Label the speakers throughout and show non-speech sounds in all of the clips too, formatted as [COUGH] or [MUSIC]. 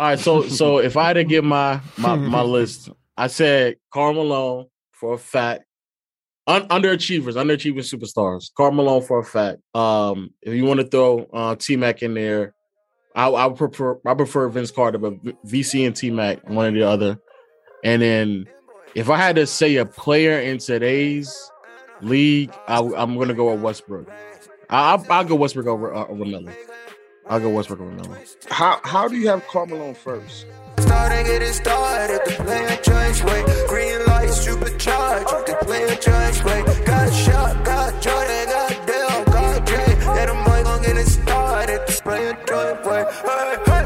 Speaker 1: All right, so so if I had to give my my my list, I said Carl Malone for a fact. Un- underachievers, underachieving superstars. Carl Malone for a fact. Um, if you want to throw uh, T Mac in there, I, I would prefer I prefer Vince Carter, but V- VC and T Mac, one or the other. And then if I had to say a player in today's league, I, am gonna go with Westbrook. I, I'll, I'll go Westbrook over uh, over Melo. I'll go Westbrook over Melo.
Speaker 2: How how do you have Carmelo first?
Speaker 3: Starting get it started, the player choice way. Green light, supercharged, the player choice way. Got shot, got Jordan, got Dell, got Jay. And I'm like, gonna get it started, the player choice way. Hey, hey,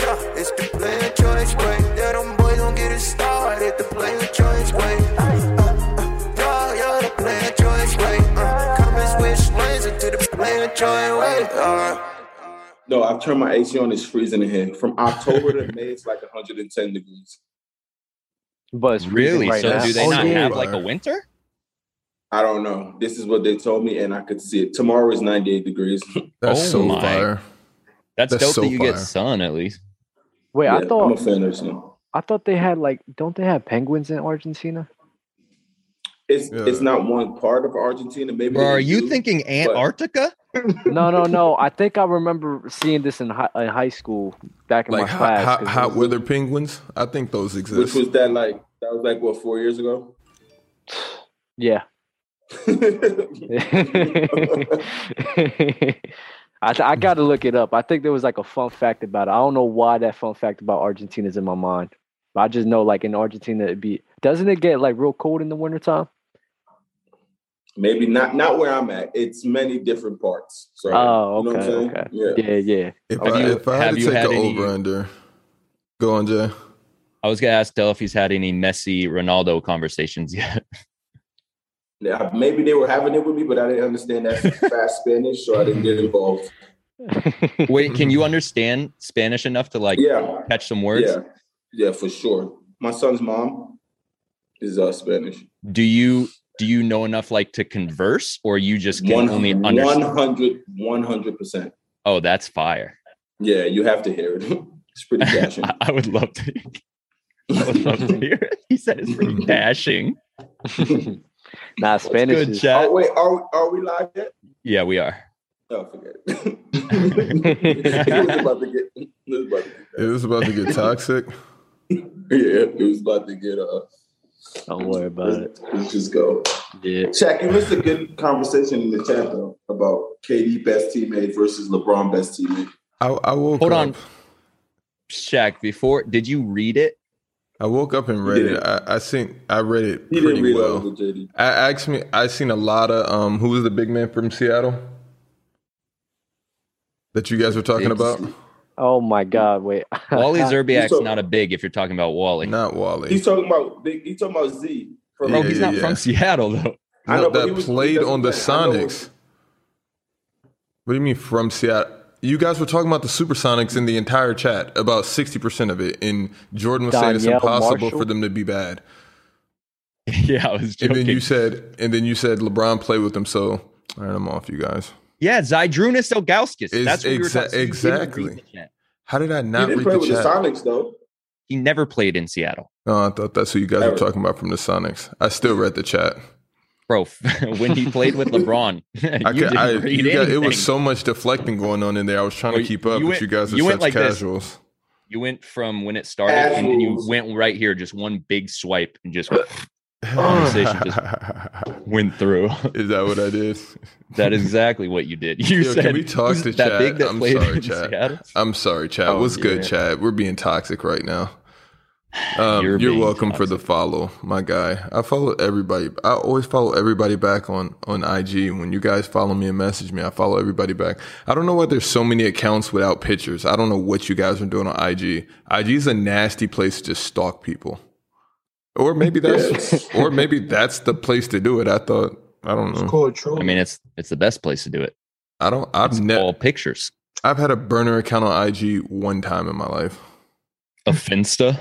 Speaker 3: yeah, it's the player choice way. Yeah, them boys gonna get it started, the player choice way. Uh, uh, uh, yeah, yeah, the player choice way. Uh, come and switch lanes into the player choice way. Uh.
Speaker 2: No, I've turned my AC on. It's freezing in here. From October to May, it's like 110 degrees.
Speaker 4: But it's freezing
Speaker 5: Really?
Speaker 4: Right
Speaker 5: So
Speaker 4: now.
Speaker 5: do they
Speaker 1: Oh,
Speaker 5: not
Speaker 1: yeah,
Speaker 5: have
Speaker 1: bro.
Speaker 5: like a winter?
Speaker 2: I don't know. This is what they told me, and I could see it. Tomorrow is 98 degrees.
Speaker 5: Oh
Speaker 6: That's so
Speaker 5: my.
Speaker 6: fire.
Speaker 5: That's,
Speaker 6: That's
Speaker 5: dope
Speaker 6: so
Speaker 5: that you get
Speaker 6: fire.
Speaker 5: sun at least.
Speaker 4: Wait, I
Speaker 2: am a
Speaker 4: thought
Speaker 2: fan of some.
Speaker 4: I thought they had like don't they have penguins in Argentina?
Speaker 2: It's
Speaker 6: Yeah.
Speaker 2: it's not one part of Argentina. Maybe
Speaker 5: Bro,
Speaker 2: they
Speaker 5: are you
Speaker 2: do.
Speaker 5: thinking Antarctica?
Speaker 4: No, no, no. I think I remember seeing this in high, in high school back in
Speaker 6: Like
Speaker 4: my
Speaker 6: hot,
Speaker 4: class.
Speaker 6: hot,
Speaker 4: 'cause it
Speaker 6: hot
Speaker 4: was-
Speaker 6: weather penguins. I think those
Speaker 2: Which
Speaker 6: exist.
Speaker 2: was that like that was like what four years ago? [LAUGHS]
Speaker 4: Yeah. [LAUGHS] I, th- I got to look it up. I think there was like a fun fact about it. I don't know why that fun fact about Argentina is in my mind. But I just know like in Argentina it'd be doesn't it get like real cold in the wintertime?
Speaker 2: Maybe not not where I'm at. It's many different parts. So
Speaker 4: Oh,
Speaker 2: you know what I'm
Speaker 4: okay,
Speaker 2: saying?
Speaker 4: okay.
Speaker 2: Yeah.
Speaker 4: Yeah, yeah.
Speaker 6: if,
Speaker 5: Have
Speaker 6: I,
Speaker 5: you-
Speaker 6: if I had
Speaker 5: have
Speaker 6: to
Speaker 5: you
Speaker 6: take
Speaker 5: had
Speaker 6: an
Speaker 5: any-
Speaker 6: over under, go on, Jay.
Speaker 5: I was gonna ask Dell if he's had any Messi Ronaldo
Speaker 2: [LAUGHS]
Speaker 5: conversations yet.
Speaker 2: Yeah, maybe they were having it with me, but I didn't understand
Speaker 4: [LAUGHS]
Speaker 2: that fast Spanish, so I didn't get involved.
Speaker 5: Wait, can you understand Spanish enough to like
Speaker 2: yeah,
Speaker 5: catch some words?
Speaker 2: yeah, yeah, for sure. My son's mom is uh, Spanish.
Speaker 5: Do you do you know enough like to converse or you just can only understand?
Speaker 2: 100 100 percent.
Speaker 5: Oh, that's fire.
Speaker 2: Yeah, you have to hear it. [LAUGHS] it's pretty
Speaker 5: [LAUGHS]
Speaker 2: dashing.
Speaker 5: I, I would love to I would love to hear it. He said it's
Speaker 2: [LAUGHS]
Speaker 5: pretty dashing.
Speaker 4: [LAUGHS] nah, Spanish
Speaker 5: Good
Speaker 4: is
Speaker 5: chat.
Speaker 2: oh wait, are we- are we live yet?
Speaker 5: Yeah, we are.
Speaker 2: No, forget it. [LAUGHS] it was about to get. It was about to
Speaker 6: It is about to
Speaker 5: [LAUGHS]
Speaker 6: get toxic.
Speaker 2: get yeah, it was about to get. Uh,
Speaker 4: don't worry about it.
Speaker 2: let's, let's just go.
Speaker 4: Yeah.
Speaker 2: Check. You missed a good conversation in the chat though about KD best teammate versus LeBron best teammate.
Speaker 6: I, I woke
Speaker 5: Hold
Speaker 6: up.
Speaker 5: on. Shaq, before did you read it?
Speaker 6: I woke up and read
Speaker 2: didn't.
Speaker 6: it. I, I seen. I read it
Speaker 2: He
Speaker 6: pretty
Speaker 2: didn't read all
Speaker 6: well.
Speaker 2: of it, JD.
Speaker 6: I asked me. I seen a lot of. Um, who was the big man from Seattle that you guys were talking about?
Speaker 4: Oh my God! Wait. [LAUGHS]
Speaker 5: Wally Zerbiak's
Speaker 2: talking-
Speaker 5: not a big if you're talking about Wally.
Speaker 6: Not Wally.
Speaker 2: He's talking about. He's talking about Z. From,
Speaker 5: Bro, Oh, he's
Speaker 6: Yeah,
Speaker 5: not
Speaker 6: yeah.
Speaker 5: from Seattle though. [LAUGHS]
Speaker 2: I
Speaker 6: No,
Speaker 2: know, but he
Speaker 6: that
Speaker 2: was- he
Speaker 6: played
Speaker 2: doesn't
Speaker 6: on the
Speaker 2: play. I know.
Speaker 6: Sonics. What do you mean from Seattle? You guys were talking about the Supersonics in the entire chat, about 60% of it. And Jordan was saying it's
Speaker 4: Donyell
Speaker 6: impossible
Speaker 4: Marshall?
Speaker 6: for them to be
Speaker 5: [LAUGHS]
Speaker 6: bad.
Speaker 5: yeah, I was
Speaker 6: And
Speaker 5: joking.
Speaker 6: then you said, and then you said LeBron played with them. So, all right, I'm off you guys.
Speaker 5: yeah, Zydrunas Elgauskas.
Speaker 6: Is-
Speaker 5: That's what we were
Speaker 6: exa-
Speaker 5: talking. so you didn't
Speaker 6: exactly.
Speaker 5: read the chat.
Speaker 6: How did I
Speaker 2: He
Speaker 6: not
Speaker 2: didn't
Speaker 6: read
Speaker 2: play
Speaker 6: the
Speaker 2: with the
Speaker 6: chat?
Speaker 2: Sonics though.
Speaker 5: He never played in Seattle,
Speaker 6: Oh, I thought that's who you guys were
Speaker 2: Ever.
Speaker 6: talking about from the Sonics. I still read
Speaker 5: [LAUGHS]
Speaker 6: the chat.
Speaker 5: bro. when he played with LeBron, [LAUGHS] you
Speaker 6: I could,
Speaker 5: didn't
Speaker 6: I,
Speaker 5: read
Speaker 6: you guys, it
Speaker 5: anything.
Speaker 6: was so much deflecting going on in there. I was trying
Speaker 5: Well,
Speaker 6: to keep up,
Speaker 5: you
Speaker 6: but
Speaker 5: went-
Speaker 6: you guys are
Speaker 5: you went
Speaker 6: such
Speaker 5: like this.
Speaker 6: casuals. [LAUGHS]
Speaker 5: You went from when it started, and then you
Speaker 2: Assholes.
Speaker 5: went right here, just one big swipe, and just [LAUGHS] [LAUGHS] Conversation
Speaker 6: [LAUGHS]
Speaker 5: went through. [LAUGHS]
Speaker 6: Is that what I did?
Speaker 5: that is exactly what you did. You
Speaker 6: Yo,
Speaker 5: said,
Speaker 6: can we talk
Speaker 5: "Who's
Speaker 6: to
Speaker 5: that
Speaker 6: Chad?
Speaker 5: big that
Speaker 6: I'm
Speaker 5: played
Speaker 6: sorry,
Speaker 5: in
Speaker 6: Chad.
Speaker 5: Seattle?"
Speaker 6: [LAUGHS] I'm sorry, Chad.
Speaker 4: Oh,
Speaker 6: What's good,
Speaker 4: yeah.
Speaker 6: Chad? We're being toxic right now. Um,
Speaker 5: You're
Speaker 6: you're,
Speaker 5: being
Speaker 6: welcome for the follow, my guy. I follow everybody. I always follow everybody back on on IG. When you guys follow me and message me, I follow everybody back. I don't know why there's so many accounts without pictures. I don't know what you guys are doing on IG. IG is a nasty place to just stalk people, or maybe that's
Speaker 5: [LAUGHS]
Speaker 6: or maybe that's the place to do it. I thought I don't know.
Speaker 7: Called true.
Speaker 5: I mean, it's it's the best place to do it.
Speaker 6: I don't. I've
Speaker 5: It's
Speaker 6: never.
Speaker 5: all
Speaker 6: [LAUGHS]
Speaker 5: pictures
Speaker 6: I've had a burner account on IG one time in my life. [LAUGHS]
Speaker 5: of Finsta.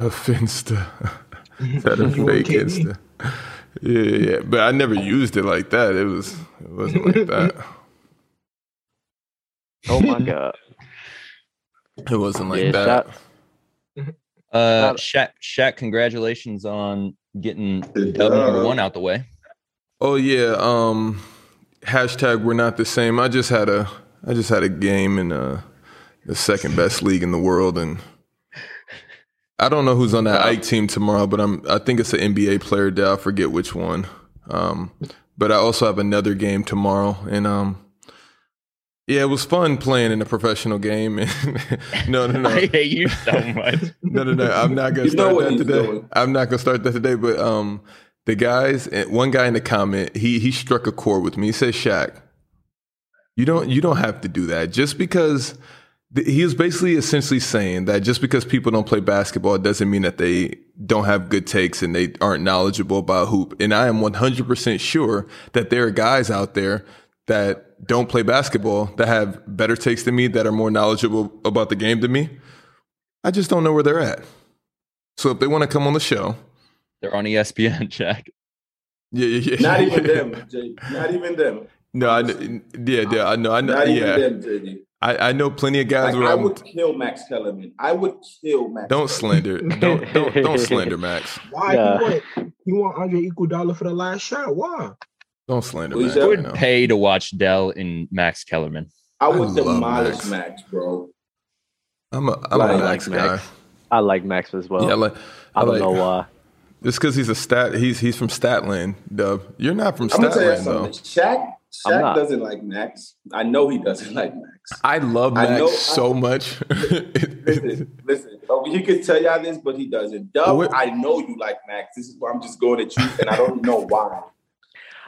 Speaker 6: A Finsta. Is that a fake Insta? Yeah, yeah, yeah. But I never used it like that. It was
Speaker 4: [LAUGHS]
Speaker 6: it wasn't like that.
Speaker 4: Oh my God.
Speaker 6: It wasn't [LAUGHS] like
Speaker 4: Yeah,
Speaker 6: that.
Speaker 4: shout-
Speaker 5: Uh,
Speaker 4: Not-
Speaker 5: Shaq, Shaq, congratulations on getting
Speaker 8: The
Speaker 5: dub number
Speaker 8: dub.
Speaker 5: one out the
Speaker 6: [LAUGHS]
Speaker 5: way.
Speaker 6: Oh yeah. Um, hashtag we're not the same. I just had a I just had a game in uh, the second best league in the world, and I don't know who's on that Ike team tomorrow, but I'm I think it's an NBA player. Dow. I forget which one. Um, but I also have another game tomorrow, and um. Yeah, it was fun playing in a professional game. [LAUGHS] no, no,
Speaker 5: [LAUGHS]
Speaker 6: no.
Speaker 5: I hate you so much.
Speaker 6: No, no, no. I'm not gonna
Speaker 8: You know
Speaker 6: start
Speaker 8: what
Speaker 6: that
Speaker 8: he's
Speaker 6: today.
Speaker 8: doing.
Speaker 6: I'm not gonna start that today. But um, the guys, and one guy in the comment, he he struck a chord with me. He says, "Shaq, you don't you don't have to do that just because." th- He was basically essentially saying that just because people don't play basketball it doesn't mean that they don't have good takes and they aren't knowledgeable about hoop. And I am 100% sure that there are guys out there that don't play basketball that have better takes than me, that are more knowledgeable about the game than me. I just don't know where they're at. So if they want to come on the show,
Speaker 5: They're on E ESPN, [LAUGHS] Shaq.
Speaker 6: yeah, yeah, yeah.
Speaker 8: Not
Speaker 6: [LAUGHS]
Speaker 8: even them, J. Not even them.
Speaker 6: No, I, kn- yeah, yeah, I know, I know,
Speaker 8: Not
Speaker 6: yeah,
Speaker 8: even them, JD.
Speaker 6: I, I know plenty of guys
Speaker 8: Like,
Speaker 6: where
Speaker 8: I
Speaker 6: I'm.
Speaker 8: would kill Max Kellerman. I would kill Max.
Speaker 6: Don't
Speaker 8: Kellerman.
Speaker 6: slander, don't,
Speaker 8: [LAUGHS]
Speaker 6: don't, don't slander Max.
Speaker 9: Why
Speaker 4: Nah.
Speaker 9: you want you want Andre Iguodala for the last shot? Why?
Speaker 6: Don't slander
Speaker 8: Who
Speaker 6: Max.
Speaker 8: said-
Speaker 5: I
Speaker 6: You
Speaker 5: would
Speaker 6: know.
Speaker 5: pay to watch Dell and Max Kellerman.
Speaker 8: I
Speaker 6: I love
Speaker 8: would demolish
Speaker 6: Max.
Speaker 8: Max. bro.
Speaker 6: I'm a, I'm
Speaker 8: Like-
Speaker 6: a
Speaker 8: I
Speaker 6: Max
Speaker 4: like
Speaker 6: guy.
Speaker 4: Max. I like Max as well.
Speaker 6: yeah, I like,
Speaker 4: I
Speaker 6: I
Speaker 4: don't
Speaker 6: like,
Speaker 4: know why.
Speaker 6: it's because he's a stat. He's he's from Statland. Dub, you're not from
Speaker 8: I'm gonna tell you
Speaker 6: Statland
Speaker 8: something.
Speaker 6: though.
Speaker 8: Shaq,
Speaker 4: I'm
Speaker 8: Shaq
Speaker 4: not.
Speaker 8: doesn't like Max. I know he doesn't like
Speaker 6: [LAUGHS]
Speaker 8: Max.
Speaker 6: I love
Speaker 8: I
Speaker 6: Max
Speaker 8: know-
Speaker 6: so
Speaker 8: [LAUGHS]
Speaker 6: much. [LAUGHS]
Speaker 8: Listen, listen. Oh, He could tell y'all this, but he doesn't. Dub,
Speaker 6: Wait.
Speaker 8: I know you like Max. This is why I'm just going at you, and I don't know why.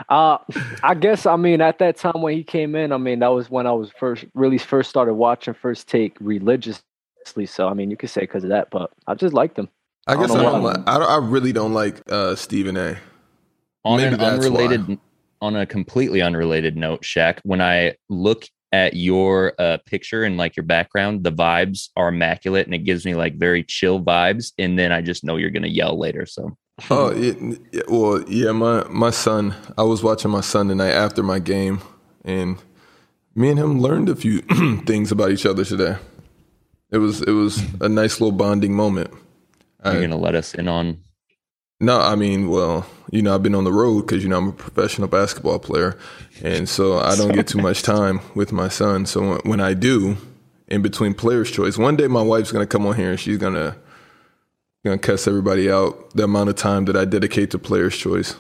Speaker 4: Uh, I guess I mean at that time when he came in, I mean that was when I was first really first started watching First Take religiously. So I mean you could say because of that, but I just liked him.
Speaker 6: I guess
Speaker 4: don't
Speaker 6: I
Speaker 4: know
Speaker 6: don't
Speaker 4: why.
Speaker 6: like. I, don't, I really don't like uh, Stephen A.
Speaker 5: On
Speaker 6: Maybe
Speaker 5: an
Speaker 6: that's why.
Speaker 5: unrelated, on a completely unrelated note, Shaq, when I look at your uh, picture and like your background, the vibes are immaculate and it gives me like very chill vibes. And then I just know you're gonna yell later. So
Speaker 6: Oh yeah, n- yeah, well, yeah. My my son. I was watching my son tonight after my game, and me and him learned a few [CLEARS THROAT] things about each other today. It was it was a nice little bonding moment.
Speaker 5: you're
Speaker 6: I-
Speaker 5: gonna let us in on
Speaker 6: No, I mean, well, you know, I've been on the road because you know I'm a professional basketball player, and so I don't get too much time with my son. So when, when I do, in between players' choice, one day my wife's gonna come on here and she's gonna gonna cuss everybody out. The amount of time that I dedicate to players' choice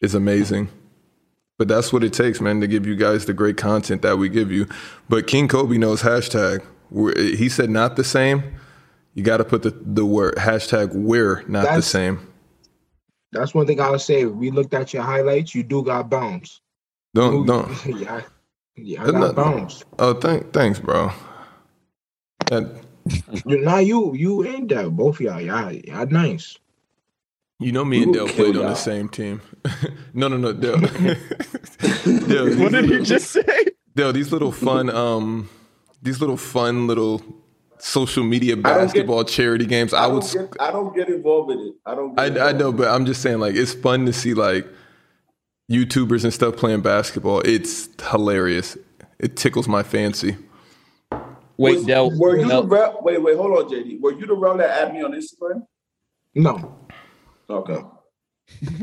Speaker 6: is amazing. But that's what it takes, man, to give you guys the great content that we give you. But King Kobe knows hashtag. We're, he said not the same. You got to put the the word hashtag. We're not the
Speaker 9: That's-
Speaker 6: same.
Speaker 9: That's one thing I'll say. We looked at your highlights. You do got bounce.
Speaker 6: Don't don't.
Speaker 9: [LAUGHS] yeah, yeah, I
Speaker 6: That's
Speaker 9: got
Speaker 6: not-
Speaker 9: bounce.
Speaker 6: Oh, thank thanks, bro. And
Speaker 9: You now you you and that both of y'all y'all, y'all nice.
Speaker 6: you know me and Dell
Speaker 8: Kill
Speaker 6: played on the
Speaker 8: y'all.
Speaker 6: same team. [LAUGHS] no, no, no, Dell. Dell,
Speaker 5: what did you
Speaker 6: these-
Speaker 5: just say?
Speaker 6: [LAUGHS] Dell, these little fun, um, these little fun little social media
Speaker 8: get-
Speaker 6: basketball charity games. I,
Speaker 8: I,
Speaker 6: would.
Speaker 8: don't get, I don't get involved with it. I don't. Get
Speaker 6: I, I
Speaker 8: involved.
Speaker 6: know, but I'm just saying, like, it's fun to see like YouTubers and stuff playing basketball. It's hilarious. It tickles my fancy.
Speaker 5: Wait,
Speaker 8: Was-
Speaker 5: Dell.
Speaker 8: Were you
Speaker 5: Dell-
Speaker 8: the rep? Wait, wait, hold on, JD. Were you the rep that at me on Instagram?
Speaker 9: No,
Speaker 8: Okay.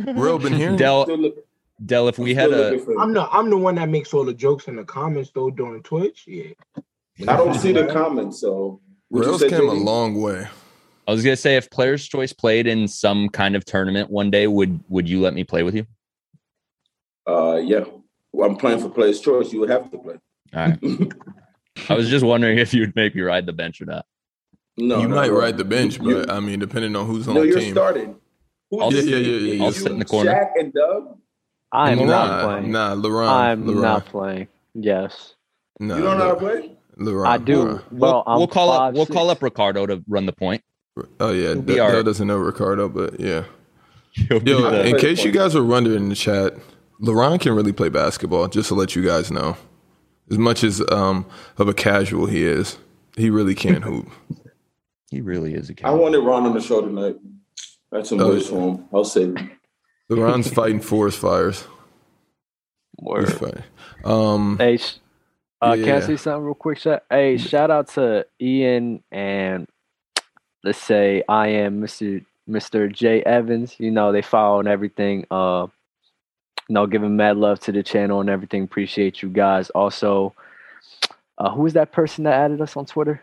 Speaker 6: Real been here.
Speaker 5: Dell,
Speaker 8: Still look-
Speaker 5: Dell, if we had
Speaker 8: still
Speaker 5: a
Speaker 8: looking for
Speaker 9: I'm
Speaker 8: it.
Speaker 9: not. I'm the one that makes all the jokes in the comments though during Twitch. Yeah,
Speaker 8: I don't see
Speaker 9: [LAUGHS]
Speaker 8: the comments, so. What you
Speaker 6: Rails
Speaker 8: said,
Speaker 6: came a
Speaker 8: JD?
Speaker 6: long way.
Speaker 5: I was gonna say if Player's Choice played in some kind of tournament one day, would would you let me play with you?
Speaker 8: Uh, yeah. Well, I'm playing for players' choice. You would have to play.
Speaker 5: All right. I was just wondering if you'd make me ride the bench or not.
Speaker 8: No,
Speaker 6: you
Speaker 8: no,
Speaker 6: might
Speaker 8: no.
Speaker 6: ride the bench,
Speaker 8: You-
Speaker 6: but I mean, depending on who's on
Speaker 8: no,
Speaker 6: the
Speaker 8: you're
Speaker 6: team.
Speaker 8: starting. Who
Speaker 5: I'll
Speaker 8: is
Speaker 5: sit-
Speaker 6: yeah, yeah, yeah,
Speaker 8: it?
Speaker 6: yeah.
Speaker 5: I'll
Speaker 8: Is
Speaker 5: sit in
Speaker 8: you,
Speaker 5: the corner.
Speaker 8: Shaq and Doug.
Speaker 4: I am
Speaker 6: nah,
Speaker 4: not playing.
Speaker 6: Nah, LeBron.
Speaker 4: I'm
Speaker 6: LeBron.
Speaker 4: not playing. Yes,
Speaker 6: Nah,
Speaker 8: you don't know how to
Speaker 6: Le-
Speaker 8: play.
Speaker 6: LeBron.
Speaker 4: I do. [LAUGHS]
Speaker 6: LeBron.
Speaker 4: well,
Speaker 5: we'll,
Speaker 4: I'm
Speaker 5: we'll call up.
Speaker 4: five,
Speaker 5: We'll call
Speaker 4: six.
Speaker 5: up Ricardo to run the point. [LAUGHS]
Speaker 6: Oh yeah,
Speaker 5: be
Speaker 6: Dell
Speaker 5: all right.
Speaker 6: doesn't know Ricardo, but yeah.
Speaker 5: He'll be
Speaker 6: Yo,
Speaker 5: the-
Speaker 6: in
Speaker 8: Play
Speaker 6: case you
Speaker 8: point.
Speaker 6: guys were wondering in the chat, LeBron can really play basketball. Just to let you guys know, as much as um of a casual he is, he really
Speaker 4: [LAUGHS]
Speaker 6: can hoop.
Speaker 5: he really is a
Speaker 8: I
Speaker 5: kid.
Speaker 8: wanted Ron on the show tonight. That's some
Speaker 6: Oh,
Speaker 8: words
Speaker 6: yeah.
Speaker 8: for him. I'll say.
Speaker 6: LeBron's fighting forest fires. He's
Speaker 4: Word.
Speaker 6: fighting. Um,
Speaker 4: Hey, sh- Uh,
Speaker 6: Yeah,
Speaker 4: can I
Speaker 6: yeah.
Speaker 4: say something real quick? Sha- Hey, shout out to Ian and let's say I am Mr. Mr. J Evans. You know they follow and everything. Uh, you know, giving mad love to the channel and everything. Appreciate you guys. Also, uh, who is that person that added us on Twitter?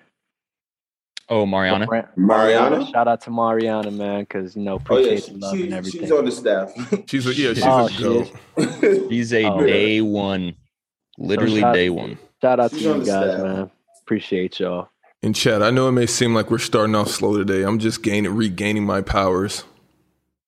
Speaker 5: Oh, Mariana.
Speaker 4: Mar-
Speaker 8: Mariana?
Speaker 4: Shout out to Mariana, man, because you know
Speaker 8: Oh yeah,
Speaker 4: appreciate
Speaker 8: she,
Speaker 4: the love and
Speaker 8: she,
Speaker 4: everything.
Speaker 8: she's on the staff. [LAUGHS]
Speaker 6: She's a, yeah, she's
Speaker 4: Oh,
Speaker 6: a
Speaker 4: she
Speaker 6: goat.
Speaker 4: is.
Speaker 5: He's a
Speaker 4: Oh.
Speaker 5: day one, literally
Speaker 4: shout-
Speaker 5: day one.
Speaker 4: Shout out to
Speaker 8: She's
Speaker 4: you
Speaker 8: on the
Speaker 4: guys,
Speaker 8: staff.
Speaker 4: man. Appreciate y'all.
Speaker 6: And Chad, I know it may seem like we're starting off slow today. I'm just gaining, regaining my powers.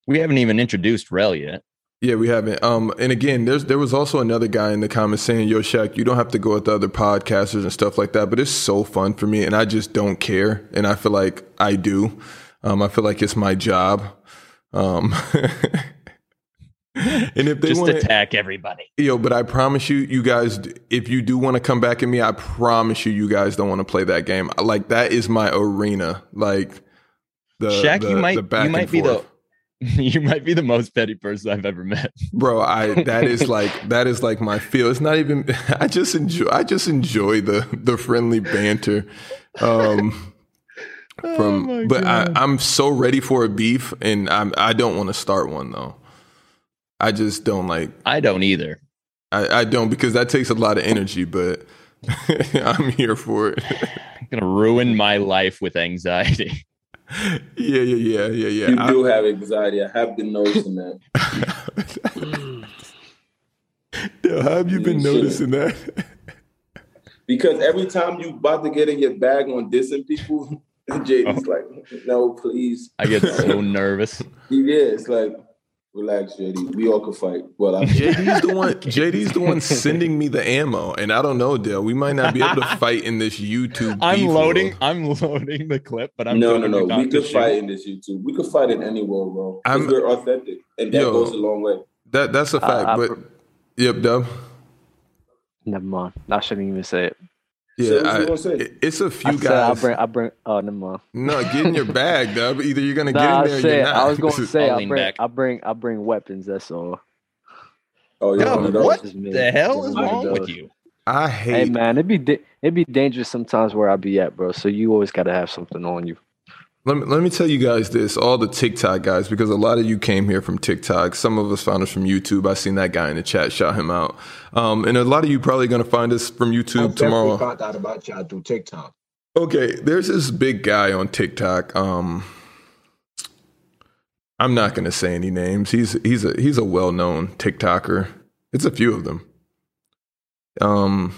Speaker 5: We haven't even introduced Rel yet.
Speaker 6: Yeah, we haven't. Um, and again, there's there was also another guy in the comments saying, "Yo, Shaq, you don't have to go with the other podcasters and stuff like that." But it's so fun for me, and I just don't care. And I feel like I do. Um, I feel like it's my job. Um, [LAUGHS] and if they
Speaker 5: Just
Speaker 6: want to
Speaker 5: attack everybody. [LAUGHS]
Speaker 6: Yo, but I promise you, you guys, if you do want to come back at me, I promise you, you guys don't want to play that game. Like that is my arena. Like the
Speaker 5: Shaq,
Speaker 6: the-
Speaker 5: you might-
Speaker 6: the back
Speaker 5: you might
Speaker 6: and
Speaker 5: be the-
Speaker 6: forth.
Speaker 5: you might be the most petty person I've ever met.
Speaker 6: bro. I that is like that is like my feel. It's not even. [LAUGHS] I just enjoy. I just enjoy the the friendly banter. Um, from but I, I'm so ready for a beef, and I'm I don't want to start one though. I just don't like.
Speaker 5: I don't either.
Speaker 6: I, I don't because that takes a lot of energy, but [LAUGHS] I'm here for it. [LAUGHS]
Speaker 5: I'm gonna ruin my life with anxiety. [LAUGHS]
Speaker 6: yeah, yeah, yeah, yeah,
Speaker 8: you
Speaker 2: [LAUGHS]
Speaker 6: yeah. [LAUGHS]
Speaker 8: do have anxiety. I have been noticing that.
Speaker 6: I, how have you been
Speaker 8: You should.
Speaker 6: noticing that?
Speaker 8: Because every time you about to get in your bag on dissing people, [LAUGHS] JD's like, no, please.
Speaker 5: Oh.
Speaker 8: [LAUGHS]
Speaker 5: I get
Speaker 6: [LAUGHS]
Speaker 5: so nervous.
Speaker 8: Yeah, it's like, relax, JD. We all can fight. Well, I
Speaker 6: [LAUGHS] JD's
Speaker 5: [LAUGHS]
Speaker 6: the one. JD's the one sending me the ammo, and I don't know, Dale. We might not be
Speaker 5: [LAUGHS]
Speaker 6: able to fight in this YouTube.
Speaker 5: I'm
Speaker 6: beef
Speaker 5: loading.
Speaker 6: world.
Speaker 5: I'm [LAUGHS] loading the clip, but I'm
Speaker 8: no,
Speaker 5: doing
Speaker 8: no,
Speaker 5: it
Speaker 8: no.
Speaker 5: without
Speaker 8: We could
Speaker 5: the
Speaker 8: fight
Speaker 5: shoe.
Speaker 8: in this YouTube. We could fight in any world, bro.
Speaker 6: I'm-
Speaker 8: Because we're authentic, and that
Speaker 6: Yo.
Speaker 8: goes a long way.
Speaker 6: That that's a fact.
Speaker 4: I-
Speaker 6: but yep, Dub.
Speaker 4: Never mind. I shouldn't even say it.
Speaker 6: Yeah,
Speaker 8: what you
Speaker 6: I-
Speaker 8: gonna say?
Speaker 6: it- it's a few
Speaker 4: I said I
Speaker 6: guys.
Speaker 4: bring. I bring. Oh, never mind.
Speaker 6: no, get in your bag, Dub. Either you're gonna
Speaker 4: Nah,
Speaker 6: get
Speaker 4: I
Speaker 6: in there. or you're
Speaker 4: said
Speaker 6: not.
Speaker 4: I was
Speaker 5: [LAUGHS]
Speaker 6: [LAUGHS]
Speaker 4: going to say
Speaker 5: I'll
Speaker 4: I
Speaker 5: lean
Speaker 4: bring,
Speaker 5: back.
Speaker 4: I bring I bring weapons. That's all.
Speaker 8: Oh, yeah.
Speaker 5: No,
Speaker 8: one of those.
Speaker 5: what
Speaker 4: Just me.
Speaker 5: the hell
Speaker 4: Just
Speaker 5: is
Speaker 4: one of
Speaker 5: wrong with
Speaker 4: those.
Speaker 5: you?
Speaker 6: I
Speaker 4: Hey
Speaker 6: hate.
Speaker 4: man, it'd be da- it'd be dangerous sometimes where I be at, bro. So you always gotta have something on you.
Speaker 6: Let me, let me tell you guys this, all the TikTok guys, because a lot of you came here from TikTok. Some of us found us from YouTube. I seen that guy in the chat, shout him out. Um, and a lot of you probably going to find us from
Speaker 9: I
Speaker 6: YouTube
Speaker 9: definitely
Speaker 6: tomorrow.
Speaker 9: found out about y'all through TikTok.
Speaker 6: Okay, there's this big guy on TikTok. Um, I'm not going to say any names. He's he's a he's a well known TikToker. It's a few of them. Um,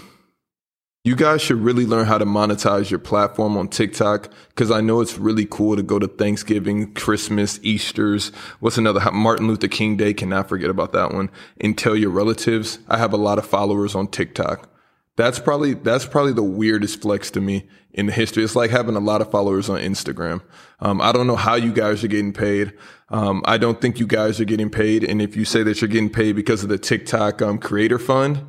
Speaker 6: you guys should really learn how to monetize your platform on TikTok because I know it's really cool to go to Thanksgiving, Christmas, Easter's. What's another ho- Martin Luther King Day? Cannot forget about that one. And tell your relatives. I have a lot of followers on TikTok. That's probably that's probably the weirdest flex to me in the history. It's like having a lot of followers on Instagram. Um, I don't know how you guys are getting paid. Um, I don't think you guys are getting paid. And if you say that you're getting paid because of the TikTok um, Creator Fund,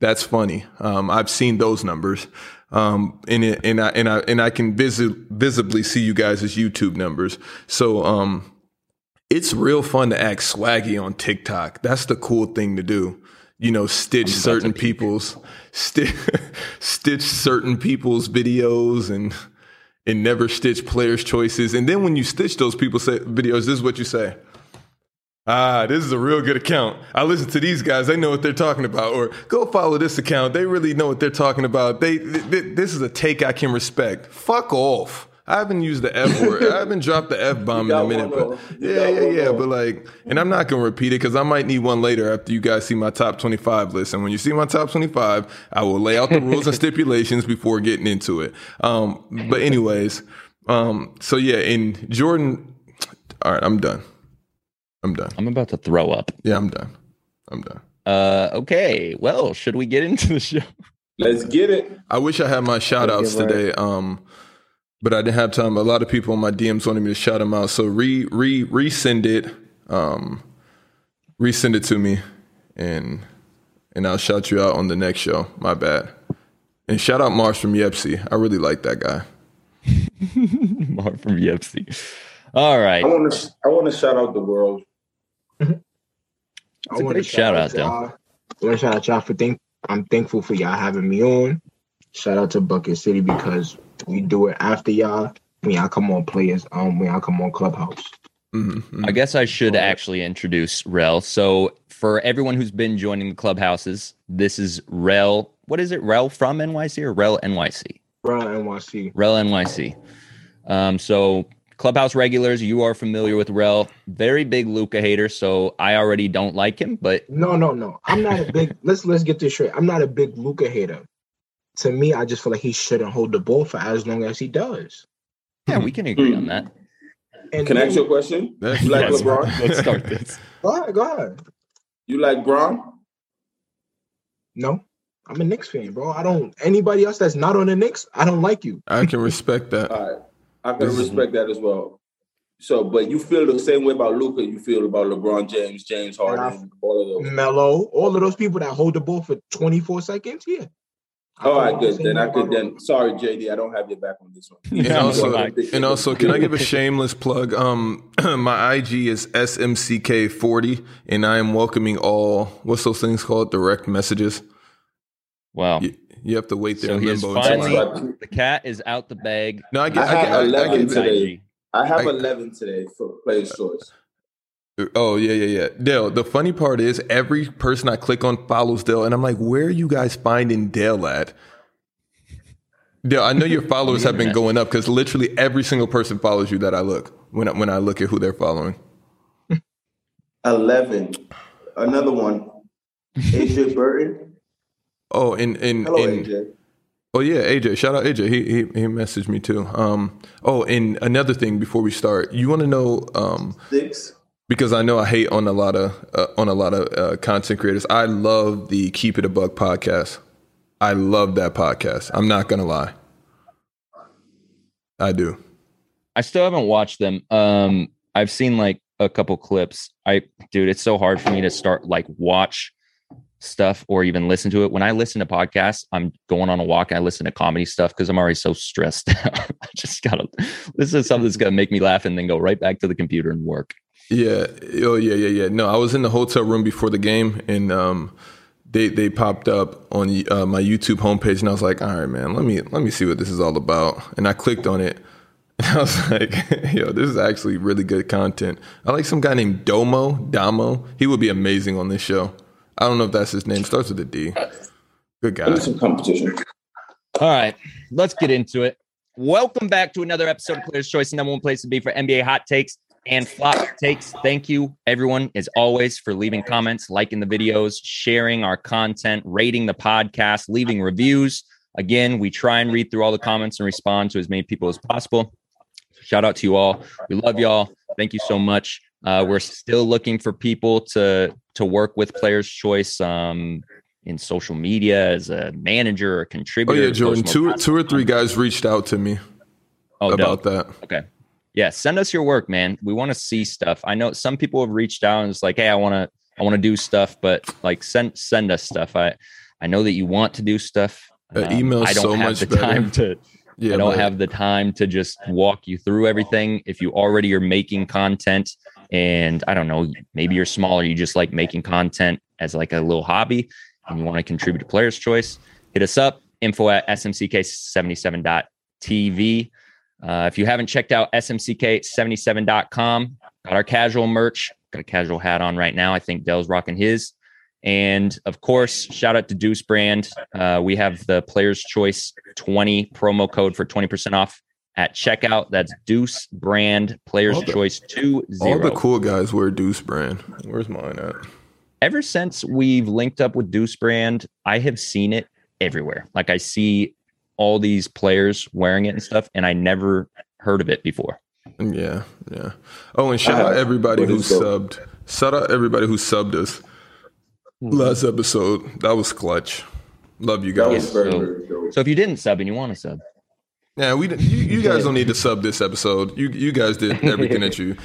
Speaker 6: that's funny. Um, I've seen those numbers, um, and it, and I and I and I can visi- visibly see you guys' YouTube numbers. So um, it's real fun to act swaggy on TikTok. That's the cool thing to do. You know, stitch certain people's sti- [LAUGHS] stitch certain people's videos and and never stitch players' choices. And then when you stitch those people's say, videos, this is what you say. Ah, this is a real good account. I listen to these guys; they know what they're talking about. Or go follow this account; they really know what they're talking about. They th- th- this is a take I can respect. Fuck off. I haven't used the F word. I haven't dropped the F bomb in a
Speaker 8: got
Speaker 6: minute,
Speaker 8: one
Speaker 6: but
Speaker 8: more. You
Speaker 6: yeah,
Speaker 8: got
Speaker 6: yeah,
Speaker 8: one
Speaker 6: yeah.
Speaker 8: more.
Speaker 6: But like, and I'm not gonna repeat it because I might need one later after you guys see my top 25 list. And when you see my top 25, I will lay out the rules and [LAUGHS] stipulations before getting into it. Um, but anyways, um, so yeah, and Jordan. All right, I'm done. I'm done.
Speaker 5: I'm about to throw up.
Speaker 6: Yeah, I'm done. I'm done.
Speaker 5: Uh, okay. Well, should we get into the show? [LAUGHS]
Speaker 8: Let's get it.
Speaker 6: I wish I had my shout outs
Speaker 4: Okay, right.
Speaker 6: today. Um, but I didn't have time. A lot of people on my DMs wanted me to shout them out. So re re resend it. Um resend it to me and and I'll shout you out on the next show. My bad. And shout out Mars from Yepsy. I really like that guy.
Speaker 5: Mark from Yepsy. All right.
Speaker 8: I want to. I want to shout out the world.
Speaker 9: I
Speaker 5: It's a
Speaker 9: wanna
Speaker 5: great shout out,
Speaker 9: y'all. I want to shout out y'all for think, I'm thankful for y'all having me on. Shout out to Bucket City because we do it after y'all. When y'all come on players, um, when y'all come on Clubhouse.
Speaker 5: [LAUGHS]
Speaker 6: Mm-hmm.
Speaker 5: I guess I should
Speaker 9: Alright.
Speaker 5: actually introduce Rel. So for everyone who's been joining the clubhouses, this is Rel. What is it? Rel from NYC or Rel NYC?
Speaker 9: Run NYC.
Speaker 5: Rel NYC. Um, so clubhouse regulars, you are familiar with Rel. Very big Luca hater, so I already don't like him, but
Speaker 9: No, no, no. I'm not a
Speaker 5: [LAUGHS]
Speaker 9: big. let's let's get this straight. I'm not a big Luca hater. To me, I just feel like he shouldn't hold the ball for as long as he does.
Speaker 5: yeah, we can agree on that.
Speaker 9: And
Speaker 8: Can I ask you a question?
Speaker 6: That's-
Speaker 8: You like
Speaker 5: Yes.
Speaker 8: LeBron?
Speaker 5: Let's start this.
Speaker 9: Go ahead, go ahead.
Speaker 8: You like Braun?
Speaker 9: No, I'm a Knicks fan, bro. I don't. Anybody else that's not on the Knicks, I don't like you.
Speaker 6: I can respect that.
Speaker 8: All right. I can
Speaker 6: This is-
Speaker 8: respect that as well. So, but you feel the same way about Luca. You feel about LeBron James, James Harden, all of those.
Speaker 9: Melo, all of those people that hold the ball for 24 seconds, yeah. I
Speaker 8: All right,
Speaker 9: don't
Speaker 8: good.
Speaker 9: say
Speaker 8: Then I
Speaker 9: nothing
Speaker 8: could
Speaker 9: about
Speaker 8: then. Sorry, JD, I don't have your back on this one.
Speaker 6: [LAUGHS] And
Speaker 5: Yeah,
Speaker 6: also,
Speaker 5: I'm
Speaker 6: and also, can I
Speaker 8: [LAUGHS]
Speaker 6: give a shameless plug? Um, [CLEARS THROAT] my IG is smck40, and I am welcoming all what's those things called? Direct messages.
Speaker 5: Wow.
Speaker 6: You, you have to wait there.
Speaker 5: So
Speaker 6: in
Speaker 5: he is
Speaker 6: limbo until
Speaker 5: finally
Speaker 6: I-
Speaker 5: the cat is out the bag.
Speaker 6: No, I get-
Speaker 8: I have
Speaker 5: Out
Speaker 8: eleven
Speaker 5: the
Speaker 8: today.
Speaker 5: IG.
Speaker 8: I have
Speaker 6: I-
Speaker 8: eleven today for players' choice.
Speaker 6: Oh yeah, yeah, yeah. Dale. The funny part is every person I click on follows Dale, and I'm like, where are you guys finding Dale at? Dale, I know
Speaker 5: [LAUGHS]
Speaker 6: your followers have been
Speaker 5: internet.
Speaker 6: going up because literally every single person follows you that I look when I, when I look at who they're following.
Speaker 8: Eleven. Another one.
Speaker 6: [LAUGHS]
Speaker 8: AJ Burton.
Speaker 6: Oh, and and,
Speaker 8: Hello,
Speaker 6: and
Speaker 8: AJ.
Speaker 6: oh yeah, AJ. Shout out AJ. He he, he messaged me too. Um. Oh, and another thing before we start, you want to know um
Speaker 8: Six.
Speaker 6: because I know I hate on a lot of uh, on a lot of uh, content creators. I love the Keep It a Buck podcast. I love that podcast. I'm not gonna lie. I do.
Speaker 5: I still haven't watched them. Um, I've seen like a couple clips. I dude, it's so hard for me to start like watch stuff or even listen to it. When I listen to podcasts, I'm going on a walk and I listen to comedy stuff because I'm already so stressed [LAUGHS] out. I just gotta listen to something that's gonna make me laugh and then go right back to the computer and work.
Speaker 6: Yeah. Oh yeah, yeah, yeah. No, I was in the hotel room before the game, and um, they they popped up on uh, my YouTube homepage, and I was like, all right, man, let me let me see what this is all about. And I clicked on it, [LAUGHS] and I was like, [LAUGHS] yo, this is actually really good content. I like some guy named Domo Damo. He would be amazing on this show. I don't know if that's his name. Starts with a D. Good guy.
Speaker 8: Some competition.
Speaker 5: All right, let's get into it. Welcome back to another episode of Player's Choice, the number one place to be for NBA hot takes and flop takes. Thank you, everyone, as always, for leaving comments, liking the videos, sharing our content, rating the podcast, leaving reviews. Again, we try and read through all the comments and respond to as many people as possible. Shout out to you all. We love y'all. Thank you so much. Uh, we're still looking for people to to work with Players Choice um, in social media as a manager or
Speaker 6: Oh
Speaker 5: contributor.
Speaker 6: yeah, Jordan.
Speaker 5: post more
Speaker 6: Two
Speaker 5: content.
Speaker 6: two or three guys reached out to me
Speaker 5: Oh, dope.
Speaker 6: about that.
Speaker 5: Okay. Yeah, send us your work, man. We want to see stuff. I know some people have reached out and it's like, hey, I want to, I want to do stuff, but like, send send us stuff. I, I know that you want to do stuff. Um,
Speaker 6: Uh, email's
Speaker 5: I don't
Speaker 6: so
Speaker 5: have
Speaker 6: much
Speaker 5: the
Speaker 6: better.
Speaker 5: time to.
Speaker 6: [LAUGHS] Yeah,
Speaker 5: I don't
Speaker 6: but-
Speaker 5: have the time to just walk you through everything. If you already are making content, and I don't know, maybe you're smaller, you just like making content as like a little hobby, and you want to contribute to Player's Choice, hit us up. Info at smck77.tv. Uh, if you haven't checked out smck77.com, got our casual merch, got a casual hat on right now. I think Dell's rocking his. And of course, shout out to Deuce Brand. Uh, we have the Player's Choice 20 promo code for 20% off at checkout. That's Deuce Brand Player's
Speaker 6: All the-
Speaker 5: Choice 20.
Speaker 6: All the cool guys wear Deuce brand. Where's mine at?
Speaker 5: Ever since we've linked up with Deuce Brand, I have seen it everywhere. Like I see all these players wearing it and stuff, and I never heard of it before.
Speaker 6: Yeah, yeah. Oh, and shout out everybody
Speaker 8: Uh, What
Speaker 6: who
Speaker 8: is dope?
Speaker 6: subbed. Shout out everybody who subbed us
Speaker 5: Hmm.
Speaker 6: last episode. That was clutch. Love you
Speaker 8: That was
Speaker 6: guys.
Speaker 8: very,
Speaker 5: so-
Speaker 8: very dope.
Speaker 5: So if you didn't sub and you want to sub,
Speaker 6: Yeah, we didn't- you, you guys don't need to sub this episode. You you
Speaker 5: [LAUGHS]
Speaker 6: guys did everything that you.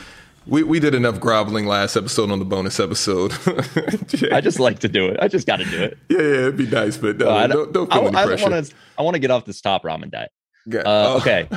Speaker 6: We we did enough groveling last episode on the bonus episode. [LAUGHS] yeah,
Speaker 5: I just like to do it. I just got to do it.
Speaker 6: yeah, it'd be nice, but no,
Speaker 5: No, I
Speaker 6: don't,
Speaker 5: don't,
Speaker 6: don't feel
Speaker 5: I-
Speaker 6: any
Speaker 5: I,
Speaker 6: pressure.
Speaker 5: want to. I want to get off this top ramen diet.
Speaker 6: Yeah.
Speaker 5: Uh,
Speaker 6: [LAUGHS] Oh.
Speaker 5: okay.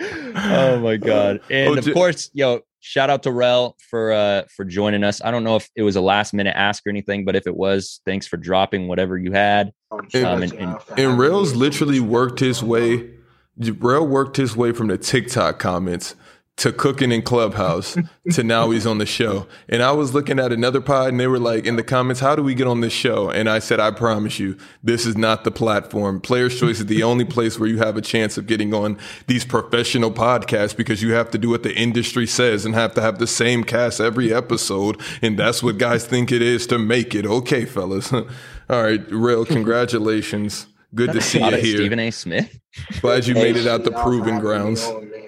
Speaker 5: [LAUGHS] oh my god! And
Speaker 6: Oh,
Speaker 5: of
Speaker 6: J-
Speaker 5: course, yo, shout out to Rel for uh for joining us. I don't know if it was a last minute ask or anything, but if it was, thanks for dropping whatever you had.
Speaker 9: I'm sure
Speaker 5: Um,
Speaker 9: that's
Speaker 5: and-
Speaker 9: enough to have
Speaker 6: And Rails
Speaker 9: me.
Speaker 6: literally worked
Speaker 9: [LAUGHS]
Speaker 6: his way. Rail worked his way from the TikTok comments to cooking in Clubhouse to now he's on the show. And I was looking at another pod and they were like in the comments, "How do we get on this show?" And I said, "I promise you, this is not the platform. Player's Choice is the only place where you have a chance of getting on these professional podcasts because you have to do what the industry says and have to have the same cast every episode, and that's what guys think it is to make it. Okay, fellas. [LAUGHS] All right, Rail, congratulations. Good to see
Speaker 5: Shout
Speaker 6: you
Speaker 5: out
Speaker 6: here.
Speaker 5: Stephen A. Smith.
Speaker 6: Glad you
Speaker 9: Hey,
Speaker 6: made it out the
Speaker 9: shout for
Speaker 6: proving
Speaker 9: having me
Speaker 6: grounds.
Speaker 9: on, man.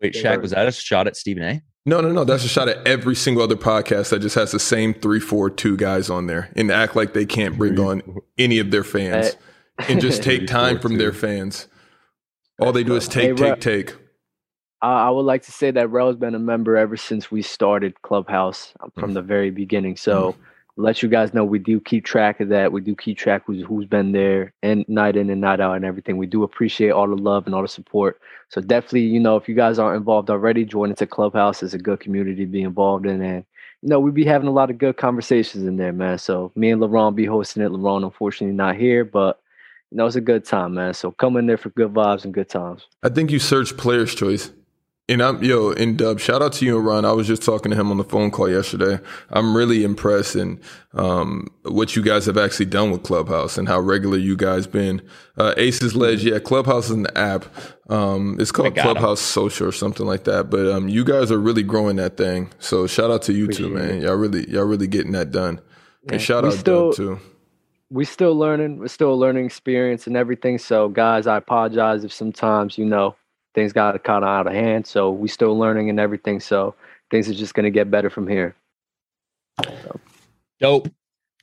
Speaker 5: Wait, Shaq, was that a shot at Stephen A?
Speaker 6: No, no, no. That's a shot at every single other podcast that just has the same three, four, two guys on there and act like they can't bring on any of their fans
Speaker 4: [LAUGHS]
Speaker 6: and just take time from their fans. All they do is
Speaker 4: Hey,
Speaker 6: take,
Speaker 4: bro.
Speaker 6: take, take.
Speaker 4: I, I would like to say that Rel's been a member ever since we started Clubhouse um,
Speaker 6: Mm-hmm.
Speaker 4: from the very beginning. So let you guys know we do keep track of that. We do keep track who's who's been there and night in and night out and everything. We do appreciate all the love and all the support. So definitely, you know, if you guys aren't involved already, join into Clubhouse. It's a good community to be involved in and you know, we be having a lot of good conversations in there, man. So me and LaRon be hosting it. LaRon unfortunately not here, but you know, it's a good time, man. So come in there for good vibes and good times.
Speaker 6: I think you search player's choice. And I'm yo, and Dub, shout out to you and Ron. I was just talking to him on the phone call yesterday. I'm really impressed in um, what you guys have actually done with Clubhouse and how regular you guys been. Uh, Aces Ledge, yeah, Clubhouse is an app. Um, it's
Speaker 5: I
Speaker 6: called
Speaker 5: got 'em.
Speaker 6: Clubhouse Social or something like that. But um, you guys are really growing that thing. So shout out to you two,
Speaker 4: Appreciate
Speaker 6: man. Y'all really, y'all really getting that done.
Speaker 4: Yeah.
Speaker 6: And shout
Speaker 4: We
Speaker 6: out
Speaker 4: still-
Speaker 6: Dub too.
Speaker 4: we still learning. We're still a learning experience and everything. So, guys, I apologize if sometimes you know things got kind of out of hand. So we still learning and everything. So things are just gonna get better from here.
Speaker 5: Dope.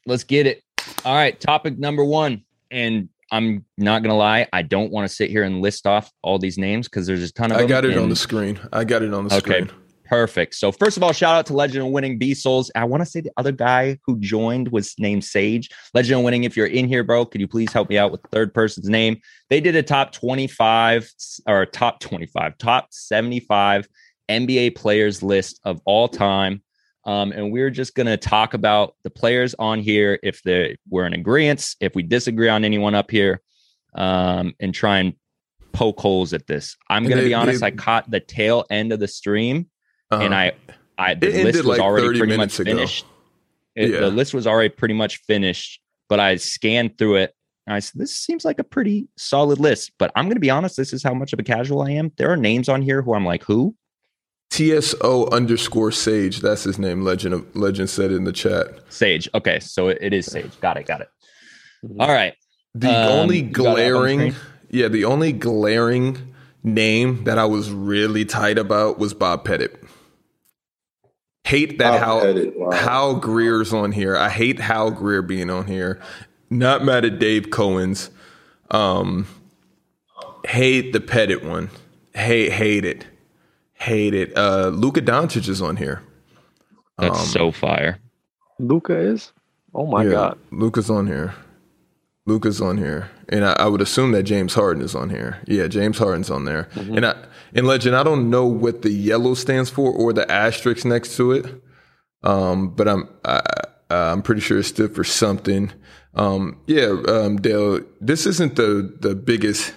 Speaker 5: Let's get it. All right. Topic number one. And I'm not going to lie. I don't want to sit here and list off all these names because there's a ton of
Speaker 6: I
Speaker 5: them,
Speaker 6: got it on
Speaker 5: and-
Speaker 6: the screen. I got it on the
Speaker 5: Okay.
Speaker 6: screen.
Speaker 5: Perfect. So first of all, shout out to Legend of Winning B Souls. I want to say the other guy who joined was named Sage. Legend of Winning, if you're in here, bro, could you please help me out with the third person's name? They did a top 25 or top 25, top 75 NBA players list of all time. Um, and we're just going to talk about the players on here if they we're in agreement, if we disagree on anyone up here, um, and try and poke holes at this. I'm
Speaker 6: And
Speaker 5: going to
Speaker 6: they-
Speaker 5: be honest,
Speaker 6: they-
Speaker 5: I caught the tail end of the stream and
Speaker 6: Uh-huh.
Speaker 5: I, I the
Speaker 6: It ended
Speaker 5: list was
Speaker 6: like
Speaker 5: already
Speaker 6: 30
Speaker 5: pretty much
Speaker 6: minutes ago.
Speaker 5: finished. It-
Speaker 6: Yeah.
Speaker 5: The list was already pretty much finished, but I scanned through it. And I said, "This seems like a pretty solid list." But I'm going to be honest. This is how much of a casual I am. There are names on here who I'm like, "Who?"
Speaker 6: TSO underscore Sage. That's his name. Legend of Legend said in the chat.
Speaker 5: Sage. Okay, so it, it is Sage. Got it. Got it.
Speaker 4: Mhm.
Speaker 5: All right.
Speaker 6: The
Speaker 5: Um,
Speaker 6: only
Speaker 5: you got it up on the
Speaker 6: glaring,
Speaker 5: screen?
Speaker 6: yeah, the only glaring name that I was really tight about was Bob Pettit. Hate that
Speaker 8: Bob
Speaker 6: how
Speaker 8: Pettit, wow.
Speaker 6: Hal Greer's on here. I hate Hal Greer being on here. Not mad at Dave Cohen's. Um, hate the Pettit one. Hate hate it. Hate it. Uh, Luka Doncic is on here.
Speaker 5: That's
Speaker 6: Um,
Speaker 5: so fire.
Speaker 4: Luca is. Oh my
Speaker 6: yeah,
Speaker 4: God.
Speaker 6: Luca's on here. Luca's on here, and I, I would assume that James Harden is on here. Yeah, James Harden's on there.
Speaker 4: Mm-hmm.
Speaker 6: And I, in Legend, I don't know what the yellow stands for or the asterisk next to it, um, but I'm I, I- I'm pretty sure it stood for something. Um, yeah, um, Dale, this isn't the the biggest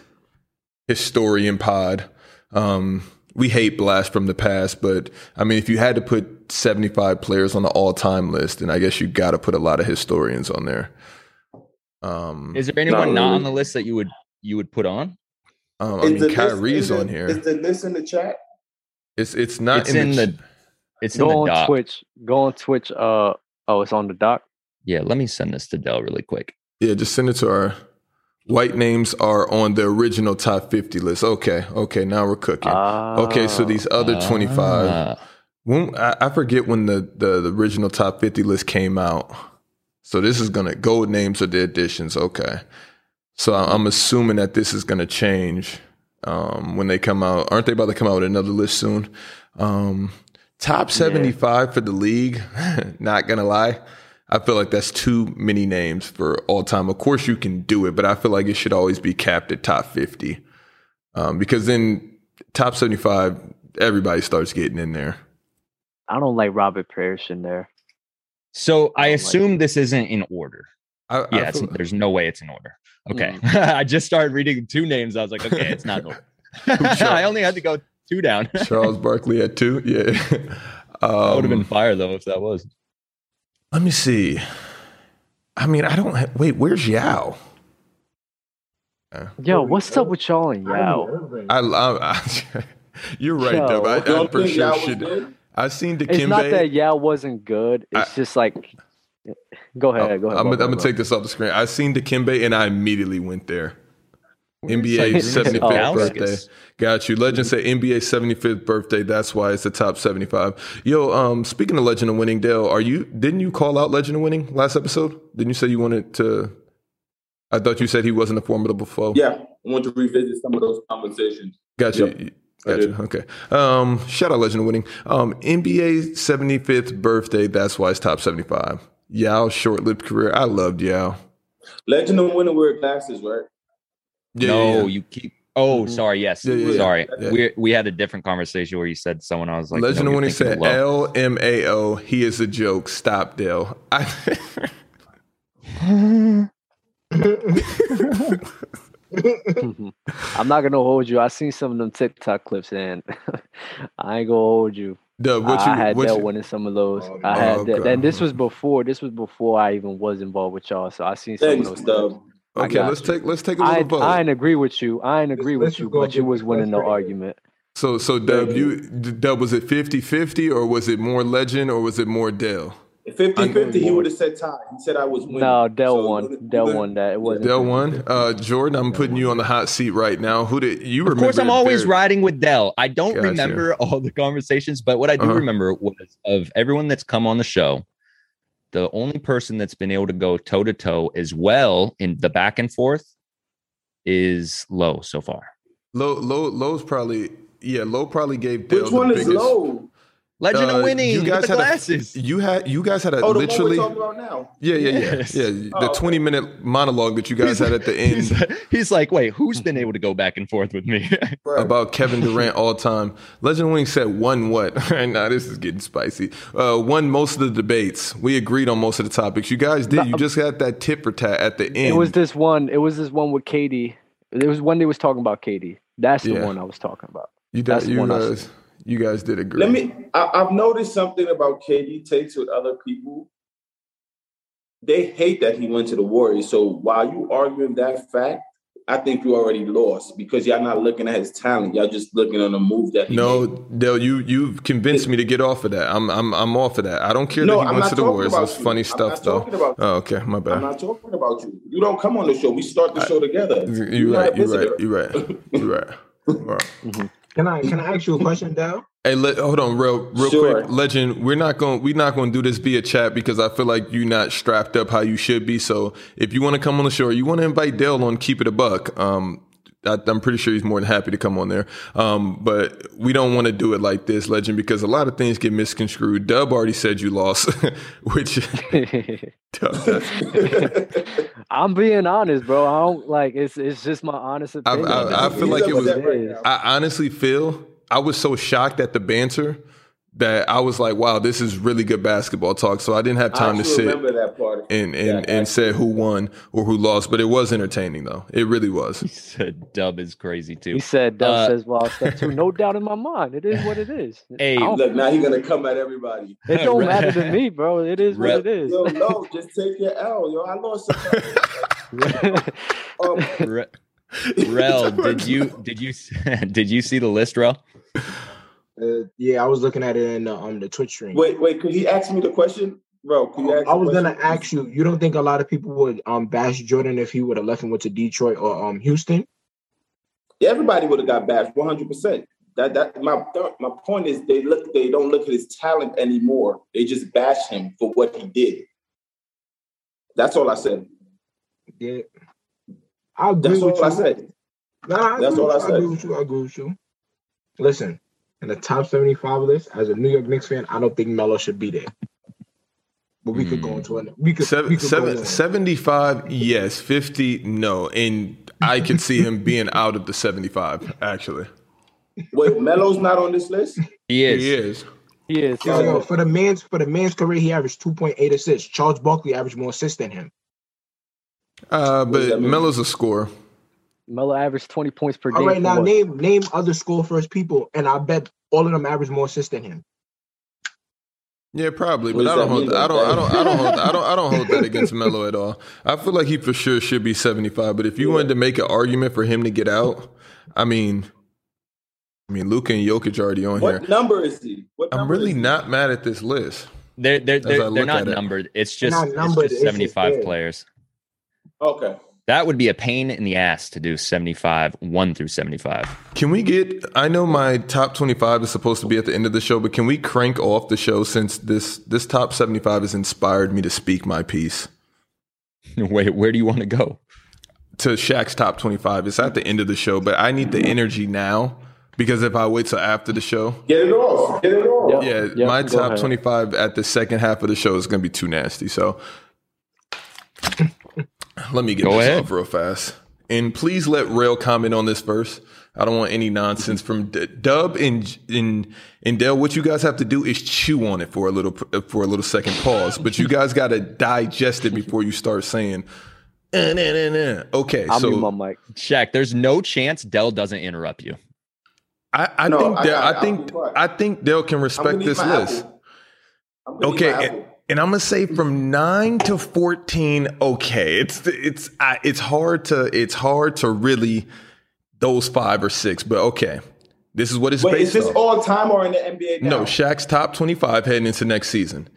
Speaker 6: historian pod. Um, we hate blast from the past, but I mean, if you had to put 75 players on the all time list, then I guess you got to put a lot of historians on there. Um,
Speaker 5: Is there anyone not
Speaker 8: really.
Speaker 5: on the list that you would you would put on?
Speaker 6: um,
Speaker 8: Is
Speaker 6: I
Speaker 8: the
Speaker 6: mean,
Speaker 8: list-
Speaker 6: Kyrie's
Speaker 8: is the-
Speaker 6: on here.
Speaker 8: Is the list in the chat?
Speaker 6: It's it's not
Speaker 5: It's
Speaker 6: in, the,
Speaker 5: in It's in
Speaker 4: Go
Speaker 5: the
Speaker 4: on
Speaker 5: doc.
Speaker 4: Twitch. Go on Twitch. Uh oh, it's on the doc.
Speaker 5: Yeah, let me send this to Dell really quick.
Speaker 6: yeah. Just send it to our white names are on the original top 50 list. Okay, okay. Now we're cooking. okay, so
Speaker 4: Ah,
Speaker 6: these other 25.
Speaker 5: Ah.
Speaker 6: When I, I forget when the, the the original top fifty list came out. So this is gonna gold names are the additions. Okay. So I- I'm assuming that this is gonna change um, when they come out. Aren't they about to come out with another list soon? Um, top seventy five for the league. [LAUGHS] Not gonna lie. I feel like that's too many names for all time. Of course, you can do it, but I feel like it should always be capped at top 50 um, because then top 75 everybody starts getting in there.
Speaker 4: I don't like Robert Parrish in there.
Speaker 5: So I
Speaker 4: Oh my
Speaker 5: assume this isn't in order.
Speaker 6: I, I
Speaker 5: Yeah, it's,
Speaker 6: feel-
Speaker 5: there's no way it's in order. Okay,
Speaker 6: Mm-hmm.
Speaker 5: [LAUGHS] I just started reading two names. I was like, okay, it's not in order.
Speaker 6: [LAUGHS]
Speaker 5: [LAUGHS]
Speaker 6: Sure.
Speaker 5: I only had to go two down. [LAUGHS] that
Speaker 6: [LAUGHS] Charles Barkley at two. Yeah. [LAUGHS]
Speaker 5: would have been
Speaker 6: Um,
Speaker 5: fire though if that was.
Speaker 6: let me see. I mean, I don't. Ha- wait, where's Yao?
Speaker 4: Yo, what's up with y'all and Yao?
Speaker 6: I, [LAUGHS] I, I You're right,
Speaker 4: Yo.
Speaker 6: Dub. I, I'm
Speaker 2: Don't
Speaker 6: pretty
Speaker 2: think y'all was
Speaker 6: sure she did.
Speaker 2: good?
Speaker 6: I seen the
Speaker 4: It's
Speaker 6: Kim
Speaker 4: not that Yao wasn't good. It's just like, go ahead, go ahead.
Speaker 6: Oh, I'm,
Speaker 4: bro,
Speaker 6: gonna-
Speaker 4: bro,
Speaker 6: I'm gonna
Speaker 4: bro.
Speaker 6: take this off the screen. I seen Dikembe and I immedially went there. NBA
Speaker 4: It's like-
Speaker 6: 75th
Speaker 4: Oh, okay.
Speaker 6: birthday. Got you. Legend said NBA 75th birthday. That's why it's the top 75. Yo, um, speaking of Legend of Winning, Dale, are you? Didn't you call out Legend of Winning last episode? Didn't you say you wanted to? I thought you said he wasn't a formidable foe.
Speaker 2: Yeah, I want to revisit some of those conversations.
Speaker 6: Got you.
Speaker 2: Yep. I
Speaker 6: Got you.
Speaker 2: did.
Speaker 6: Okay. Um, shout out Legend of Winning. Um, NBA 75th birthday. That's why it's top 75. Yao's short lived career. I loved Yao.
Speaker 2: Legend of winning wear glasses, right?
Speaker 6: Yeah,
Speaker 5: no,
Speaker 6: yeah, yeah.
Speaker 5: you keep. Oh,
Speaker 6: Mm-hmm.
Speaker 5: sorry. Yes,
Speaker 6: Yeah, yeah, yeah.
Speaker 5: sorry.
Speaker 6: Yeah.
Speaker 5: We we had a different conversation where you said someone. I was like,
Speaker 6: Legend
Speaker 5: no,
Speaker 6: of
Speaker 5: you're
Speaker 6: Winning
Speaker 5: thinking
Speaker 6: said
Speaker 5: of Lowe.
Speaker 6: L M A O. He is a joke. Stop, Dale. [LAUGHS] I,
Speaker 4: [LAUGHS] I'm not gonna hold you. I seen some of them TikTok clips, and [LAUGHS] I ain't gonna hold you.
Speaker 6: Dub, what you,
Speaker 4: I had
Speaker 6: what
Speaker 4: that
Speaker 6: you-
Speaker 4: one in some of those.
Speaker 9: Oh,
Speaker 4: I had that,
Speaker 6: okay.
Speaker 4: and this was before. This was before I even was involved with y'all. So I seen some
Speaker 2: Thanks,
Speaker 4: of those. clips.
Speaker 2: Dub.
Speaker 4: I
Speaker 6: Okay,
Speaker 4: got
Speaker 6: let's
Speaker 4: you.
Speaker 6: take let's take a little
Speaker 4: I
Speaker 6: vote.
Speaker 4: I ain't agree with you. I ain't agree
Speaker 9: This
Speaker 4: with
Speaker 9: is
Speaker 4: you,
Speaker 9: gonna
Speaker 4: but you
Speaker 9: get
Speaker 4: was winning the
Speaker 9: frustrating.
Speaker 4: argument.
Speaker 6: so so Dub, you Dub was it 50-50 or was it more Legend or was it more Dale?
Speaker 2: 50 50, he
Speaker 6: bored.
Speaker 2: would have said tie. He said I was winning.
Speaker 4: No, Dell
Speaker 2: So,
Speaker 4: won. Dell won that. It wasn't.
Speaker 6: Dell won. Uh, Jordan, I'm putting you on the hot seat right now. Who did you
Speaker 5: Of
Speaker 6: remember?
Speaker 5: course, I'm always
Speaker 6: very-
Speaker 5: riding with Dell. I don't
Speaker 6: Gotcha.
Speaker 5: remember all the conversations, but what I do
Speaker 6: Uh-huh.
Speaker 5: remember was of everyone that's come on the show, the only person that's been able to go toe to toe as well in the back and forth is Low so far.
Speaker 6: Low, low, low's probably yeah. Low probably gave Dale
Speaker 2: Which
Speaker 6: the
Speaker 2: one is
Speaker 6: biggest,
Speaker 2: low? Oh,
Speaker 5: Legend
Speaker 6: Uh,
Speaker 5: of Winning.
Speaker 6: you
Speaker 5: with
Speaker 6: guys
Speaker 5: the
Speaker 6: had a-
Speaker 5: glasses. [LAUGHS]
Speaker 6: You had you guys had a
Speaker 2: Oh, the
Speaker 6: literally
Speaker 2: one we're talking about now.
Speaker 6: yeah yeah yeah
Speaker 5: Yes.
Speaker 6: yeah the
Speaker 2: Oh, okay.
Speaker 6: 20 minute monologue that
Speaker 2: [LAUGHS]
Speaker 6: you guys had at the
Speaker 5: he's,
Speaker 6: end
Speaker 5: he's like, wait, who's been able to go back and forth with me? [LAUGHS]
Speaker 2: Right.
Speaker 6: about Kevin Durant all time. Legend Wing said one what? [LAUGHS] All right, now this is getting spicy. Uh, won most of the debates. We agreed on most of the topics. You guys did. You just got that tit for tat at the end.
Speaker 4: It was this one. It was this one with Katie. It was when they was talking about Katie. That's the
Speaker 6: Yeah.
Speaker 4: one I was talking about. [LAUGHS]
Speaker 6: you,
Speaker 4: that's
Speaker 6: did- you
Speaker 4: one I said.
Speaker 6: guys. You guys did agree.
Speaker 2: Let me. I, I've noticed something about KD takes with other people. They hate that he went to the Warriors. So while you arguing that fact, I think you already lost because y'all not looking at his talent. Y'all just looking on the move that he
Speaker 6: No,
Speaker 2: made.
Speaker 6: Dale, you you've convinced me to get off of that. I'm I'm I'm off of that. I don't care
Speaker 2: No,
Speaker 6: that he
Speaker 2: I'm
Speaker 6: went
Speaker 2: not
Speaker 6: to the
Speaker 2: talking
Speaker 6: Warriors.
Speaker 2: about
Speaker 6: That's
Speaker 2: you.
Speaker 6: funny
Speaker 2: I'm
Speaker 6: stuff,
Speaker 2: not
Speaker 6: though.
Speaker 2: talking about you.
Speaker 6: oh, okay, my
Speaker 2: I'm
Speaker 6: bad.
Speaker 2: not talking about you. You don't come on the show. We start the show together.
Speaker 6: You're
Speaker 2: not a
Speaker 6: right. You're
Speaker 2: visitor.
Speaker 6: right. You're right.
Speaker 2: [LAUGHS]
Speaker 6: You're right. You're right.
Speaker 9: Can I can I ask you a question, Dale?
Speaker 6: Hey, let, hold on, real, real
Speaker 2: Sure.
Speaker 6: quick, legend. We're not going. We're not going to do this via chat because I feel like you're not strapped up how you should be. So, if you want to come on the show, or you want to invite Dale on Keep It a Buck. Um, I, I'm pretty sure he's more than happy to come on there. Um, but we don't want to do it like this, legend, because a lot of things get misconstrued. Dub already said you lost, [LAUGHS] which Dub, that's-
Speaker 4: [LAUGHS] I'm being honest, bro. I don't like it's. It's just my honest
Speaker 6: I-
Speaker 4: opinion.
Speaker 6: I-
Speaker 4: That's
Speaker 6: I
Speaker 4: what
Speaker 6: feel like
Speaker 4: is.
Speaker 6: it was-
Speaker 4: That's what it is.
Speaker 6: I honestly feel I was so shocked at the banter that I was like, "Wow, this is really good basketball talk." So I didn't have time
Speaker 2: I
Speaker 6: to
Speaker 2: actually
Speaker 6: sit.
Speaker 2: remember that part.
Speaker 6: and and,
Speaker 2: Yeah,
Speaker 6: and said who won or who lost, but it was entertaining though. It really
Speaker 5: he
Speaker 6: was.
Speaker 5: said, Dub is crazy too.
Speaker 4: He said, "Dub
Speaker 5: Uh,
Speaker 4: says wild stuff too."
Speaker 5: [LAUGHS]
Speaker 4: No doubt in my mind. It is what it is.
Speaker 5: Hey,
Speaker 4: I
Speaker 9: Oh.
Speaker 6: Oh,
Speaker 4: don't-
Speaker 2: Look, now he's gonna come at everybody.
Speaker 4: it don't
Speaker 5: Right.
Speaker 4: matter to me, bro. It is
Speaker 5: Rep-
Speaker 4: what it is.
Speaker 2: Yo, no, just take your L. Yo, I lost. Um,
Speaker 6: [LAUGHS]
Speaker 5: Re- Rel, did you did you [LAUGHS] did you see the list, Rel?
Speaker 9: Uh, yeah, I was looking at it in the um the Twitch stream.
Speaker 2: wait, wait. Could he ask me the question, bro? Could you ask
Speaker 9: I was
Speaker 2: the
Speaker 9: gonna
Speaker 2: question?
Speaker 9: ask you. You don't think a lot of people would um bash Jordan if he would have left and went to Detroit or um Houston?
Speaker 2: Everybody would have got bashed, one hundred percent. That that my my point is they look they don't look at his talent anymore. They just bash him for what he did. That's all I said.
Speaker 9: Yeah, I agree
Speaker 2: That's
Speaker 9: with
Speaker 2: all
Speaker 9: you.
Speaker 2: I said.
Speaker 9: Nah,
Speaker 2: That's
Speaker 9: agree
Speaker 2: all
Speaker 9: with
Speaker 2: I
Speaker 9: you.
Speaker 2: said.
Speaker 9: agree with you. I agree with you. Listen, in the top seventy-five list, as a New York Knicks fan, I don't think Melo should be there. But we could go
Speaker 5: Hmm.
Speaker 9: into it. We could. we
Speaker 6: Seven,
Speaker 9: could go
Speaker 6: seven,
Speaker 9: on.
Speaker 6: 75,
Speaker 8: [LAUGHS]
Speaker 6: yes. 50, no. And I could see him being out of the 75, actually.
Speaker 8: Wait, Melo's not on this list?
Speaker 5: He is.
Speaker 6: He is.
Speaker 4: [LAUGHS] He is.
Speaker 9: Yo, yo, for the man's for the man's career, he averaged two point eight assists. Charles Barkley averaged more assists than him.
Speaker 6: Uh,
Speaker 8: does that
Speaker 6: but
Speaker 8: mean?
Speaker 6: Melo's a scorer.
Speaker 4: Melo averaged 20 points per game.
Speaker 9: All right,
Speaker 4: for
Speaker 9: now
Speaker 4: what?
Speaker 9: name name other score first people, and I bet all of them average more assists than him.
Speaker 6: Yeah, probably,
Speaker 8: What
Speaker 6: but I
Speaker 8: does
Speaker 6: don't,
Speaker 8: that
Speaker 6: hold,
Speaker 8: mean,
Speaker 6: I don't,
Speaker 8: though?
Speaker 6: I don't, I don't, hold, I don't, I don't hold
Speaker 8: [LAUGHS]
Speaker 6: that against Melo at all. I feel like he for sure should be seventy five. But if you wanted to make an argument for him to get out, I mean, I mean, Luca and Jokic already on here.
Speaker 8: What number is he? What
Speaker 6: I'm
Speaker 8: number
Speaker 6: really
Speaker 8: is he?
Speaker 6: not mad at this list.
Speaker 5: They're they're
Speaker 6: I
Speaker 5: they're,
Speaker 6: look
Speaker 5: they're not
Speaker 6: at it.
Speaker 5: numbered. It's
Speaker 9: They're
Speaker 5: just,
Speaker 9: not numbered,
Speaker 5: it's
Speaker 9: it's
Speaker 5: just
Speaker 9: just
Speaker 5: 75
Speaker 9: there.
Speaker 5: players.
Speaker 8: Okay.
Speaker 5: That would be a pain in the ass to do 75, 1 through 75.
Speaker 6: Can we get? I know my top twenty five is supposed to be at the end of the show, but can we crank off the show since this this top seventy five has inspired me to speak my piece
Speaker 5: [LAUGHS] Wait, where do you want to go?
Speaker 6: to Shaq's top twenty five. It's at the end of the show, but I need the energy now because if I wait till after the show,
Speaker 8: Get it off. Get it off.
Speaker 4: Yep,
Speaker 6: Yeah,
Speaker 4: yep,
Speaker 6: my
Speaker 4: Oh, go
Speaker 6: top
Speaker 4: ahead.
Speaker 6: 25 at the second half of the show is going to be too nasty. So let me get
Speaker 5: Go
Speaker 6: this
Speaker 5: ahead.
Speaker 6: off real fast. And please let Rail comment on this first. I don't want any nonsense from D- Dub and and and Dell. What you guys have to do is chew on it for a little for a little second pause, but you guys got to digest it before you start saying. "Eh, nah, nah, nah." Okay,
Speaker 4: I'll mute
Speaker 6: so
Speaker 4: my mic.
Speaker 5: Shaq, there's no chance Dell doesn't interrupt you.
Speaker 6: I, I
Speaker 8: No,
Speaker 6: think
Speaker 8: I
Speaker 6: Dell-
Speaker 8: got it.
Speaker 6: I
Speaker 8: I'll
Speaker 6: think
Speaker 8: be quiet.
Speaker 6: I think Dell
Speaker 8: I'm
Speaker 6: can
Speaker 8: gonna
Speaker 6: respect
Speaker 8: need
Speaker 6: this
Speaker 8: my
Speaker 6: list.
Speaker 8: apple. I'm gonna need
Speaker 6: Okay,
Speaker 8: my
Speaker 6: and,
Speaker 8: apple.
Speaker 6: and I'm gonna say from nine to fourteen. Okay, it's it's I, it's hard to it's hard to really those five or six, but okay, this is what it's
Speaker 8: Wait,
Speaker 6: based
Speaker 8: is this
Speaker 6: on.
Speaker 8: all time or in the NBA now?
Speaker 6: no, Shaq's top twenty five heading into next season.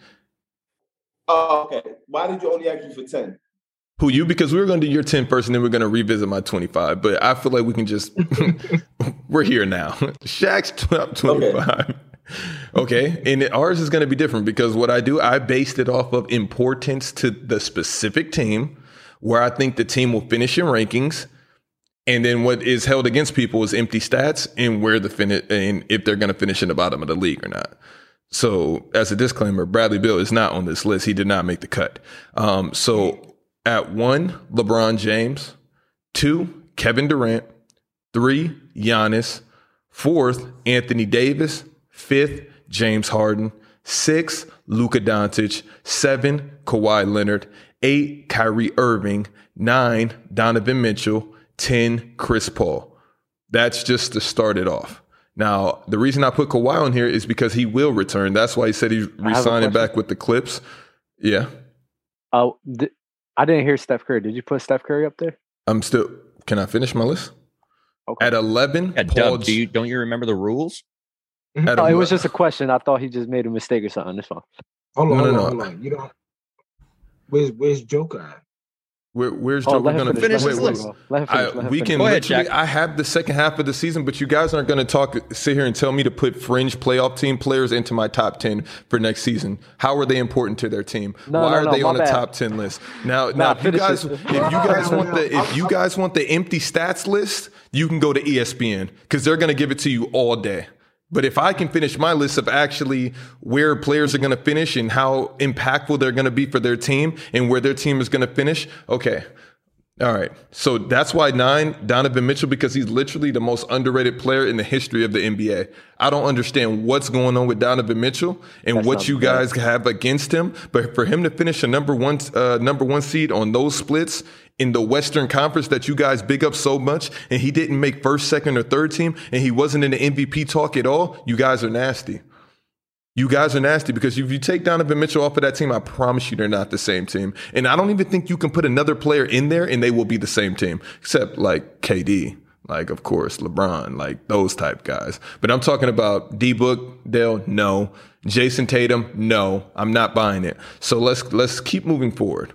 Speaker 8: Oh, okay. Why did you only ask me for 10?
Speaker 6: Who you? Because we were gonna do your ten first, and then we're gonna revisit my twenty five. But I feel like we can just we're here now. Shaq's top twenty five. Okay, and it- ours is going to be different because what I do, I based it off of importance to the specific team, where I think the team will finish in rankings, and then what is held against people is empty stats and where the finish and if they're going to finish in the bottom of the league or not. So, as a disclaimer, Bradley Bill is not on this list. He did not make the cut. Um, so, at one, LeBron James, two, Kevin Durant, three, Giannis, Fourth, Anthony Davis. Fifth, James Harden. Six, Luka Doncic. Seven, Kawhi Leonard. Eight, Kyrie Irving. Nine, Donovan Mitchell. Ten, Chris Paul. That's just to start it off. Now, the reason I put Kawhi on here is because he will return. That's why he said he's resigning
Speaker 4: question.
Speaker 6: back with the Clips. Yeah,
Speaker 4: Oh, th- I didn't hear Steph Curry. Did you put Steph Curry up there?
Speaker 6: I'm still. Can I finish my list?
Speaker 4: Okay.
Speaker 6: At 11,
Speaker 5: Yeah,
Speaker 6: Paul
Speaker 5: Dub,
Speaker 6: G-
Speaker 5: do you, don't you remember the rules?
Speaker 6: at
Speaker 4: No, Oh, it
Speaker 6: 11
Speaker 4: was just a question. I thought he just made a mistake or something. That's fine.
Speaker 9: Hold on,
Speaker 6: No,
Speaker 9: hold
Speaker 6: no,
Speaker 9: on,
Speaker 6: no.
Speaker 9: hold on. You don't. Where's Where's Joker? At?
Speaker 6: Where, where's
Speaker 4: Oh,
Speaker 6: Joe? We're
Speaker 4: let him
Speaker 6: gonna
Speaker 4: finish.
Speaker 5: finish
Speaker 4: Let
Speaker 5: this
Speaker 4: him
Speaker 6: wait,
Speaker 4: finish.
Speaker 5: list.
Speaker 4: Let him
Speaker 6: I,
Speaker 4: finish. Let him
Speaker 6: we
Speaker 4: finish.
Speaker 6: can
Speaker 5: Go ahead,
Speaker 6: literally.
Speaker 5: Jack.
Speaker 6: I have the second half of the season, but you guys aren't going to talk, sit here and tell me to put fringe playoff team players into my top ten for next season. How are they important to their team?
Speaker 4: No,
Speaker 6: Why
Speaker 4: no,
Speaker 6: are
Speaker 4: no,
Speaker 6: they
Speaker 4: my
Speaker 6: on the
Speaker 4: bad.
Speaker 6: top ten list? Now,
Speaker 4: Nah,
Speaker 6: now, if you
Speaker 4: finish
Speaker 6: guys,
Speaker 4: this.
Speaker 6: if you guys
Speaker 9: no,
Speaker 6: want
Speaker 9: no.
Speaker 6: the, if you guys want the empty stats list, you can go to E ESPN because they're going to give it to you all day. But if I can finish my list of actually where players are going to finish and how impactful they're going to be for their team and where their team is going to finish, okay. All right. So that's why nine, Donovan Mitchell, because he's literally the most underrated player in the history of the NBA. I don't understand what's going on with Donovan Mitchell and
Speaker 4: That's
Speaker 6: what
Speaker 4: not
Speaker 6: you
Speaker 4: fair.
Speaker 6: guys have against him. But for him to finish a number one, uh, number one seed on those splits in the Western Conference that you guys big up so much, and he didn't make first, second, or third team, and he wasn't in the MVP talk at all, you guys are nasty. You guys are nasty because if you take Donovan Mitchell off of that team, I promise you they're not the same team. And I don't even think you can put another player in there and they will be the same team, except like KD, like of course LeBron, like those type guys. But I'm talking about D Book, Dale, no. Jason Tatum, no. I'm not buying it. So let's let's keep moving forward.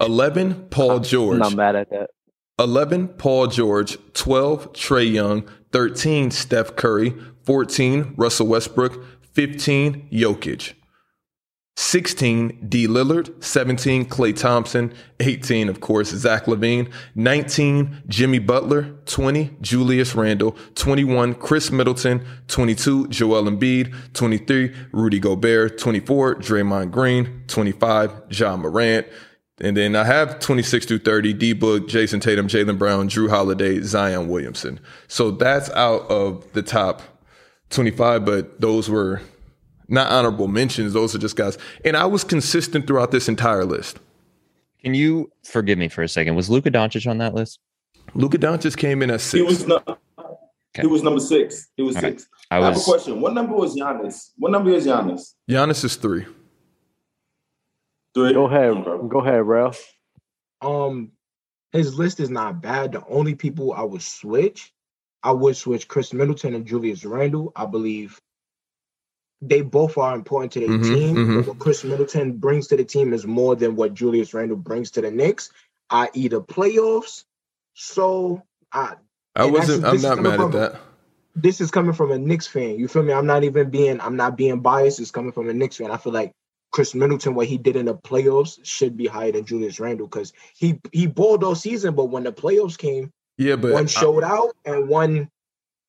Speaker 6: Eleven, Paul
Speaker 4: I'm
Speaker 6: George.
Speaker 4: not mad at that.
Speaker 6: 11, Paul George. 12, Trey Young. 13, Steph Curry. 14, Russell Westbrook. 15, Jokic. 16, D. Lillard. 17, Clay Thompson. 18, of course, Zach Levine. 19, Jimmy Butler. 20, Julius Randle. 21, Chris Middleton. 22, Joel Embiid. 23, Rudy Gobert. 24, Draymond Green. 25, John Morant. And then I have 26 through 30, D Book, Jason Tatum, Jalen Brown, Drew Holiday, Zion Williamson. So that's out of the top 25, but those were not honorable mentions. Those are just guys. And I was consistent throughout this entire list.
Speaker 5: Can you forgive me for a second? Was Luka Doncic on that list?
Speaker 6: Luka Doncic came in at
Speaker 8: He
Speaker 6: six.
Speaker 8: was no, he was number six. He was
Speaker 5: All right.
Speaker 8: six.
Speaker 5: I
Speaker 8: I have a
Speaker 5: was.
Speaker 8: question. What number was Giannis? What number is Giannis?
Speaker 6: Giannis is three.
Speaker 8: Three.
Speaker 4: Go ahead,
Speaker 8: Okay.
Speaker 4: go ahead, Rel.
Speaker 9: Um, his list is not bad. The only people I would switch, I would switch Chris Middleton and Julius Randle. I believe they both are important to their
Speaker 6: Mhm,
Speaker 9: team.
Speaker 6: mhm.
Speaker 9: But what Chris Middleton brings to the team is more than what Julius Randle brings to the Knicks, i.e., the playoffs. So I,
Speaker 6: I
Speaker 9: And
Speaker 6: wasn't.
Speaker 9: actually,
Speaker 6: I'm
Speaker 9: this is
Speaker 6: not
Speaker 9: coming
Speaker 6: mad at
Speaker 9: from-
Speaker 6: that.
Speaker 9: this is coming from a Knicks fan. You feel me? I'm not even being I'm not being biased. It's coming from a Knicks fan. I feel like Chris Middleton, what he did in the playoffs, should be higher than Julius Randle because he he balled all season, but when the playoffs came,
Speaker 6: Yeah, but
Speaker 9: one showed out and one,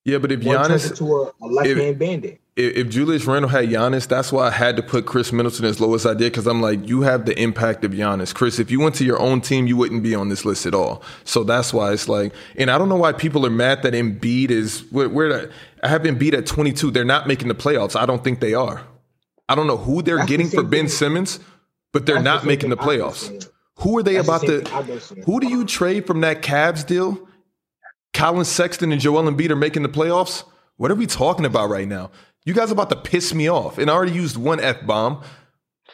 Speaker 6: yeah, but if
Speaker 9: one turned
Speaker 6: Giannis,
Speaker 9: into a, a left hand bandit.
Speaker 6: if, if Julius Randle had Giannis, that's why I had to put Chris Middleton as low as I did because I'm like, you have the impact of Giannis. Chris, if you went to your own team, you wouldn't be on this list at all. So that's why it's like, and I don't know why people are mad that Embiid is where, where the- I have Embiid at 22. They're not making the playoffs. I don't think they are. I don't know who they're
Speaker 9: That's the
Speaker 6: getting for
Speaker 9: same
Speaker 6: Ben
Speaker 9: thing.
Speaker 6: Simmons, but they're
Speaker 9: That's the
Speaker 6: not
Speaker 9: same
Speaker 6: making the
Speaker 9: thing I've been saying.
Speaker 6: playoffs. Who are they
Speaker 9: That's the
Speaker 6: about
Speaker 9: same
Speaker 6: to?
Speaker 9: thing I've been saying.
Speaker 6: Who do you trade from that Cavs deal? Colin Sexton and Joel Embiid are making the playoffs? What are we talking about right now? You guys about to piss me off. And I already used one F bomb.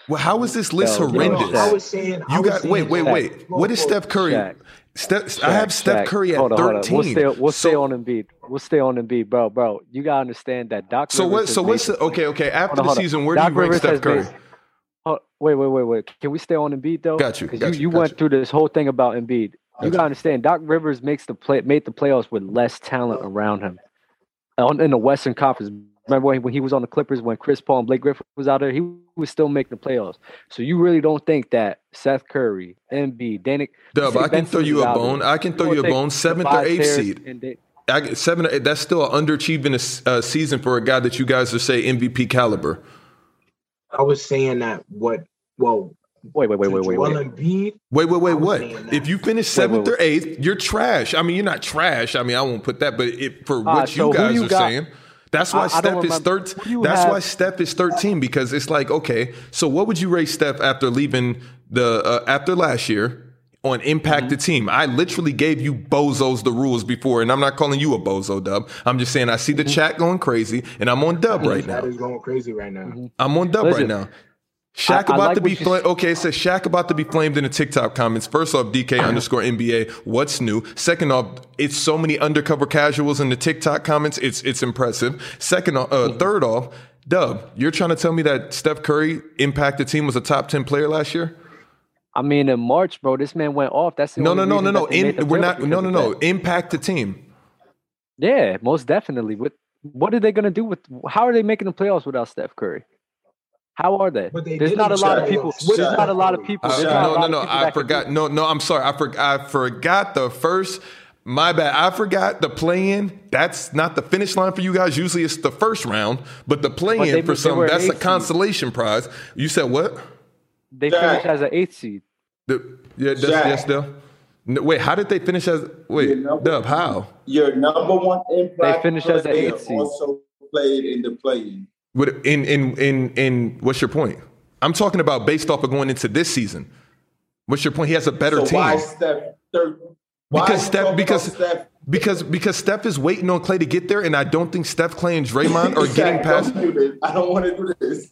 Speaker 6: Well, how is this list
Speaker 4: No, no,
Speaker 6: horrendous?
Speaker 9: No, I was saying I
Speaker 6: you
Speaker 9: was
Speaker 6: got
Speaker 9: saying-
Speaker 6: wait, wait,
Speaker 4: Shaq.
Speaker 6: wait. What is Steph Curry?
Speaker 4: Shaq.
Speaker 6: Steph, I have
Speaker 4: Shaq,
Speaker 6: Steph Curry at
Speaker 4: hold on, hold on.
Speaker 6: 13.
Speaker 4: We'll stay, we'll
Speaker 6: so,
Speaker 4: stay on Embiid. We'll stay on Embiid, bro, bro. You gotta understand that Doc.
Speaker 6: so
Speaker 4: Rivers
Speaker 6: what?
Speaker 4: has
Speaker 6: So
Speaker 4: made
Speaker 6: what's the
Speaker 4: this-
Speaker 6: okay? Okay,
Speaker 4: Hold
Speaker 6: after
Speaker 4: on,
Speaker 6: the
Speaker 4: hold on.
Speaker 6: season, where
Speaker 4: Doc
Speaker 6: do you rank
Speaker 4: Rivers
Speaker 6: Steph
Speaker 4: has
Speaker 6: Curry?
Speaker 4: made- Hold- wait, wait, wait, wait. Can we stay on Embiid though?
Speaker 6: Got you,
Speaker 4: 'Cause
Speaker 6: got you,
Speaker 4: you,
Speaker 6: got
Speaker 4: went
Speaker 6: you.
Speaker 4: through this whole thing about Embiid.
Speaker 6: you.
Speaker 4: You gotta understand, Doc Rivers makes the play, made the playoffs with less talent around him. On, in the Western Conference, remember when, when he was on the Clippers, when Chris Paul and Blake Griffin was out there, he was still making the playoffs. So you really don't think that Seth Curry, Embiid, Danik,
Speaker 6: Dub,
Speaker 4: say
Speaker 6: I can
Speaker 4: Ben
Speaker 6: throw
Speaker 4: Simmons
Speaker 6: you
Speaker 4: is
Speaker 6: a
Speaker 4: out there.
Speaker 6: bone. I can throw
Speaker 4: don't
Speaker 6: you a
Speaker 4: think
Speaker 6: bone. Seventh or
Speaker 4: Tobias
Speaker 6: eighth
Speaker 4: Harris
Speaker 6: seed.
Speaker 4: and Da-
Speaker 6: I get seven. That's still an underachieving uh, season for a guy that you guys are say MVP caliber.
Speaker 9: I was saying that what well
Speaker 4: Wait, wait, wait, wait, wait,
Speaker 9: Joel
Speaker 4: wait.
Speaker 9: Embiid
Speaker 6: Wait, wait, wait,
Speaker 9: I was
Speaker 6: what?
Speaker 9: saying that.
Speaker 6: If you finish
Speaker 4: Wait, wait,
Speaker 6: seventh or eighth, you're trash. I mean, you're not trash. I mean, I won't put that, but it, for
Speaker 4: right,
Speaker 6: what
Speaker 4: so
Speaker 6: you
Speaker 4: who
Speaker 6: guys
Speaker 4: you
Speaker 6: are
Speaker 4: got?
Speaker 6: saying, that's why
Speaker 4: I- I
Speaker 6: Steph
Speaker 4: don't
Speaker 6: is
Speaker 4: remember. Who do
Speaker 6: thirteen.
Speaker 4: you
Speaker 6: That's
Speaker 4: have?
Speaker 6: why Steph is thirteen because it's like okay, so what would you rate Steph after leaving the uh, after last year on impact
Speaker 4: Mm-hmm.
Speaker 6: the team? I literally gave you bozos the rules before, and I'm not calling you a bozo dub. I'm just saying I see the
Speaker 4: Mm-hmm.
Speaker 6: chat going crazy, and I'm on dub right now.
Speaker 9: that
Speaker 6: Mm-hmm.
Speaker 9: is going crazy right now.
Speaker 6: I'm on dub
Speaker 4: Listen,
Speaker 6: right now. Shaq
Speaker 4: I
Speaker 6: about
Speaker 4: like
Speaker 6: to be
Speaker 4: what you
Speaker 6: flamed.
Speaker 4: s-
Speaker 6: Okay, it says Shaq about to be flamed in the TikTok comments. First off,
Speaker 4: [CLEARS THROAT]
Speaker 6: DK underscore NBA. What's new? Second off, it's so many undercover casuals in the TikTok comments. It's it's impressive. Second, off,
Speaker 4: Mm-hmm.
Speaker 6: uh, third off, Dub, you're trying to tell me that Steph Curry impacted team was a top ten player last year?
Speaker 4: I mean, in March, bro, this man went off. That's the
Speaker 6: No, no,
Speaker 4: only
Speaker 6: no,
Speaker 4: reason
Speaker 6: no, no.
Speaker 4: that they made the
Speaker 6: In, we're
Speaker 4: playoffs
Speaker 6: not. No,
Speaker 4: because
Speaker 6: no,
Speaker 4: of
Speaker 6: no.
Speaker 4: that.
Speaker 6: Impact the team.
Speaker 4: Yeah, most definitely. What What are they going to do with? How are they making the playoffs without Steph Curry? How are they?
Speaker 9: But they
Speaker 4: there's not a
Speaker 9: didn't
Speaker 4: lot of
Speaker 8: check.
Speaker 4: people.
Speaker 8: Shut
Speaker 4: there's not a
Speaker 9: up.
Speaker 4: lot of people.
Speaker 6: Uh,
Speaker 4: There's
Speaker 8: Shut
Speaker 4: not a
Speaker 8: up.
Speaker 6: no, no,
Speaker 4: lot
Speaker 6: no.
Speaker 4: of people
Speaker 6: I
Speaker 4: that can
Speaker 6: forgot.
Speaker 4: do
Speaker 6: No, no. I'm sorry. I forgot. I forgot the first. My bad. I forgot the play-in. That's not the finish line for you guys. Usually, it's the first round, but the play-in
Speaker 4: they-
Speaker 6: for
Speaker 4: they were
Speaker 6: some
Speaker 4: an
Speaker 6: that's a
Speaker 4: eighth seed.
Speaker 6: consolation prize. You said what?
Speaker 4: it. They finished as an eighth seed.
Speaker 6: The, yeah, that's,
Speaker 8: Zach.
Speaker 6: yes, Dub. No, wait, how did they finish as? Wait,
Speaker 8: Yeah, number-
Speaker 6: Dub, how?
Speaker 8: Your number one impact.
Speaker 4: finished as the
Speaker 8: player
Speaker 4: eighth seed.
Speaker 8: Also played in the play-in.
Speaker 6: What in in in in? What's your point? I'm talking about based off of going into this season. What's your point? He has a better
Speaker 8: So
Speaker 6: team.
Speaker 8: why Steph third? Why
Speaker 6: Because
Speaker 8: you
Speaker 6: Steph-
Speaker 8: talking
Speaker 6: because-
Speaker 8: about Steph
Speaker 6: Because because Steph is waiting on Clay to get there, and I don't think Steph, Clay, and Draymond are getting
Speaker 8: Zach,
Speaker 6: past.
Speaker 8: Don't do this. I don't want to do this.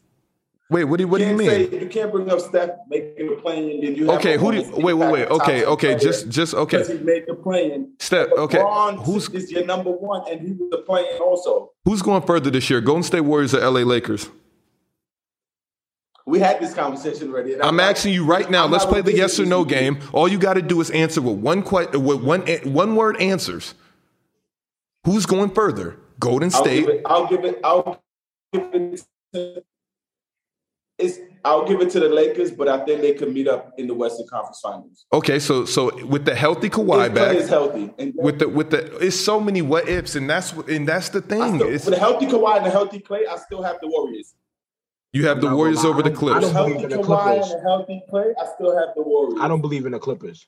Speaker 6: Wait, what do what do you
Speaker 8: can't
Speaker 6: mean?
Speaker 8: Say, you can't bring up Steph making the play and then you have
Speaker 6: okay, who do you,
Speaker 8: Mahomes
Speaker 6: wait wait wait?
Speaker 8: impact top
Speaker 6: Okay
Speaker 8: ten
Speaker 6: okay,
Speaker 8: player
Speaker 6: just just
Speaker 8: because
Speaker 6: okay.
Speaker 8: he made the play
Speaker 6: Steph, okay,
Speaker 8: who's
Speaker 6: who's-
Speaker 8: is your number one and he was the play also.
Speaker 6: Who's going further this year? Golden State Warriors or L.A. Lakers?
Speaker 8: We had this conversation already. and
Speaker 6: I'm
Speaker 8: not-
Speaker 6: asking you right now.
Speaker 8: I'm
Speaker 6: Let's
Speaker 8: not
Speaker 6: play the
Speaker 8: repeating
Speaker 6: yes or no
Speaker 8: this.
Speaker 6: game. All you got to do is answer with one que- with one one word answers. Who's going further? Golden
Speaker 8: I'll give
Speaker 6: State.
Speaker 8: it. I'll give it. I'll give it. To, it's. I'll give it to the Lakers, but I think they could meet up in the Western Conference Finals.
Speaker 6: Okay, so so with the healthy Kawhi
Speaker 8: If Clay is
Speaker 6: back,
Speaker 8: healthy and
Speaker 6: with the with the it's so many what ifs, and that's and that's the
Speaker 8: I
Speaker 6: thing.
Speaker 8: still,
Speaker 6: It's-
Speaker 8: with a healthy Kawhi and a healthy Clay, I still have the Warriors.
Speaker 6: You have the
Speaker 9: Not
Speaker 6: Warriors
Speaker 9: gonna lie,
Speaker 6: over the
Speaker 9: I don't- I
Speaker 6: Clips.
Speaker 9: don't-
Speaker 8: Healthy
Speaker 9: believe in the
Speaker 8: Kawhi
Speaker 9: Clippers.
Speaker 8: and a healthy play, I still have the Warriors.
Speaker 9: I don't believe in the Clippers.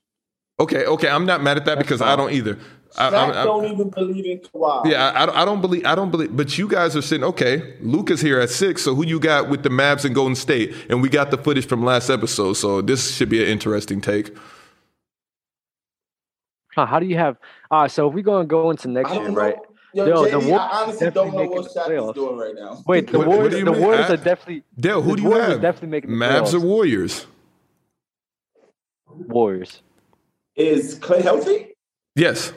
Speaker 6: Okay, okay, I'm not mad at that because I don't either. I,
Speaker 8: Shaq
Speaker 6: I'm- I'm-
Speaker 8: don't even believe in Kawhi.
Speaker 6: yeah, I- I, don't- I don't believe. I don't believe. But you guys are sitting. Okay, Luca's here at six. So who you got with the Mavs and Golden State? And we got the footage from last episode. So this should be an interesting take.
Speaker 4: Huh, how do you have? All right, so if we gonna go into next
Speaker 8: I
Speaker 4: year,
Speaker 8: don't know.
Speaker 4: right?
Speaker 8: Yo,
Speaker 4: Yo, the
Speaker 8: JD,
Speaker 4: Warriors
Speaker 8: I honestly don't
Speaker 4: definitely
Speaker 8: know what
Speaker 4: making the
Speaker 8: Shaq is
Speaker 4: playoffs.
Speaker 8: doing right now.
Speaker 4: Wait, the
Speaker 6: What- what
Speaker 4: Warriors,
Speaker 6: do you
Speaker 4: the
Speaker 6: mean?
Speaker 4: Warriors
Speaker 6: I-
Speaker 4: are definitely
Speaker 6: Dale, who
Speaker 4: The
Speaker 6: do you
Speaker 4: Warriors
Speaker 6: have?
Speaker 4: definitely making the
Speaker 6: Mavs
Speaker 4: playoffs.
Speaker 6: or Warriors?
Speaker 4: Warriors.
Speaker 8: Is Clay healthy?
Speaker 6: Yes.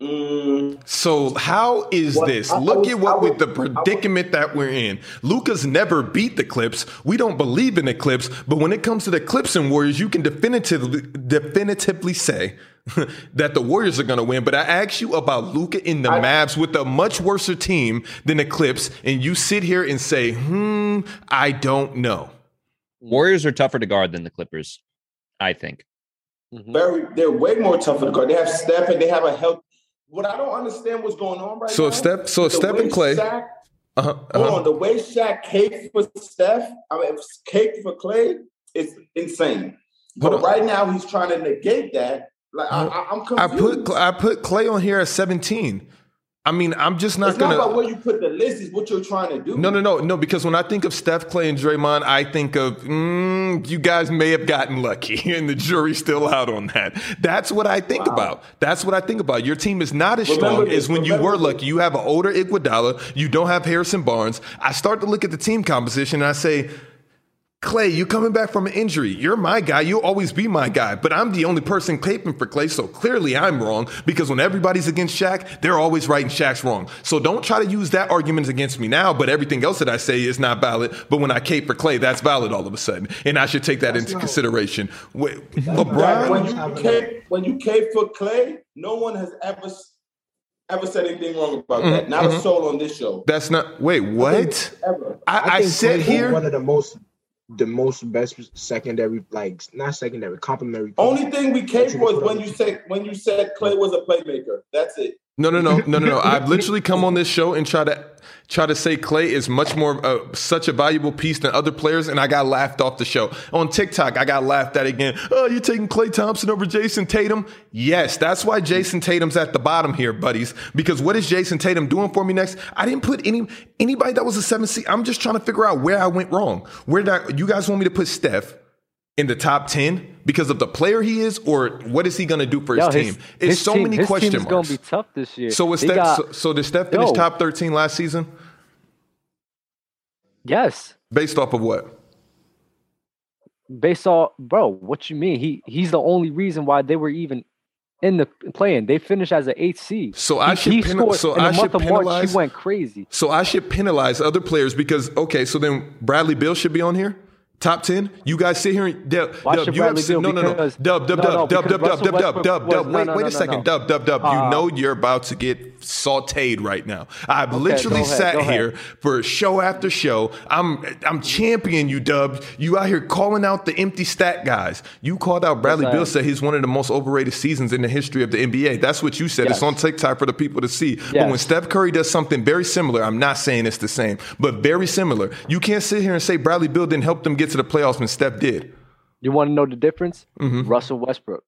Speaker 8: Mm,
Speaker 6: So how is
Speaker 8: Well,
Speaker 6: this?
Speaker 8: I- I
Speaker 6: Look
Speaker 8: would-
Speaker 6: at what
Speaker 8: I would-
Speaker 6: with the
Speaker 8: I would-
Speaker 6: predicament that we're in. Luca's never beat the Clips. We don't believe in the Clips, but when it comes to the Clips and Warriors, you can definitively definitively say [LAUGHS] that the Warriors are going to win. But I asked you about Luca in the
Speaker 8: I-
Speaker 6: Mavs with a much worse team than the Clips, and you sit here and say, "Hmm, I don't know."
Speaker 5: Warriors are tougher to guard than the Clippers, I think.
Speaker 4: Mhm.
Speaker 8: very, they're way more tougher to guard. They have Steph and they have a health. What I don't understand what's going on right
Speaker 6: So
Speaker 8: now.
Speaker 6: Steph- so
Speaker 8: the
Speaker 6: Steph
Speaker 8: way
Speaker 6: and Clay-
Speaker 8: Shaq-
Speaker 6: Uh-huh,
Speaker 8: Hold
Speaker 6: uh-huh.
Speaker 8: on, the way Shaq caked for Steph, I mean, caked for Clay, it's insane.
Speaker 6: Hold
Speaker 8: But
Speaker 6: on.
Speaker 8: right now, he's trying to negate that. Like I, I, I'm
Speaker 6: I
Speaker 8: confused.
Speaker 6: put I put Clay on here at seventeen. I mean, I'm just not
Speaker 8: it's
Speaker 6: going to.
Speaker 8: not about where you put the list; it's what you're trying to do.
Speaker 6: No, no, no, no. Because when I think of Steph, Clay, and Draymond, I think of mm, you guys may have gotten lucky, [LAUGHS] and the jury's still out on that. That's what I think about. That's what I think about. Your team is not as strong
Speaker 8: Remember this,
Speaker 6: as when you
Speaker 8: remember
Speaker 6: were
Speaker 8: this.
Speaker 6: lucky. You have an older Iguodala. You don't have Harrison Barnes. I start to look at the team composition, and I say. Clay, you coming back from an injury. You're my guy. You'll always be my guy. But I'm the only person caping for Clay, so clearly I'm wrong because when everybody's against Shaq, they're always right and Shaq's wrong. So don't try to use that argument against me now, but everything else that I say is not valid. But when I cape for Clay, that's valid all of a sudden. And I should take that into
Speaker 9: not-
Speaker 6: consideration. Wait,
Speaker 8: Like,
Speaker 6: LeBron,
Speaker 8: when you came, when you came for Clay, no one has ever s- ever said anything wrong about that. Not a soul on this show
Speaker 6: that's not. Wait, what?
Speaker 8: ever.
Speaker 6: I, I,
Speaker 9: think
Speaker 6: sit
Speaker 9: Clay is
Speaker 6: here.
Speaker 9: one of the most, the most best secondary, like not secondary, complimentary.
Speaker 8: Only thing we came for is when you said when you said Clay was a playmaker. That's it.
Speaker 6: No, no, no, no, no, no. I've literally come on this show and try to try to say Clay is much more uh, such a valuable piece than other players, and I got laughed off the show on TikTok. I got laughed at again. Oh, you're taking Clay Thompson over Jason Tatum? Yes, that's why Jason Tatum's at the bottom here, buddies. Because what is Jason Tatum doing for me next? I didn't put any anybody that was a seven seed. I'm just trying to figure out where I went wrong. Where did I, you guys want me to put Steph? In the top ten because of the player he is, or what is he going to do for his
Speaker 4: Yo,
Speaker 6: team? It's
Speaker 4: his
Speaker 6: so
Speaker 4: team-
Speaker 6: many
Speaker 4: his
Speaker 6: question
Speaker 4: team is
Speaker 6: marks.
Speaker 4: gonna be tough this year.
Speaker 6: So was
Speaker 4: They
Speaker 6: Steph?
Speaker 4: got-
Speaker 6: so, so did Steph finish
Speaker 4: Yo.
Speaker 6: top thirteen last season?
Speaker 4: yes,
Speaker 6: Based off of what?
Speaker 4: based off, bro. What you mean? He he's the only reason why they were even in the playing. They finished as an eight seed.
Speaker 6: So I
Speaker 4: He-
Speaker 6: should
Speaker 4: he
Speaker 6: penal-
Speaker 4: scored
Speaker 6: so
Speaker 4: in the
Speaker 6: I
Speaker 4: month
Speaker 6: should
Speaker 4: of March.
Speaker 6: penalize-
Speaker 4: He went crazy.
Speaker 6: So I should penalize other players because okay, so then Bradley Bill should be on here. Top ten. You guys sit here and dub,
Speaker 4: Why
Speaker 6: dub
Speaker 4: should
Speaker 6: you have
Speaker 4: Bradley
Speaker 6: to-
Speaker 4: Beal?
Speaker 6: no, no, no,
Speaker 4: Because-
Speaker 6: dub, dub,
Speaker 4: no,
Speaker 6: dub,
Speaker 4: no, because
Speaker 6: dub, dub, dub,
Speaker 4: Russell
Speaker 6: dub, dub,
Speaker 4: Westbrook
Speaker 6: dub,
Speaker 4: was-
Speaker 6: dub.
Speaker 4: no,
Speaker 6: Wait,
Speaker 4: no,
Speaker 6: wait
Speaker 4: no,
Speaker 6: a
Speaker 4: no,
Speaker 6: second.
Speaker 4: no.
Speaker 6: Dub, dub, dub. You
Speaker 4: Uh,
Speaker 6: know you're about to get sauteed right now. I've literally
Speaker 4: go ahead,
Speaker 6: sat
Speaker 4: go ahead.
Speaker 6: here for show after show. I'm, I'm championing you, Dub. You out here calling out the empty stat guys. You called out Bradley
Speaker 4: Yes, I
Speaker 6: Beal.
Speaker 4: am.
Speaker 6: Said he's one of the most overrated seasons in the history of the NBA. That's what you said.
Speaker 4: Yes.
Speaker 6: It's on TikTok for the people to see. But
Speaker 4: Yes.
Speaker 6: when Steph Curry does something very similar, I'm not saying it's the same, but very similar. You can't sit here and say Bradley Bill didn't help them get to the playoffs when Steph did. Mm-hmm.
Speaker 4: You want to know the difference? Russell Westbrook.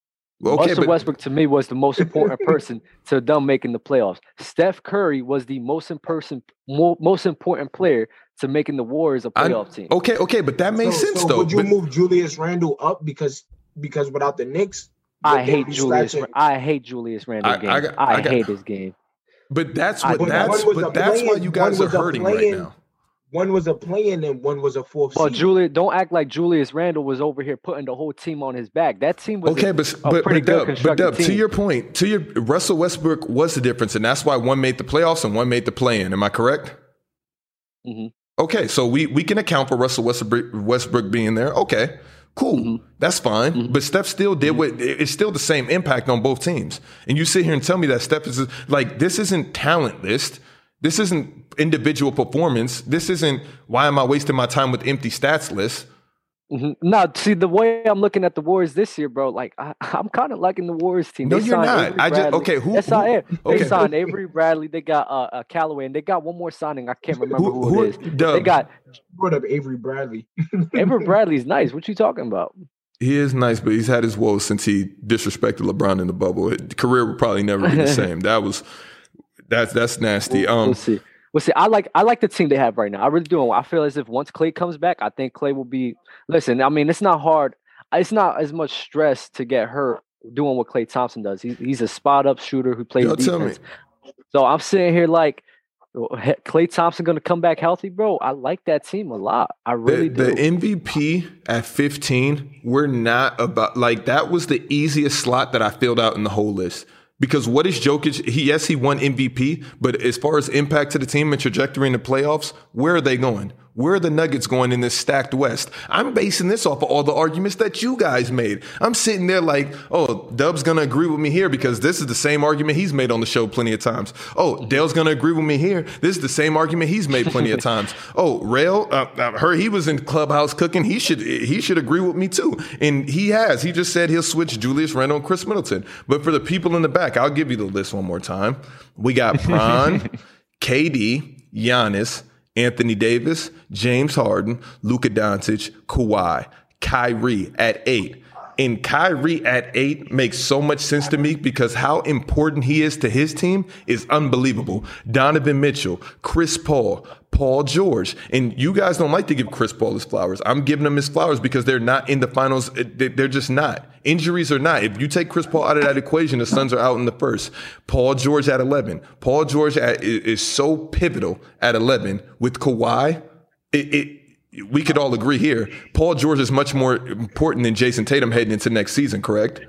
Speaker 6: Okay,
Speaker 4: Russell
Speaker 6: but-
Speaker 4: Westbrook to me was the most important person to them making the playoffs. Steph Curry was the most important, most important player to making the Warriors a
Speaker 6: I- Oh,
Speaker 4: playoff team.
Speaker 6: Okay, okay, but that makes sense though.
Speaker 9: Would you
Speaker 6: But-
Speaker 9: move Julius Randle up because because without the Knicks,
Speaker 4: I
Speaker 9: they'd
Speaker 4: hate
Speaker 9: be
Speaker 4: Julius.
Speaker 9: scratching-
Speaker 4: Ra- I hate Julius Randle
Speaker 6: I-
Speaker 4: game.
Speaker 6: I
Speaker 4: I,
Speaker 6: got- I got-
Speaker 4: hate his game.
Speaker 6: But that's
Speaker 4: I
Speaker 6: what
Speaker 4: know.
Speaker 6: that's
Speaker 9: One was
Speaker 6: but
Speaker 9: the
Speaker 6: that's why
Speaker 9: play-in,
Speaker 6: you guys
Speaker 9: one
Speaker 6: are
Speaker 9: was the
Speaker 6: hurting right
Speaker 9: play-in.
Speaker 6: now.
Speaker 9: One was a play-in and one was a fourth
Speaker 4: But
Speaker 9: seed.
Speaker 4: Julius, don't act like Julius Randle was over here putting the whole team on his back. That team was
Speaker 6: Okay,
Speaker 4: a,
Speaker 6: but
Speaker 4: a
Speaker 6: but
Speaker 4: pretty
Speaker 6: but
Speaker 4: good
Speaker 6: Dub, but
Speaker 4: constructed
Speaker 6: Dub, to
Speaker 4: team.
Speaker 6: your point, to your Russell Westbrook was the difference, and that's why one made the playoffs and one made the play in. Am I correct?
Speaker 4: Mhm.
Speaker 6: Okay, so we we can account for Russell Westbrook, Westbrook being there. Okay, cool,
Speaker 4: Mm-hmm.
Speaker 6: that's fine. But Steph still did what it- it's still the same impact on both teams. And you sit here and tell me that Steph is like this isn't talent list. This isn't individual performance. This isn't why am I wasting my time with empty stats lists.
Speaker 4: Mhm. No, see the way I'm looking at the Warriors this year, bro. Like I, [LAUGHS] I'm kind of liking the Warriors team.
Speaker 6: No,
Speaker 4: They
Speaker 6: you're
Speaker 4: signed
Speaker 6: not.
Speaker 4: Avery
Speaker 6: I just
Speaker 4: Bradley.
Speaker 6: okay. Who?
Speaker 4: Yes, I
Speaker 6: who-
Speaker 4: am.
Speaker 6: okay.
Speaker 4: They signed Avery Bradley. They got uh, uh Callaway, and they got one more signing. I can't remember who, it is.
Speaker 6: Dub,
Speaker 4: They
Speaker 6: [LAUGHS]
Speaker 4: got
Speaker 9: Brought up Avery Bradley.
Speaker 4: Avery Bradley's nice. What you talking about?
Speaker 6: He is nice, but he's had his woes since he disrespected LeBron in the bubble. His career would probably never
Speaker 4: [LAUGHS]
Speaker 6: be the same. That was that's that's nasty.
Speaker 4: We'll,
Speaker 6: Um,
Speaker 4: we'll see. We'll see. I like I like the team they have right now. I really do. I feel as if once Clay comes back, I think Clay will be. Listen, I mean, it's not hard. It's not as much stress to get hurt doing what Clay Thompson does. He's he's a spot up shooter who plays
Speaker 6: y'all tell me,
Speaker 4: defense. So I'm sitting here like. Clay Thompson gonna come back healthy, bro. I like that team a lot. I really
Speaker 6: the, the
Speaker 4: do.
Speaker 6: MVP at 15, we're not about like that was the easiest slot that I filled out in the whole list. Because what is Jokic? He yes, he won MVP, but as far as impact to the team and trajectory in the playoffs, where are they going? Where are the Nuggets going in this stacked West? I'm basing this off of all the arguments that you guys made. I'm sitting there like, oh, Dub's gonna agree with me here because this is the same argument he's made on the show plenty of times. Oh, Dale's gonna agree with me here. This is the same argument he's made plenty of times. Oh, Rail, uh, I heard he was in clubhouse cooking. He should he should agree with me too, and he has. He just said he'll switch Julius Randle and Chris Middleton. But for the people in the back, I'll give you the list one more time. We got Bron, KD, Giannis. Anthony Davis, James Harden, Luka Doncic, Kawhi, Kyrie at eight. And Kyrie at eight makes so much sense to me because how important he is to his team is unbelievable. Donovan Mitchell, Chris Paul, Paul George. And you guys don't like to give Chris Paul his flowers. I'm giving him his flowers because they're not in the finals. Uh, they- They're just not. Injuries are not. If you take Chris Paul out of that equation, the Suns are out in the first. Paul George at 11. Paul George at, i- is so pivotal at 11 with Kawhi. It, it we could all agree here. Paul George is much more important than Jason Tatum heading into next season, correct?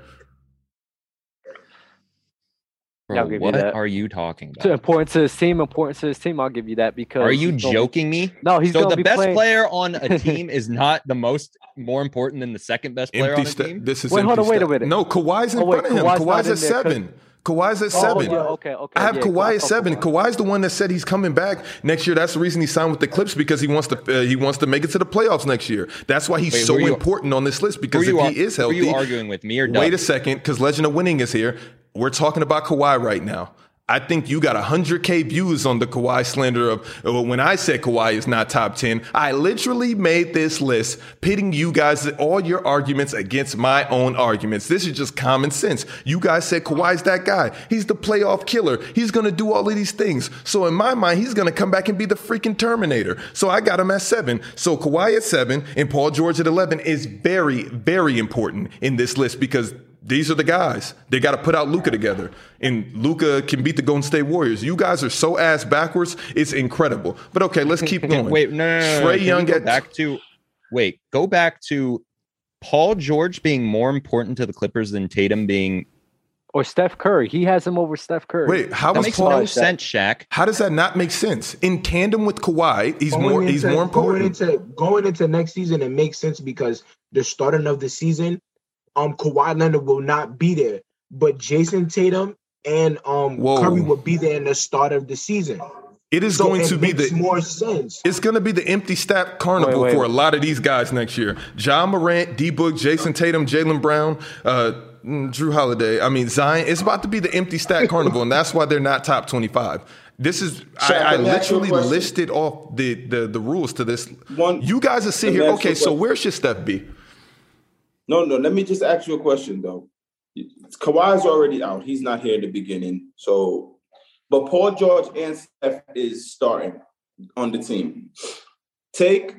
Speaker 5: Bro,
Speaker 4: Yeah, I'll give you
Speaker 5: what
Speaker 4: that.
Speaker 5: are you talking about?
Speaker 4: Important to his team. Important to his team. I'll give you that because
Speaker 5: Are you
Speaker 4: he's gonna-
Speaker 5: joking me?
Speaker 4: No, he's
Speaker 5: so
Speaker 4: gonna
Speaker 5: the
Speaker 4: be
Speaker 5: best
Speaker 4: playing.
Speaker 5: player
Speaker 4: [LAUGHS]
Speaker 5: on a team is not the most more important than the second best player
Speaker 6: Empty
Speaker 5: on a
Speaker 6: sta-
Speaker 5: team.
Speaker 6: This is
Speaker 4: Wait, hold
Speaker 6: empty
Speaker 4: on, wait a
Speaker 6: sta-
Speaker 4: minute.
Speaker 6: No, Kawhi's in
Speaker 4: Oh, wait,
Speaker 6: front of him.
Speaker 4: Kawhi's not
Speaker 6: Kawhi's
Speaker 4: in
Speaker 6: at
Speaker 4: there 'cause-
Speaker 6: seven. Kawhi's at
Speaker 4: Oh,
Speaker 6: seven.
Speaker 4: yeah, okay, okay.
Speaker 6: I have
Speaker 4: yeah,
Speaker 6: Kawhi
Speaker 4: I
Speaker 6: at
Speaker 4: thought
Speaker 6: seven.
Speaker 4: Kawhi.
Speaker 6: Kawhi's the one that said he's coming back next year. That's the reason he signed with the Clips because he wants to uh, he wants to make it to the playoffs next year. That's why he's
Speaker 5: Wait,
Speaker 6: so
Speaker 5: who you-
Speaker 6: important on this list
Speaker 5: Who
Speaker 6: because if
Speaker 5: you
Speaker 6: he
Speaker 5: ar-
Speaker 6: is
Speaker 5: who
Speaker 6: healthy.
Speaker 5: you arguing with, me or Doug?
Speaker 6: Wait a second, because Legend of Winning is here. We're talking about Kawhi right now. I think you got 100K views on the Kawhi slander of well, when I said Kawhi is not top 10. I literally made this list pitting you guys, all your arguments against my own arguments. This is just common sense. You guys said Kawhi's that guy. He's the playoff killer. He's going to do all of these things. So in my mind, he's going to come back and be the freaking Terminator. So I got him at seven. So Kawhi at seven and Paul George at 11 is very, very important in this list because these are the guys. They got to put out Luca together, and Luca can beat the Golden State Warriors. You guys are so ass backwards; it's incredible. But okay, let's keep
Speaker 5: [LAUGHS]
Speaker 6: going.
Speaker 5: Wait, no, no, no, no, no.
Speaker 6: Trae
Speaker 5: Can we
Speaker 6: Young
Speaker 5: go
Speaker 6: at
Speaker 5: back to wait, go back to Paul George being more important to the Clippers than Tatum being.
Speaker 4: Or Steph Curry. He has him over Steph Curry.
Speaker 6: wait. How
Speaker 5: That
Speaker 6: is
Speaker 5: makes
Speaker 6: Paul?
Speaker 5: no sense, Shaq.
Speaker 6: how does that not make sense? In tandem with Kawhi, he's
Speaker 9: Going
Speaker 6: more. He's
Speaker 9: into-
Speaker 6: more important.
Speaker 9: Going into, going into next season, it makes sense because the starting of the season, um, Kawhi Leonard will not be there, but Jason Tatum and um
Speaker 6: Whoa.
Speaker 9: Curry will be there in the start of the season.
Speaker 6: It is
Speaker 9: So
Speaker 6: going
Speaker 9: it
Speaker 6: to be
Speaker 9: makes
Speaker 6: the
Speaker 9: more sense.
Speaker 6: It's going to be the empty stat carnival
Speaker 4: Wait, wait,
Speaker 6: for a
Speaker 4: wait.
Speaker 6: lot of these guys next year. John Morant, D Book, Jason Tatum, Jalen Brown, uh, mm, Drew Holiday. I mean, Zion. It's about to be the empty stat carnival, and that's why they're not top 25. This is,
Speaker 8: Shaq,
Speaker 6: I, I
Speaker 8: let me ask you a
Speaker 6: literally
Speaker 8: question.
Speaker 6: listed off the, the, the rules to this.
Speaker 8: One-
Speaker 6: you guys are
Speaker 8: let
Speaker 6: sitting
Speaker 8: me
Speaker 6: here,
Speaker 8: ask you
Speaker 6: okay,
Speaker 8: a
Speaker 6: so
Speaker 8: question.
Speaker 6: where should Steph be?
Speaker 8: No, no. Let me just ask you a question though. Kawhi's already out. He's not here at the beginning. So, but Paul George and Steph is starting on the team. Take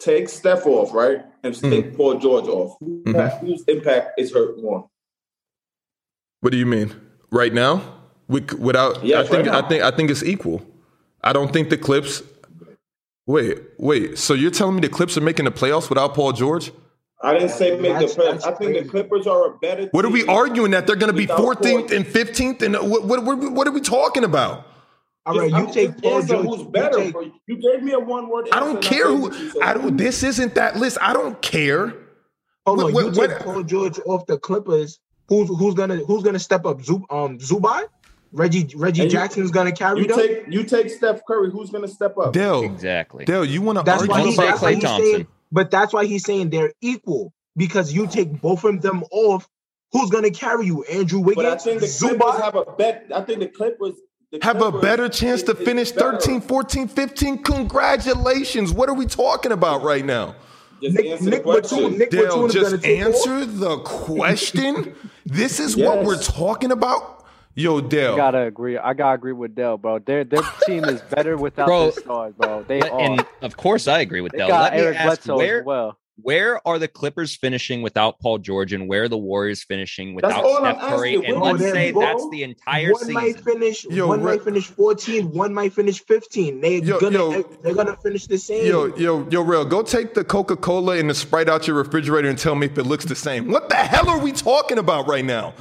Speaker 8: take Steph off, right? And
Speaker 6: Hmm.
Speaker 8: take Paul George off. Who-
Speaker 6: Mhm.
Speaker 8: Whose impact is hurt more?
Speaker 6: What do you mean? Right now? With, without,
Speaker 8: Yes,
Speaker 6: I, think,
Speaker 8: right now.
Speaker 6: I, think, I think it's equal. I don't think the Clips. Wait, wait. So you're telling me the Clips are making the playoffs without Paul George?
Speaker 8: I didn't say make
Speaker 9: That's-
Speaker 8: the playoffs.
Speaker 9: that's
Speaker 8: I think
Speaker 9: crazy.
Speaker 8: the Clippers are a better.
Speaker 6: What are we
Speaker 8: team.
Speaker 6: arguing that they're going to be
Speaker 8: Without
Speaker 6: 14th
Speaker 8: Paul.
Speaker 6: and 15th? And uh, what, what, what, what are we talking about?
Speaker 9: All right, you
Speaker 8: I'm
Speaker 9: take
Speaker 8: just
Speaker 9: Paul
Speaker 8: answering
Speaker 9: George.
Speaker 8: Who's
Speaker 9: you
Speaker 8: better?
Speaker 9: take-
Speaker 8: bro. You gave me a one word.
Speaker 6: I don't care who. I don't. This isn't that list. I don't care.
Speaker 9: Hold on,
Speaker 6: What-
Speaker 9: you take
Speaker 6: what- what-
Speaker 9: Paul George off the Clippers. Who's who's gonna who's gonna step up? Zub um Zubai, Reggie Reggie
Speaker 8: And you-
Speaker 9: Jackson's gonna carry
Speaker 8: You
Speaker 9: them.
Speaker 8: take you take Steph Curry. Who's going to step up?
Speaker 6: Dell,
Speaker 5: Exactly.
Speaker 6: Dell, you want to
Speaker 9: That's
Speaker 6: argue
Speaker 9: why
Speaker 5: Don't
Speaker 9: he's
Speaker 5: say
Speaker 6: about
Speaker 5: Klay
Speaker 9: Clay
Speaker 5: Thompson.
Speaker 9: But that's why he's saying they're equal because you take both of them off. Who's gonna carry you, Andrew
Speaker 8: But I
Speaker 9: Wiggins?
Speaker 8: think the Clippers
Speaker 9: Zubac?
Speaker 8: have a bet. I think the Clippers the
Speaker 6: Have a
Speaker 8: Clippers
Speaker 6: better chance to
Speaker 8: is- is
Speaker 6: finish
Speaker 8: better.
Speaker 6: 13, 14, 15. Congratulations. What are we talking about right now?
Speaker 8: Just
Speaker 9: Nick,
Speaker 8: answer the
Speaker 9: Nick
Speaker 8: question.
Speaker 9: Batum, Nick
Speaker 6: Dale,
Speaker 9: Batum is gonna
Speaker 6: just
Speaker 9: take off.
Speaker 6: answer the question. this is what
Speaker 8: Yes.
Speaker 6: we're talking about. Yo, Dale.
Speaker 4: I gotta agree. I gotta agree with Dell, bro. Their their team is
Speaker 5: [LAUGHS]
Speaker 4: better without
Speaker 5: Bro,
Speaker 4: their stars, bro. They
Speaker 5: Let-
Speaker 4: are.
Speaker 5: and of course, I agree with
Speaker 4: they
Speaker 5: Dell.
Speaker 4: got
Speaker 5: Let me
Speaker 4: Eric
Speaker 5: ask
Speaker 4: Bledsoe
Speaker 5: where
Speaker 4: as well.
Speaker 5: where are the Clippers finishing without Paul George, and where are the Warriors finishing
Speaker 8: That's
Speaker 5: without
Speaker 8: all
Speaker 5: Steph
Speaker 8: I'm
Speaker 5: Curry?
Speaker 8: asking.
Speaker 5: And
Speaker 9: Where
Speaker 5: let's
Speaker 9: are they,
Speaker 5: say
Speaker 9: bro?
Speaker 5: that's the entire
Speaker 9: One might
Speaker 5: season.
Speaker 9: finish.
Speaker 6: Yo,
Speaker 9: one
Speaker 6: re-
Speaker 9: might finish 14. One might finish 15. They
Speaker 6: Yo,
Speaker 9: gonna
Speaker 6: yo.
Speaker 9: they're gonna finish the same.
Speaker 6: Yo, yo, yo, real. Go take the Coca Cola and the Sprite out your refrigerator and tell me if it looks the same. What the hell are we talking about right now?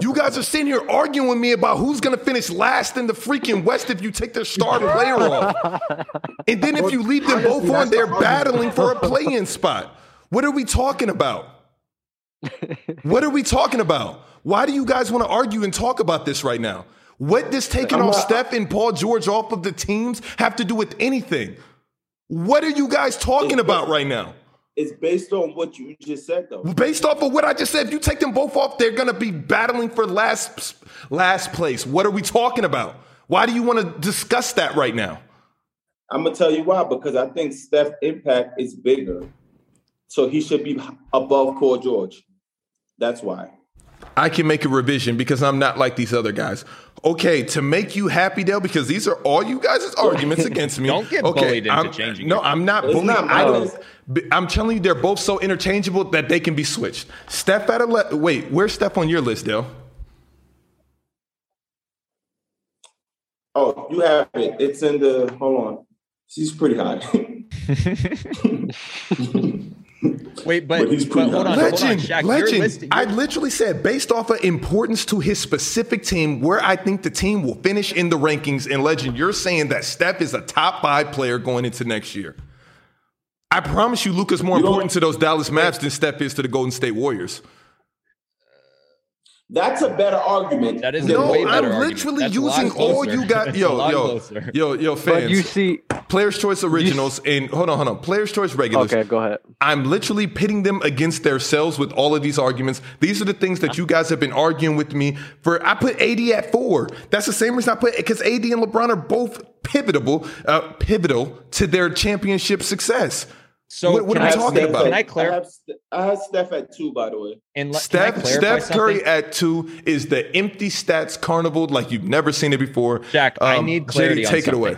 Speaker 6: You guys are sitting here arguing with me about who's gonna finish last in the freaking West if you take their star player off, and then if you leave them both
Speaker 9: Honestly,
Speaker 6: on,
Speaker 9: that's
Speaker 6: they're
Speaker 9: the argument.
Speaker 6: battling for a play-in spot. What are we talking about? What are we talking about? Why do you guys want to argue and talk about this right now? What does taking off Steph and Paul George off of the teams have to do with anything? What are you guys talking about right now?
Speaker 8: It's based on what you just said, though.
Speaker 6: Based off of what I just said, if you take them both off, they're gonna be battling for last last place. What are we talking about? Why do you want to discuss that right now?
Speaker 8: I'm gonna tell you why because I think Steph's impact is bigger, so he should be above Core George. That's why.
Speaker 6: I can make a revision because I'm not like these other guys. Okay, to make you happy, Dale, because these are all you
Speaker 5: [LAUGHS]
Speaker 6: guys' arguments against me.
Speaker 5: Don't get
Speaker 6: okay,
Speaker 5: bullied into
Speaker 6: I'm-
Speaker 5: changing
Speaker 6: No,
Speaker 5: your-
Speaker 6: I'm not
Speaker 8: It's
Speaker 6: bullied.
Speaker 8: not
Speaker 6: I
Speaker 8: mine.
Speaker 6: don't. b- I'm telling you, they're both so interchangeable that they can be switched. Steph at a le- wait. Where's Steph on your list, Dale?
Speaker 8: Oh, you have it. It's in the. Hold on. She's pretty high. [LAUGHS]
Speaker 5: Wait, but,
Speaker 8: But he's
Speaker 5: but
Speaker 8: pretty
Speaker 5: hold on,
Speaker 8: hot.
Speaker 5: hold on,
Speaker 6: Legend,
Speaker 5: Shaq. You're
Speaker 6: legend.
Speaker 5: listing,
Speaker 6: I
Speaker 5: you're-
Speaker 6: literally said based off of importance to his specific team, where I think the team will finish in the rankings. And legend, you're saying that Steph is a top five player going into next year. I promise you, Luca's more
Speaker 8: You don't-
Speaker 6: important to those Dallas Mavs than Steph is to the Golden State Warriors.
Speaker 8: That's a better argument.
Speaker 5: That is a
Speaker 6: No,
Speaker 5: way
Speaker 6: I'm
Speaker 5: better argument.
Speaker 6: literally
Speaker 5: That's a lot
Speaker 6: using all
Speaker 5: closer.
Speaker 6: you got.
Speaker 5: That's a
Speaker 6: Yo,
Speaker 5: lot
Speaker 6: yo,
Speaker 5: closer.
Speaker 6: yo, yo,
Speaker 4: [LAUGHS] But you
Speaker 6: fans.
Speaker 4: see,
Speaker 6: Players' Choice Originals and hold on, hold on. Players' Choice Regulars.
Speaker 4: okay, go ahead.
Speaker 6: I'm literally pitting them against themselves with all of these arguments. These are the things that you guys have been arguing with me for. I put AD at four. That's the same reason I put because AD and LeBron are both pivotal, uh, pivotal to their championship success.
Speaker 5: So
Speaker 6: What- what
Speaker 5: can
Speaker 6: are we
Speaker 5: I-
Speaker 6: talking
Speaker 5: can-
Speaker 6: about?
Speaker 5: Can I
Speaker 8: I
Speaker 5: clarify?
Speaker 8: have, Ste- I have Steph at two, by the way.
Speaker 5: And let- can I
Speaker 6: Steph,
Speaker 5: clarify
Speaker 6: Steph Curry
Speaker 5: something?
Speaker 6: at two is the empty stats carnival like you've never seen it before.
Speaker 5: Jack, I need clarity on
Speaker 6: JD, um, take it
Speaker 5: something.
Speaker 6: away.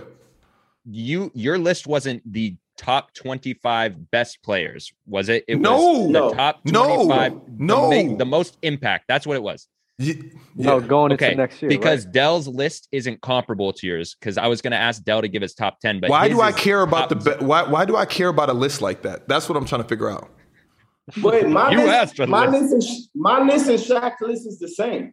Speaker 5: you your list wasn't the top 25 best players was it it
Speaker 6: No.
Speaker 5: was
Speaker 8: No.
Speaker 5: the top
Speaker 6: No.
Speaker 5: 25
Speaker 6: No.
Speaker 5: the, ma- the most impact that's what it was
Speaker 6: Ye-
Speaker 4: No,
Speaker 6: yeah.
Speaker 4: going
Speaker 5: okay
Speaker 4: into next year
Speaker 5: because
Speaker 4: right?
Speaker 5: dell's list isn't comparable to yours because i was going to ask dell to give his top 10 but
Speaker 6: Why
Speaker 5: his
Speaker 6: do I
Speaker 5: is
Speaker 6: care about
Speaker 5: top-
Speaker 6: the be- why? Why do I care about a list like that? That's what I'm trying to figure out.
Speaker 8: Wait, my
Speaker 5: You asked
Speaker 8: list,
Speaker 5: for the
Speaker 8: my list,
Speaker 5: list.
Speaker 8: and, Sh- my list and Shaq's list is the same.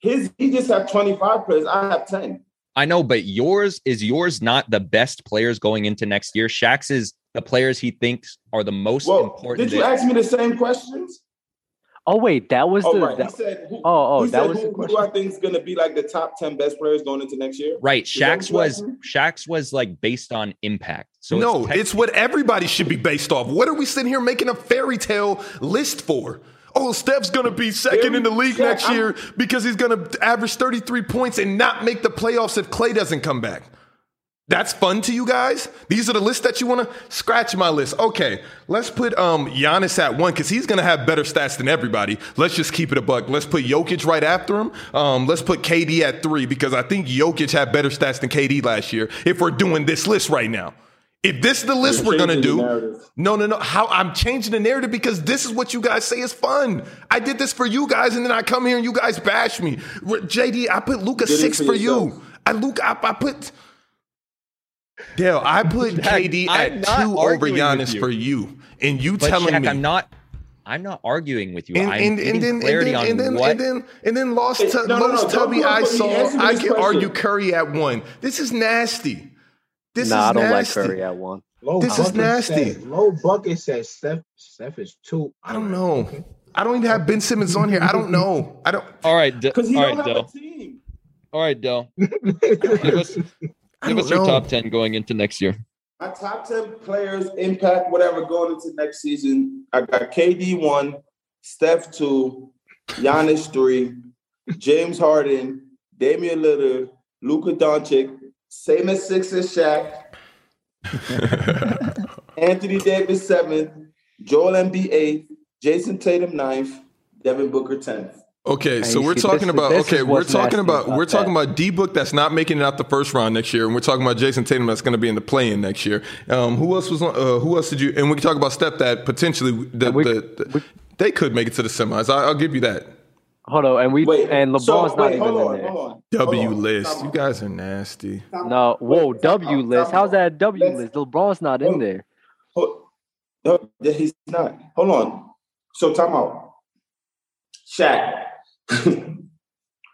Speaker 8: His he just have twenty five players. I have ten.
Speaker 5: i know but yours is yours not the best players going into next year Shaq's is the players he thinks are the most
Speaker 8: Well,
Speaker 5: important
Speaker 8: did you
Speaker 5: that-
Speaker 8: ask me the same questions?
Speaker 4: oh wait, that was
Speaker 8: Oh,
Speaker 4: the
Speaker 8: right. He
Speaker 4: that-
Speaker 8: said, who,
Speaker 4: Oh, oh,
Speaker 8: he
Speaker 4: that
Speaker 8: said
Speaker 4: was the
Speaker 8: who, who do
Speaker 4: question.
Speaker 8: I think is going to be like the top 10 best players going into next year?
Speaker 5: right
Speaker 8: Is that
Speaker 5: Shaq's
Speaker 8: what you
Speaker 5: was
Speaker 8: asked me?
Speaker 5: Shaq's was like based on impact so
Speaker 6: no,
Speaker 5: tech-
Speaker 6: it's what everybody should be based off. What are we sitting here making a fairy tale list for? Oh, Steph's gonna be second in the league
Speaker 8: Fairy-
Speaker 6: next
Speaker 8: I'm-
Speaker 6: year because he's gonna average 33 points and not make the playoffs if Clay doesn't come back. That's fun to you guys. These are the lists that you want to scratch my list. Okay, let's put um Giannis at one because he's gonna have better stats than everybody. Let's just keep it a buck. Let's put Jokic right after him. Um, let's put KD at three because I think Jokic had better stats than KD last year. If we're doing this list right now, if this is the list
Speaker 8: You're
Speaker 6: we're gonna
Speaker 8: changing the
Speaker 6: do,
Speaker 8: narrative.
Speaker 6: no, no, no. How I'm changing the narrative because this is what you guys say is fun. I did this for you guys, and then I come here and you guys bash me. R- JD, I put Luca
Speaker 8: Did it
Speaker 6: six
Speaker 8: for
Speaker 6: for
Speaker 8: yourself.
Speaker 6: you. I Luke, I, I put. Dale, I put
Speaker 5: Shaq,
Speaker 6: KD
Speaker 5: I'm
Speaker 6: at
Speaker 5: not
Speaker 6: two over
Speaker 5: arguing with
Speaker 6: Giannis
Speaker 5: you.
Speaker 6: for you, and you
Speaker 5: But
Speaker 6: telling
Speaker 5: Shaq,
Speaker 6: me
Speaker 5: I'm not. I'm not arguing with you.
Speaker 6: and,
Speaker 5: I'm
Speaker 6: and,
Speaker 5: giving
Speaker 6: and then and
Speaker 5: clarity
Speaker 6: then
Speaker 5: on
Speaker 6: and then,
Speaker 5: what.
Speaker 6: and then and then lost
Speaker 8: Hey,
Speaker 6: to
Speaker 8: no, no, no,
Speaker 6: lowest
Speaker 8: don't
Speaker 6: Tubby
Speaker 8: do it
Speaker 6: I
Speaker 8: for me.
Speaker 6: saw.
Speaker 8: Answer
Speaker 6: I
Speaker 8: this
Speaker 6: can argue
Speaker 8: question.
Speaker 6: Curry at one. This is nasty. This
Speaker 4: nah, I
Speaker 6: is
Speaker 4: don't like
Speaker 6: nasty.
Speaker 4: Curry at one.
Speaker 9: Low
Speaker 6: This is
Speaker 9: bucket
Speaker 6: nasty.
Speaker 9: Says, low bucket says Steph. Steph is two.
Speaker 6: I
Speaker 4: [LAUGHS]
Speaker 6: don't know. I don't even have Ben Simmons on here. I don't know. I don't.
Speaker 5: all right, D- all
Speaker 8: Because he
Speaker 5: right,
Speaker 8: don't have
Speaker 5: Dell.
Speaker 8: a team.
Speaker 5: All right, Dell. Give us,
Speaker 6: I
Speaker 5: give
Speaker 6: don't
Speaker 5: us your
Speaker 6: know.
Speaker 5: top ten going into next year.
Speaker 2: My top 10 players impact whatever going into next season. I got KD one, Steph two, Giannis three, James Harden, Damian Lillard, Luka Doncic, same as six as Shaq, Anthony Davis seventh, Joel Embiid eighth, Jason Tatum ninth, Devin Booker tenth.
Speaker 6: Okay,
Speaker 4: Hey,
Speaker 6: so we're
Speaker 4: see,
Speaker 6: talking
Speaker 4: this is-
Speaker 6: about
Speaker 4: this
Speaker 6: okay,
Speaker 4: is
Speaker 6: we're
Speaker 4: what's
Speaker 6: talking
Speaker 4: nasty
Speaker 6: about,
Speaker 4: about
Speaker 6: we're talking
Speaker 4: that.
Speaker 6: about D book that's not making it out the first round next year, and we're talking about Jason Tatum that's going to be in the play in next year. Um, who else was on? Uh, who else did you? And we can talk about Steph that potentially the,
Speaker 4: And we-
Speaker 6: the, the- they could make it to the semis. I, I'll give you that.
Speaker 4: Hold on, and we
Speaker 2: Wait,
Speaker 4: and LeBron's
Speaker 2: so-
Speaker 4: not
Speaker 2: wait,
Speaker 4: even
Speaker 2: hold
Speaker 4: in
Speaker 2: on,
Speaker 4: there.
Speaker 2: hold on, hold
Speaker 6: W
Speaker 2: on.
Speaker 6: list,
Speaker 2: Time
Speaker 6: you
Speaker 2: out,
Speaker 6: guys are nasty.
Speaker 2: time out.
Speaker 4: No, whoa,
Speaker 2: Wait, time
Speaker 4: W
Speaker 2: out,
Speaker 4: list.
Speaker 2: time
Speaker 4: How's
Speaker 2: out.
Speaker 4: that a W
Speaker 2: Let's-
Speaker 4: list? LeBron's not
Speaker 2: Oh.
Speaker 4: in there.
Speaker 2: Hold, no, yeah, he's not. Hold on. So time out. Shaq. [LAUGHS]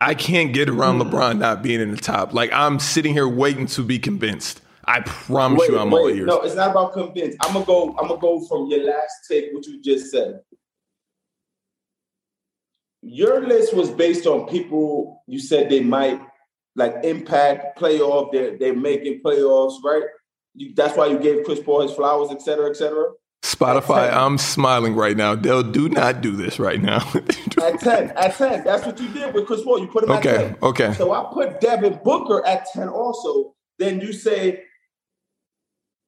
Speaker 6: I can't get around
Speaker 4: Hmm.
Speaker 6: LeBron not being in the top. Like I'm sitting here waiting to be convinced. I promise you, I'm all ears.
Speaker 2: No, it's not about convince. I'm gonna go. I'm gonna go from your last take, what you just said. Your list was based on people you said they might like impact playoff. They're they're making playoffs, right? You, that's why you gave Chris Paul his flowers, et cetera, et cetera.
Speaker 6: Spotify, I'm smiling right now. Dell, do not do this right now. [LAUGHS]
Speaker 2: At ten, at ten, that's what you did with Chris Paul. You put him at ten.
Speaker 6: okay, okay.
Speaker 2: So I put Devin Booker at 10 also. Then you say,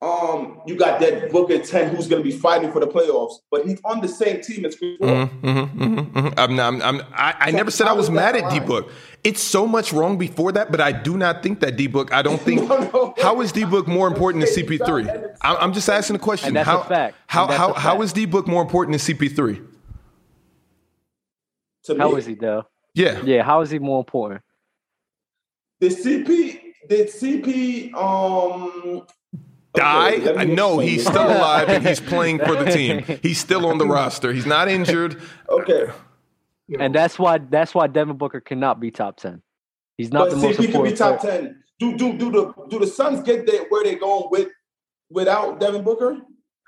Speaker 2: um, you got that Booker at 10 who's gonna be fighting for the playoffs, but he's on the same team as Chris Paul.
Speaker 6: Mm-hmm, mm-hmm, mm-hmm. I'm not, I'm, I'm, I, I never said I was mad at D Book. It's so much wrong before that, but I do not think that D Book. I don't think.
Speaker 2: [LAUGHS] No, no.
Speaker 6: How is D Book more important than CP3? I'm, I'm just asking a question.
Speaker 4: And that's
Speaker 6: how,
Speaker 4: a fact.
Speaker 6: How
Speaker 4: And that's
Speaker 6: how
Speaker 4: a
Speaker 6: how
Speaker 4: fact.
Speaker 6: is D Book more important than CP3?
Speaker 2: To
Speaker 4: How
Speaker 2: me,
Speaker 4: is he though?
Speaker 6: Yeah.
Speaker 4: Yeah, how is he more important?
Speaker 2: the CP, did CP um
Speaker 6: Die?
Speaker 2: Okay, let me
Speaker 6: no,
Speaker 2: explain
Speaker 6: he's
Speaker 2: this.
Speaker 6: still alive and he's playing for the team. He's still
Speaker 2: [LAUGHS]
Speaker 6: on the roster. He's not injured.
Speaker 2: Okay.
Speaker 9: You know,
Speaker 4: And that's why that's why Devin Booker cannot be top ten. He's not
Speaker 2: but
Speaker 4: the most
Speaker 2: CP could be
Speaker 4: important.
Speaker 2: top
Speaker 4: player.
Speaker 2: ten. Do do do the do the Suns get there where they going with without Devin Booker?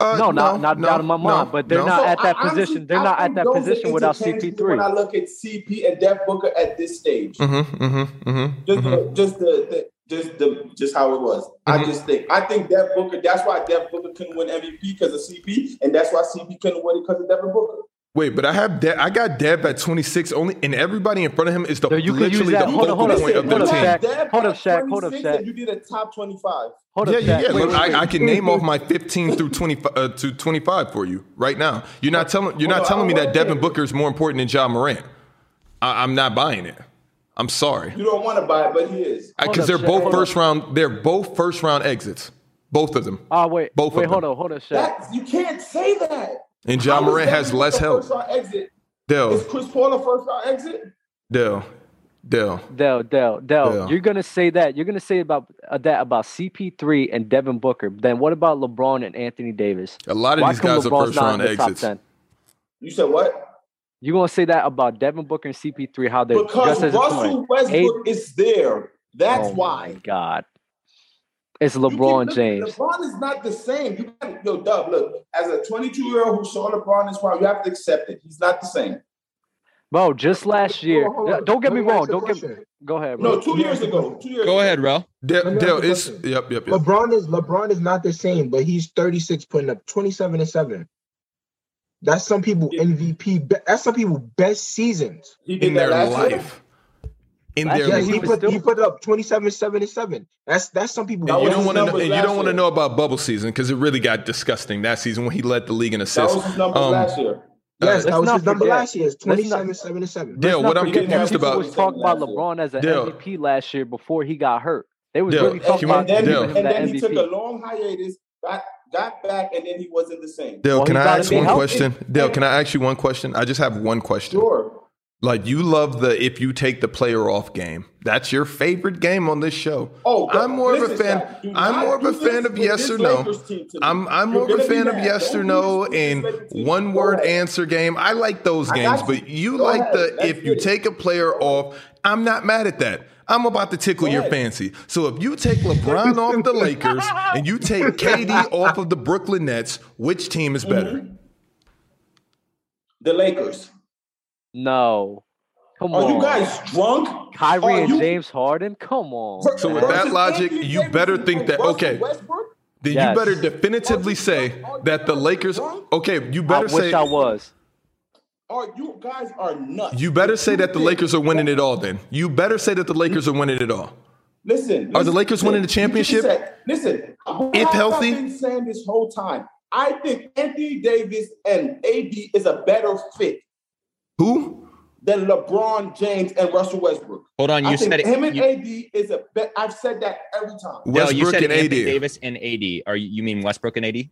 Speaker 6: Uh,
Speaker 4: No, not- not
Speaker 6: no,
Speaker 4: out of my mind,
Speaker 6: no,
Speaker 4: but they're
Speaker 6: no.
Speaker 4: not- at that
Speaker 2: I honestly-
Speaker 4: position. They're
Speaker 2: I
Speaker 4: not at
Speaker 2: think
Speaker 4: that
Speaker 2: those are
Speaker 4: position without
Speaker 2: interchangeable
Speaker 4: CP3.
Speaker 2: When I look at CP and Devin Booker at this stage,
Speaker 6: Mm-hmm, mm-hmm, mm-hmm,
Speaker 2: just,
Speaker 6: mm-hmm.
Speaker 2: the, just the, the just the just how it was. I
Speaker 6: Mhm.
Speaker 2: just think I think Dev Booker. That's why Dev Booker couldn't win MVP because of CP, and that's why CP couldn't win it because of Devin Booker.
Speaker 6: Wait, but I have De- I got Dev at 26 only, and everybody in front of him is the
Speaker 4: No, you could use
Speaker 6: literally
Speaker 4: that-
Speaker 6: the
Speaker 4: hold
Speaker 6: focal
Speaker 4: on, hold on,
Speaker 6: point of
Speaker 4: hold
Speaker 6: their
Speaker 4: on,
Speaker 6: team.
Speaker 4: Shaq.
Speaker 2: Dev
Speaker 4: Hold up,
Speaker 2: at
Speaker 4: Shaq, hold up,
Speaker 2: 26
Speaker 4: Shaq.
Speaker 2: and You did a top twenty-five.
Speaker 4: Hold
Speaker 6: Yeah,
Speaker 4: up,
Speaker 6: yeah,
Speaker 4: Shaq.
Speaker 6: yeah.
Speaker 4: Wait,
Speaker 6: Look,
Speaker 4: wait, wait.
Speaker 6: I, I can name off my 15 through 20 uh, to 25 for you right now. You're not telling you're
Speaker 2: Hold
Speaker 6: not
Speaker 2: on,
Speaker 6: telling me
Speaker 2: I don't
Speaker 6: that Devin
Speaker 2: want
Speaker 6: Booker is more important than John Morant. I, I'm not buying it. I'm sorry
Speaker 2: You don't want to buy it, but he is.
Speaker 4: Hold up,
Speaker 6: because they're
Speaker 4: Shaq,
Speaker 6: both
Speaker 4: hold up.
Speaker 6: first round. They're both first round exits, both of them.
Speaker 4: Ah, wait,
Speaker 6: Both of
Speaker 4: wait,
Speaker 6: them.
Speaker 4: hold on, hold on, Shaq.
Speaker 2: That you can't say that.
Speaker 6: And John
Speaker 2: How is
Speaker 6: Morant
Speaker 2: Devin
Speaker 6: has
Speaker 2: Booker
Speaker 6: less
Speaker 2: a
Speaker 6: help. Oh.
Speaker 2: first-round Exit. Is
Speaker 6: Dell,
Speaker 2: Chris Paul a first round exit?
Speaker 6: Dell, Dell.
Speaker 4: Dell, Dell, Dell,
Speaker 6: Dell.
Speaker 4: you're gonna say that. You're gonna say about uh, that about CP3 and Devin Booker. Then what about LeBron and Anthony Davis?
Speaker 6: A lot of
Speaker 4: Why
Speaker 6: these
Speaker 4: come
Speaker 6: guys are
Speaker 4: LeBron's
Speaker 6: first
Speaker 4: not in
Speaker 6: round
Speaker 4: the top
Speaker 6: exits.
Speaker 4: ten?
Speaker 2: You said what?
Speaker 4: You gonna say that about Devin Booker and CP3? How they're
Speaker 2: Because
Speaker 4: just as important.
Speaker 2: Russell Westbrook is there. That's
Speaker 4: Oh
Speaker 2: why.
Speaker 4: my God, it's
Speaker 2: You can
Speaker 4: LeBron
Speaker 2: look-
Speaker 4: James.
Speaker 2: LeBron is not the same. You can, yo, Dub, look, as a 22 year old who saw LeBron this far, you have to accept it. He's not the same.
Speaker 4: Bro, just last year.
Speaker 9: hold on.
Speaker 4: Don't get me
Speaker 9: Let ask
Speaker 4: wrong.
Speaker 9: you a
Speaker 4: Don't get.
Speaker 9: question.
Speaker 4: Go ahead, bro.
Speaker 2: No, two years ago. Two years
Speaker 5: Go
Speaker 2: ago.
Speaker 5: ahead, Rel.
Speaker 9: Let
Speaker 6: Dell,
Speaker 9: me ask
Speaker 6: Dell,
Speaker 9: you a
Speaker 6: it's
Speaker 9: question.
Speaker 6: yep, yep, yep.
Speaker 9: LeBron is LeBron is not the same, but he's 36 putting up 27 and 7. That's some people MVP. be- That's some people best seasons.
Speaker 2: He did
Speaker 6: in
Speaker 2: that
Speaker 6: their
Speaker 2: last year.
Speaker 6: life. In
Speaker 4: Last
Speaker 6: their
Speaker 9: Yeah,
Speaker 4: year
Speaker 6: life.
Speaker 9: he
Speaker 4: he was
Speaker 9: put
Speaker 4: still-
Speaker 9: he put up 27 7 and 7. That's that's some people
Speaker 2: That
Speaker 6: And you
Speaker 2: was
Speaker 6: don't
Speaker 2: his
Speaker 6: want to know,
Speaker 2: numbers
Speaker 6: and you
Speaker 2: last
Speaker 6: don't want to
Speaker 2: year.
Speaker 6: know about bubble season because it really got disgusting that season when he led the league in
Speaker 2: That
Speaker 6: assists.
Speaker 2: was his numbers
Speaker 6: Um,
Speaker 2: last year.
Speaker 9: Yes,
Speaker 4: Let's
Speaker 9: that was
Speaker 4: not
Speaker 9: his number
Speaker 4: forget-
Speaker 9: last year. It's
Speaker 4: let's not-
Speaker 9: 27 7 and 7.
Speaker 4: Let's
Speaker 6: Dale,
Speaker 4: not
Speaker 6: what I'm
Speaker 4: forget that
Speaker 6: confused
Speaker 4: people
Speaker 6: about,
Speaker 4: was talking about
Speaker 2: Last year.
Speaker 4: LeBron as an
Speaker 6: Dale.
Speaker 4: MVP last year before he got hurt. They was
Speaker 6: Dale,
Speaker 4: really
Speaker 6: can
Speaker 4: talking
Speaker 6: we-
Speaker 2: And
Speaker 4: about
Speaker 2: then,
Speaker 6: Dale.
Speaker 4: giving him
Speaker 2: and
Speaker 4: that
Speaker 2: then he took a
Speaker 4: MVP.
Speaker 2: long hiatus, got, got back, and then he wasn't the same.
Speaker 6: Dale,
Speaker 4: Well,
Speaker 6: can
Speaker 4: he
Speaker 6: I
Speaker 4: gotta
Speaker 6: ask
Speaker 4: be
Speaker 6: one
Speaker 4: healthy.
Speaker 6: question? Dale, can I ask you one question? I just have one question.
Speaker 2: Sure.
Speaker 6: Like you love the if you take the player off game. That's your favorite game on this show.
Speaker 2: Oh,
Speaker 6: I'm more of a
Speaker 2: listen,
Speaker 6: fan.
Speaker 2: Shaq, do
Speaker 6: I'm
Speaker 2: not
Speaker 6: more of
Speaker 2: do
Speaker 6: a
Speaker 2: this
Speaker 6: fan of
Speaker 2: with
Speaker 6: yes
Speaker 2: this
Speaker 6: or no.
Speaker 2: Lakers team to me.
Speaker 6: I'm
Speaker 2: You're
Speaker 6: I'm more of a
Speaker 2: gonna be
Speaker 6: fan of
Speaker 2: mad.
Speaker 6: yes
Speaker 2: Don't
Speaker 6: or
Speaker 2: do
Speaker 6: no
Speaker 2: this with this
Speaker 6: and
Speaker 2: Lakers team.
Speaker 6: one
Speaker 2: Go
Speaker 6: word
Speaker 2: ahead.
Speaker 6: answer game. I like those
Speaker 2: I got
Speaker 6: games,
Speaker 2: you.
Speaker 6: but you
Speaker 2: Go
Speaker 6: like
Speaker 2: ahead.
Speaker 6: the
Speaker 2: Let's
Speaker 6: if you
Speaker 2: get it.
Speaker 6: take a player off. I'm not mad at that. I'm about to tickle
Speaker 2: Go
Speaker 6: your
Speaker 2: ahead.
Speaker 6: fancy. So if you take LeBron
Speaker 2: [LAUGHS]
Speaker 6: off the Lakers and you take KD off of the Brooklyn Nets, which team is better?
Speaker 2: Mm-hmm. The Lakers.
Speaker 4: No, come
Speaker 2: Are
Speaker 4: on.
Speaker 2: Oh, you guys drunk?
Speaker 4: Kyrie
Speaker 2: Are
Speaker 4: and
Speaker 2: you-
Speaker 4: James Harden. Come on.
Speaker 2: Ver-
Speaker 6: So with
Speaker 4: man.
Speaker 6: that
Speaker 2: versus
Speaker 6: logic,
Speaker 2: Anthony
Speaker 6: you
Speaker 2: Davis
Speaker 6: better
Speaker 2: and
Speaker 6: think that-
Speaker 2: Russell
Speaker 6: okay.
Speaker 2: Westbrook?
Speaker 6: Then
Speaker 4: Yes.
Speaker 6: you better definitively say that the Lakers. Okay, you
Speaker 4: I
Speaker 6: better
Speaker 4: wish
Speaker 6: say
Speaker 4: I was.
Speaker 2: Are you guys are nuts?
Speaker 6: you better say that the
Speaker 2: think-
Speaker 6: Lakers are winning it all. Then you better say that the Lakers are winning it all.
Speaker 2: Listen,
Speaker 6: Are the
Speaker 2: listen,
Speaker 6: Lakers winning the
Speaker 2: listen. You just
Speaker 6: championship?
Speaker 2: said- listen,
Speaker 6: If
Speaker 2: I've
Speaker 6: healthy?
Speaker 2: been saying this whole time. I think Anthony Davis and AD is a better fit
Speaker 6: Who?
Speaker 2: than LeBron James and Russell Westbrook.
Speaker 5: Hold on, you
Speaker 2: I think
Speaker 5: said
Speaker 2: him and
Speaker 5: you,
Speaker 2: AD is a bet. I've said that every time.
Speaker 5: no,
Speaker 6: Westbrook
Speaker 5: you said
Speaker 6: and AD.
Speaker 5: Anthony Davis and AD. Are you, you mean Westbrook and AD?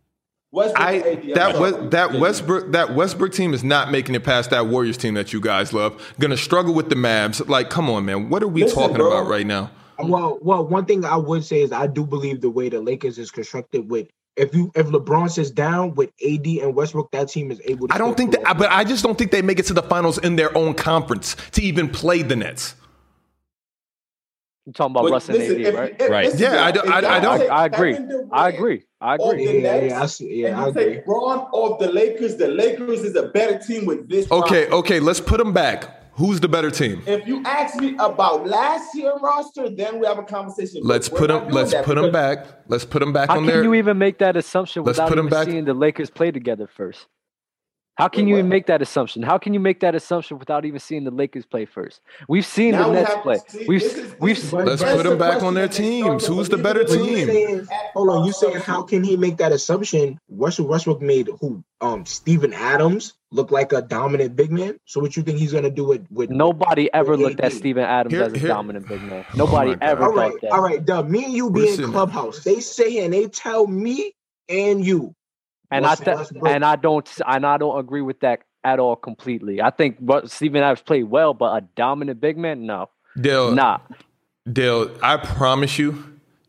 Speaker 2: Westbrook and
Speaker 6: I
Speaker 2: AD, I'm
Speaker 6: that
Speaker 2: sorry.
Speaker 6: was that Westbrook that Westbrook team is not making it past that Warriors team that you guys love. Gonna struggle with the Mavs. Like, come on, man. What are we
Speaker 2: Listen,
Speaker 6: talking
Speaker 2: bro.
Speaker 6: about right now?
Speaker 9: Well, well, one thing I would say is I do believe the way the Lakers is constructed with if you if LeBron sits down with AD and Westbrook, that team is able. to
Speaker 6: I don't
Speaker 9: score
Speaker 6: think
Speaker 9: through
Speaker 6: that, but I just don't think they make it to the finals in their own conference to even play the Nets.
Speaker 4: You're talking about
Speaker 2: But
Speaker 4: Russ and
Speaker 2: listen,
Speaker 4: AD,
Speaker 2: if-
Speaker 4: right?
Speaker 2: if-
Speaker 5: Right.
Speaker 2: listen,
Speaker 6: Yeah, I
Speaker 2: if
Speaker 6: do- I-
Speaker 2: y'all
Speaker 6: I don't-
Speaker 2: take
Speaker 4: I agree.
Speaker 2: Kevin Durant
Speaker 4: I agree. I
Speaker 2: All
Speaker 4: agree.
Speaker 2: the
Speaker 9: Yeah,
Speaker 2: Nets,
Speaker 9: yeah, I see. Yeah,
Speaker 2: and
Speaker 9: I
Speaker 2: you
Speaker 9: agree.
Speaker 2: take Braun off the Lakers, the Lakers is a better team with this.
Speaker 6: Okay,
Speaker 2: roster.
Speaker 6: okay, let's put them back. Who's the better team?
Speaker 2: If you ask me about last year roster, then we have a conversation. But
Speaker 6: Let's
Speaker 2: we're
Speaker 6: put
Speaker 2: not
Speaker 6: them.
Speaker 2: doing
Speaker 6: Let's
Speaker 2: that
Speaker 6: put them
Speaker 2: because
Speaker 6: back. Let's put them back
Speaker 4: How
Speaker 6: on
Speaker 4: can
Speaker 6: there.
Speaker 4: you even make that assumption
Speaker 6: Let's
Speaker 4: without
Speaker 6: put 'em
Speaker 4: even
Speaker 6: back.
Speaker 4: seeing the Lakers play together first? How can
Speaker 2: Wait,
Speaker 4: you
Speaker 2: what?
Speaker 4: even make that assumption? How can you make that assumption without even seeing the Lakers play first? We've seen
Speaker 2: now
Speaker 4: the
Speaker 2: we
Speaker 4: Nets
Speaker 2: have to
Speaker 4: play.
Speaker 2: see-
Speaker 4: We've
Speaker 2: this is-
Speaker 4: we've
Speaker 2: this is-
Speaker 9: But
Speaker 6: Let's
Speaker 2: that's
Speaker 6: put 'em
Speaker 2: the
Speaker 6: back on
Speaker 2: question
Speaker 6: their
Speaker 2: that they
Speaker 6: teams.
Speaker 2: started
Speaker 6: Who's the
Speaker 2: believing
Speaker 6: better
Speaker 2: in the
Speaker 9: But you
Speaker 6: team?
Speaker 2: league.
Speaker 9: saying, hold on, Oh, you saying how can he make that assumption? Russell Westbrook made who um Steven Adams look like a dominant big man. So what you think he's gonna do with with
Speaker 4: nobody ever looked at
Speaker 9: AD.
Speaker 4: Steven Adams
Speaker 6: Here-
Speaker 4: as a
Speaker 6: here-
Speaker 4: dominant big man.
Speaker 6: Oh
Speaker 4: Nobody
Speaker 6: my God.
Speaker 4: ever
Speaker 9: All right,
Speaker 4: thought that.
Speaker 9: all right, Doug. Me and you
Speaker 6: We're
Speaker 9: be in
Speaker 6: sitting-
Speaker 9: clubhouse. They say and they tell me and you.
Speaker 4: and I
Speaker 9: Russell
Speaker 4: th-
Speaker 9: Westbrook.
Speaker 4: and I don't and I don't agree with that at all completely. I think Ru- Steven Adams played well, but a dominant big man, no,
Speaker 6: Dale,
Speaker 4: nah.
Speaker 6: Dale, I promise you,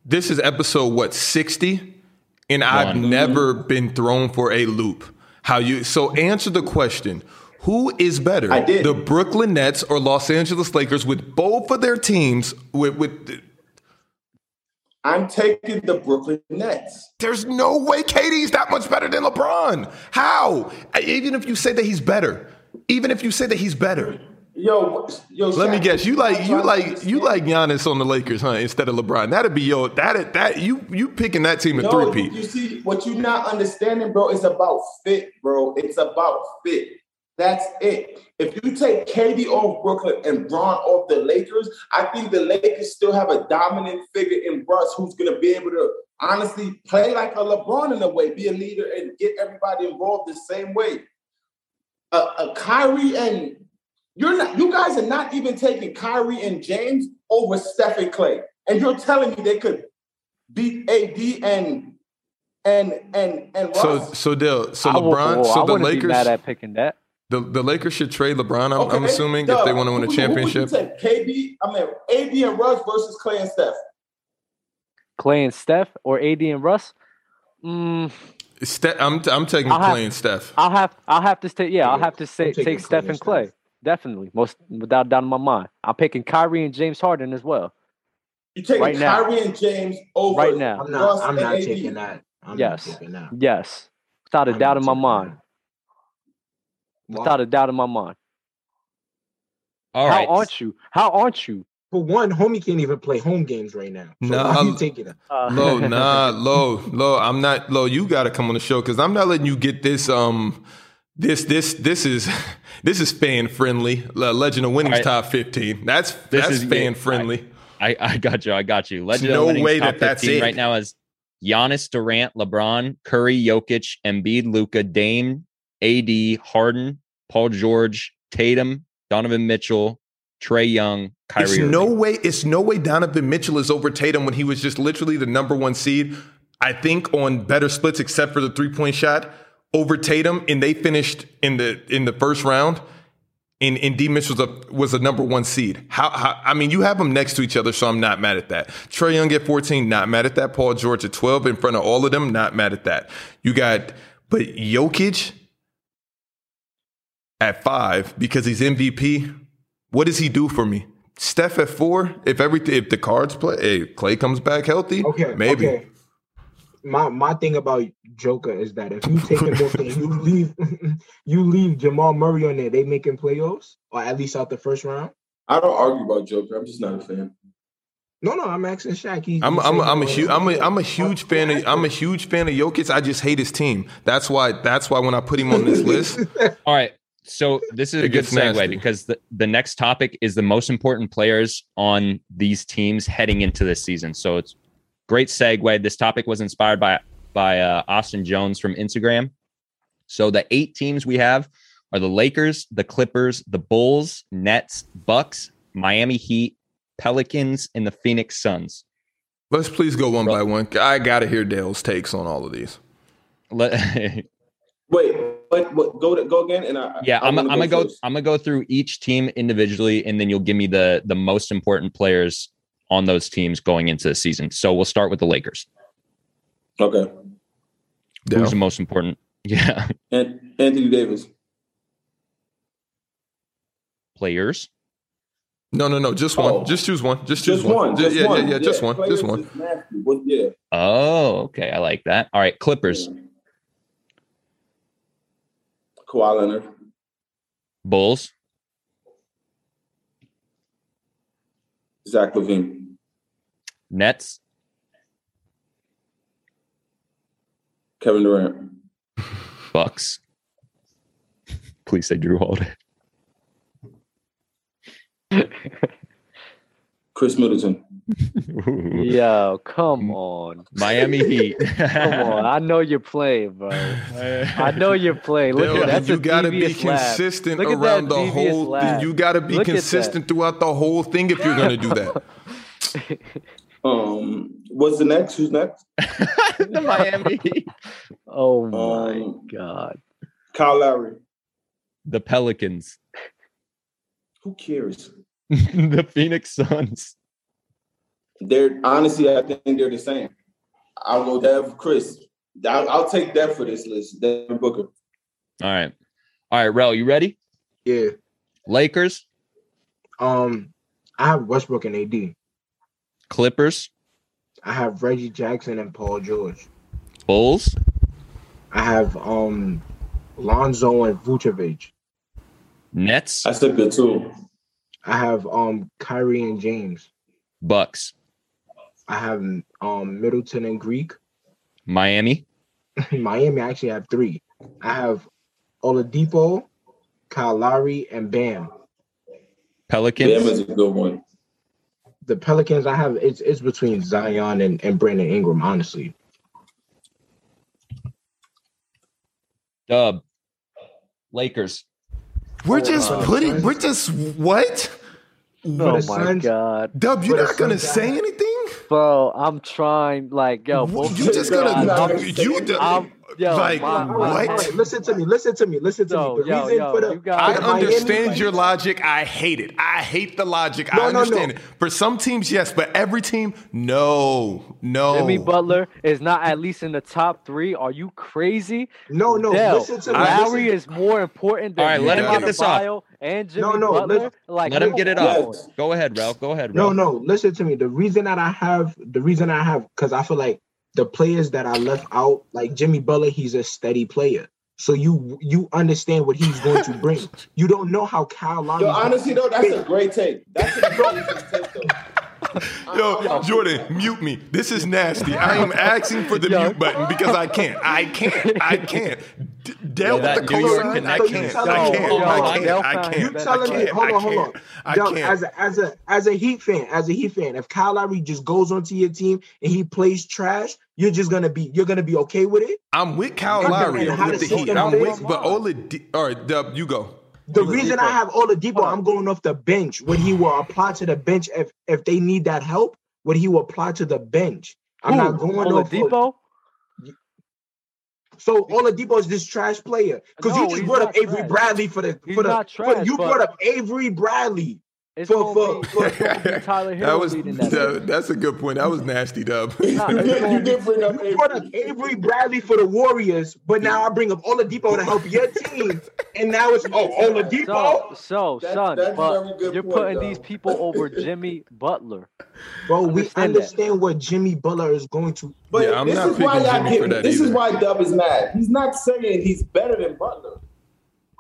Speaker 6: this is episode what sixty, and I've
Speaker 5: One.
Speaker 6: never been thrown for a loop. How you? So answer the question: Who is better,
Speaker 2: I did.
Speaker 6: the Brooklyn Nets or Los Angeles Lakers? With both of their teams, with with
Speaker 2: I'm taking the Brooklyn Nets.
Speaker 6: There's no way KD's that much better than LeBron. How? Even if you say that he's better, even if you say that he's better,
Speaker 2: Yo, yo.
Speaker 6: let me
Speaker 2: Shaq,
Speaker 6: guess. You
Speaker 2: I'm
Speaker 6: like you
Speaker 2: trying to
Speaker 6: like you
Speaker 2: understand.
Speaker 6: like Giannis on the Lakers, huh? Instead of LeBron, that'd be your that that you you picking that team to
Speaker 2: No,
Speaker 6: three
Speaker 2: you,
Speaker 6: peat.
Speaker 2: you see, what you're not understanding, bro, is about fit, bro. It's about fit. That's it. If you take KD off Brooklyn and Braun off the Lakers, I think the Lakers still have a dominant figure in Russ who's going to be able to honestly play like a LeBron in a way, be a leader and get everybody involved the same way. A, a Kyrie and you're not, you guys are not even taking Kyrie and James over Steph and Clay. And you're telling me they could beat AD and and and and
Speaker 6: So
Speaker 2: Russ.
Speaker 6: so Dale so
Speaker 4: I would-
Speaker 6: LeBron
Speaker 4: whoa, I
Speaker 6: so the
Speaker 4: wouldn't be mad
Speaker 6: Lakers
Speaker 4: at picking that.
Speaker 6: the, the Lakers should trade LeBron. I'm, I'm
Speaker 2: Okay,
Speaker 6: assuming
Speaker 2: duh.
Speaker 6: if they want to win a
Speaker 2: Who would- who would you
Speaker 6: championship.
Speaker 2: take? KD, I mean AD and Russ versus Clay and Steph.
Speaker 4: Clay and Steph or AD and Russ. Mm,
Speaker 6: Ste- I'm I'm taking
Speaker 4: I'll have-
Speaker 6: Clay and Steph.
Speaker 4: [LAUGHS] I'll have I'll have to say yeah, I'll have to say
Speaker 9: I'm taking
Speaker 4: take
Speaker 9: Clay
Speaker 4: Steph and
Speaker 9: and
Speaker 4: Clay.
Speaker 9: Steph.
Speaker 4: Definitely. Most without a doubt in my mind. I'm picking Kyrie and James Harden as well.
Speaker 2: You taking
Speaker 4: Right now.
Speaker 2: Kyrie and James over
Speaker 4: Right now.
Speaker 9: I'm not.
Speaker 2: Russ
Speaker 9: I'm
Speaker 2: and
Speaker 9: not
Speaker 2: AD.
Speaker 9: taking that. I'm
Speaker 4: Yes.
Speaker 9: not taking that.
Speaker 4: Yes. Without a
Speaker 9: I'm
Speaker 4: doubt
Speaker 9: not
Speaker 4: in my
Speaker 9: taking
Speaker 4: mind.
Speaker 9: that.
Speaker 4: Without a doubt in my mind.
Speaker 5: All
Speaker 4: How
Speaker 5: right.
Speaker 4: aren't you? How aren't you?
Speaker 9: For one, homie can't even play home games right now. So
Speaker 6: Nah,
Speaker 9: why
Speaker 6: I'll-
Speaker 9: you taking that?
Speaker 4: Uh,
Speaker 9: [LAUGHS]
Speaker 6: Low, nah, low, low. I'm not low. You gotta come on the show because I'm not letting you get this. Um, this, this, this is, [LAUGHS] this is fan friendly. Le- Legend of Winning's
Speaker 5: All right.
Speaker 6: top 15. That's
Speaker 5: This
Speaker 6: that's
Speaker 5: is- yeah,
Speaker 6: fan friendly.
Speaker 5: I, I got you. I got you. Legend
Speaker 6: no
Speaker 5: of winning's
Speaker 6: way
Speaker 5: top
Speaker 6: that that's
Speaker 5: 15
Speaker 6: it.
Speaker 5: right now is Giannis, Durant, LeBron, Curry, Jokic, Embiid, Luca, Dame, AD, Harden, Paul George, Tatum, Donovan Mitchell, Trey Young, Kyrie.
Speaker 6: It's
Speaker 5: Irving.
Speaker 6: no way. It's no way. Donovan Mitchell is over Tatum when he was just literally the number one seed. I think on better splits, except for the three point shot over Tatum, and they finished in the in the first round. And, and D Mitchell's a, was a number one seed. How, how? I mean, you have them next to each other, so I'm not mad at that. Trey Young at 14, not mad at that. Paul George at 12, in front of all of them, not mad at that. You got, but Jokic at five because he's MVP. What does he do for me? Steph at four. If everything, if the cards play, hey, Clay comes back healthy,
Speaker 9: Okay,
Speaker 6: [LAUGHS] maybe.
Speaker 9: okay. My my thing about Joker is that if you take him off and
Speaker 6: [LAUGHS]
Speaker 9: you leave [LAUGHS] you leave Jamal Murray on there, they making playoffs or at least out the first round.
Speaker 2: I don't argue about Joker. I'm just not a fan.
Speaker 9: No, no, I'm asking Shaq. He,
Speaker 6: I'm
Speaker 9: he
Speaker 6: I'm
Speaker 9: said
Speaker 6: I'm a
Speaker 9: he
Speaker 6: huge I'm a
Speaker 9: wasn't-
Speaker 6: I'm a huge fan of I'm a huge fan of Jokic. I just hate his team. That's why that's why when I put him on this list,
Speaker 5: All right. So this is a
Speaker 6: It
Speaker 5: good
Speaker 6: gets
Speaker 5: segue
Speaker 6: nasty.
Speaker 5: because the, the next topic is the most important players on these teams heading into this season. So it's great segue. This topic was inspired by by uh, Austin Jones from Instagram. So the eight teams we have are the Lakers, the Clippers, the Bulls, Nets, Bucks, Miami Heat, Pelicans, and the Phoenix Suns.
Speaker 6: let's please go one by one. I gotta hear Dale's takes on all of these.
Speaker 5: [LAUGHS] Let,
Speaker 8: Wait, but, but go to, go again, and I
Speaker 5: Yeah,
Speaker 8: I
Speaker 5: I'm, I'm
Speaker 8: wanna
Speaker 5: gonna go.
Speaker 8: first.
Speaker 5: I'm gonna go through each team individually, and then you'll give me the the most important players on those teams going into the season. So we'll start with the Lakers.
Speaker 8: Okay,
Speaker 5: Who's the
Speaker 6: Dale.
Speaker 5: most important? [LAUGHS] Yeah,
Speaker 8: and Anthony Davis.
Speaker 5: players.
Speaker 6: No, no, no. Just one.
Speaker 8: Oh.
Speaker 6: Just choose one. Just choose
Speaker 8: Just one.
Speaker 6: Ju-
Speaker 8: Just
Speaker 6: yeah,
Speaker 8: one.
Speaker 6: yeah, yeah. Just one.
Speaker 8: players
Speaker 6: Just one.
Speaker 8: is nasty, but yeah.
Speaker 5: Oh, okay, I like that. All right, Clippers,
Speaker 8: Kawhi Leonard.
Speaker 5: Bulls,
Speaker 8: Zach Levine.
Speaker 5: Nets,
Speaker 8: Kevin Durant.
Speaker 5: Bucks. [LAUGHS] Please say Drew Holiday. [LAUGHS]
Speaker 8: Chris Middleton.
Speaker 5: Ooh.
Speaker 4: Yo, come on.
Speaker 5: Miami Heat.
Speaker 4: Come on. I know you're playing, bro. I know you're playing. Look
Speaker 6: Dale,
Speaker 4: at that.
Speaker 6: you gotta be consistent
Speaker 4: Look at that
Speaker 6: around the
Speaker 4: devious
Speaker 6: whole
Speaker 4: laugh.
Speaker 6: thing. You gotta be
Speaker 4: Look at that.
Speaker 6: consistent throughout the whole thing if you're gonna do
Speaker 4: [LAUGHS]
Speaker 6: that.
Speaker 8: Um, what's the next? Who's next?
Speaker 5: [LAUGHS] the Miami Heat.
Speaker 6: Uh,
Speaker 4: Oh my
Speaker 8: Um,
Speaker 4: god.
Speaker 8: Kyle Lowry.
Speaker 5: The Pelicans. [LAUGHS]
Speaker 8: Who cares?
Speaker 5: the Phoenix Suns.
Speaker 8: They're honestly, I think they're the same. I'll go Dev Chris. I'll, I'll take that for this list. Devin Booker.
Speaker 5: All right. All right, Rel, you ready?
Speaker 9: [LAUGHS] yeah.
Speaker 5: Lakers,
Speaker 9: Um, I have Westbrook and AD.
Speaker 5: Clippers,
Speaker 9: I have Reggie Jackson and Paul George.
Speaker 5: Bulls,
Speaker 9: I have um Lonzo and Vucevic.
Speaker 5: Nets,
Speaker 8: That's a good too.
Speaker 9: I have um Kyrie and James.
Speaker 5: Bucks,
Speaker 9: I have um Middleton and Greek.
Speaker 5: Miami,
Speaker 9: Miami I actually have three. I have Oladipo, Kyle Lowry, and Bam.
Speaker 8: Bam
Speaker 5: Pelicans,
Speaker 8: is a good one.
Speaker 9: The Pelicans I have it's it's between Zion and, and Brandon Ingram, honestly.
Speaker 5: Dub, Lakers.
Speaker 6: We're
Speaker 9: Oh,
Speaker 6: just
Speaker 9: uh,
Speaker 6: putting. We're just what?
Speaker 9: For
Speaker 4: Oh
Speaker 9: the
Speaker 4: my
Speaker 9: Suns,
Speaker 4: god.
Speaker 6: Dub, you're
Speaker 9: For the
Speaker 6: not gonna
Speaker 9: Suns, I
Speaker 6: say
Speaker 9: have-
Speaker 6: anything.
Speaker 4: Bro, I'm trying like yo,
Speaker 6: Wh-
Speaker 4: both
Speaker 6: you
Speaker 4: these
Speaker 6: just
Speaker 4: guys
Speaker 6: gotta
Speaker 4: are-
Speaker 8: Nah,
Speaker 6: you, you
Speaker 8: I'm-
Speaker 6: d-
Speaker 4: I'm yo,
Speaker 6: like
Speaker 4: my-
Speaker 9: All right, all
Speaker 6: what?
Speaker 9: right, listen to me. Listen to me. Listen to
Speaker 4: Yo,
Speaker 9: me. The
Speaker 4: yo,
Speaker 9: reason
Speaker 4: yo,
Speaker 9: for the,
Speaker 4: you guys-
Speaker 6: I
Speaker 9: for the Miami-
Speaker 6: understand your logic. I hate it. I hate the logic.
Speaker 9: No,
Speaker 6: I
Speaker 9: no, no.
Speaker 6: understand it. For some teams, yes, but every team, no, no.
Speaker 4: Jimmy Butler is not at least in the top three. Are you crazy?
Speaker 9: No, no.
Speaker 4: Dell,
Speaker 9: listen to me.
Speaker 4: Lowry
Speaker 9: listen-
Speaker 4: is more important than
Speaker 5: All right, let
Speaker 6: him
Speaker 4: Bam
Speaker 6: get
Speaker 5: this off.
Speaker 4: Adebayo and Jimmy
Speaker 9: No, no,
Speaker 4: Butler.
Speaker 9: listen-
Speaker 4: like,
Speaker 5: Let him
Speaker 4: come
Speaker 5: get it
Speaker 4: on.
Speaker 5: off.
Speaker 8: Yes.
Speaker 5: Go ahead, Rel. Go ahead,
Speaker 9: No,
Speaker 5: Rel. [LAUGHS]
Speaker 9: no. Listen to me. The reason that I have the reason I have because I feel like the players that I left out, like Jimmy Butler, he's a steady player. So you you understand what he's going to bring. You don't know how Kyle Lowry.
Speaker 8: Yo, honestly though, that's a great take. That's an amazing take though.
Speaker 6: [LAUGHS] Yo, Jordan, mute me. This is nasty. I am asking for the
Speaker 4: Yo.
Speaker 6: mute button because I can't. I can't. I can't. D- Dealt
Speaker 5: that
Speaker 6: with the
Speaker 5: New
Speaker 6: cold
Speaker 5: York
Speaker 6: sign. I
Speaker 5: connection
Speaker 6: can't.
Speaker 5: is
Speaker 6: I
Speaker 4: so
Speaker 6: can't.
Speaker 4: wrong.
Speaker 6: I
Speaker 4: Dell
Speaker 6: can't. I
Speaker 4: found
Speaker 6: can't.
Speaker 9: You
Speaker 4: that.
Speaker 6: I
Speaker 9: telling me?
Speaker 6: can't.
Speaker 9: Hold
Speaker 6: I
Speaker 9: on, hold on.
Speaker 6: can't. I
Speaker 9: Yo,
Speaker 6: can't.
Speaker 9: as a as a as a Heat fan, as a Heat fan, if Kyle Lowry just goes onto your team and he plays trash, you're just gonna be you're gonna be okay with it.
Speaker 6: I'm with Kyle
Speaker 9: Look at
Speaker 6: Lowry
Speaker 9: that, how
Speaker 6: with the
Speaker 9: the
Speaker 6: Heat.
Speaker 9: system
Speaker 6: I'm with,
Speaker 9: fits.
Speaker 6: but Oladipo. All right, Dub, you go.
Speaker 9: The
Speaker 6: You go.
Speaker 9: reason I have Oladipo, I'm going off the bench. What he will apply to the bench if if they need that help, what he will apply to the bench. I'm
Speaker 4: Who?
Speaker 9: not going off. of-
Speaker 4: Oladipo?
Speaker 9: So Oladipo is this trash player because
Speaker 4: No,
Speaker 9: you just
Speaker 4: he's
Speaker 9: brought up
Speaker 4: not
Speaker 9: Avery
Speaker 4: trash.
Speaker 9: Bradley for the
Speaker 4: He's
Speaker 9: for the
Speaker 4: not
Speaker 9: for-
Speaker 4: trash,
Speaker 9: you
Speaker 4: but-
Speaker 9: brought up Avery Bradley.
Speaker 4: It's
Speaker 9: For-
Speaker 4: gonna be,
Speaker 9: for-
Speaker 4: it's gonna be Tyler Hero
Speaker 6: That was
Speaker 4: leading that.
Speaker 6: that- that's a good point. That was nasty, Dub. [LAUGHS]
Speaker 4: Nah,
Speaker 8: You
Speaker 4: it's
Speaker 8: did-
Speaker 4: gonna
Speaker 8: you
Speaker 4: be-
Speaker 8: did bring up
Speaker 9: You brought up Avery Bradley for the Warriors, but now I bring up Oladipo to help your team, and now
Speaker 6: [LAUGHS]
Speaker 9: it's oh
Speaker 4: so,
Speaker 9: Oladipo,
Speaker 4: so,
Speaker 8: That's-
Speaker 4: son,
Speaker 8: that's very
Speaker 4: but
Speaker 8: good
Speaker 4: you're
Speaker 8: point,
Speaker 4: putting these
Speaker 8: though.
Speaker 4: people over Jimmy
Speaker 6: [LAUGHS]
Speaker 4: Butler.
Speaker 9: bro. We
Speaker 4: Understand that.
Speaker 9: understand what Jimmy Butler is going to.
Speaker 8: But
Speaker 6: Yeah, I'm
Speaker 8: this
Speaker 6: not
Speaker 8: is why
Speaker 6: picking
Speaker 8: y'all
Speaker 6: Jimmy
Speaker 8: get
Speaker 6: for
Speaker 8: me.
Speaker 6: that
Speaker 8: This is
Speaker 6: either.
Speaker 8: why Dub is mad. He's not saying he's better than Butler.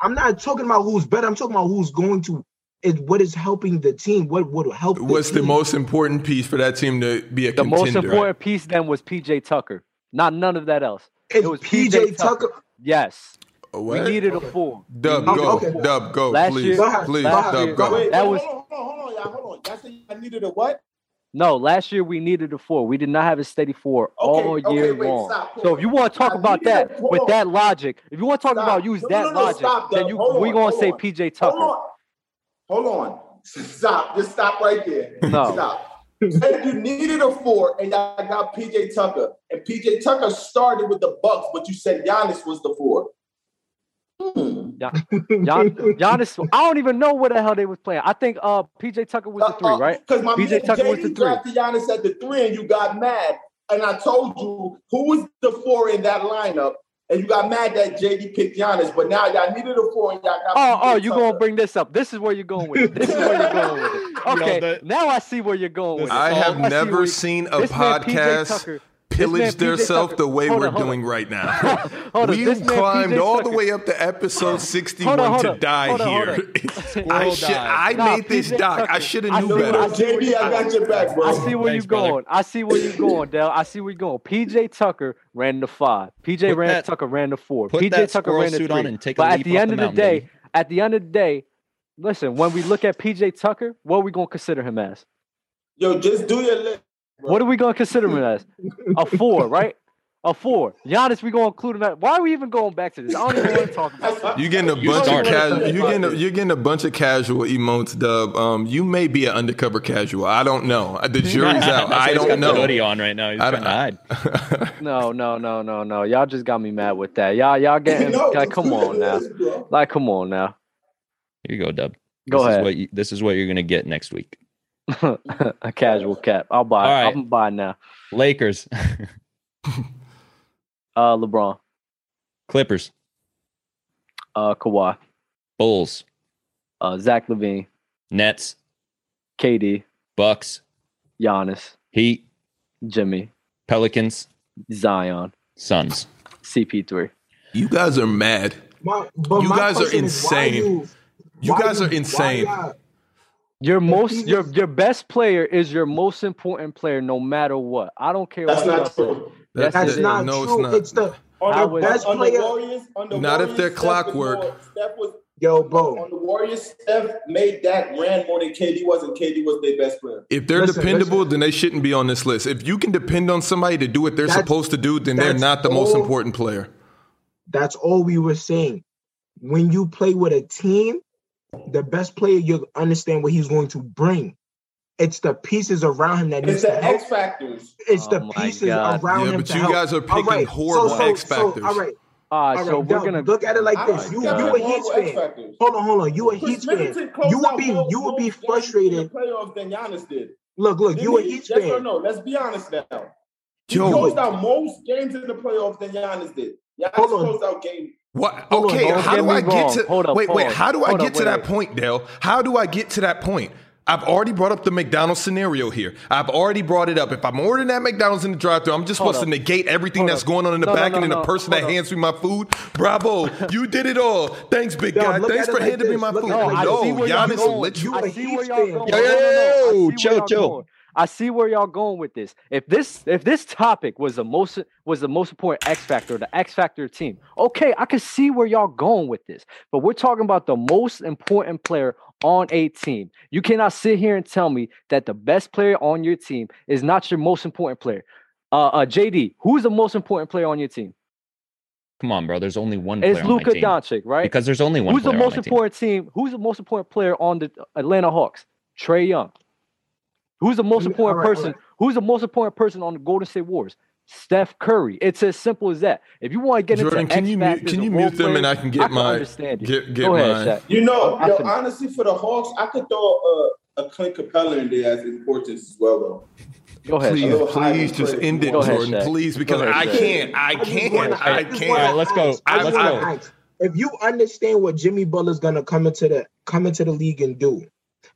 Speaker 9: I'm not talking about who's better. I'm talking about who's going to is what is helping the team? What would help?
Speaker 6: What's the
Speaker 9: team?
Speaker 6: most important piece for that team to be a
Speaker 4: The most
Speaker 6: contender?
Speaker 4: important piece then was PJ Tucker. Not none of that else.
Speaker 9: It's
Speaker 4: it was
Speaker 9: PJ Tucker.
Speaker 4: Yes.
Speaker 6: What?
Speaker 4: We needed
Speaker 9: Okay.
Speaker 4: a four.
Speaker 6: Dub,
Speaker 9: Okay,
Speaker 6: go.
Speaker 9: okay.
Speaker 6: Dub, go.
Speaker 4: Last
Speaker 6: please.
Speaker 4: year-
Speaker 9: Go ahead.
Speaker 6: please,
Speaker 9: Go ahead.
Speaker 6: Dub,
Speaker 9: Go
Speaker 6: go.
Speaker 9: ahead.
Speaker 2: Wait,
Speaker 4: That
Speaker 2: wait,
Speaker 4: was-
Speaker 2: hold on, hold on, hold on, y'all, hold on. Y'all said I needed a what?
Speaker 4: No, last year we needed a four. We did not have a steady four all
Speaker 2: Okay, okay,
Speaker 4: year
Speaker 2: wait,
Speaker 4: long.
Speaker 2: stop.
Speaker 4: So if you want to
Speaker 2: I
Speaker 4: talk about
Speaker 2: needed a
Speaker 4: that
Speaker 2: four.
Speaker 4: with that logic, if you want to talk
Speaker 2: Stop.
Speaker 4: about use
Speaker 2: No, no,
Speaker 4: that
Speaker 2: no, no,
Speaker 4: logic,
Speaker 2: stop,
Speaker 4: then
Speaker 2: Doug.
Speaker 4: you
Speaker 2: Hold
Speaker 4: we
Speaker 2: on,
Speaker 4: gonna
Speaker 2: hold
Speaker 4: say
Speaker 2: on.
Speaker 4: PJ
Speaker 2: Hold
Speaker 4: Tucker.
Speaker 2: on. Hold on. [LAUGHS] Stop. Just stop right there.
Speaker 4: No.
Speaker 2: Stop. Said you needed a four, and y'all got PJ Tucker. And PJ Tucker started with the Bucks, but you said Giannis was the four. Hmm.
Speaker 4: Gian,
Speaker 9: [LAUGHS]
Speaker 4: Giannis, I don't even know what the hell they was playing. I think uh PJ Tucker was the three, right?
Speaker 2: Because my
Speaker 4: PJ
Speaker 2: man
Speaker 4: Tucker was
Speaker 2: JD
Speaker 4: the three.
Speaker 2: drafted Giannis at the three, and you got mad. And I told you who was the four in that lineup, and you got mad that JD picked Giannis. But now y'all needed a four, and y'all got.
Speaker 4: Oh, oh,
Speaker 2: PJ
Speaker 4: you
Speaker 2: Tucker.
Speaker 4: gonna bring this up? This is where you're going with it. This is where you're
Speaker 2: [LAUGHS]
Speaker 4: going with it.
Speaker 5: Yo,
Speaker 4: Okay,
Speaker 5: that-
Speaker 4: now I see where you're going with it.
Speaker 6: I have
Speaker 4: Now I see where
Speaker 6: never
Speaker 4: you-
Speaker 6: seen a
Speaker 4: This man, PJ
Speaker 6: podcast
Speaker 4: Tucker- this man,
Speaker 6: pillage
Speaker 4: PJ
Speaker 6: theirself
Speaker 4: Tucker-
Speaker 6: the way
Speaker 4: hold
Speaker 6: we're
Speaker 4: on, hold on.
Speaker 6: doing right now.
Speaker 4: [LAUGHS] Hold on,
Speaker 6: We've
Speaker 4: this man,
Speaker 6: climbed
Speaker 4: PJ
Speaker 6: all the
Speaker 4: Tucker- [LAUGHS]
Speaker 6: way up to episode 61
Speaker 4: Hold on, hold
Speaker 6: to
Speaker 4: on.
Speaker 6: die
Speaker 4: Hold on, hold
Speaker 6: [LAUGHS] here.
Speaker 4: on.
Speaker 6: I,
Speaker 5: Squirrel
Speaker 6: should,
Speaker 5: dive.
Speaker 6: I
Speaker 4: Nah,
Speaker 6: made this
Speaker 4: PJ
Speaker 6: doc. I
Speaker 4: Tucker.
Speaker 6: should
Speaker 4: I
Speaker 6: have
Speaker 4: know
Speaker 6: knew
Speaker 4: what
Speaker 6: better.
Speaker 4: I
Speaker 2: Yo,
Speaker 4: see what
Speaker 2: JD,
Speaker 4: you-
Speaker 2: I got your back, bro.
Speaker 4: I see where
Speaker 5: Thanks,
Speaker 4: you're
Speaker 5: brother.
Speaker 4: going. I see where you're going, Dell. I see where you're going. PJ Tucker ran the five. PJ
Speaker 5: Put
Speaker 4: ran
Speaker 5: that-
Speaker 4: Tucker ran the four.
Speaker 5: put
Speaker 4: PJ
Speaker 5: that
Speaker 4: Tucker
Speaker 5: squirrel
Speaker 4: ran the
Speaker 5: suit
Speaker 4: three.
Speaker 5: on and take a
Speaker 4: but at
Speaker 5: leap
Speaker 4: the
Speaker 5: off
Speaker 4: end
Speaker 5: the
Speaker 4: of the
Speaker 5: mountain,
Speaker 4: day,
Speaker 5: baby.
Speaker 4: at the end of the day, listen. When we look at PJ Tucker, what are we gonna consider him as?
Speaker 2: Yo, just do your list. bro.
Speaker 4: What are we gonna consider him as? A four, right? A four. Giannis, we gonna include him at. Why are we even going back to this? I don't even want to talk about. This.
Speaker 6: You getting a
Speaker 5: You
Speaker 6: bunch of
Speaker 5: started.
Speaker 6: casual. You getting a, you're getting a bunch of casual emotes, Dub. Um, you may be an undercover casual. I don't know. Uh,
Speaker 5: [LAUGHS]
Speaker 6: The jury's
Speaker 5: That's
Speaker 6: out.
Speaker 5: why
Speaker 6: I
Speaker 5: he's
Speaker 6: don't
Speaker 5: got the
Speaker 6: know.
Speaker 5: hoodie on right now. He's
Speaker 6: I
Speaker 5: trying
Speaker 6: don't-
Speaker 5: to hide.
Speaker 4: No, no, no, no, no. Y'all just got me mad with that. Y'all, y'all getting
Speaker 2: [LAUGHS] No,
Speaker 4: like,
Speaker 2: do
Speaker 4: come
Speaker 2: your
Speaker 4: on now.
Speaker 2: list, bro.
Speaker 4: Like, come on now.
Speaker 5: Here you go, Dub.
Speaker 4: Go
Speaker 5: this
Speaker 4: ahead.
Speaker 5: Is what you, this is what you're gonna get next week.
Speaker 4: [LAUGHS] a casual cap. I'll buy.
Speaker 5: All right.
Speaker 4: I'm buy now.
Speaker 5: Lakers, [LAUGHS]
Speaker 4: Uh, LeBron.
Speaker 5: Clippers,
Speaker 4: Uh, Kawhi.
Speaker 5: Bulls,
Speaker 4: Uh, Zach Levine.
Speaker 5: Nets,
Speaker 4: KD.
Speaker 5: Bucks,
Speaker 4: Giannis.
Speaker 5: Heat,
Speaker 4: Jimmy.
Speaker 5: Pelicans,
Speaker 4: Zion.
Speaker 5: Suns.
Speaker 4: CP3.
Speaker 6: [LAUGHS] You guys are mad.
Speaker 9: My, but
Speaker 6: You
Speaker 9: my
Speaker 6: guys are
Speaker 9: question is, why
Speaker 6: insane.
Speaker 9: You,
Speaker 6: You
Speaker 9: why
Speaker 6: guys are
Speaker 9: why
Speaker 6: insane.
Speaker 9: y'all-
Speaker 4: Your most
Speaker 9: he's-
Speaker 4: your your best player is your most important player, no matter what. I don't care.
Speaker 2: That's
Speaker 4: what y'all
Speaker 2: not
Speaker 4: say.
Speaker 2: true.
Speaker 4: Yes,
Speaker 6: That-
Speaker 9: That's
Speaker 4: it is.
Speaker 9: not
Speaker 6: no, it's
Speaker 9: true.
Speaker 6: not.
Speaker 9: It's the
Speaker 2: On
Speaker 4: I
Speaker 2: the,
Speaker 4: would-
Speaker 2: best
Speaker 9: Best
Speaker 2: on
Speaker 9: player-
Speaker 2: the Warriors, on the
Speaker 6: Not if
Speaker 2: Warriors,
Speaker 6: they're
Speaker 2: Steph
Speaker 6: clockwork.
Speaker 2: Was more, Steph was
Speaker 9: yo, bro.
Speaker 2: on the Warriors. Steph made that ran more than KD was, and KD was their best player.
Speaker 6: If they're
Speaker 9: Listen,
Speaker 6: dependable,
Speaker 9: listen.
Speaker 6: then they shouldn't be on this list. If you can depend on somebody to do what they're
Speaker 9: That's-
Speaker 6: supposed to do, then they're
Speaker 9: that's
Speaker 6: not the most
Speaker 9: all-
Speaker 6: important player.
Speaker 9: That's all we were saying. When you play with a team, the best player you understand what he's going to bring. It's the pieces around him that
Speaker 2: It's
Speaker 9: needs to
Speaker 2: the
Speaker 9: help.
Speaker 2: X factors.
Speaker 9: It's the
Speaker 4: Oh my
Speaker 9: pieces
Speaker 4: God.
Speaker 9: around
Speaker 6: Yeah,
Speaker 9: him.
Speaker 6: but
Speaker 9: to
Speaker 6: you
Speaker 9: help.
Speaker 6: guys are
Speaker 9: All
Speaker 6: picking horrible X factors.
Speaker 9: all right,
Speaker 4: All
Speaker 9: all
Speaker 4: right,
Speaker 9: right.
Speaker 4: so we're
Speaker 9: now,
Speaker 4: gonna
Speaker 9: look at it like
Speaker 2: I
Speaker 9: this. You,
Speaker 2: don't
Speaker 9: you
Speaker 2: think
Speaker 9: a
Speaker 2: they're
Speaker 9: Heat
Speaker 2: horrible X
Speaker 9: fan.
Speaker 2: factors.
Speaker 9: Hold on, hold on. You a Heat
Speaker 2: Chris
Speaker 9: fan.
Speaker 2: Middleton closed
Speaker 9: You would
Speaker 2: out
Speaker 9: be,
Speaker 2: more-
Speaker 9: you would be
Speaker 2: more games in the
Speaker 9: frustrated.
Speaker 2: Playoffs than Giannis did.
Speaker 9: Look, look. You a
Speaker 2: Didn't he?
Speaker 9: Heat
Speaker 2: Yes or
Speaker 9: fan.
Speaker 2: no? Let's be honest now. He
Speaker 6: Yo.
Speaker 2: closed out most games in the playoffs than Giannis did. Giannis
Speaker 9: Hold on.
Speaker 2: closed out games.
Speaker 6: What?
Speaker 9: Hold on,
Speaker 6: okay,
Speaker 9: don't
Speaker 6: how
Speaker 4: get
Speaker 6: do
Speaker 4: me
Speaker 6: I get
Speaker 4: wrong.
Speaker 6: to?
Speaker 4: Hold up,
Speaker 6: wait, wait.
Speaker 4: pause.
Speaker 6: How do I
Speaker 4: Hold
Speaker 6: get
Speaker 4: up,
Speaker 6: to
Speaker 4: wait,
Speaker 6: that
Speaker 4: wait.
Speaker 6: point, Dale? How do I get to that point? I've already brought up the McDonald's scenario here. I've already brought it up. If I'm ordering at McDonald's in the drive-thru, I'm just
Speaker 4: Hold
Speaker 6: supposed to
Speaker 4: up.
Speaker 6: negate everything
Speaker 4: Hold
Speaker 6: that's
Speaker 4: up.
Speaker 6: going on in the
Speaker 4: No, no,
Speaker 6: back
Speaker 4: no,
Speaker 6: and then
Speaker 4: no.
Speaker 6: the person that
Speaker 4: Hold up.
Speaker 6: hands me my food. Bravo, you did it all. Thanks, big
Speaker 9: Yo,
Speaker 6: guy.
Speaker 9: look at
Speaker 6: Thanks
Speaker 9: it
Speaker 6: for
Speaker 9: like
Speaker 6: handing me
Speaker 9: this.
Speaker 6: my
Speaker 9: Look
Speaker 6: food.
Speaker 9: at it
Speaker 4: No,
Speaker 9: like
Speaker 4: I
Speaker 9: this.
Speaker 4: see
Speaker 6: no,
Speaker 4: where y'all
Speaker 6: Giannis
Speaker 4: going.
Speaker 6: lit you.
Speaker 9: You
Speaker 4: I
Speaker 9: a
Speaker 4: see
Speaker 9: Heat
Speaker 4: where y'all
Speaker 9: fan.
Speaker 4: going.
Speaker 5: Yo,
Speaker 4: No, no, no. I
Speaker 5: yo,
Speaker 4: see
Speaker 5: chill,
Speaker 4: where y'all
Speaker 5: chill.
Speaker 4: going. I see where y'all going with this. If this if this topic was the most was the most important X factor, the X factor team. Okay, I can see where y'all going with this. But we're talking about the most important player on a team. You cannot sit here and tell me that the best player on your team is not your most important player. Uh, uh JD, who's the most important player on your team?
Speaker 5: Come on, bro. There's only one
Speaker 4: It's
Speaker 5: player on my
Speaker 4: Luka
Speaker 5: team.
Speaker 4: Doncic, right?
Speaker 5: Because there's only one
Speaker 4: Who's the
Speaker 5: player on
Speaker 4: most
Speaker 5: my team.
Speaker 4: important team? Who's the most important player on the Atlanta Hawks? Trey Young. Who's the most
Speaker 9: Mm,
Speaker 4: important
Speaker 9: alright,
Speaker 4: person? Who's the most important person on the Golden State Warriors? Steph Curry. It's as simple as that. If you want to get
Speaker 6: Jordan,
Speaker 4: into
Speaker 6: can
Speaker 4: X
Speaker 6: you mute,
Speaker 4: factors
Speaker 6: can you
Speaker 4: and role
Speaker 6: mute them and
Speaker 4: players,
Speaker 6: I can get my
Speaker 4: understand you.
Speaker 6: get get
Speaker 4: Go ahead,
Speaker 6: my
Speaker 4: Shaq.
Speaker 2: You know,
Speaker 4: I
Speaker 2: yo,
Speaker 4: can-
Speaker 2: honestly, for the Hawks, I could throw a, a Clint Capella in there as importance as well, though.
Speaker 4: Go ahead.
Speaker 6: Please,
Speaker 4: Shaq.
Speaker 2: Hello, hi,
Speaker 6: please just
Speaker 2: Trey.
Speaker 6: end it,
Speaker 4: Go ahead,
Speaker 6: Jordan.
Speaker 4: Shaq.
Speaker 6: Please, because
Speaker 4: ahead,
Speaker 6: I
Speaker 4: Shaq.
Speaker 6: can't. I
Speaker 9: I just
Speaker 6: can't.
Speaker 9: wanna-
Speaker 6: I
Speaker 9: just
Speaker 6: can't.
Speaker 9: wanna
Speaker 5: Alright, let's go.
Speaker 9: ask- I
Speaker 6: Let's
Speaker 9: wanna
Speaker 6: go.
Speaker 9: ask, If you understand what Jimmy Butler's gonna come into the come into the league and do,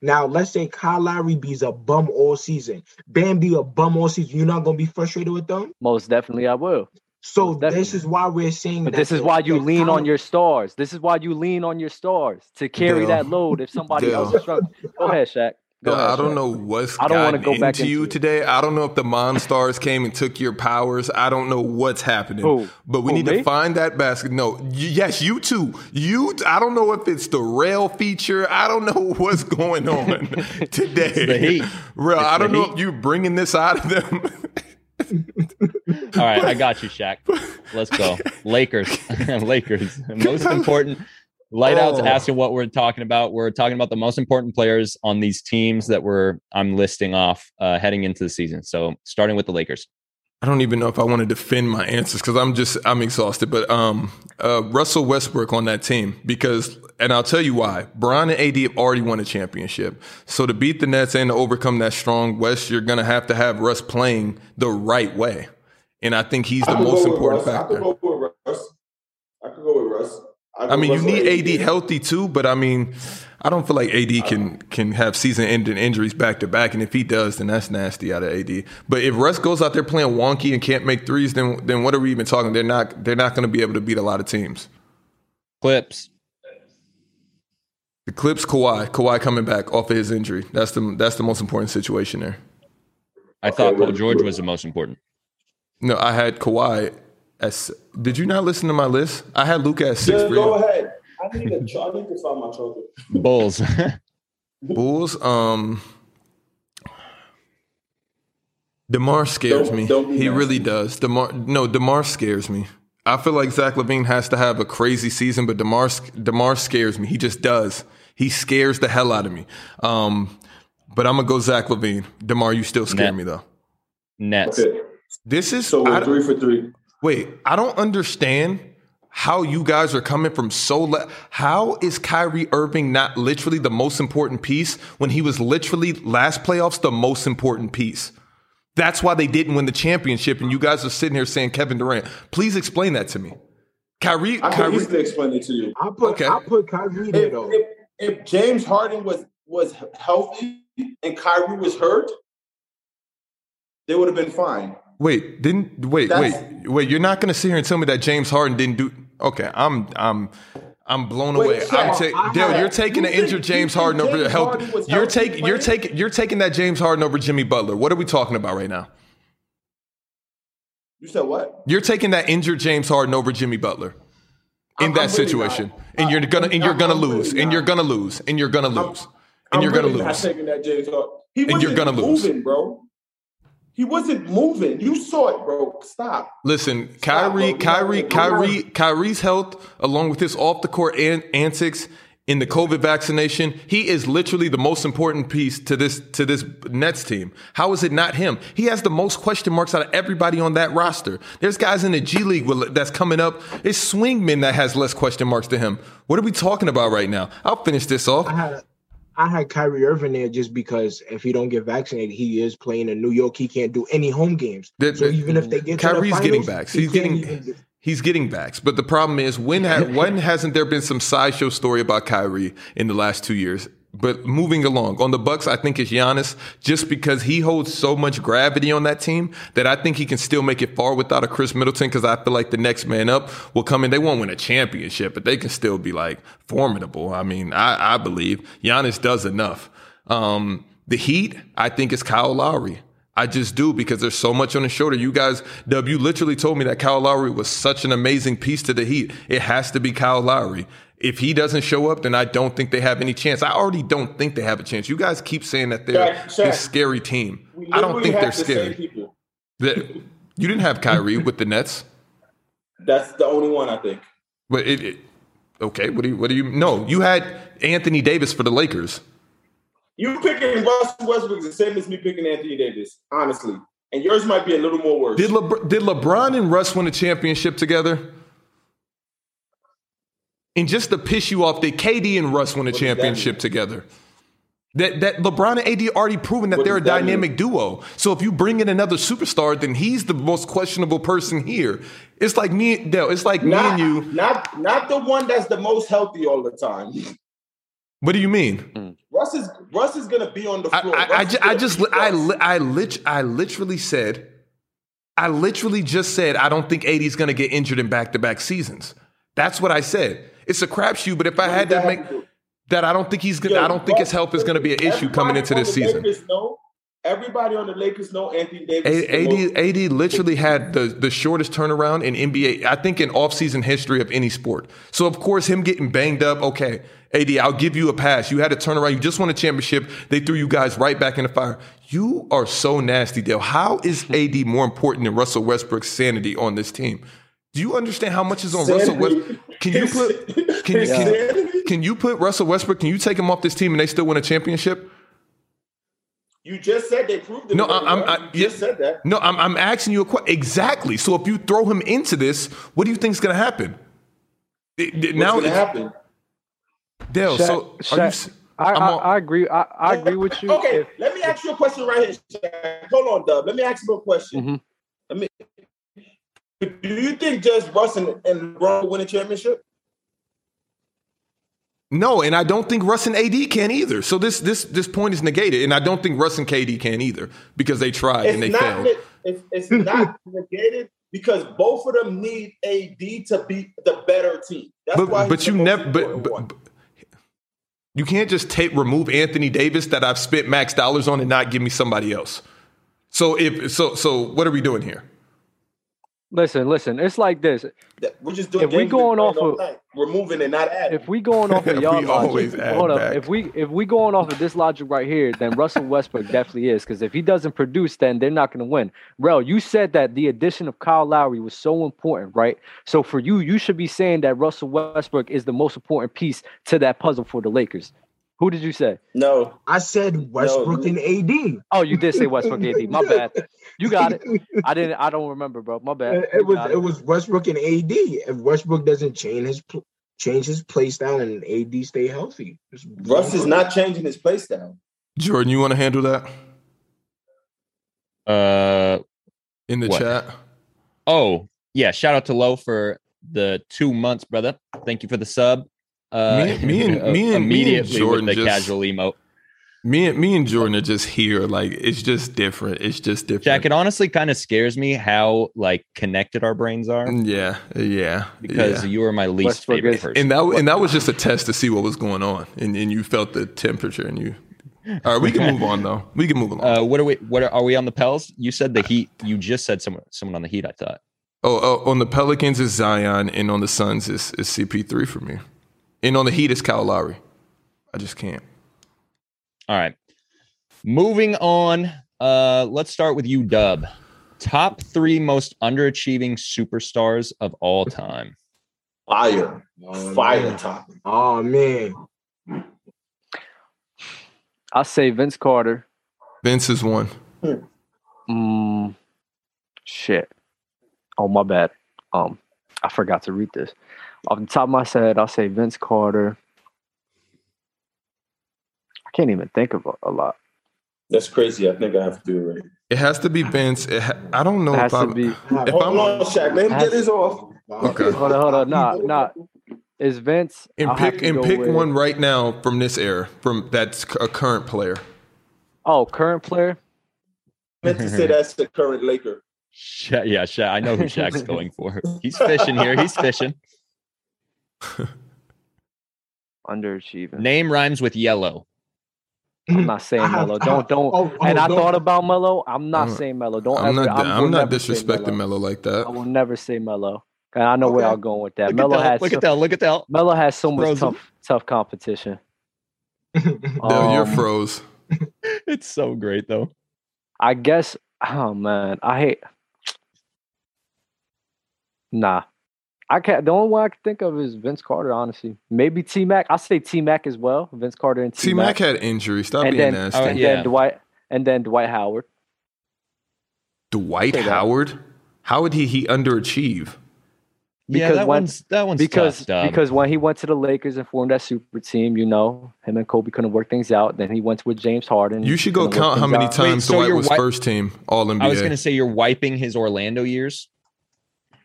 Speaker 9: now let's say Kyle Lowry be's a bum all season, Bam be a bum all season. You're not gonna be frustrated with them.
Speaker 4: Most definitely, I will.
Speaker 9: So
Speaker 4: Most definitely.
Speaker 9: this is why we're seeing.
Speaker 4: But
Speaker 9: that
Speaker 4: this is
Speaker 9: the-
Speaker 4: why you
Speaker 9: the
Speaker 4: lean on
Speaker 9: talent-
Speaker 4: your stars. This is why you lean on your stars to carry
Speaker 6: Dale.
Speaker 4: that load if somebody
Speaker 6: Dale.
Speaker 4: else is struggling. Go ahead, Shaq. Go
Speaker 6: Yeah,
Speaker 4: ahead,
Speaker 6: I don't
Speaker 4: Shaq.
Speaker 6: know what's
Speaker 4: I don't wanna
Speaker 6: gotten
Speaker 4: go back
Speaker 6: into you
Speaker 4: into it.
Speaker 6: today. I don't know if the Monstars came and took your powers. I don't know what's happening.
Speaker 4: Who?
Speaker 6: But we
Speaker 4: Who,
Speaker 6: need
Speaker 4: me?
Speaker 6: to find that basket. No, y- yes, you too. You. I don't know if it's the rail feature. I don't know [LAUGHS] what's
Speaker 4: [LAUGHS]
Speaker 6: going on today.
Speaker 5: the
Speaker 6: [LAUGHS]
Speaker 5: heat.
Speaker 6: Bro,
Speaker 5: It's
Speaker 6: I
Speaker 5: the
Speaker 6: don't know
Speaker 5: heat.
Speaker 6: if you're bringing this out of them. [LAUGHS]
Speaker 5: All right, I got you, Shaq. Let's go. Lakers. [LAUGHS] Lakers. Most important. Lightouts
Speaker 6: Oh.
Speaker 5: asking what we're talking about. We're talking about the most important players on these teams that we're I'm listing off uh, heading into the season. So starting with the Lakers.
Speaker 6: I don't even know if I want to defend my answers because I'm just I'm exhausted. But um, uh, Russell Westbrook on that team because, and I'll tell you why. Brian and AD have already won a championship, so to beat the Nets and to overcome that strong West, you're gonna have to have Russ playing the right way, and I think he's
Speaker 8: I
Speaker 6: the
Speaker 8: could go
Speaker 6: most
Speaker 8: with
Speaker 6: important
Speaker 8: Russ. I
Speaker 6: factor.
Speaker 8: could go with Russ. I could go with Russ. could
Speaker 6: I mean, you
Speaker 8: Russell
Speaker 6: need AD
Speaker 8: there.
Speaker 6: healthy too, but I mean, I don't feel like AD can can have season-ending injuries back to back, and if he does, then that's nasty out of AD. But if Russ goes out there playing wonky and can't make threes, then then what are we even talking? They're not they're not going to be able to beat a lot of teams.
Speaker 5: Clips.
Speaker 6: The Clips, Kawhi, Kawhi coming back off of his injury. That's the that's the most important situation there.
Speaker 5: I thought Paul George was the most important.
Speaker 6: No, I had Kawhi. As did you not listen to my list? I had Luca at six
Speaker 8: Just
Speaker 6: for
Speaker 8: go
Speaker 6: you.
Speaker 8: ahead. I need a chart. I need to find my charger.
Speaker 5: Bulls. [LAUGHS]
Speaker 6: Bulls. Um, Demar scares
Speaker 8: Don't-
Speaker 6: me.
Speaker 8: don't be
Speaker 6: he
Speaker 8: nasty.
Speaker 6: really does. Demar, no, Demar scares me. I feel like Zach Levine has to have a crazy season, but Demar Demar scares me. He just does. He scares the hell out of me. Um, but I'm gonna go Zach Levine. Demar, you still scare
Speaker 5: Net.
Speaker 6: me though.
Speaker 5: Nets.
Speaker 8: Okay.
Speaker 6: This is
Speaker 8: So
Speaker 6: I-
Speaker 8: we're three for three.
Speaker 6: Wait, I don't understand how you guys are coming from so. Le- how is Kyrie Irving not literally the most important piece when he was literally last playoffs the most important piece? That's why they didn't win the championship, and you guys are sitting here saying Kevin Durant. Please explain that to me, Kyrie.
Speaker 8: I can
Speaker 6: Kyrie.
Speaker 8: easily explain it to you.
Speaker 9: I put
Speaker 6: Okay.
Speaker 9: I put Kyrie there
Speaker 8: If,
Speaker 9: though.
Speaker 8: if, if James Harden was was healthy and Kyrie was hurt, they would have been fine.
Speaker 6: Wait, didn't wait, wait,
Speaker 8: That's-
Speaker 6: wait. You're not going to sit here and tell me that James Harden didn't do. Okay, I'm, I'm, I'm blown
Speaker 8: Wait,
Speaker 6: away. I'm
Speaker 8: Shaq,
Speaker 6: ta-
Speaker 8: I
Speaker 6: Dale,
Speaker 8: had-
Speaker 6: you're taking
Speaker 8: you
Speaker 6: an
Speaker 8: think-
Speaker 6: injured
Speaker 8: you
Speaker 6: James
Speaker 8: think
Speaker 6: Harden over
Speaker 8: James
Speaker 6: the health.
Speaker 8: Harden was
Speaker 6: You're
Speaker 8: healthy
Speaker 6: taking, you're
Speaker 8: playing?
Speaker 6: taking, you're taking that James Harden over Jimmy Butler. What are we talking about right now?
Speaker 8: You said what?
Speaker 6: You're taking that injured James Harden over Jimmy Butler in
Speaker 8: I'm-
Speaker 6: that
Speaker 8: I'm really
Speaker 6: situation,
Speaker 8: not.
Speaker 6: and you're gonna, and you're
Speaker 8: I'm-
Speaker 6: gonna
Speaker 8: I'm really
Speaker 6: lose, and
Speaker 8: not.
Speaker 6: you're gonna lose, and you're gonna lose, and
Speaker 8: I'm
Speaker 6: you're gonna
Speaker 8: really Not
Speaker 6: lose.
Speaker 8: taking that James Harden. He
Speaker 6: And
Speaker 8: wasn't
Speaker 6: you're gonna lose.
Speaker 8: moving, bro. He wasn't moving. You saw it, bro. Stop.
Speaker 6: Listen, Kyrie,
Speaker 8: bro.
Speaker 6: Kyrie,
Speaker 8: Come on.
Speaker 6: Kyrie, Kyrie's health, along with his off the court an- antics in the COVID vaccination, he is literally the most important piece to this to this Nets team. How is it not him? He has the most question marks out of everybody on that roster. There's guys in the G League with- that's coming up. It's Swingman that has less question marks to him. What are we talking about right now? I'll finish this off.
Speaker 9: I had I had Kyrie Irving there just because if he don't get vaccinated, he is playing in New York. He can't do any home games.
Speaker 6: That-
Speaker 9: so
Speaker 6: that-
Speaker 9: even if they get to the
Speaker 6: Kyrie's
Speaker 9: finals,
Speaker 6: getting backs.
Speaker 9: he
Speaker 6: He's
Speaker 9: can't
Speaker 6: getting
Speaker 9: even do-
Speaker 6: he's getting backs. But the problem is
Speaker 9: [LAUGHS]
Speaker 6: when ha- when hasn't there been some sideshow story about Kyrie in the last two years? But moving along on the Bucks, I think it's Giannis just because he holds so much gravity on that team that I think he can still make it far without a Chris Middleton because I feel like the next man up will come in. They won't win a championship, but they can still be like formidable. I mean, I, I believe Giannis does enough. Um, the Heat, I think, is Kyle Lowry. I just do because there's so much on his shoulder. You guys, W literally told me that Kyle Lowry was such an amazing piece to the Heat. It has to be Kyle Lowry. If he doesn't show up, then I don't think they have any chance. I already don't think they have a chance. You guys keep saying that they're
Speaker 8: Shaq, Shaq.
Speaker 6: this scary team.
Speaker 8: We
Speaker 6: I don't
Speaker 8: literally
Speaker 6: think
Speaker 8: have
Speaker 6: they're
Speaker 8: the same
Speaker 6: scary.
Speaker 8: people.
Speaker 6: That- you didn't have Kyrie with the Nets,
Speaker 8: That's the only one I think.
Speaker 6: but it, it- okay. What do you? What do you? No, you had Anthony Davis for the Lakers.
Speaker 8: You picking Russell Westbrook is the same as me picking Anthony Davis, honestly. And yours might be a little more worse.
Speaker 6: Did Lebr- did LeBron and Russ win a championship together? And just to piss you off, did KD and Russ win a
Speaker 8: does that
Speaker 6: championship
Speaker 8: mean?
Speaker 6: together? That that LeBron and AD already proven that
Speaker 8: What
Speaker 6: they're a
Speaker 8: does that mean?
Speaker 6: dynamic duo. So if you bring in another superstar, then he's the most questionable person here. It's like me, Dell. It's like
Speaker 8: not,
Speaker 6: me and you.
Speaker 8: not not the one that's the most healthy all the time.
Speaker 6: What do you mean?
Speaker 8: Russ is Russ is gonna be on the
Speaker 6: I,
Speaker 8: floor.
Speaker 6: I, I,
Speaker 8: Russ is
Speaker 6: ju- I
Speaker 8: gonna
Speaker 6: just
Speaker 8: be
Speaker 6: I
Speaker 8: Russ.
Speaker 6: li- I lit I literally said I literally just said I don't think AD's going to get injured in back-to-back seasons. That's what I said. It's a crapshoot, but if I had to make that, I don't think he's going. to I don't think his help is going to be an issue coming into this season.
Speaker 8: Know, everybody on the Lakers know Anthony Davis. is the most-
Speaker 6: A- AD, AD literally had the, the shortest turnaround in NBA, I think, in offseason history of any sport. So, of course, him getting banged up, okay, AD, I'll give you a pass. You had a turnaround. You just won a championship. They threw you guys right back in the fire. You are so nasty, Dale. How is AD more important than Russell Westbrook's sanity on this team? Do you understand how much is on Russell
Speaker 8: Sanity.
Speaker 6: Westbrook? Can you put can you,
Speaker 8: His
Speaker 6: can,
Speaker 8: sanity?
Speaker 6: can you put Russell Westbrook? Can you take him off this team and they still win a championship?
Speaker 8: You just said they proved it.
Speaker 6: No,
Speaker 8: already,
Speaker 6: I- I'm-
Speaker 8: right?
Speaker 6: I-
Speaker 8: you just
Speaker 6: yeah.
Speaker 8: said that.
Speaker 6: No, I'm, I'm asking you a question. Exactly. So if you throw him into this, what do you think's going to happen? It- it-
Speaker 8: What's
Speaker 6: now,
Speaker 8: gonna happen?
Speaker 4: Shaq-
Speaker 6: Dale, so are
Speaker 4: Shaq,
Speaker 6: you, s-
Speaker 4: I,
Speaker 6: I'm
Speaker 4: I,
Speaker 6: all-
Speaker 4: I agree. I, I agree with you.
Speaker 8: Okay,
Speaker 4: if-
Speaker 8: let me ask you a question right here. Shaq. Hold on, Dub. Let me ask you a question.
Speaker 4: Mhm.
Speaker 8: Let me. Do you think just Russell and LeBron will win a championship?
Speaker 6: no, and I don't think Russ and AD can either. So this this this point is negated, and I don't think Russ and KD can either because they tried and they
Speaker 8: It's not.
Speaker 6: failed.
Speaker 8: ne- It's, it's
Speaker 4: [LAUGHS]
Speaker 8: not negated because both of them need AD to be the better team. That's why.
Speaker 6: but
Speaker 8: he's
Speaker 6: but you
Speaker 8: the most
Speaker 6: never but,
Speaker 8: important one.
Speaker 6: but, but you can't just take remove Anthony Davis that I've spent max dollars on and not give me somebody else. So if so so what are we doing here?
Speaker 4: listen, listen. It's like this.
Speaker 8: That- we're just doing.
Speaker 4: If we
Speaker 8: things
Speaker 4: going
Speaker 8: doing
Speaker 4: off
Speaker 8: all
Speaker 4: of-
Speaker 8: night. removing and not adding.
Speaker 4: If we going off of
Speaker 6: [LAUGHS] We
Speaker 4: y'all
Speaker 6: always
Speaker 4: logic,
Speaker 6: add
Speaker 4: hold up.
Speaker 6: back.
Speaker 4: If we if we going off of this logic right here, then Russell Westbrook definitely is. Because if he doesn't produce, then they're not going to win. Rel, you said that the addition of Kyle Lowry was so important, right? So for you, you should be saying that Russell Westbrook is the most important piece to that puzzle for the Lakers. Who did you say?
Speaker 8: no,
Speaker 9: I said Westbrook
Speaker 8: you-
Speaker 9: and AD.
Speaker 4: Oh, you did say Westbrook AD. My bad. You
Speaker 9: [LAUGHS]
Speaker 4: got it. I didn't. I don't remember, bro. My bad.
Speaker 9: It,
Speaker 4: You
Speaker 9: it was
Speaker 4: got
Speaker 9: it was Westbrook and AD. If Westbrook doesn't change his pl- change his play style and AD stay healthy, It's-
Speaker 8: Russ is not changing his play style.
Speaker 6: Jordan, you want to handle that
Speaker 5: Uh
Speaker 6: in the
Speaker 5: What?
Speaker 6: chat?
Speaker 5: oh, yeah. Shout out to Low for the two months, brother. Thank you for the sub. Uh, [LAUGHS]
Speaker 6: Me- me and- me and- me and
Speaker 5: immediately
Speaker 6: Jordan
Speaker 5: with the
Speaker 6: just-
Speaker 5: casual emote.
Speaker 6: Me and me and Jordan are just here. Like it's just different. It's just
Speaker 5: Jack,
Speaker 6: different.
Speaker 5: it honestly kind of scares me how like connected our brains are
Speaker 6: Mm, yeah, yeah,
Speaker 5: because
Speaker 6: yeah.
Speaker 5: you are my least
Speaker 4: Westbrook
Speaker 5: favorite
Speaker 4: is-
Speaker 5: person.
Speaker 6: and that and that was just a test to see what was going on, and and you felt the temperature, and you. All right, we can move on though. We can move along.
Speaker 5: uh, what are we? What are, are we on the Pels? You said the Heat. You just said someone someone on the Heat. I thought.
Speaker 6: oh, oh, on the Pelicans is Zion, and on the Suns is is CP three for me, and on the Heat is Kyle Lowry. I just can't.
Speaker 5: All right. Moving on. Uh, let's start with you, Dub. Top three most underachieving superstars of all time.
Speaker 8: Fire,
Speaker 9: Oh,
Speaker 8: fire
Speaker 9: man.
Speaker 8: topic.
Speaker 9: Oh man,
Speaker 4: I say Vince Carter.
Speaker 6: Vince is one.
Speaker 4: Mm, shit. Oh my bad. Um, I forgot to read this. Off the top of my head, I'll say Vince Carter. I can't even think of a, a lot.
Speaker 8: That's crazy. I think I have to do it. Right.
Speaker 6: It has to be Vince. It ha- I don't know
Speaker 4: It has
Speaker 6: if I.
Speaker 4: to be.
Speaker 6: If
Speaker 8: Hold
Speaker 6: I'm-
Speaker 8: on, Shaq. Let him get his off.
Speaker 6: Okay.
Speaker 4: Hold on, hold on. Nah, nah. Is Vince?
Speaker 6: And
Speaker 4: I'll have
Speaker 6: pick
Speaker 4: to
Speaker 6: and
Speaker 4: go
Speaker 6: pick
Speaker 4: with-
Speaker 6: one right now from this era, from that's a current player.
Speaker 4: Oh, current player.
Speaker 8: meant to say that's the current Laker.
Speaker 5: Sha- yeah, Sha- I know who Shaq's going for. He's fishing here. He's fishing.
Speaker 4: Underachieving.
Speaker 5: Name rhymes with yellow.
Speaker 4: I'm not saying Melo. Don't don't.
Speaker 9: Oh, oh,
Speaker 4: and I
Speaker 9: don't-
Speaker 4: thought about Melo. I'm not
Speaker 6: I'm-
Speaker 4: saying Melo. Don't
Speaker 6: I'm
Speaker 4: ever.
Speaker 6: not.
Speaker 4: will
Speaker 6: I'm, not
Speaker 4: never say
Speaker 6: disrespecting Melo like that.
Speaker 4: I will never say Melo. And I know where
Speaker 8: Okay.
Speaker 4: I'm going with that.
Speaker 5: Look
Speaker 4: Melo
Speaker 5: at that.
Speaker 4: has
Speaker 5: Look
Speaker 4: so,
Speaker 5: at that. Look at that.
Speaker 4: Melo has so much
Speaker 5: Frozen.
Speaker 4: tough tough competition.
Speaker 9: [LAUGHS]
Speaker 6: Dale, you're
Speaker 4: Um,
Speaker 6: froze.
Speaker 5: It's so great though.
Speaker 4: I guess. Oh man, I hate. Nah, I can't. The only one I can think of is Vince Carter. Honestly, maybe T Mac. I say T Mac as well. Vince Carter and
Speaker 6: T
Speaker 4: T
Speaker 6: Mac
Speaker 4: Mac,
Speaker 6: had injury. Stop
Speaker 4: and
Speaker 6: being
Speaker 4: then
Speaker 6: nasty.
Speaker 5: Oh,
Speaker 4: and
Speaker 5: yeah.
Speaker 4: then Dwight and then Dwight Howard.
Speaker 6: Dwight
Speaker 4: Say that.
Speaker 6: Howard. How would he he underachieve?
Speaker 5: yeah,
Speaker 4: because when-
Speaker 5: that one's that one's
Speaker 4: because
Speaker 5: tough, Dub.
Speaker 4: because when he went to the Lakers and formed that super team, you know, him and Kobe couldn't work things out. Then he went with James Harden.
Speaker 6: You should go
Speaker 4: couldn't work
Speaker 6: count how
Speaker 4: things
Speaker 6: many
Speaker 4: out.
Speaker 6: times
Speaker 5: so
Speaker 6: Dwight
Speaker 5: you're
Speaker 6: was
Speaker 5: wi-
Speaker 6: first team All NBA.
Speaker 5: I was gonna say you're wiping his Orlando years.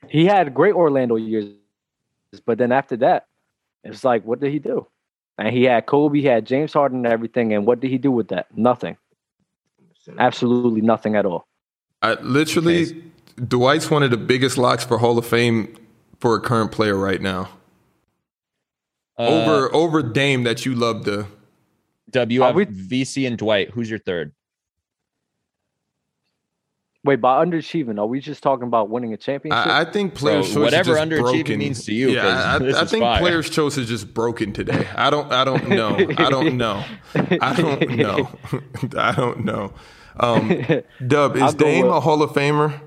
Speaker 4: He had great Orlando years, but then after that, it's like, what did he do? And he had Kobe, he had James Harden, and everything. And what did he do with that? Nothing. Absolutely nothing at all.
Speaker 6: I literally
Speaker 5: Okay.
Speaker 6: Dwight's one of the biggest locks for Hall of Fame for a current player right now.
Speaker 5: Uh,
Speaker 6: over over Dame that you love to.
Speaker 5: W
Speaker 4: Are
Speaker 5: have
Speaker 4: we-
Speaker 5: VC and Dwight. Who's your third?
Speaker 4: Wait, by underachieving, are we just talking about winning a championship?
Speaker 6: I, I think players'
Speaker 5: Bro,
Speaker 6: choice
Speaker 5: whatever
Speaker 6: is just
Speaker 5: underachieving
Speaker 6: broken.
Speaker 5: means to you, 'cause
Speaker 6: Yeah,
Speaker 5: [LAUGHS]
Speaker 6: I,
Speaker 5: this
Speaker 6: I, I
Speaker 5: is
Speaker 6: think
Speaker 5: fire.
Speaker 6: players' choice is just broken today. I don't.
Speaker 5: [LAUGHS]
Speaker 6: I don't know. I don't know. I
Speaker 4: [LAUGHS]
Speaker 6: don't know. [LAUGHS] I don't know. Um, Dub
Speaker 4: I'll
Speaker 6: is
Speaker 4: go
Speaker 6: Dame
Speaker 4: with-
Speaker 6: a Hall of Famer?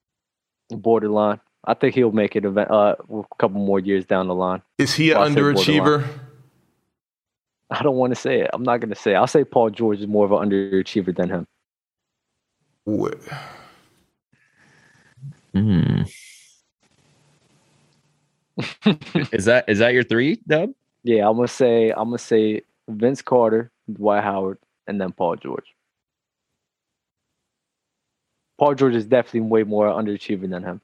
Speaker 4: [LAUGHS] borderline. I think he'll make it event, uh, a couple more years down the line.
Speaker 6: Is he an
Speaker 4: Well, I said
Speaker 6: underachiever?
Speaker 4: I don't want to say it. I'm not going to say it. I'll say Paul George is more of an underachiever than him.
Speaker 6: What?
Speaker 5: Hmm. [LAUGHS] is that is that your three, Dub?
Speaker 4: Yeah, I'm gonna say I'm gonna say Vince Carter, Dwight Howard, and then Paul George. Paul George is definitely way more underachieving than him.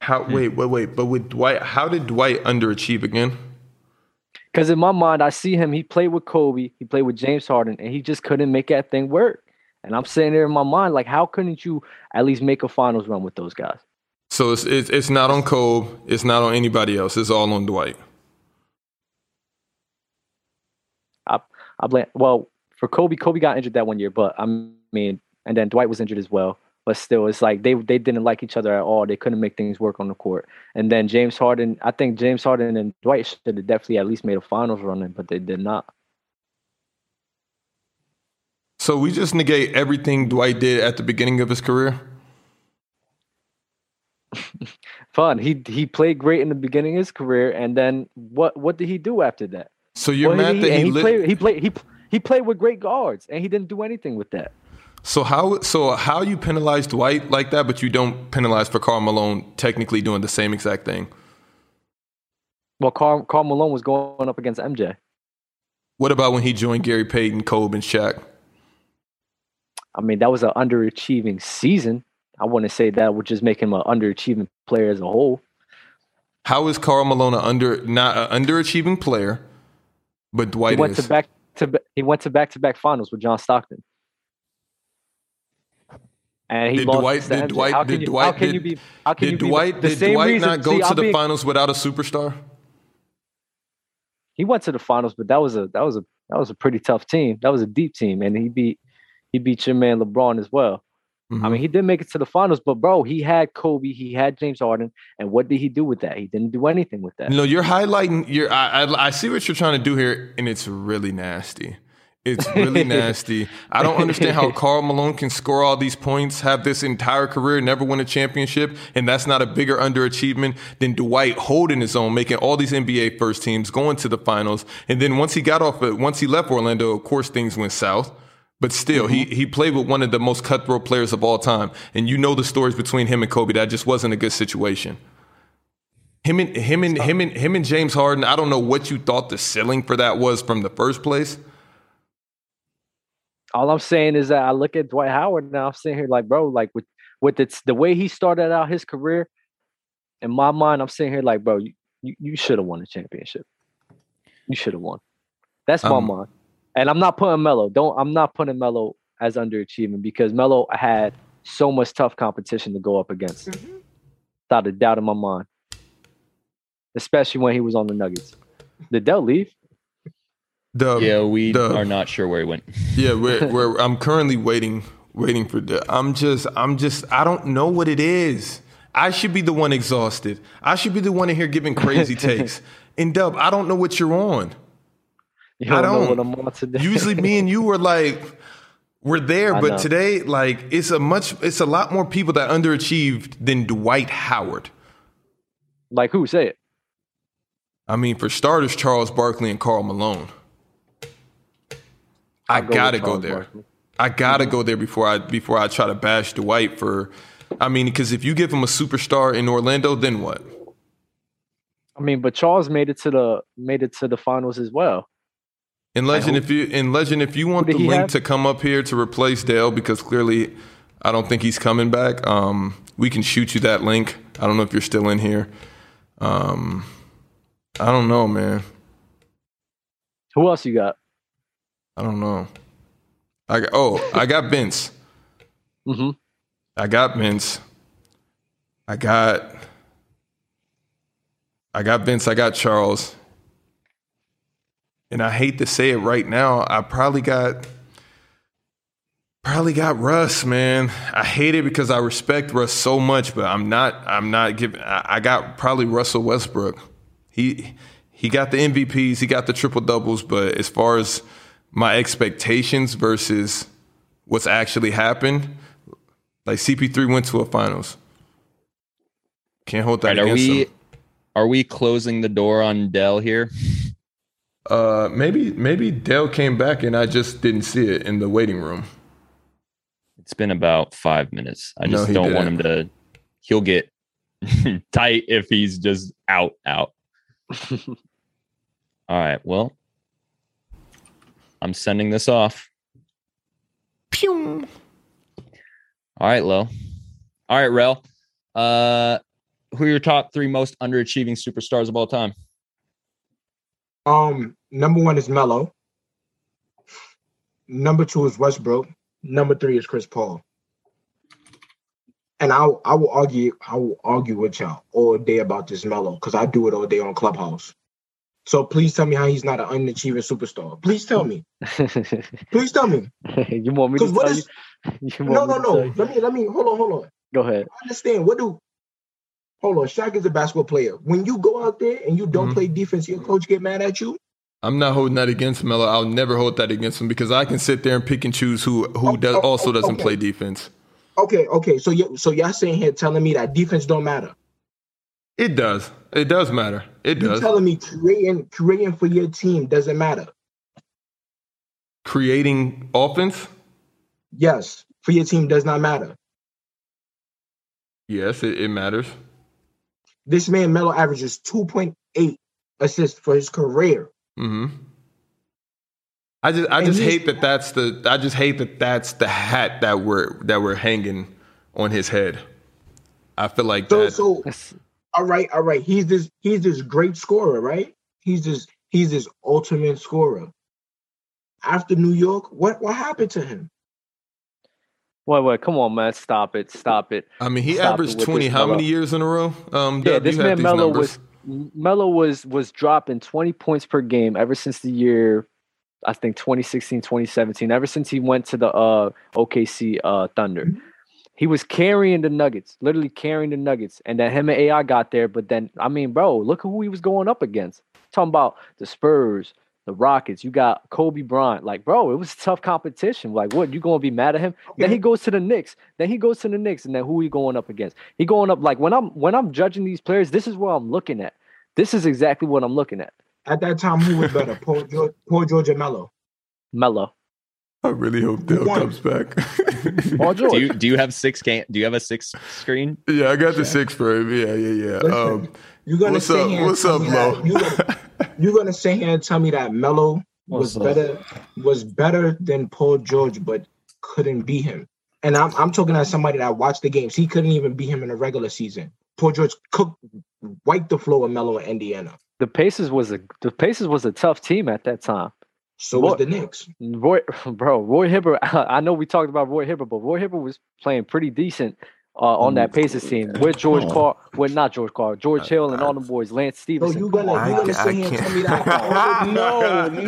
Speaker 6: How?
Speaker 4: Hmm.
Speaker 6: Wait, wait, wait. But with Dwight, how did Dwight underachieve again?
Speaker 4: Because in my mind, I see him. He played with Kobe, he played with James Harden, and he just couldn't make that thing work. And I'm sitting there in my mind, like, how couldn't you at least make a finals run with those guys?
Speaker 6: So it's it's, it's not on Kobe. It's not on anybody else. It's all on Dwight.
Speaker 4: I blame. Well, for Kobe, Kobe got injured that one year, but I mean, and then Dwight was injured as well. But still, it's like they they didn't like each other at all. They couldn't make things work on the court. And then James Harden, I think James Harden and Dwight should have definitely at least made a finals run, in, but they did not.
Speaker 6: So we just negate everything Dwight did at the beginning of his career.
Speaker 4: Fun. He he played great in the beginning of his career, and then what what did he do after that?
Speaker 6: So you're
Speaker 4: Well,
Speaker 6: mad
Speaker 4: he,
Speaker 6: that
Speaker 4: and
Speaker 6: he,
Speaker 4: he
Speaker 6: lit-
Speaker 4: played he played he he played with great guards, and he didn't do anything with that.
Speaker 6: So how so how you penalize Dwight like that, but you don't penalize for Carl Malone technically doing the same exact thing?
Speaker 4: Well, Carl, Carl Malone was going up against MJ.
Speaker 6: What about when he joined Gary Payton, Kobe, and Shaq?
Speaker 4: I mean, that was an underachieving season. I wouldn't say that would just make him an underachieving player as a whole.
Speaker 6: How is Carl Malone a under not an underachieving player, but
Speaker 4: He
Speaker 6: Dwight
Speaker 4: went
Speaker 6: is?
Speaker 4: to back to ba- he went to back to back finals with John Stockton, and he
Speaker 6: Did
Speaker 4: lost
Speaker 6: Dwight-
Speaker 4: to
Speaker 6: did
Speaker 4: MJ.
Speaker 6: Dwight-
Speaker 4: how can
Speaker 6: did
Speaker 4: you,
Speaker 6: Dwight-
Speaker 4: how can
Speaker 6: did-
Speaker 4: you be how can you
Speaker 6: did
Speaker 4: be
Speaker 6: Dwight
Speaker 4: the
Speaker 6: did
Speaker 4: same
Speaker 6: Dwight
Speaker 4: reason?
Speaker 6: not go
Speaker 4: see,
Speaker 6: to
Speaker 4: I'm
Speaker 6: the
Speaker 4: being-
Speaker 6: finals without a superstar?
Speaker 4: He went to the finals, but that was a that was a that was a pretty tough team. That was a deep team, and he beat he beat your man LeBron as well. I
Speaker 6: Mm-hmm.
Speaker 4: mean, he did make it to the finals, but bro, he had Kobe, he had James Harden, and what did he do with that? He didn't do anything with that.
Speaker 6: No, you're highlighting. You're. I, I I see what you're trying to do here, and it's really nasty. It's
Speaker 4: [LAUGHS]
Speaker 6: really nasty. I don't understand how Carl Malone can score all these points, have this entire career, never win a championship, and that's not a bigger underachievement than Dwight holding his own, making all these NBA first teams, going to the finals, and then once he got off, once he left Orlando, of course things went south. But still, he he played with one of the most cutthroat players of all time, and you know the stories between him and Kobe. That just wasn't a good situation. Him and him and him and him and James Harden. I don't know what you thought the ceiling for that was from the first place.
Speaker 4: all I'm saying is that I look at Dwight Howard now. I'm sitting here like, bro, like with with it's the way he started out his career. In my mind, I'm sitting here like, bro, you you, you should have won the championship. You should have won. That's my
Speaker 6: Um,
Speaker 4: mind. And I'm not putting Melo. Don't I'm not putting Melo as underachieving because Melo had so much tough competition to go up against.
Speaker 6: Mm-hmm.
Speaker 4: Without a doubt in my mind. Especially when he was on the Nuggets. Did Dell leave?
Speaker 6: The
Speaker 5: Yeah, we
Speaker 6: the-
Speaker 5: are not sure where he went.
Speaker 6: yeah. We're, we're, I'm currently waiting waiting for the. I'm just I'm just I don't know what it is. I should be the one exhausted. I should be the one in here giving
Speaker 4: [LAUGHS]
Speaker 6: crazy takes. And Dub, I don't know what you're on.
Speaker 4: You
Speaker 6: I
Speaker 4: know what
Speaker 6: don't.
Speaker 4: I'm on today.
Speaker 6: Usually, me and you were like we're there,
Speaker 4: I
Speaker 6: but
Speaker 4: know.
Speaker 6: today, like it's a much it's a lot more people that underachieved than Dwight Howard.
Speaker 4: [LAUGHS] like who say it?
Speaker 6: I mean, for starters, Charles Barkley and Carl Malone. I
Speaker 4: I'll go with
Speaker 6: gotta go
Speaker 4: Charles
Speaker 6: there.
Speaker 4: Barkley.
Speaker 6: I gotta
Speaker 4: Mm-hmm.
Speaker 6: go there before I before I try to bash Dwight for. I mean, because if you give him a superstar in Orlando, then what?
Speaker 4: I mean, but Charles made it to the made it to the finals as well.
Speaker 6: In legend, if you in legend, if you want
Speaker 4: Who
Speaker 6: the
Speaker 4: did he
Speaker 6: link
Speaker 4: have?
Speaker 6: to come up here to replace Dale, because clearly, I don't think he's coming back. Um, we can shoot you that link. I don't know if you're still in here. Um, I don't know, man.
Speaker 4: Who else you got?
Speaker 9: Mm-hmm.
Speaker 6: I don't know. I got, oh, I got Vince.
Speaker 4: hmm
Speaker 6: I got Vince. I got. I got Vince. I got Charles. And I hate to say it right now. I probably got. Probably got Russ, man. I hate it because I respect Russ so much, but I'm not. I'm not giving. I, I got probably Russell Westbrook. He he got the MVPs. He got the triple doubles. But as far as my expectations versus what's actually happened, like CP3 went to a finals. Can't hold that
Speaker 5: Right, are
Speaker 6: against
Speaker 5: we
Speaker 6: him.
Speaker 5: are we closing the door on Dell here?
Speaker 6: Uh, maybe maybe Dell came back and I just didn't see it in the waiting room.
Speaker 5: It's been about five minutes. I
Speaker 6: No,
Speaker 5: just
Speaker 6: he
Speaker 5: don't want him
Speaker 6: didn't.
Speaker 5: to. He'll get [LAUGHS] tight if he's just out
Speaker 6: [LAUGHS]
Speaker 5: out. All right. Well, I'm sending this off. All right, Lo. All right, Rel. Uh, who are your top three most underachieving superstars of all time?
Speaker 9: Um, number one is Melo. Number two is Westbrook. Number three is Chris Paul. And I I will argue I will argue with y'all all day about this Melo because I do it all day on Clubhouse. So please tell me how he's not an unachieving superstar. Please tell me. Please tell me.
Speaker 4: [LAUGHS] you want me to
Speaker 9: Because
Speaker 4: tell
Speaker 9: what
Speaker 4: you?
Speaker 9: is no
Speaker 4: you [LAUGHS] want me
Speaker 9: no
Speaker 4: to tell
Speaker 9: no?
Speaker 4: you?
Speaker 9: Let me let me hold on hold on.
Speaker 4: Go ahead.
Speaker 9: I understand. What do? Hold on. Shaq is a basketball player. When you go out there and you don't
Speaker 6: Mhm.
Speaker 9: play defense, your coach get mad at you.
Speaker 6: I'm not holding that against Melo. I'll never hold that against him because I can sit there and pick and choose who who
Speaker 9: Oh,
Speaker 6: does,
Speaker 9: oh,
Speaker 6: also
Speaker 9: oh,
Speaker 6: doesn't
Speaker 9: okay.
Speaker 6: play defense.
Speaker 9: Okay, okay. So you so y'all sitting here telling me that defense don't matter.
Speaker 6: It does. It does matter. It
Speaker 9: You
Speaker 6: does.
Speaker 9: telling me creating creating for your team doesn't matter.
Speaker 6: Creating offense?
Speaker 9: Yes, for your team does not matter.
Speaker 6: Yes, it, it matters.
Speaker 9: This man Melo averages 2.8 assists for his career.
Speaker 6: hmm I just I
Speaker 9: And
Speaker 6: just
Speaker 9: he's-
Speaker 6: hate that that's the I just hate that that's the hat that we're that we're hanging on his head. I feel like
Speaker 9: So
Speaker 6: that.
Speaker 9: so
Speaker 4: That's-
Speaker 9: all right, all right. He's this he's this great scorer, right? He's this he's this ultimate scorer. After New York, what what happened to him?
Speaker 4: Wait, wait, come on, man. Stop it. Stop it.
Speaker 6: I mean, he
Speaker 4: Stop it
Speaker 6: averaged
Speaker 4: with
Speaker 6: twenty.
Speaker 4: this
Speaker 6: How many
Speaker 4: Melo.
Speaker 6: years in a row? Um,
Speaker 4: Yeah,
Speaker 6: Dub, you
Speaker 4: this
Speaker 6: have
Speaker 4: man
Speaker 6: these
Speaker 4: Melo
Speaker 6: numbers.
Speaker 4: was Melo was was dropping 20 points per game ever since the year I think 2016, 2017, ever since he went to the uh OKC uh Thunder. He was carrying the Nuggets, literally carrying the Nuggets. And then him and AI got there, but then I mean, bro, look who he was going up against. Talking about the Spurs, the Rockets, you got Kobe Bryant. Like, bro, it was tough competition. Like, what, you gonna be mad at him? Then he goes to the Knicks. Then he goes to the Knicks, and then who he going up against? He going up like when I'm when I'm judging these players, this is what I'm looking at. This is exactly what I'm looking at.
Speaker 9: At that time, who
Speaker 6: [LAUGHS]
Speaker 9: was better? Paul George, Paul George or Melo?
Speaker 4: Melo.
Speaker 6: I really hope Dale
Speaker 9: One.
Speaker 6: comes [LAUGHS] back.
Speaker 4: Paul Oh, George.
Speaker 5: [LAUGHS] Do you do you have six can? Do you have a six screen?
Speaker 6: yeah, I got the six for him. Yeah, yeah, yeah. Um,
Speaker 9: You're gonna
Speaker 6: what's
Speaker 9: sit
Speaker 6: up?
Speaker 9: here and
Speaker 6: What's
Speaker 9: tell
Speaker 6: up,
Speaker 9: me that-
Speaker 6: Lo?
Speaker 9: you gonna- You're gonna sit here and tell me that Melo
Speaker 1: What's
Speaker 9: was
Speaker 1: up?
Speaker 9: better was better than Paul George, but couldn't beat him. And I'm I'm talking as somebody that watched the games. He couldn't even beat him in the regular season. Paul George cooked, wiped the floor with Melo in Indiana.
Speaker 4: the Pacers was a the Pacers was a tough team at that time.
Speaker 9: So was
Speaker 4: What?
Speaker 9: the Knicks.
Speaker 4: Roy, [LAUGHS] bro, Roy Hibbert. [LAUGHS] I know we talked about Roy Hibbert, but Roy Hibbert was playing pretty decent uh,
Speaker 9: Mm.
Speaker 4: on that Pacers team with George Carr, with not George Carr, George Hill, and all the boys, Lance
Speaker 9: So
Speaker 4: Stevenson.
Speaker 9: you gonna
Speaker 6: I-
Speaker 9: you gonna
Speaker 6: I
Speaker 9: sit here and
Speaker 6: can't-
Speaker 9: tell me that all
Speaker 6: [LAUGHS]
Speaker 9: of
Speaker 1: No,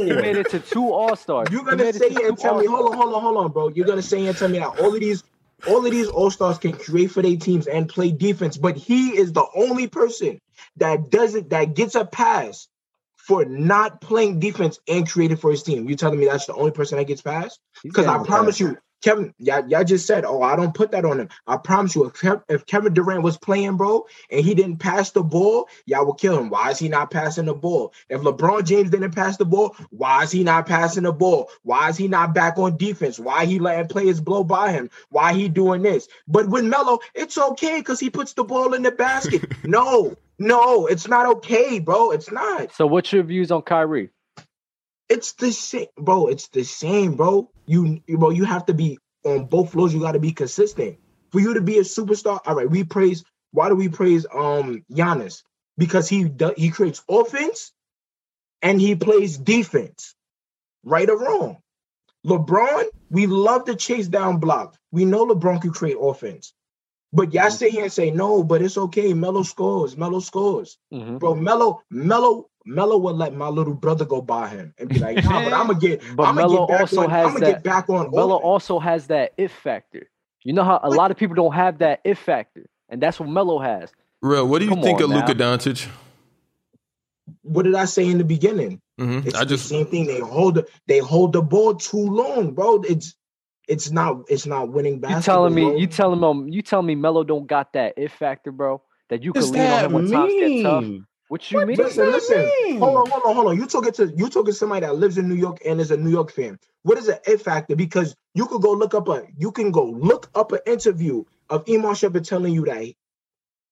Speaker 4: he
Speaker 1: no.
Speaker 4: made it to two All Stars.
Speaker 9: You're gonna sit here and tell me, hold on, hold on, hold on, bro. You're gonna sit here and tell me that all of these, all of these all stars can create for their teams and play defense, but he is the only person that does it that gets a pass for not playing defense and creating for his team. You telling me that's the only person that gets passed? Because I promise you, Kevin, y'all, y'all just said, oh, I don't put that on him. I promise you, if, Kev, if Kevin Durant was playing, bro, and he didn't pass the ball, y'all would kill him. Why is he not passing the ball? If LeBron James didn't pass the ball, why is he not passing the ball? Why is he not back on defense? Why he letting players blow by him? Why he doing this? But with Melo, it's okay because he puts the ball in the basket. no, no, it's not okay, bro. It's not.
Speaker 4: So, what's your views on Kyrie?
Speaker 9: It's the same, bro. It's the same, bro. You, you- bro, you have to be on both floors. You got to be consistent for you to be a superstar. All right, we praise. Why do we praise um Giannis? Because he do, he creates offense, and he plays defense, right or wrong. LeBron, we love to chase down block. We know LeBron can create offense. But y'all sit here and say, no, but it's okay. Melo scores. Melo scores.
Speaker 4: Mhm.
Speaker 9: Bro, Melo, Melo, Melo will let my little brother go by him and be like, nah, but
Speaker 4: [LAUGHS]
Speaker 9: I'm gonna get
Speaker 4: But
Speaker 9: I'm gonna
Speaker 4: Melo
Speaker 9: get back
Speaker 4: also
Speaker 9: on,
Speaker 4: has
Speaker 9: I'm gonna
Speaker 4: that-
Speaker 9: get back on
Speaker 4: Melo
Speaker 9: offense.
Speaker 4: also has that if factor. You know how a lot of people don't have that if factor, and that's what Melo has.
Speaker 6: Real, what do you
Speaker 4: Come
Speaker 6: think
Speaker 4: on
Speaker 6: of
Speaker 4: now.
Speaker 6: Luka Doncic?
Speaker 9: What did I say in the beginning?
Speaker 6: hmm
Speaker 9: It's
Speaker 6: I
Speaker 9: the
Speaker 6: just
Speaker 9: same thing. They hold the they hold the ball too long, bro. It's it's not it's not winning
Speaker 4: You
Speaker 9: basketball.
Speaker 4: telling me? You
Speaker 9: bro.
Speaker 4: telling me? You telling me Melo don't got that if factor, bro? That you
Speaker 1: Does
Speaker 4: can lean on
Speaker 1: that
Speaker 4: him when times get tough.
Speaker 1: mean?
Speaker 4: What you mean?
Speaker 1: does
Speaker 9: Listen,
Speaker 1: that
Speaker 9: listen.
Speaker 1: mean?
Speaker 9: Hold on, hold on, hold on. You talking to you talking to somebody that lives in New York and is a New York fan. What is an it factor? Because you could go look up a you can go look up an interview of Iman Shepard telling you that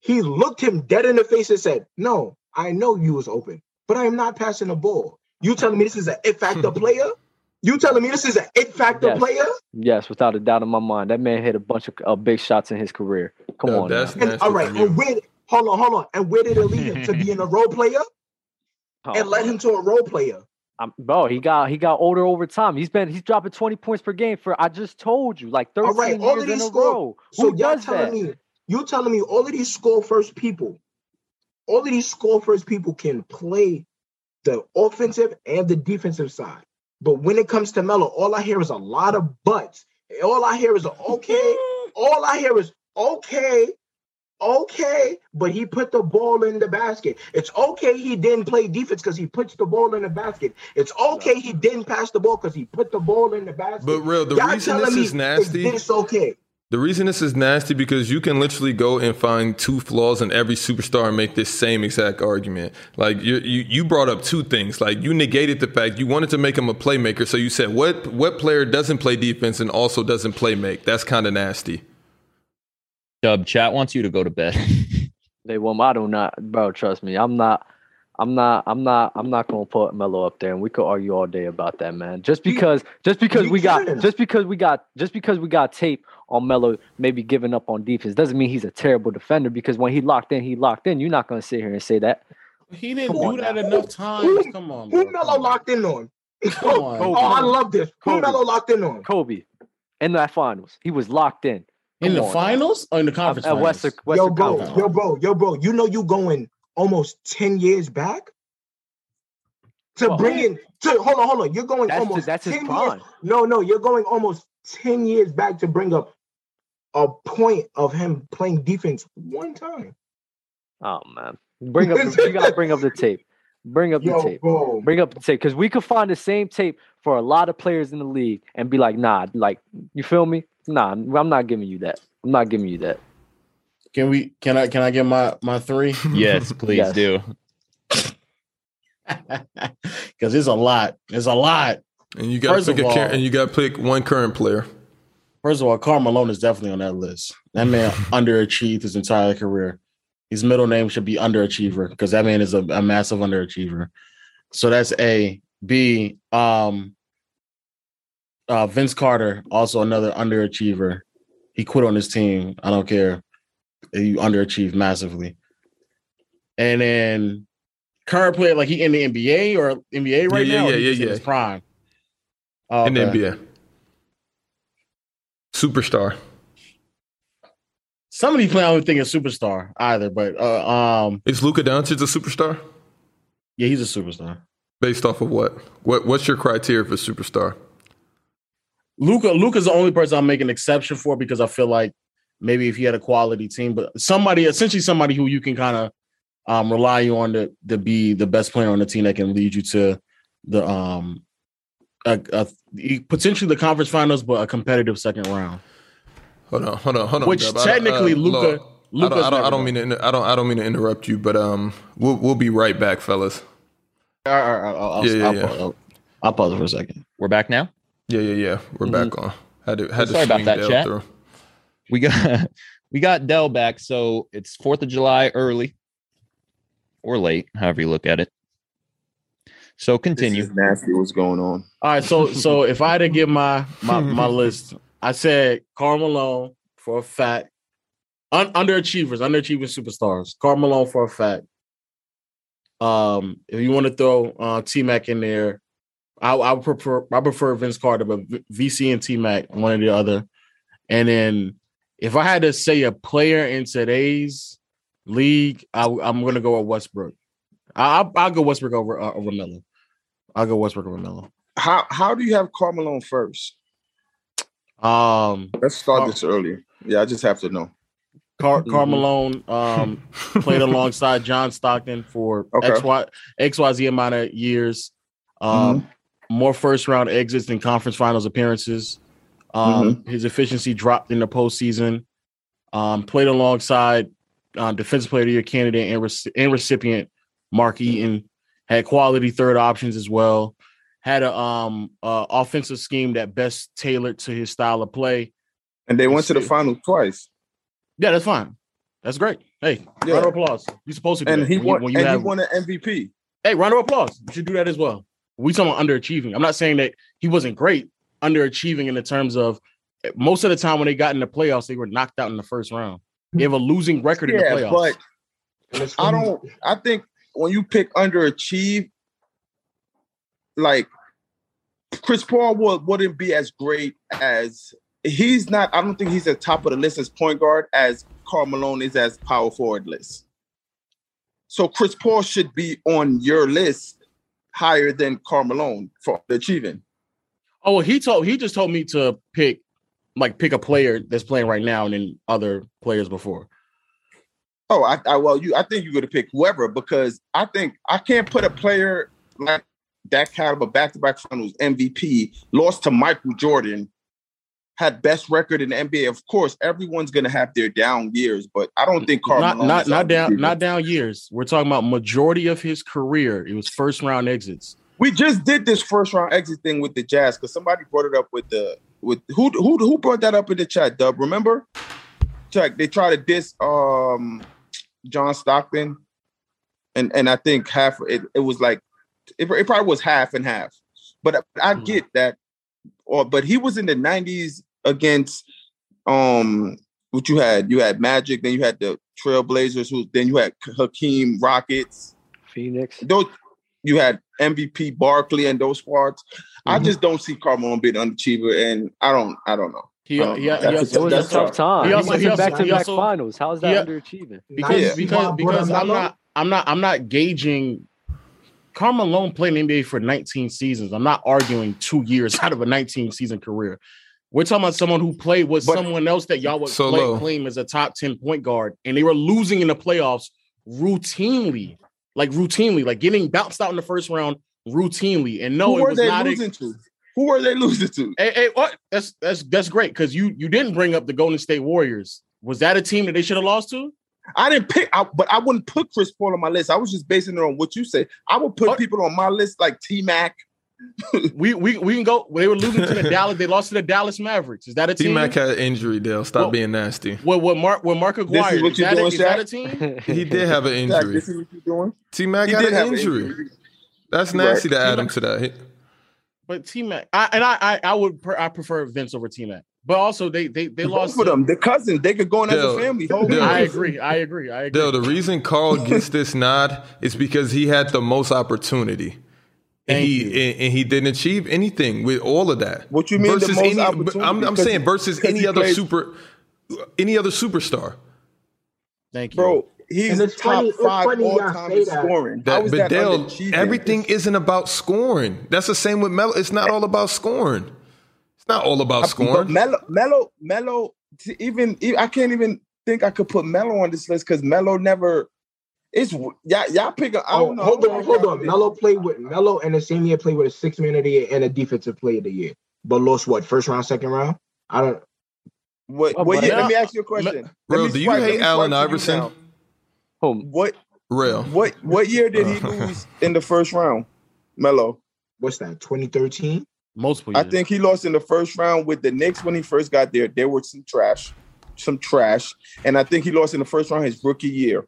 Speaker 9: he looked him dead in the face and said, "No, I know you was open, but I am not passing the ball." You telling me this is an it factor player? You telling me this is an it factor
Speaker 4: Yes.
Speaker 9: player?
Speaker 4: Yes, without a doubt in my mind, that man hit a bunch of uh, big shots in his career. Come
Speaker 6: Yeah,
Speaker 4: on,
Speaker 6: that's
Speaker 4: now.
Speaker 9: And
Speaker 6: nasty
Speaker 9: all right,
Speaker 6: from you.
Speaker 9: and where hold on, hold on, and where did it lead him to being a role player
Speaker 4: Come
Speaker 9: and led
Speaker 4: on.
Speaker 9: him to a role player?
Speaker 4: I'm, bro, he got he got older over time. He's been he's dropping twenty points per game for I just told you like
Speaker 9: All
Speaker 4: thirteen
Speaker 9: right, all
Speaker 4: years
Speaker 9: of
Speaker 4: in a
Speaker 9: these score-
Speaker 4: row.
Speaker 9: So
Speaker 4: Who
Speaker 9: y'all
Speaker 4: does
Speaker 9: telling
Speaker 4: that?
Speaker 9: me you telling me all of these score first people, all of these score first people can play the offensive and the defensive side. But when it comes to Melo, all I hear is a lot of buts. All I hear is a,
Speaker 4: [LAUGHS]
Speaker 9: okay. all I hear is okay, okay. But he put the ball in the basket. It's okay he didn't play defense because he puts the ball in the basket. It's okay he didn't pass the ball because he put the ball in the basket.
Speaker 6: But real, the
Speaker 9: Y'all
Speaker 6: reason
Speaker 9: telling
Speaker 6: this
Speaker 9: me
Speaker 6: is nasty.
Speaker 9: This okay?
Speaker 6: The reason this is nasty because you can literally go and find two flaws in every superstar and make this same exact argument. Like you, you, you brought up two things. Like you negated the fact you wanted to make him a playmaker, so you said what what player doesn't play defense and also doesn't play make. That's kind of nasty.
Speaker 5: Dub chat wants you to go to bed. [LAUGHS]
Speaker 4: They will. I do not, bro. Trust me, I'm not. I'm not. I'm not. I'm not gonna put Melo up there, and we could argue all day about that, man. Just
Speaker 9: You-
Speaker 4: because, just because
Speaker 9: you
Speaker 4: we
Speaker 9: can.
Speaker 4: got, just because we got, just because we got tape on Melo maybe giving up on defense doesn't mean he's a terrible defender. Because when he locked in, he locked in. You're not gonna sit here and say that.
Speaker 1: He didn't
Speaker 4: Come on
Speaker 1: do that
Speaker 4: now.
Speaker 1: enough times. Come on, bro.
Speaker 9: Who Melo locked in on?
Speaker 1: Come on.
Speaker 9: [LAUGHS] Oh, I
Speaker 4: Kobe.
Speaker 9: love this. Who
Speaker 4: Kobe.
Speaker 9: Melo locked in on?
Speaker 4: Kobe in that finals, he was locked in
Speaker 1: in the
Speaker 4: Come on.
Speaker 1: finals or in the conference
Speaker 4: at
Speaker 1: finals?
Speaker 4: Western.
Speaker 9: yo,
Speaker 4: Western
Speaker 9: bro,
Speaker 4: Conference.
Speaker 9: yo, bro, yo, bro. You know you going almost ten years back to
Speaker 4: Well,
Speaker 9: bring in. To hold on, hold on. You're going
Speaker 4: That's
Speaker 9: almost.
Speaker 4: that's his
Speaker 9: 10
Speaker 4: prime.
Speaker 9: Years, no, no. You're going almost ten years back to bring up a point of him playing defense one time.
Speaker 4: Oh man, bring up the, you gotta bring up the tape. Bring up
Speaker 9: [LAUGHS]
Speaker 4: the
Speaker 9: Yo,
Speaker 4: tape.
Speaker 9: bro.
Speaker 4: Bring up the tape because we could find the same tape for a lot of players in the league and be like, nah, like you feel me? Nah, I'm not giving you that. I'm not giving you that.
Speaker 1: Can we? Can I? Can I get my my three? [LAUGHS]
Speaker 4: [LAUGHS]
Speaker 5: yes, please
Speaker 4: Yes.
Speaker 5: do.
Speaker 1: Because it's a lot. It's a lot.
Speaker 6: [LAUGHS] And you got to
Speaker 1: First
Speaker 6: pick
Speaker 1: of
Speaker 6: a cur-
Speaker 1: all-
Speaker 6: and you got to pick one current player.
Speaker 1: First of all, Carl Malone is definitely on that list. That
Speaker 6: [LAUGHS]
Speaker 1: man underachieved his entire career. His middle name should be underachiever because that man is a, a massive underachiever. So that's A. B. Um, uh, Vince Carter, also another underachiever. He quit on his team. I don't care. He underachieved massively. And then current player, like he in the NBA or NBA right
Speaker 6: Yeah, yeah,
Speaker 1: now? or
Speaker 6: yeah,
Speaker 1: he
Speaker 6: yeah,
Speaker 1: just in
Speaker 6: yeah.
Speaker 1: His prime.
Speaker 6: in the
Speaker 1: Okay.
Speaker 6: NBA. Superstar.
Speaker 1: Some of these players I would think is superstar either, but uh, um,
Speaker 6: Is Luka Doncic a superstar?
Speaker 1: yeah, he's a superstar.
Speaker 6: Based off of what? What what's your criteria for superstar?
Speaker 1: Luca, Luca's the only person I'm making exception for because I feel like maybe if he had a quality team, but somebody essentially somebody who you can kind of um, rely on to to be the best player on the team that can lead you to the um a, a, potentially the conference finals, but a competitive second round.
Speaker 6: Hold on, hold on, hold on.
Speaker 1: Which
Speaker 6: I don't- uh,
Speaker 1: technically Luka-
Speaker 6: look, I
Speaker 1: Luka's
Speaker 6: don't, I don't, I
Speaker 1: never
Speaker 6: don't
Speaker 1: done.
Speaker 6: mean to. Inter- I don't. I don't mean to interrupt you, but um, we'll we'll be right back, fellas.
Speaker 1: All right, all right, I'll, I'll,
Speaker 6: Yeah, yeah,
Speaker 1: I'll,
Speaker 6: yeah.
Speaker 1: I'll, I'll pause it for a second.
Speaker 5: We're back now.
Speaker 6: Yeah, yeah, yeah. We're back on. Had to had to
Speaker 5: Sorry about
Speaker 6: swing
Speaker 5: that,
Speaker 6: Dell
Speaker 5: chat.
Speaker 6: through.
Speaker 5: We got [LAUGHS] we got Dell back, so it's Fourth of July early or late, however you look at it. So continue.
Speaker 2: This is nasty. What's going on?
Speaker 1: All right, so so if I had to give my my my list, I said Karl Malone for a fact. Un- underachievers, underachieving superstars. Karl Malone for a fact. Um, if you want to throw uh, T Mac in there, I, I prefer I prefer Vince Carter, but V- VC and T Mac, one or the other. And then if I had to say a player in today's league, I, am going to go with Westbrook. I, I'll, I'll go Westbrook over uh, over Melo. I'll go Westbrook over Melo.
Speaker 2: How how do you have Carmelo on first?
Speaker 1: Um,
Speaker 2: Let's start
Speaker 1: Oh.
Speaker 2: this earlier. Yeah, I just have to know.
Speaker 1: Car- Carmelo um, played alongside John Stockton for
Speaker 2: Okay.
Speaker 1: XY, XYZ amount of years. Um, More first round exits than conference finals appearances. Um, His efficiency dropped in the postseason. Um, played alongside um, Defensive Player of the Year candidate and, rec- and recipient Mark Eaton. Had quality third options as well. Had a um uh, offensive scheme that best tailored to his style of play.
Speaker 2: And they went to the
Speaker 1: Excuse-
Speaker 2: final twice.
Speaker 1: Yeah, that's fine. That's great. Hey,
Speaker 2: Yeah.
Speaker 1: round of applause. You're supposed to do
Speaker 2: And
Speaker 1: that
Speaker 2: he
Speaker 1: when you-
Speaker 2: won
Speaker 1: when you
Speaker 2: and
Speaker 1: have-
Speaker 2: he won an MVP.
Speaker 1: Hey, round of applause. You should do that as well. We talking about underachieving. I'm not saying that he wasn't great. Underachieving in the terms of most of the time when they got in the playoffs, they were knocked out in the first round. They have a losing record in the
Speaker 2: Yeah,
Speaker 1: playoffs.
Speaker 2: but
Speaker 9: And it's
Speaker 2: I
Speaker 9: funny.
Speaker 2: don't I think when you pick underachieve, like Chris Paul would, wouldn't be as great as he's not, I don't think he's at top of the list as point guard as Carl Malone is as power forward list. So Chris Paul should be on your list higher than Carl Malone for achieving.
Speaker 1: oh, well, he told he just told me to pick like pick a player that's playing right now and then other players before.
Speaker 2: Oh, I, I well, you. I think you're gonna pick whoever because I think I can't put a player like that caliber back-to-back finals MVP lost to Michael Jordan, had best record in the NBA. Of course, everyone's gonna have their down years, but I don't think Carl
Speaker 1: not
Speaker 2: Malone
Speaker 1: not
Speaker 2: is
Speaker 1: not down
Speaker 2: MVP.
Speaker 1: not down years. We're talking about majority of his career. It was first round exits.
Speaker 2: We just did this first round exit thing with the Jazz because somebody brought it up with the with who who who brought that up in the chat. Dub, remember? Check. They tried to diss um John Stockton, and and I think half it it was like it, it probably was half and half. But I, I
Speaker 1: Mhm.
Speaker 2: get that, or but he was in the nineties against um what you had you had Magic, then you had the Trailblazers, who then you had Hakeem Rockets
Speaker 4: Phoenix.
Speaker 2: those you had MVP Barkley and those squads. I
Speaker 6: Mm-hmm.
Speaker 2: just don't see Carmelo being an underachiever, and I don't, I don't know.
Speaker 1: He,
Speaker 2: Um,
Speaker 1: he, he
Speaker 2: that's
Speaker 1: also-
Speaker 4: It was
Speaker 2: That's
Speaker 4: a tough
Speaker 2: tough.
Speaker 4: time.
Speaker 1: He
Speaker 4: He
Speaker 1: also-
Speaker 4: went
Speaker 1: he
Speaker 4: to
Speaker 1: also-
Speaker 4: back to
Speaker 1: he
Speaker 4: back
Speaker 1: also-
Speaker 4: finals. How is that
Speaker 1: Yeah.
Speaker 4: underachieving?
Speaker 1: because
Speaker 2: Yeah.
Speaker 9: Before I
Speaker 1: because
Speaker 9: brought
Speaker 1: because
Speaker 9: him
Speaker 1: I'm
Speaker 9: Melo,
Speaker 1: not I'm not I'm not gauging. Karl Malone played in the NBA for 19 seasons. I'm not arguing two years [LAUGHS] out of a 19 season career. We're talking about someone who played with
Speaker 2: But-
Speaker 1: someone else that y'all would
Speaker 6: So
Speaker 1: play-
Speaker 6: low.
Speaker 1: claim as a top 10 point guard, and they were losing in the playoffs routinely, like routinely, like getting bounced out in the first round routinely. And no,
Speaker 2: Who
Speaker 1: it
Speaker 2: are
Speaker 1: was
Speaker 2: they
Speaker 1: not. A,
Speaker 2: losing to? Who are they [LAUGHS] losing to?
Speaker 1: hey, hey, what? That's that's that's great because you you didn't bring up the Golden State Warriors. Was that a team that they should have lost to?
Speaker 2: I didn't pick, I, but I wouldn't put Chris Paul on my list. I was just basing it on what you say. I would put
Speaker 6: Oh.
Speaker 1: What?
Speaker 2: people on my list like T Mac.
Speaker 1: we we we can go. They were losing to
Speaker 2: [LAUGHS]
Speaker 1: the Dallas. They lost to the Dallas Mavericks. Is that a
Speaker 6: T
Speaker 1: team?
Speaker 6: Mac had an injury, Dale. Stop
Speaker 1: Well-
Speaker 2: [LAUGHS]
Speaker 6: being nasty.
Speaker 1: What what Mark what Mark
Speaker 2: is
Speaker 1: Aguirre?
Speaker 2: what
Speaker 1: is,
Speaker 2: you're
Speaker 1: that a,
Speaker 2: doing,
Speaker 1: is that
Speaker 2: Shaq?
Speaker 1: a team?
Speaker 4: [LAUGHS]
Speaker 6: He did have an injury.
Speaker 2: This is what you're doing.
Speaker 6: T Mac
Speaker 2: He
Speaker 6: got
Speaker 2: did
Speaker 6: an
Speaker 2: have an
Speaker 6: injury.
Speaker 2: injury.
Speaker 6: That's
Speaker 2: You're right.
Speaker 6: nasty to
Speaker 2: [LAUGHS]
Speaker 6: add
Speaker 1: T-Mac-
Speaker 6: him to that. He-
Speaker 1: But T Mac, I, and I, I I would pre- I prefer Vince over T Mac. But also they they they
Speaker 2: Both
Speaker 1: lost
Speaker 2: of
Speaker 1: to-
Speaker 2: them, the cousins, they could go in as a
Speaker 6: Dale,
Speaker 2: family. Whole
Speaker 6: Dale.
Speaker 1: I
Speaker 2: family.
Speaker 1: agree. I agree. I agree.
Speaker 6: Dale, the reason Carl gets this nod is because he had the most opportunity. And
Speaker 1: Thank
Speaker 6: he
Speaker 1: you.
Speaker 6: and, and he didn't achieve anything with all of that.
Speaker 2: What you mean the most
Speaker 6: any,
Speaker 2: opportunity?
Speaker 6: I'm, I'm
Speaker 2: Because-
Speaker 6: saying versus
Speaker 2: because
Speaker 6: any
Speaker 2: he
Speaker 6: other
Speaker 2: played-
Speaker 6: super, any other superstar.
Speaker 1: Thank you,
Speaker 2: Bro, he's
Speaker 9: And it's
Speaker 2: top
Speaker 9: funny- it's
Speaker 2: five
Speaker 9: funny y'all
Speaker 2: all-time
Speaker 9: say
Speaker 2: in
Speaker 9: that.
Speaker 2: scoring.
Speaker 6: That,
Speaker 2: How is
Speaker 6: but
Speaker 2: that
Speaker 6: Dale,
Speaker 2: underachieving?
Speaker 6: everything isn't about scoring. That's the same with Melo. It's not all about scoring. It's not all about
Speaker 2: I- Uh, But
Speaker 6: scoring.
Speaker 2: Melo, Melo, Melo, t- even e- I can't even think I could put Melo on this list because Melo never. It's y'all, y'all pick. A, I
Speaker 9: Oh,
Speaker 2: don't know.
Speaker 9: hold
Speaker 2: I don't
Speaker 9: on,
Speaker 2: know
Speaker 9: hold
Speaker 2: y'all
Speaker 9: on.
Speaker 2: pick.
Speaker 9: Melo played with Melo and the same year played with a six man of the year and a defensive player of the year, but lost what first round, second round. I don't.
Speaker 2: What?
Speaker 4: Oh,
Speaker 2: what year,
Speaker 1: Melo-
Speaker 2: let me ask you a question. Let
Speaker 6: Real,
Speaker 2: me
Speaker 6: do you
Speaker 2: swipe- let
Speaker 6: hate
Speaker 2: me
Speaker 6: Allen
Speaker 2: swipe to you
Speaker 6: Iverson?
Speaker 2: now.
Speaker 4: Who?
Speaker 2: What?
Speaker 6: Real.
Speaker 2: What? What year did he lose in the first round, Melo?
Speaker 9: What's that? Twenty thirteen.
Speaker 1: multiple.
Speaker 2: I
Speaker 1: Years.
Speaker 2: think he lost in the first round with the Knicks when he first got there. They were some trash, some trash, and I think he lost in the first round his rookie year.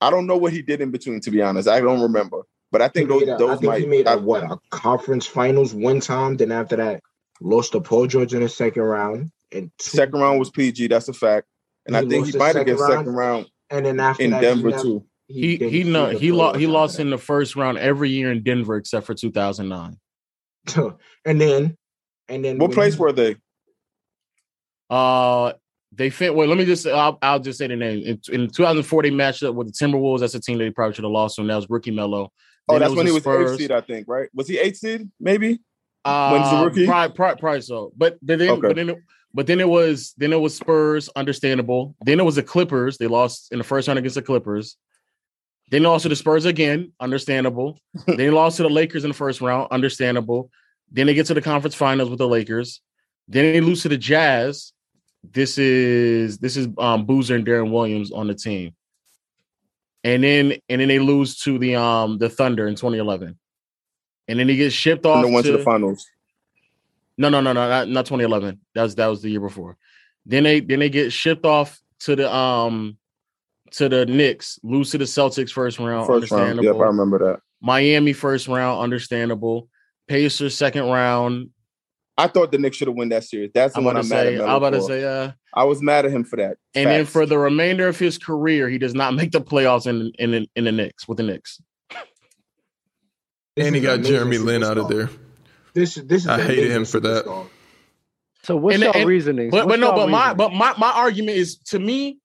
Speaker 2: I don't know what he did in between, to be honest. I don't remember, but I think
Speaker 9: He
Speaker 2: those
Speaker 9: made a- I
Speaker 2: those
Speaker 9: think he
Speaker 2: might.
Speaker 9: made
Speaker 2: I-
Speaker 9: a, what a conference finals one time. Then after that, lost to Paul George in the second round. And two,
Speaker 2: second round was PG. That's a fact, and
Speaker 9: He
Speaker 2: I think
Speaker 9: lost
Speaker 2: he
Speaker 9: the
Speaker 2: might have
Speaker 9: second
Speaker 2: get second
Speaker 9: round
Speaker 2: round
Speaker 9: and then after
Speaker 2: in
Speaker 9: that, he
Speaker 2: Denver
Speaker 9: never,
Speaker 2: too.
Speaker 1: He
Speaker 9: didn't
Speaker 1: he
Speaker 9: see
Speaker 1: no
Speaker 9: the
Speaker 1: he lost he
Speaker 9: playoffs
Speaker 1: lost
Speaker 9: after
Speaker 1: in the first round every year in Denver except for 2009.
Speaker 9: that. [LAUGHS] and then and then
Speaker 2: What
Speaker 9: when
Speaker 2: place
Speaker 9: he-
Speaker 2: were they?
Speaker 1: Uh, they fin. Wait, let me just. I'll, I'll just say the name. In, in 2004, they matched up with the Timberwolves. That's a team they probably should have lost. to, And that was Ricky Mello.
Speaker 2: Oh,
Speaker 1: Then
Speaker 2: that's
Speaker 1: it
Speaker 2: when
Speaker 1: the
Speaker 2: he was
Speaker 1: Spurs.
Speaker 2: eighth seed, I think, right? Was he eighth seed? Maybe. When's the
Speaker 1: Uh,
Speaker 2: rookie?
Speaker 1: Probably, probably, probably so. But, but then,
Speaker 2: Okay.
Speaker 1: but then, it, but then it was then it was Spurs, understandable. Then it was the Clippers. They lost in the first round against the Clippers. Then they lost to the Spurs again, understandable.
Speaker 2: [LAUGHS]
Speaker 1: then they lost to the Lakers in the first round, understandable. Then they get to the conference finals with the Lakers. Then they lose to the Jazz. This is this is um Boozer and Darren Williams on the team. And then and then they lose to the um the Thunder in 2011. And then he gets shipped off
Speaker 2: And they went to
Speaker 1: to
Speaker 2: the finals.
Speaker 1: no, no, no, no, not, not 2011. That was that was the year before. Then they then they get shipped off to the um to the Knicks, lose to the Celtics first round,
Speaker 2: First round. Yep,
Speaker 1: understandable.
Speaker 2: I remember that.
Speaker 1: Miami first round, understandable. Pacers second round.
Speaker 2: I thought the Knicks should have won that series. That's the
Speaker 1: I'm
Speaker 2: one
Speaker 1: about
Speaker 2: I'm
Speaker 1: to
Speaker 2: mad at
Speaker 1: say, I'm
Speaker 2: Melo
Speaker 1: about to
Speaker 2: for.
Speaker 1: say, uh,
Speaker 2: I was mad at him for that.
Speaker 1: and then
Speaker 2: Facts.
Speaker 1: for the remainder of his career, he does not make the playoffs in in in, the Knicks with the Knicks.
Speaker 9: This
Speaker 6: and he
Speaker 9: is an
Speaker 6: got
Speaker 9: amazing
Speaker 6: Jeremy Lin out of
Speaker 9: superstar.
Speaker 6: there.
Speaker 9: This is this is
Speaker 6: I
Speaker 9: an
Speaker 6: hated
Speaker 9: amazing
Speaker 6: him for that.
Speaker 9: superstar.
Speaker 4: So what's
Speaker 1: And-
Speaker 4: your
Speaker 1: and-
Speaker 4: reasoning?
Speaker 1: But but
Speaker 4: What's
Speaker 1: no,
Speaker 4: y'all
Speaker 1: but my
Speaker 4: reasoning?
Speaker 1: but my my argument is to me.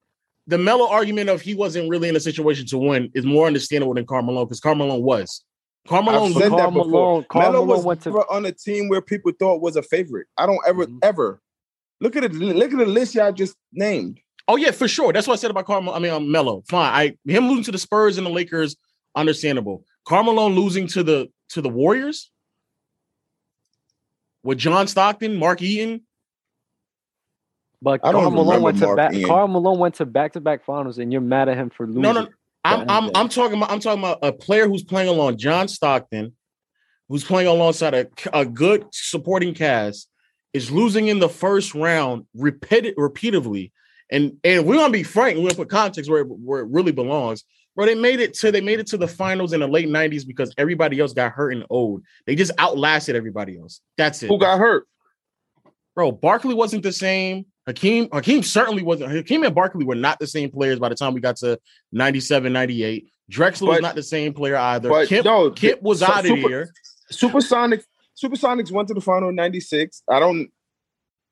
Speaker 1: The mellow argument of he wasn't really in a situation to win is more understandable than Carmelo because Carmelo was. Carmelo
Speaker 2: I've said
Speaker 4: Karl
Speaker 2: that before.
Speaker 4: Malone, Karl
Speaker 2: Melo
Speaker 4: Malone
Speaker 2: was
Speaker 4: went to
Speaker 2: never on a team where people thought was a favorite. I don't ever
Speaker 1: Mm-hmm.
Speaker 4: Mhm.
Speaker 2: ever look at it. Look at the list y'all just named.
Speaker 1: Oh yeah, for sure. That's what I said about Carmelo. I mean, um, Melo. Fine. I him losing to the Spurs and the Lakers, understandable. Carmelo losing to the to the Warriors with John Stockton, Mark Eaton.
Speaker 4: But
Speaker 2: I don't
Speaker 4: Karl Malone
Speaker 2: remember
Speaker 4: went to
Speaker 2: Mark
Speaker 4: back.
Speaker 2: Ian.
Speaker 4: Carl Malone went to back to back finals, and you're mad at him for losing.
Speaker 1: No, no. I'm
Speaker 4: to
Speaker 1: I'm
Speaker 4: MJ.
Speaker 1: I'm talking about I'm talking about a player who's playing along John Stockton, who's playing alongside a, a good supporting cast, is losing in the first round repeated repeatedly. And and we're gonna be frank, we're gonna put context where it, where it really belongs. Bro, they made it to they made it to the finals in the late 90s because everybody else got hurt and old. They just outlasted everybody else. That's it.
Speaker 2: Who got hurt?
Speaker 1: Bro, Barkley wasn't the same. Hakeem, Hakeem certainly wasn't. Hakeem and Barkley were not the same players by the time we got to 97, 98. Drexler was
Speaker 2: But-
Speaker 1: not the same player either.
Speaker 2: But
Speaker 1: Kip,
Speaker 2: no,
Speaker 1: Kip was
Speaker 2: Su-
Speaker 1: out of
Speaker 2: Super-
Speaker 1: here.
Speaker 2: Supersonics. Supersonics went to the final in '96. I don't.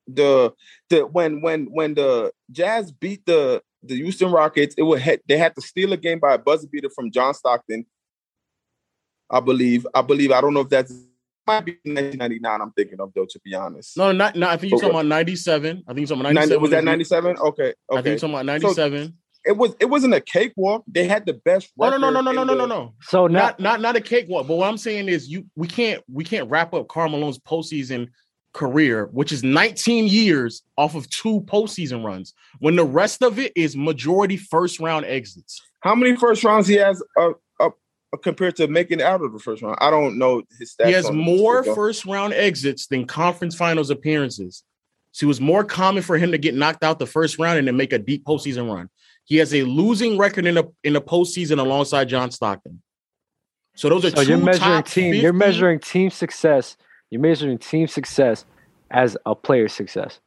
Speaker 2: The the when when when the Jazz beat the the Houston Rockets, it would had, they had to steal a game by a buzzer beater from John Stockton. I believe. I believe. I don't know if that's might be 1999. I'm thinking of though. To be honest,
Speaker 1: No, not, not I think you're
Speaker 2: Okay.
Speaker 1: talking about 97. I think you're talking about
Speaker 2: 90,
Speaker 1: 97.
Speaker 2: was that 97? Okay,
Speaker 1: I think
Speaker 2: okay.
Speaker 1: you're talking about 97.
Speaker 2: It was. It wasn't a cakewalk. They had the best.
Speaker 1: Oh no no
Speaker 2: record
Speaker 1: no no no
Speaker 2: in
Speaker 1: no no
Speaker 2: the-
Speaker 1: no
Speaker 4: So now,
Speaker 1: not not not a cakewalk. But what I'm saying is you we can't we can't wrap up Carmelo's postseason career, which is 19 years off of two postseason runs, when the rest of it is majority first round exits.
Speaker 2: How many first rounds he has up, up compared to making it out of the first round? I don't know his stats.
Speaker 1: he has
Speaker 2: on-
Speaker 1: more
Speaker 2: so-
Speaker 1: first round exits than conference finals appearances. So it was more common for him to get knocked out the first round and then make a deep postseason run. He has a losing record in the in the postseason alongside John Stockton. So those are
Speaker 4: so
Speaker 1: two
Speaker 4: you're measuring
Speaker 1: top
Speaker 4: team. You're
Speaker 1: 50
Speaker 4: measuring team success. You're measuring team success as a player success.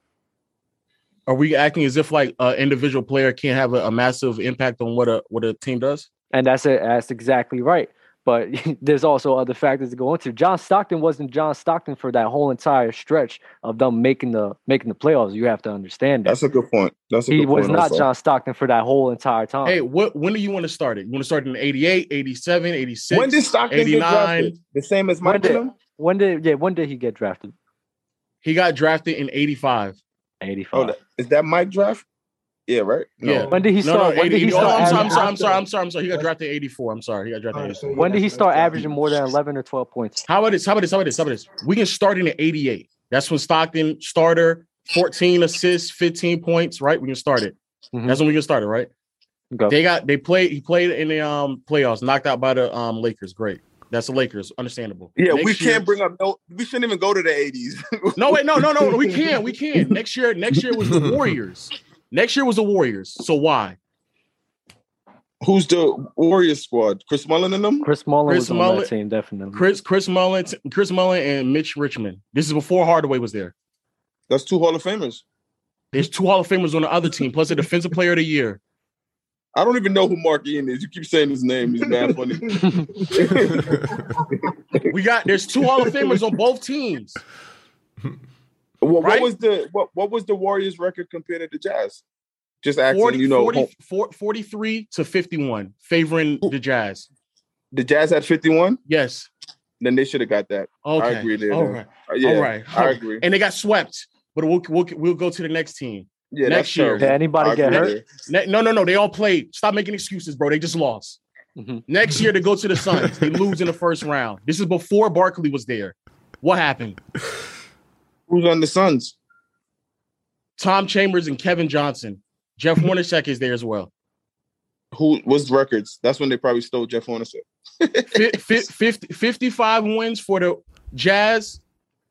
Speaker 1: Are we acting as if like an individual player can't have a, a massive impact on what a what a team does?
Speaker 4: And that's it. That's exactly right. But [LAUGHS] there's also other factors to go into. John Stockton wasn't John Stockton for that whole entire stretch of them making the making the playoffs. You have to understand that
Speaker 2: That's a good point. That's a
Speaker 4: he
Speaker 2: good
Speaker 4: was
Speaker 2: point.
Speaker 4: not
Speaker 2: also.
Speaker 4: John Stockton for that whole entire time.
Speaker 1: Hey, what when do you want to start it? You want to start in 88, 87, 86?
Speaker 2: When did Stockton get
Speaker 1: 89.
Speaker 2: drafted? The same as
Speaker 4: When
Speaker 2: Mike
Speaker 4: did-
Speaker 2: Dunham?
Speaker 4: When did yeah? When did he get drafted?
Speaker 1: he got drafted in 85.
Speaker 4: Eighty
Speaker 2: Oh,
Speaker 4: five.
Speaker 2: that, is that Mike draft? Yeah, right.
Speaker 1: Yeah.
Speaker 4: when did he
Speaker 1: No,
Speaker 4: start?
Speaker 1: no,
Speaker 4: when
Speaker 1: 80,
Speaker 4: did he
Speaker 1: no,
Speaker 4: start?
Speaker 1: no, I'm sorry, I'm
Speaker 4: averaging-
Speaker 1: sorry, I'm sorry, I'm sorry, I'm sorry. He got drafted in 84. I'm sorry. He got drafted in
Speaker 9: Alright,
Speaker 1: 84.
Speaker 9: so yeah,
Speaker 4: when did he
Speaker 9: that's-
Speaker 4: start
Speaker 9: that's-
Speaker 4: averaging more than eleven or twelve points?
Speaker 1: How about this? How about this? How about this? How about this? We can start in at 88. That's when Stockton starter, 14 assists, 15 points, right? We can start it.
Speaker 2: Mm-hmm.
Speaker 4: Mhm.
Speaker 1: That's when we can start it, right?
Speaker 4: Go.
Speaker 1: They got they played he played in the um playoffs, knocked out by the um Lakers. Great. That's the Lakers, understandable.
Speaker 2: Yeah,
Speaker 1: Next
Speaker 2: we
Speaker 1: year-
Speaker 2: can't bring up no. We shouldn't even go to the eighties. [LAUGHS]
Speaker 1: No, wait, no, no, no, we can, we can. Next year, next year was the Warriors. Next year was the Warriors. So why?
Speaker 2: Who's the Warriors squad? Chris Mullen and them.
Speaker 4: Chris Mullin
Speaker 1: Chris
Speaker 4: was on
Speaker 1: Mullin-
Speaker 4: that team, definitely.
Speaker 1: Chris, Chris Mullen, Chris Mullen, and Mitch Richmond. This is before Hardaway was there.
Speaker 2: That's two Hall of Famers.
Speaker 1: There's two Hall of Famers on the other team, plus a Defensive Player of the Year.
Speaker 2: I don't even know who Mark Ian is. You keep saying his name. He's bad funny.
Speaker 1: We got there's two Hall of Famers on both teams.
Speaker 2: What,
Speaker 1: Right?
Speaker 2: what was the what what was the Warriors record compared to the Jazz? Just asking,
Speaker 1: 40,
Speaker 2: you know,
Speaker 1: 40 for- 43 to 51, favoring the Jazz.
Speaker 2: the Jazz had 51,
Speaker 1: Yes.
Speaker 2: then they should have got that.
Speaker 1: Okay.
Speaker 2: agree there,
Speaker 1: All
Speaker 2: man.
Speaker 1: right.
Speaker 2: Uh, Yeah,
Speaker 1: All right.
Speaker 2: I agree.
Speaker 1: And they got swept, but we'll, we'll, we'll go to the next team.
Speaker 2: Yeah,
Speaker 1: Next
Speaker 2: that's
Speaker 1: year.
Speaker 4: Did
Speaker 2: terrible. I
Speaker 4: anybody get
Speaker 2: agree
Speaker 4: hurt?
Speaker 2: there.
Speaker 1: Ne- no, no, no. They all played. Stop making excuses, bro. They just lost.
Speaker 4: Mhm.
Speaker 1: Next year, they go to the Suns. They lose in the first round. This is before Barkley was there. What happened?
Speaker 2: Who's on the Suns?
Speaker 1: Tom Chambers and Kevin Johnson. Jeff Hornacek is there as well.
Speaker 2: Who was records? That's when they probably stole Jeff Hornacek.
Speaker 1: Fi- fi- 50 55 wins for the Jazz,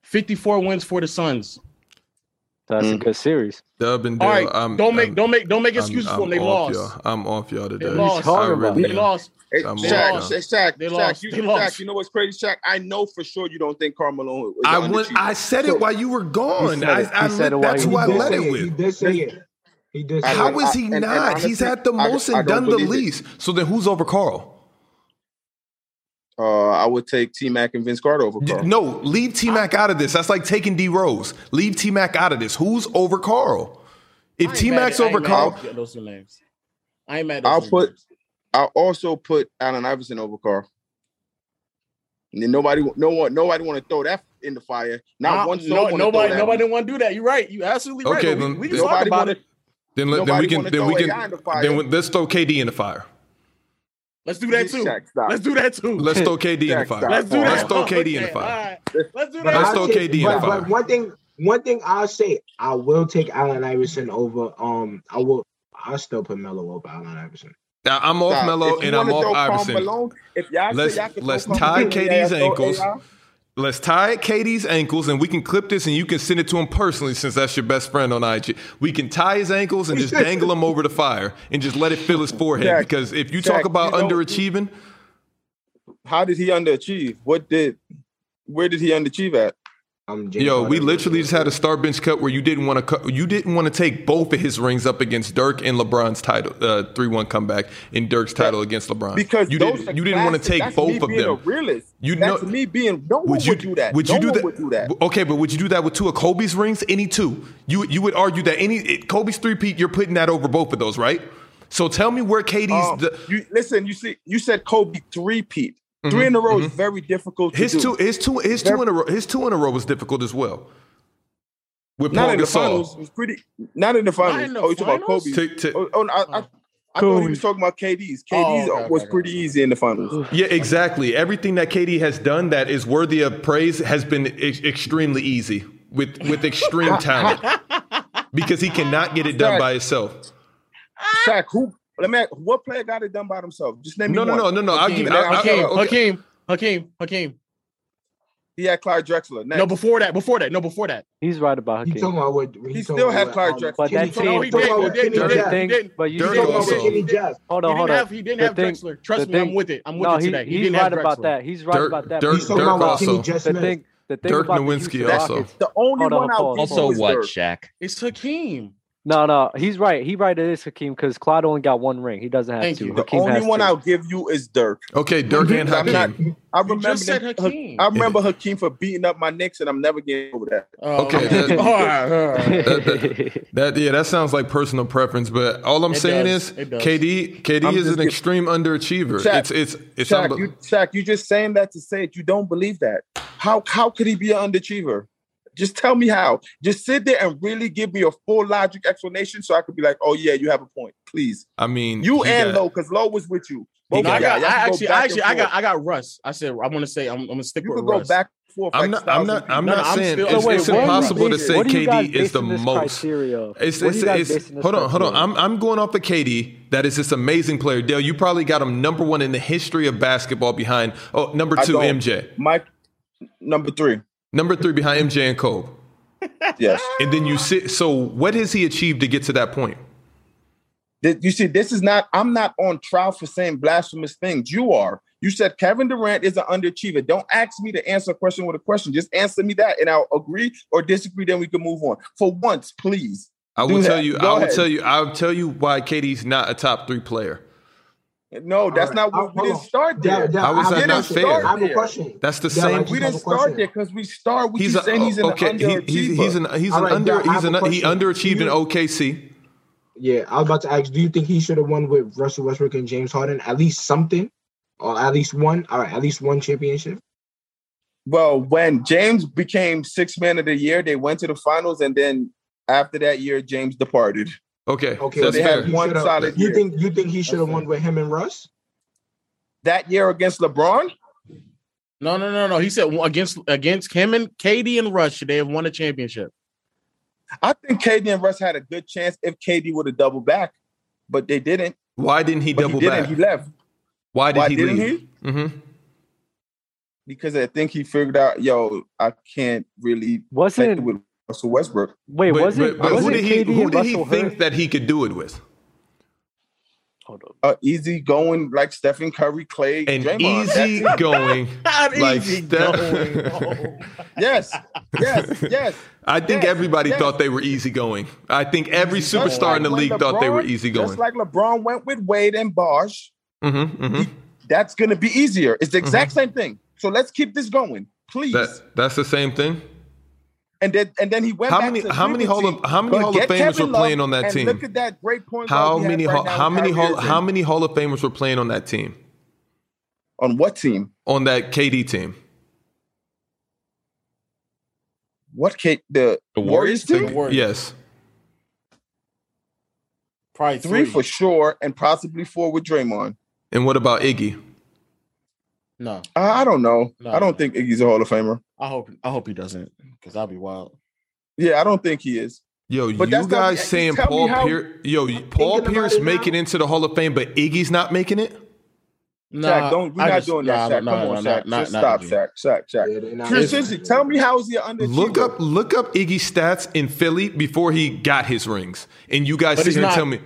Speaker 1: 54 wins for the Suns.
Speaker 4: That's
Speaker 6: Mm-hmm.
Speaker 4: a
Speaker 2: Mm.
Speaker 4: good series.
Speaker 6: Dub and
Speaker 1: All
Speaker 6: Dale,
Speaker 1: right,
Speaker 6: I'm,
Speaker 1: don't make
Speaker 6: I'm-
Speaker 1: don't make don't make
Speaker 6: I'm-
Speaker 1: excuses
Speaker 6: I'm
Speaker 1: for them. They lost.
Speaker 6: off Y'all. I'm off y'all today.
Speaker 1: lost.
Speaker 6: I
Speaker 4: Talking about
Speaker 6: really
Speaker 1: They
Speaker 6: am.
Speaker 1: lost.
Speaker 2: Hey,
Speaker 6: I'm
Speaker 2: Shaq,
Speaker 1: lost.
Speaker 2: Shaq, Shaq,
Speaker 1: They
Speaker 2: Shaq,
Speaker 1: lost.
Speaker 2: you,
Speaker 1: They lost.
Speaker 2: Shaq, you know what's crazy, Shaq? I know for sure you don't think Carmelo is
Speaker 6: I
Speaker 2: on the
Speaker 6: went.
Speaker 2: team.
Speaker 6: I said
Speaker 2: So-
Speaker 6: it while you were gone.
Speaker 4: said
Speaker 6: I,
Speaker 4: it. He
Speaker 6: I
Speaker 4: said
Speaker 6: let,
Speaker 4: it while
Speaker 6: that's
Speaker 4: he
Speaker 6: who
Speaker 4: was
Speaker 6: I
Speaker 4: gone.
Speaker 6: let
Speaker 9: say
Speaker 6: it
Speaker 9: He
Speaker 6: with.
Speaker 9: did say it. He did say
Speaker 2: I-
Speaker 6: How
Speaker 9: it.
Speaker 2: I-
Speaker 6: is he
Speaker 2: and- and
Speaker 6: not? He's
Speaker 2: honestly,
Speaker 6: had the
Speaker 2: I-
Speaker 6: most
Speaker 2: I
Speaker 6: and
Speaker 2: don't
Speaker 6: done the
Speaker 2: believe it.
Speaker 6: least. So then who's over Carl?
Speaker 2: Uh, I would take T Mac and Vince Carter over
Speaker 6: D-
Speaker 2: Carl.
Speaker 6: No, leave T Mac out of this. That's like taking D Rose. Leave T Mac out of this. Who's over Carl? If T Mac's over Carl,
Speaker 1: Carl, those two names. I ain't mad. At
Speaker 2: I'll
Speaker 1: those two
Speaker 2: put-
Speaker 1: names.
Speaker 2: I also put Allen Iverson over Carl. And then nobody, no one, nobody want to throw that in the fire. Not
Speaker 1: Nah,
Speaker 2: one soul.
Speaker 1: no,
Speaker 2: wanna
Speaker 1: nobody,
Speaker 2: throw that.
Speaker 1: nobody want to do that. You're right. You absolutely right.
Speaker 6: Okay,
Speaker 1: But we-
Speaker 6: then-
Speaker 1: we, can
Speaker 6: then-
Speaker 1: talk
Speaker 2: Nobody
Speaker 1: about
Speaker 2: wanna-
Speaker 1: it.
Speaker 6: then let, then
Speaker 2: Nobody
Speaker 6: we can
Speaker 2: wanna
Speaker 6: then
Speaker 2: throw
Speaker 6: we
Speaker 2: AI in
Speaker 6: can
Speaker 2: the fire.
Speaker 6: then we, let's throw KD in the fire.
Speaker 1: Let's do that too.
Speaker 2: Shaq, stop.
Speaker 1: Let's do that too.
Speaker 6: Let's throw KD in the
Speaker 2: Jack,
Speaker 6: fire.
Speaker 2: stop.
Speaker 1: Let's do that.
Speaker 6: Let's throw KD in the
Speaker 1: Okay, [LAUGHS] all
Speaker 6: fire.
Speaker 1: right. Let's do
Speaker 9: But
Speaker 1: that.
Speaker 6: Let's
Speaker 9: I'll
Speaker 6: throw
Speaker 9: take-
Speaker 6: KD in
Speaker 9: but-
Speaker 6: the
Speaker 9: but
Speaker 6: fire.
Speaker 9: one thing, one thing I'll say, I will take Allen Iverson over. Um, I will. I still put Melo over Allen Iverson.
Speaker 6: Now, I'm off
Speaker 2: Stop.
Speaker 6: Melo
Speaker 2: If you
Speaker 6: and I'm
Speaker 2: wanna
Speaker 6: off
Speaker 2: throw Karl
Speaker 6: Iverson.
Speaker 2: Malone, if y'all
Speaker 6: Let's
Speaker 2: say y'all can
Speaker 6: let's
Speaker 2: throw
Speaker 6: tie
Speaker 2: Karl Malone, y'all
Speaker 6: KD's
Speaker 2: throw
Speaker 6: ankles.
Speaker 2: AI?
Speaker 6: Let's tie KD's ankles and we can clip this and you can send it to him personally since that's your best friend on IG. We can tie his ankles and just dangle him over the fire and just let it fill his forehead
Speaker 2: Jack,
Speaker 6: because if you
Speaker 2: Jack,
Speaker 6: talk about
Speaker 2: you know-
Speaker 6: underachieving,
Speaker 2: How did he underachieve? What did? Where did he underachieve at?
Speaker 9: Um, James
Speaker 6: yo, we
Speaker 9: Harden.
Speaker 6: literally just had a star bench cut where you didn't want to cut, you didn't want to take both of his rings up against Dirk and LeBron's title uh, 3-1 comeback and Dirk's title against LeBron.
Speaker 2: Because
Speaker 6: Uh, you
Speaker 2: those
Speaker 6: didn't
Speaker 2: are
Speaker 6: you didn't want to
Speaker 2: classics.
Speaker 6: take
Speaker 2: That's me
Speaker 6: both of
Speaker 2: being
Speaker 6: them.
Speaker 2: A realist.
Speaker 6: You
Speaker 2: That's
Speaker 6: know-
Speaker 2: me being. No one would do that.
Speaker 6: Would you
Speaker 2: no
Speaker 6: do
Speaker 2: one
Speaker 6: that?
Speaker 2: would do that.
Speaker 6: W- Okay, but would you do that with two of Kobe's rings? Any two? You you would argue that any it, Kobe's three peat, you're putting that over both of those, right? So tell me where KD's
Speaker 2: Um,
Speaker 6: the, Mm-hmm,
Speaker 2: you listen. You see, you said Kobe three peat, three in a row is very difficult. To
Speaker 6: his
Speaker 2: do.
Speaker 6: two his two his two in a row his two in a row was difficult as well. With
Speaker 2: not
Speaker 6: Paul
Speaker 2: in the
Speaker 6: Gasol.
Speaker 2: finals. It was pretty. Not in the finals.
Speaker 1: in the
Speaker 2: oh, you talking about
Speaker 1: finals?
Speaker 2: Kobe?
Speaker 6: Tick, tick.
Speaker 2: Oh, oh, no, I, I, I thought he was talking about KD's. KD's
Speaker 1: Oh, okay,
Speaker 2: was
Speaker 1: okay,
Speaker 2: pretty
Speaker 1: okay.
Speaker 2: easy in the finals.
Speaker 6: Yeah, exactly. Everything that KD has done that is worthy of praise has been ex- extremely easy with with extreme talent because he cannot get it done by himself.
Speaker 2: Shaq, who? Let me. ask- What player got it done by themselves? Just name
Speaker 6: No,
Speaker 2: me
Speaker 6: no,
Speaker 2: one.
Speaker 6: no, no, no.
Speaker 1: [LAUGHS]
Speaker 6: I'll give.
Speaker 1: Hakeem,
Speaker 6: I, I, I,
Speaker 1: Hakeem,
Speaker 6: okay.
Speaker 1: Hakeem, Hakeem, Hakeem.
Speaker 2: He had Clyde Drexler. Next.
Speaker 1: No, before that, before that, no, before that.
Speaker 4: He's right about
Speaker 9: He talking
Speaker 4: Hakeem.
Speaker 9: about what he
Speaker 2: He
Speaker 9: talking
Speaker 2: still
Speaker 9: about
Speaker 2: had
Speaker 9: what,
Speaker 2: Clyde
Speaker 9: um,
Speaker 2: Drexler.
Speaker 4: But that
Speaker 9: Kenny-
Speaker 4: team-
Speaker 1: No, he didn't. He didn't. He
Speaker 4: Don't
Speaker 9: Dirk
Speaker 1: didn't.
Speaker 4: you
Speaker 9: Jackson.
Speaker 1: He
Speaker 4: think?
Speaker 1: didn't.
Speaker 4: But you
Speaker 6: Dirk
Speaker 9: He
Speaker 4: still
Speaker 1: didn't.
Speaker 9: talking about
Speaker 6: also-
Speaker 9: Kenny Jazz.
Speaker 4: hold
Speaker 1: He
Speaker 4: on, hold
Speaker 1: didn't have.
Speaker 4: on.
Speaker 1: He didn't
Speaker 4: The
Speaker 1: have
Speaker 4: thing-
Speaker 1: Drexler. Trust
Speaker 4: the
Speaker 1: me, I'm
Speaker 4: thing-
Speaker 1: with it. I'm with
Speaker 4: No,
Speaker 1: you
Speaker 4: he,
Speaker 1: today. He
Speaker 4: he's
Speaker 1: didn't have
Speaker 4: right about
Speaker 1: Drexler.
Speaker 4: that. He's right about
Speaker 6: Dirk,
Speaker 4: that.
Speaker 6: Dirk,
Speaker 9: He's talking
Speaker 6: Dirk
Speaker 9: about what Kenny
Speaker 6: also.
Speaker 9: Jazz
Speaker 4: the
Speaker 9: Smith.
Speaker 4: thing, the thing
Speaker 6: Dirk
Speaker 4: about
Speaker 6: Nowitzki
Speaker 4: the Houston
Speaker 6: also.
Speaker 4: Rockets.
Speaker 2: The only
Speaker 4: Hold on,
Speaker 2: one I
Speaker 4: Paul.
Speaker 2: beat
Speaker 5: Also,
Speaker 2: was
Speaker 5: what,
Speaker 2: Dirk.
Speaker 5: Shaq?
Speaker 1: It's Hakeem.
Speaker 4: No, no, he's right. He right it is Hakeem because Clyde only got one ring. He doesn't have
Speaker 1: Thank
Speaker 4: two.
Speaker 1: you. The
Speaker 2: The
Speaker 4: Hakeem
Speaker 2: only
Speaker 4: has
Speaker 2: one
Speaker 4: two. [LAUGHS]
Speaker 2: I'll give you is Dirk.
Speaker 6: Okay, Dirk and
Speaker 2: I'm not-
Speaker 6: Hakeem.
Speaker 2: I
Speaker 1: You
Speaker 2: remember uh,
Speaker 1: just said
Speaker 2: them-
Speaker 1: Hakeem.
Speaker 2: I remember Hakeem for beating up my Knicks, and I'm never getting over that.
Speaker 1: Oh,
Speaker 6: Okay,
Speaker 1: okay.
Speaker 6: that-
Speaker 1: all right, all right.
Speaker 2: [LAUGHS]
Speaker 6: That yeah, that sounds like personal preference, but all I'm
Speaker 1: It
Speaker 6: saying
Speaker 1: does.
Speaker 6: is
Speaker 1: It does.
Speaker 6: KD KD
Speaker 2: I'm
Speaker 6: is
Speaker 2: just
Speaker 6: an
Speaker 2: get-
Speaker 6: extreme underachiever.
Speaker 2: Shaq,
Speaker 6: it's it's it's
Speaker 2: Shaq,
Speaker 6: unbe-
Speaker 2: you Shaq, you just saying that to say it. You don't believe that. How how could he be an underachiever? Just tell me how. Just sit there and really give me a full logic explanation so I could be like, oh yeah, you have a point. Please.
Speaker 6: I mean
Speaker 2: You
Speaker 6: Mm, he
Speaker 2: and
Speaker 6: got-
Speaker 2: Low, because Low was with you.
Speaker 6: He
Speaker 1: No, I
Speaker 2: of y'all.
Speaker 1: got.
Speaker 2: Y'all
Speaker 1: I
Speaker 2: can go
Speaker 1: actually,
Speaker 2: back
Speaker 1: I
Speaker 2: and
Speaker 1: actually, I got,
Speaker 2: forth.
Speaker 1: I got Russ. I said, I want to say, I'm, I'm gonna stick
Speaker 2: You
Speaker 1: with
Speaker 2: could go
Speaker 1: Russ.
Speaker 2: back and forth. like
Speaker 6: I'm not
Speaker 2: a
Speaker 6: I'm
Speaker 2: thousand
Speaker 6: not I'm
Speaker 1: No, no,
Speaker 6: not
Speaker 1: I'm
Speaker 6: saying
Speaker 1: still-
Speaker 6: it's,
Speaker 1: So wait,
Speaker 6: it's
Speaker 1: what are you
Speaker 6: impossible to
Speaker 1: basing-
Speaker 6: say
Speaker 4: what are you guys
Speaker 6: KD is the
Speaker 4: basing this
Speaker 6: most.
Speaker 4: criteria of?
Speaker 6: It's,
Speaker 4: What are
Speaker 6: it's,
Speaker 4: you guys
Speaker 6: it's-
Speaker 4: basing this
Speaker 6: hold on, hold on.
Speaker 4: criteria
Speaker 6: I'm, I'm going off the KD. That is this amazing player. Dale, you probably got him number one in the history of basketball behind, oh, number
Speaker 2: I
Speaker 6: two,
Speaker 2: don't.
Speaker 6: MJ.
Speaker 2: Mike
Speaker 1: [LAUGHS]
Speaker 2: number three.
Speaker 6: Number three behind MJ and Kobe.
Speaker 2: Yes.
Speaker 6: And then you sit. So what has he achieved to get to that point?
Speaker 2: Th- you see, this is not, I'm not on trial for saying blasphemous things. You are. You said Kevin Durant is an underachiever. Don't ask me to answer a question with a question. Just answer me that and I'll agree or disagree. Then we can move on. For once, please.
Speaker 6: I
Speaker 2: Do
Speaker 6: will
Speaker 2: that.
Speaker 6: tell you.
Speaker 2: Go
Speaker 6: I will
Speaker 2: ahead.
Speaker 6: tell you. I'll tell you why KD's not a top three player.
Speaker 2: No, that's
Speaker 9: Alright,
Speaker 2: not
Speaker 9: I'll-
Speaker 6: Uh,
Speaker 2: what we
Speaker 9: hold
Speaker 2: didn't
Speaker 9: on.
Speaker 2: start there.
Speaker 9: Dell, Dell,
Speaker 6: How
Speaker 9: I
Speaker 6: is
Speaker 9: have
Speaker 6: that
Speaker 9: a
Speaker 6: not
Speaker 9: question.
Speaker 6: fair?
Speaker 9: I have a question.
Speaker 6: That's the
Speaker 9: Dell, I
Speaker 6: same.
Speaker 9: just
Speaker 2: We
Speaker 9: have
Speaker 2: didn't
Speaker 9: a question.
Speaker 2: start there because we start. We
Speaker 6: He's
Speaker 2: keep
Speaker 6: a,
Speaker 2: saying he's an
Speaker 6: okay. He,
Speaker 2: underachiever.
Speaker 6: he's he's an he's
Speaker 9: All
Speaker 6: an
Speaker 9: right,
Speaker 6: under
Speaker 9: now I
Speaker 6: he's
Speaker 9: have
Speaker 6: an
Speaker 9: a
Speaker 6: he
Speaker 9: question.
Speaker 6: underachieved
Speaker 9: Do
Speaker 6: in
Speaker 9: you-
Speaker 6: OKC.
Speaker 9: Yeah, I was about to ask. Do you think he should have won with Russell Westbrook and James Harden at least something, or at least one? All right, at least one championship.
Speaker 2: well, when James became six man of the year, they went to the finals, and then after that year, James departed.
Speaker 6: Okay,
Speaker 9: Okay,
Speaker 2: So
Speaker 6: that's
Speaker 2: they
Speaker 6: fair.
Speaker 2: had
Speaker 9: You
Speaker 2: one
Speaker 9: should've-
Speaker 2: solid
Speaker 9: You
Speaker 2: year.
Speaker 9: think you think he should have
Speaker 2: fair.
Speaker 9: won with him and Russ?
Speaker 2: that year against LeBron,
Speaker 1: No, no, no, no. He said well, against against him and Katie and Rush, they have won a championship.
Speaker 2: I think KD and Russ had a good chance if KD would have doubled back, but they didn't.
Speaker 6: Why didn't he
Speaker 2: But
Speaker 6: double
Speaker 2: he didn't.
Speaker 6: back?
Speaker 2: He left
Speaker 6: Why did
Speaker 2: Why
Speaker 6: he
Speaker 2: didn't
Speaker 6: leave? Mm-hmm.
Speaker 2: because I think he figured out, yo, I can't really play
Speaker 4: Wasn't
Speaker 2: with Russell Westbrook.
Speaker 4: wait?
Speaker 6: but,
Speaker 4: wasn't
Speaker 6: but- but who
Speaker 4: wasn't
Speaker 6: did he
Speaker 4: KD
Speaker 6: who
Speaker 4: and
Speaker 6: did he
Speaker 4: Russell
Speaker 6: think
Speaker 4: hurt?
Speaker 6: that he could do it with?
Speaker 4: Hold up.
Speaker 2: Uh, easy going like Stephen Curry, Clay,
Speaker 6: An
Speaker 2: Draymond.
Speaker 6: easy going
Speaker 1: Not
Speaker 6: like
Speaker 1: easy
Speaker 6: Steph-
Speaker 1: going, no.
Speaker 2: Yes,
Speaker 6: [LAUGHS]
Speaker 2: yes, yes.
Speaker 6: I think
Speaker 2: Yes,
Speaker 6: everybody
Speaker 2: yes.
Speaker 6: thought they were easy going. I think every
Speaker 2: Just
Speaker 6: superstar
Speaker 2: like
Speaker 6: in the
Speaker 2: when
Speaker 6: league thought they were
Speaker 2: LeBron-
Speaker 6: easy
Speaker 2: Just
Speaker 6: going.
Speaker 2: like LeBron went with Wade and Bosch,
Speaker 6: mm-hmm, mm-hmm.
Speaker 2: that's going to be easier. It's the exact same thing. So let's keep this going, please.
Speaker 6: That that's the same thing.
Speaker 2: and then and then he went.
Speaker 6: How
Speaker 2: back
Speaker 6: many-
Speaker 2: to
Speaker 6: how many
Speaker 2: Cleveland
Speaker 6: Hall of-
Speaker 2: team,
Speaker 6: how many
Speaker 2: but
Speaker 6: Hall of
Speaker 2: get
Speaker 6: Famers
Speaker 2: Kevin
Speaker 6: were
Speaker 2: Love
Speaker 6: playing on that
Speaker 2: and
Speaker 6: team?
Speaker 2: Look at that great point. guard
Speaker 6: How
Speaker 2: we have
Speaker 6: many
Speaker 2: right
Speaker 6: Hall-
Speaker 2: now
Speaker 6: how
Speaker 2: with
Speaker 6: many
Speaker 2: Kyrie
Speaker 6: Hall,
Speaker 2: Irving.
Speaker 6: how many Hall of Famers were playing on that team?
Speaker 2: on what team?
Speaker 6: On that KD team.
Speaker 2: What Kate the,
Speaker 5: The
Speaker 2: Warriors
Speaker 5: Warriors?
Speaker 2: team?
Speaker 1: The Warriors.
Speaker 6: Yes.
Speaker 1: Probably
Speaker 2: Three for sure, and possibly four with Draymond.
Speaker 6: And what about Iggy?
Speaker 1: No,
Speaker 2: I, I don't know.
Speaker 1: No.
Speaker 2: I don't think Iggy's a Hall of Famer.
Speaker 1: I hope I hope he doesn't because that'd be wild.
Speaker 2: Yeah, I don't think he is.
Speaker 6: Yo,
Speaker 2: But
Speaker 6: you
Speaker 2: that's not-
Speaker 6: guys
Speaker 2: just
Speaker 6: saying
Speaker 2: tell me
Speaker 6: Paul
Speaker 2: how-
Speaker 6: Pierce? Yo, Paul
Speaker 9: thinking about
Speaker 6: Pierce
Speaker 9: it now.
Speaker 6: making it into the Hall of Fame, but Iggy's not making it.
Speaker 1: No,
Speaker 2: Shaq, don't. We're
Speaker 1: I
Speaker 2: not
Speaker 1: just-
Speaker 2: doing
Speaker 1: nah,
Speaker 2: that, Shaq.
Speaker 1: nah,
Speaker 2: Come
Speaker 1: nah,
Speaker 2: on,
Speaker 1: nah,
Speaker 2: Shaq.
Speaker 1: nah,
Speaker 2: Just
Speaker 1: nah,
Speaker 2: stop,
Speaker 1: dude.
Speaker 2: Shaq. Shaq. Shaq.
Speaker 9: Yeah, they're not-
Speaker 2: Chris, Sinji, tell me how is he an underachiever?
Speaker 6: Look up, look up Iggy stats in Philly before he got his rings, and you guys
Speaker 1: But
Speaker 6: sit
Speaker 1: he's
Speaker 6: here and
Speaker 1: not-
Speaker 6: tell me.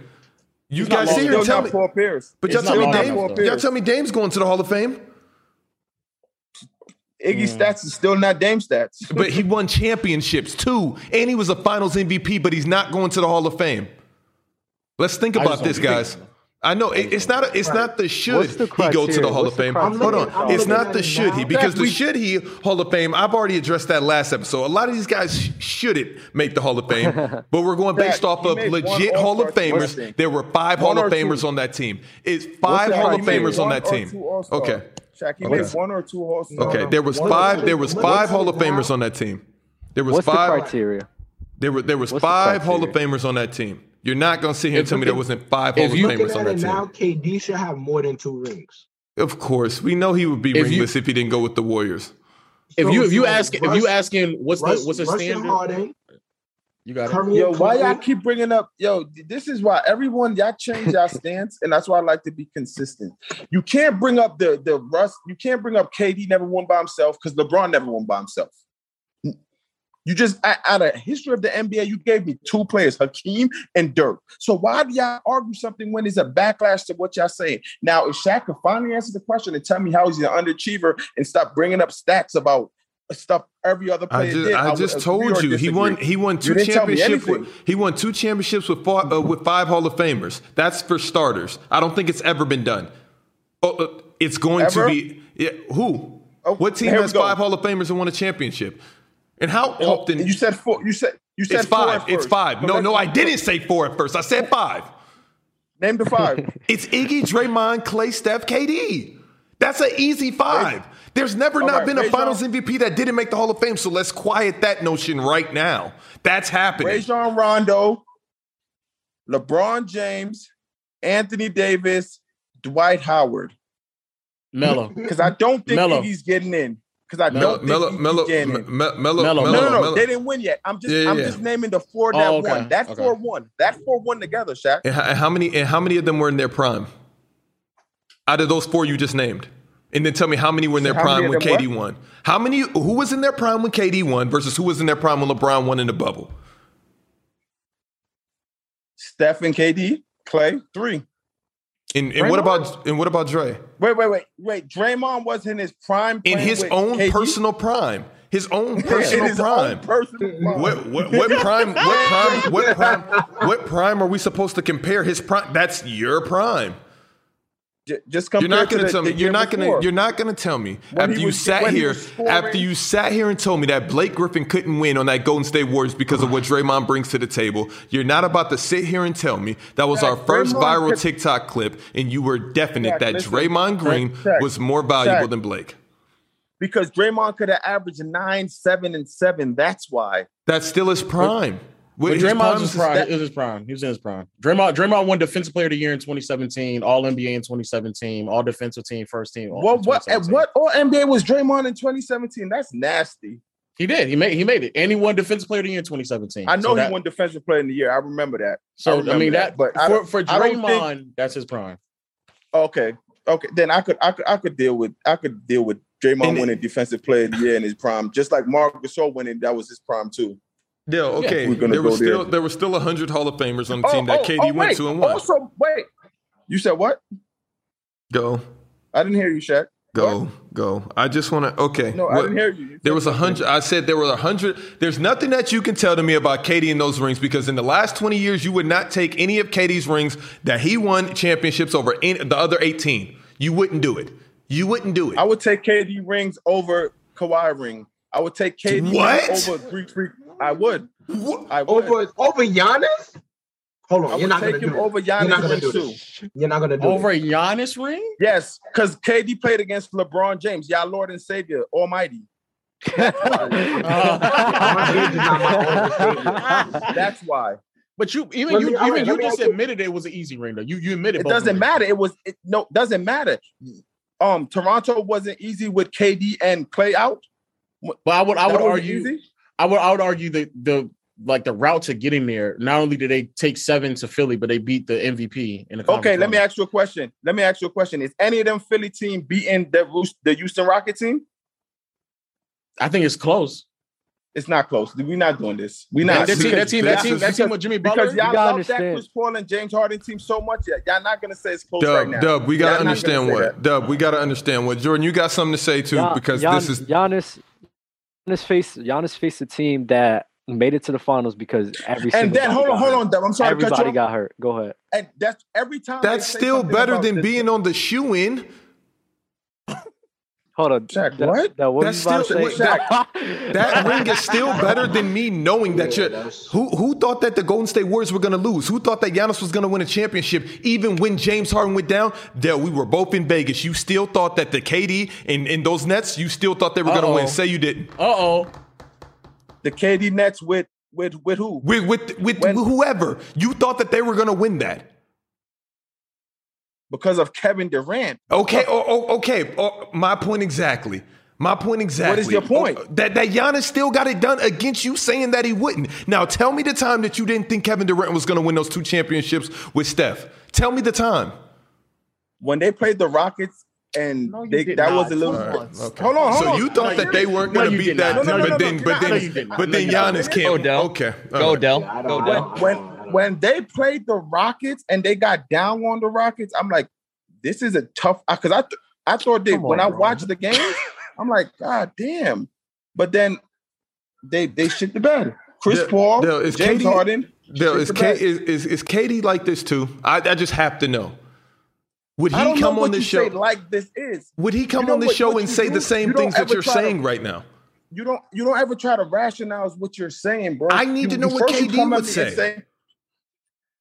Speaker 6: You
Speaker 1: not
Speaker 6: guys sit here
Speaker 2: Still
Speaker 6: and tell me.
Speaker 2: not Paul Pierce.
Speaker 6: But y'all
Speaker 1: It's
Speaker 6: tell
Speaker 1: not
Speaker 6: me
Speaker 1: long
Speaker 6: Dame,
Speaker 1: enough, though.
Speaker 6: y'all tell me Dame's going to the Hall of Fame,
Speaker 2: Iggy
Speaker 1: Hmm.
Speaker 2: stats is still not Dame stats.
Speaker 6: but he won championships too, and he was a Finals MVP, but he's not going to the Hall of Fame. Let's think
Speaker 1: I
Speaker 6: about
Speaker 1: just
Speaker 6: this,
Speaker 1: don't
Speaker 6: guys. I know it- it's not a, it's not the should
Speaker 4: What's the
Speaker 6: he go to the
Speaker 4: criteria?
Speaker 6: Hall
Speaker 4: What's
Speaker 6: of
Speaker 4: the
Speaker 6: Fame.
Speaker 4: criteria?
Speaker 6: Hold on,
Speaker 9: I'm looking-
Speaker 6: it's
Speaker 9: I'm
Speaker 6: not
Speaker 9: looking
Speaker 6: the
Speaker 9: at it
Speaker 6: should
Speaker 9: now.
Speaker 6: he because
Speaker 2: Zach,
Speaker 6: the
Speaker 2: we-
Speaker 6: should he Hall of Fame. I've already addressed that last episode. A lot of these guys sh- shouldn't make the Hall of
Speaker 2: [LAUGHS]
Speaker 6: Fame, but we're going based
Speaker 2: Zach,
Speaker 6: off
Speaker 2: he
Speaker 6: of
Speaker 2: made one
Speaker 6: legit Hall of
Speaker 2: All-Star team. What's
Speaker 6: Famers.
Speaker 2: the-
Speaker 6: There were five
Speaker 2: One
Speaker 6: Hall of
Speaker 2: or
Speaker 6: Famers
Speaker 2: two?
Speaker 6: on that team. It's
Speaker 2: What's
Speaker 6: five
Speaker 2: the
Speaker 6: Hall of
Speaker 2: criteria?
Speaker 6: Famers on
Speaker 2: One
Speaker 6: that
Speaker 2: or
Speaker 6: team.
Speaker 2: two All-Stars.
Speaker 6: Okay,
Speaker 2: Shaq, he
Speaker 6: Okay.
Speaker 2: made one or two All Stars.
Speaker 6: okay. There was
Speaker 9: One-
Speaker 6: five. There was
Speaker 9: one-
Speaker 6: five Hall of
Speaker 9: one-
Speaker 6: Famers on that team. There was
Speaker 4: What's the
Speaker 6: five.
Speaker 4: criteria?
Speaker 6: There were there was
Speaker 4: What's the
Speaker 6: five Hall of
Speaker 4: criteria?
Speaker 6: Famers on that team. You're not gonna sit here and
Speaker 1: If
Speaker 6: tell
Speaker 1: you
Speaker 6: me there
Speaker 1: can-
Speaker 6: wasn't five Hall
Speaker 1: if
Speaker 6: of
Speaker 1: you-
Speaker 9: Looking
Speaker 6: Famers on
Speaker 9: at
Speaker 6: that
Speaker 9: it
Speaker 6: team.
Speaker 9: now, KD should have more than two rings.
Speaker 6: Of course, we know he would be
Speaker 1: If you-
Speaker 6: ringless if he didn't go with the Warriors.
Speaker 1: If
Speaker 9: So-
Speaker 1: you if you
Speaker 9: so
Speaker 1: ask if
Speaker 9: Russ-
Speaker 1: you asking what's
Speaker 9: Russ-
Speaker 1: the what's the
Speaker 9: Russ and
Speaker 1: standard,
Speaker 9: Harden,
Speaker 1: you got it.
Speaker 9: Curry,
Speaker 2: Yo,
Speaker 9: and
Speaker 2: why y'all
Speaker 9: Cleveland.
Speaker 2: keep bringing up? Yo, this is why everyone y'all change y'all stance, and that's why I like to be consistent. You can't bring up the the Russ. You can't bring up KD never won by himself because LeBron never won by himself. You just out out of history of the NBA, you gave me two players, Hakeem and Dirk. So why do y'all argue something when it's a backlash to what y'all saying? Now, if Shaq could finally answer the question and tell me how he's an underachiever and stop bringing up stats about stuff every other player
Speaker 6: I just
Speaker 2: did,
Speaker 6: I
Speaker 2: would uh,
Speaker 6: just
Speaker 2: agree
Speaker 6: told
Speaker 2: or
Speaker 6: you he won
Speaker 2: disagree.
Speaker 6: he won two
Speaker 2: didn't tell me
Speaker 6: championships with
Speaker 2: anything.
Speaker 6: he won two championships with four, uh, with five Hall of Famers. That's for starters. I don't think it's ever been done. Oh, uh, it's going
Speaker 2: Ever?
Speaker 6: to be yeah, who?
Speaker 2: Oh,
Speaker 6: what team
Speaker 2: here we
Speaker 6: has
Speaker 2: go.
Speaker 6: five Hall of Famers and won a championship? And how often
Speaker 2: Oh, you said four. You said you said
Speaker 6: it's
Speaker 2: four
Speaker 6: five.
Speaker 2: at
Speaker 6: It's
Speaker 2: first.
Speaker 6: five.
Speaker 2: So
Speaker 6: No,
Speaker 2: let's-
Speaker 6: no, I didn't say four at first. I said five.
Speaker 2: Name the
Speaker 6: [LAUGHS]
Speaker 2: five.
Speaker 6: It's Iggy, Draymond, Clay, Steph, KD. That's an easy five. There's never
Speaker 2: All
Speaker 6: not
Speaker 2: right,
Speaker 6: been a
Speaker 2: Rajon-
Speaker 6: Finals MVP that didn't make the Hall of Fame. So let's quiet that notion right now. That's happening.
Speaker 2: Rajon Rondo, LeBron James, Anthony Davis, Dwight Howard.
Speaker 1: Mello.
Speaker 2: Because I don't think
Speaker 1: Melo.
Speaker 2: Iggy's getting in. Because I don't
Speaker 6: Melo,
Speaker 2: think
Speaker 6: Melo,
Speaker 2: Iggy's
Speaker 6: Melo,
Speaker 2: getting
Speaker 6: Me-
Speaker 2: in.
Speaker 6: Me- Melo,
Speaker 1: Melo,
Speaker 2: No, no, no.
Speaker 6: Melo.
Speaker 2: They didn't win yet. I'm just,
Speaker 6: Yeah, yeah,
Speaker 2: I'm
Speaker 6: yeah.
Speaker 2: just naming the four that
Speaker 1: Oh, okay,
Speaker 2: won. That
Speaker 1: okay.
Speaker 2: four won. That four won together, Shaq.
Speaker 6: And how and how many? And how many of them were in their prime? Out of those four you just named, and then tell me how many were in their
Speaker 2: How many
Speaker 6: prime
Speaker 2: of
Speaker 6: when
Speaker 2: them
Speaker 6: KD won. How many? Who was in their prime when KD won versus who was in their prime when LeBron won in the bubble?
Speaker 2: Steph and KD, Clay, three.
Speaker 6: And, and what
Speaker 2: Draymond?
Speaker 6: about? And what about Dre?
Speaker 2: Wait, wait, wait, wait. Draymond was in his prime.
Speaker 6: in
Speaker 2: playing
Speaker 6: his
Speaker 2: with
Speaker 6: own
Speaker 2: KD.
Speaker 6: personal prime. His own
Speaker 2: in
Speaker 6: personal
Speaker 2: his own
Speaker 6: prime.
Speaker 2: personal prime.
Speaker 6: what, what, what prime? What prime? What prime? What prime are we supposed to compare his prime? That's your prime.
Speaker 2: J- just
Speaker 6: You're
Speaker 2: compare
Speaker 6: not going
Speaker 2: to the,
Speaker 6: to tell me.
Speaker 2: the
Speaker 6: You're
Speaker 2: year
Speaker 6: not going
Speaker 2: before.
Speaker 6: to. You're not going to tell me
Speaker 2: When
Speaker 6: after
Speaker 2: he
Speaker 6: you
Speaker 2: was-
Speaker 6: sat
Speaker 2: when he
Speaker 6: here.
Speaker 2: was scoring-
Speaker 6: After you sat here and told me that Blake Griffin couldn't win on that Golden State Warriors because of what Draymond brings to the table. You're not about to sit here and tell me that was our first
Speaker 2: Draymond
Speaker 6: viral
Speaker 2: could-
Speaker 6: TikTok clip, and you were definite
Speaker 2: Shaq,
Speaker 6: that
Speaker 2: listen.
Speaker 6: Draymond Green
Speaker 2: Shaq,
Speaker 6: was more valuable
Speaker 2: Shaq.
Speaker 6: than Blake.
Speaker 2: because Draymond could have averaged nine, seven, and seven. That's why.
Speaker 6: That's still his prime. What
Speaker 1: But
Speaker 6: his
Speaker 1: Draymond
Speaker 6: prime
Speaker 1: was his
Speaker 6: is-
Speaker 1: prime.
Speaker 2: that-
Speaker 1: It was his prime. He was in his prime. Draymond, Draymond won Defensive Player of the Year in 2017, All NBA in 2017, All Defensive Team, First Team. all
Speaker 2: What
Speaker 1: in
Speaker 2: what at
Speaker 1: 2017.
Speaker 2: what all NBA was Draymond in 2017? That's nasty.
Speaker 1: He did. He made. He made it. And he won Defensive Player of the Year in 2017.
Speaker 2: I know
Speaker 1: So
Speaker 2: he
Speaker 1: that-
Speaker 2: won Defensive Player of the Year. I remember that. I
Speaker 1: So I,
Speaker 2: remember
Speaker 1: mean that.
Speaker 2: that, but I
Speaker 1: for, for
Speaker 2: I don't
Speaker 1: Draymond,
Speaker 2: think-
Speaker 1: that's his prime.
Speaker 2: Okay, okay. Then I could I could I could deal with I could deal with Draymond
Speaker 6: And-
Speaker 2: winning Defensive Player of the Year in his prime, just like Mark Gasol winning. That was his prime too.
Speaker 6: Yeah, okay.
Speaker 2: we're gonna
Speaker 6: there was
Speaker 2: go there. Oh,
Speaker 6: still there were still hundred Hall of Famers on the team that KD went
Speaker 2: wait.
Speaker 6: to and won.
Speaker 2: Also, wait. You said what?
Speaker 6: go,
Speaker 2: I didn't hear you, Shaq.
Speaker 6: go, go. I just want to. Okay.
Speaker 2: Oh. No, I
Speaker 6: what-
Speaker 2: didn't hear you. You
Speaker 6: There
Speaker 2: said
Speaker 6: was a
Speaker 2: something.
Speaker 6: hundred. I said there were a hundred. There's nothing that you can tell to me about KD and those rings because in the last 20 years, you would not take any of KD's rings that he won championships over any, the other 18. You wouldn't do it. You wouldn't do it.
Speaker 2: I would take KD rings over Kawhi ring. I would take KD ring
Speaker 6: What?
Speaker 2: over Greek freak. I would.
Speaker 6: Wha-
Speaker 2: I would.
Speaker 9: Over over Giannis? Hold on,
Speaker 2: I
Speaker 9: you're
Speaker 2: would
Speaker 9: not
Speaker 2: take
Speaker 9: gonna
Speaker 2: him
Speaker 9: do
Speaker 2: over
Speaker 9: over You're not gonna
Speaker 2: Giannis
Speaker 9: do
Speaker 2: ring too.
Speaker 9: this. You're not gonna do
Speaker 1: Over
Speaker 9: this.
Speaker 1: a Giannis ring?
Speaker 2: Yes, because KD played against LeBron James, y'all Lord and Savior, Almighty.
Speaker 9: My kids is not my own savior.
Speaker 2: That's why.
Speaker 1: But you even
Speaker 9: Let
Speaker 1: you
Speaker 9: me- all
Speaker 1: even
Speaker 9: right,
Speaker 1: you
Speaker 9: let me
Speaker 1: just
Speaker 9: ask you-
Speaker 1: admitted it was an easy ring though. You you admitted
Speaker 2: It
Speaker 1: both of
Speaker 2: doesn't
Speaker 1: them.
Speaker 2: matter. It was it, no, doesn't matter. Um, Toronto wasn't easy with KD and Clay out.
Speaker 1: But I would I would
Speaker 2: That wasn't
Speaker 1: argue
Speaker 2: easy.
Speaker 1: I would I would argue that the like the route to getting there. Not only did they take seven to Philly, but they beat the MVP in the conference
Speaker 2: Okay, let me
Speaker 1: final.
Speaker 2: ask you a question. Let me ask you a question. Is any of them Philly team beating the Roos- the Houston Rocket team?
Speaker 1: I think it's close.
Speaker 2: It's not close. We're not doing this. We're
Speaker 1: That
Speaker 2: not.
Speaker 1: that team, that team, that team, that team with Jimmy Butler.
Speaker 2: Because y'all
Speaker 4: You gotta
Speaker 2: love that
Speaker 4: understand.
Speaker 2: Chris Paul and James Harden team so much, y'all- y'all not gonna say it's close
Speaker 6: Dub,
Speaker 2: right now.
Speaker 6: Dub, we
Speaker 2: Yeah,
Speaker 6: gotta
Speaker 2: I'm not gonna
Speaker 6: understand
Speaker 2: say
Speaker 6: what.
Speaker 2: that.
Speaker 6: Dub, we gotta understand what. Jordan, you got something to say too
Speaker 4: Gian-
Speaker 6: because
Speaker 4: Gian-
Speaker 6: this is
Speaker 4: Giannis. Giannis faced Giannis faced a team that made it to the finals because every
Speaker 2: And
Speaker 4: single
Speaker 2: then
Speaker 4: body
Speaker 2: hold on,
Speaker 4: got
Speaker 2: hold
Speaker 4: hurt.
Speaker 2: on, Dub. I'm sorry to cut you
Speaker 4: Everybody
Speaker 2: off.
Speaker 4: got hurt. Go ahead.
Speaker 2: and that's every time.
Speaker 6: that's
Speaker 2: they say
Speaker 6: still
Speaker 2: something
Speaker 6: better
Speaker 2: about
Speaker 6: than
Speaker 2: this-
Speaker 6: being on the shoe in.
Speaker 4: Hold on.
Speaker 2: Shaq,
Speaker 4: That-
Speaker 2: what?
Speaker 4: that- what
Speaker 6: That's
Speaker 4: you about
Speaker 6: still-
Speaker 4: to say? [LAUGHS]
Speaker 6: That ring is still better than me knowing that
Speaker 9: Yeah,
Speaker 6: you
Speaker 9: that's-
Speaker 6: who who thought that the Golden State Warriors were going to lose? Who thought that Giannis was going to win a championship? Even when James Harden went down, there we were both in Vegas. You still thought that the KD and, and those Nets, you still thought they were going to
Speaker 1: Uh-oh.
Speaker 6: win. Say you didn't.
Speaker 1: Uh oh.
Speaker 2: the KD Nets with with with who?
Speaker 6: With with with
Speaker 2: When-
Speaker 6: whoever you thought that they were going to win that.
Speaker 2: Because of Kevin Durant.
Speaker 6: Okay, oh, oh, okay. Oh, my point exactly. My point exactly.
Speaker 2: your point?
Speaker 6: Oh, that that Giannis still got it done against you, saying that he wouldn't. Now tell me the time that you didn't think Kevin Durant was going to win those two championships with Steph. Tell me the time.
Speaker 2: When they played the Rockets and
Speaker 1: No, you
Speaker 2: they,
Speaker 1: did
Speaker 2: that
Speaker 1: not.
Speaker 2: was a little
Speaker 1: All right,
Speaker 6: okay.
Speaker 2: hold on, hold
Speaker 6: So
Speaker 2: on.
Speaker 6: you
Speaker 1: No,
Speaker 6: thought that
Speaker 1: you
Speaker 6: they
Speaker 1: didn't.
Speaker 6: weren't
Speaker 1: No,
Speaker 6: going
Speaker 1: you
Speaker 6: to beat
Speaker 1: did
Speaker 6: that,
Speaker 1: not. No, no,
Speaker 6: but
Speaker 1: no,
Speaker 6: then,
Speaker 1: no,
Speaker 6: but
Speaker 1: no,
Speaker 6: then,
Speaker 1: you did not.
Speaker 6: but
Speaker 1: No,
Speaker 6: then
Speaker 1: you did
Speaker 6: Giannis can't.
Speaker 2: Oh,
Speaker 5: Del.
Speaker 6: Okay,
Speaker 5: Go Dell.
Speaker 9: Yeah, I
Speaker 5: Go
Speaker 9: don't- I
Speaker 5: Dell.
Speaker 9: don't-
Speaker 2: when when they played the Rockets and they got down on the Rockets, I'm like, this is a tough because I th- I thought they
Speaker 4: Come
Speaker 2: when
Speaker 4: on,
Speaker 2: I
Speaker 4: bro.
Speaker 2: watched
Speaker 1: [LAUGHS]
Speaker 2: the game, I'm like, God damn! But then they they shit the bed. Chris
Speaker 6: Dell-
Speaker 2: Paul,
Speaker 6: Dell, is
Speaker 2: James
Speaker 6: KD
Speaker 2: Harden.
Speaker 6: Del,
Speaker 2: shit
Speaker 6: is,
Speaker 2: the
Speaker 6: K,
Speaker 2: bed.
Speaker 6: is, is is Katie like this too? I, I just have to know. Would
Speaker 2: I
Speaker 6: he
Speaker 2: don't know
Speaker 6: come
Speaker 2: what
Speaker 6: on this
Speaker 2: you say
Speaker 6: show?
Speaker 2: like this is.
Speaker 6: would he come
Speaker 2: You know
Speaker 6: on this
Speaker 2: what-
Speaker 6: show
Speaker 2: what
Speaker 6: and
Speaker 2: you
Speaker 6: say
Speaker 2: do-
Speaker 6: the same
Speaker 2: you don't
Speaker 6: things that
Speaker 2: ever
Speaker 6: you're
Speaker 2: try to-
Speaker 6: saying right now?
Speaker 2: You don't you don't ever try to rationalize what you're saying, bro.
Speaker 6: I need
Speaker 2: You-
Speaker 6: to know
Speaker 2: you
Speaker 6: what
Speaker 2: first you
Speaker 6: KD
Speaker 2: come at
Speaker 6: would
Speaker 2: me and
Speaker 6: say.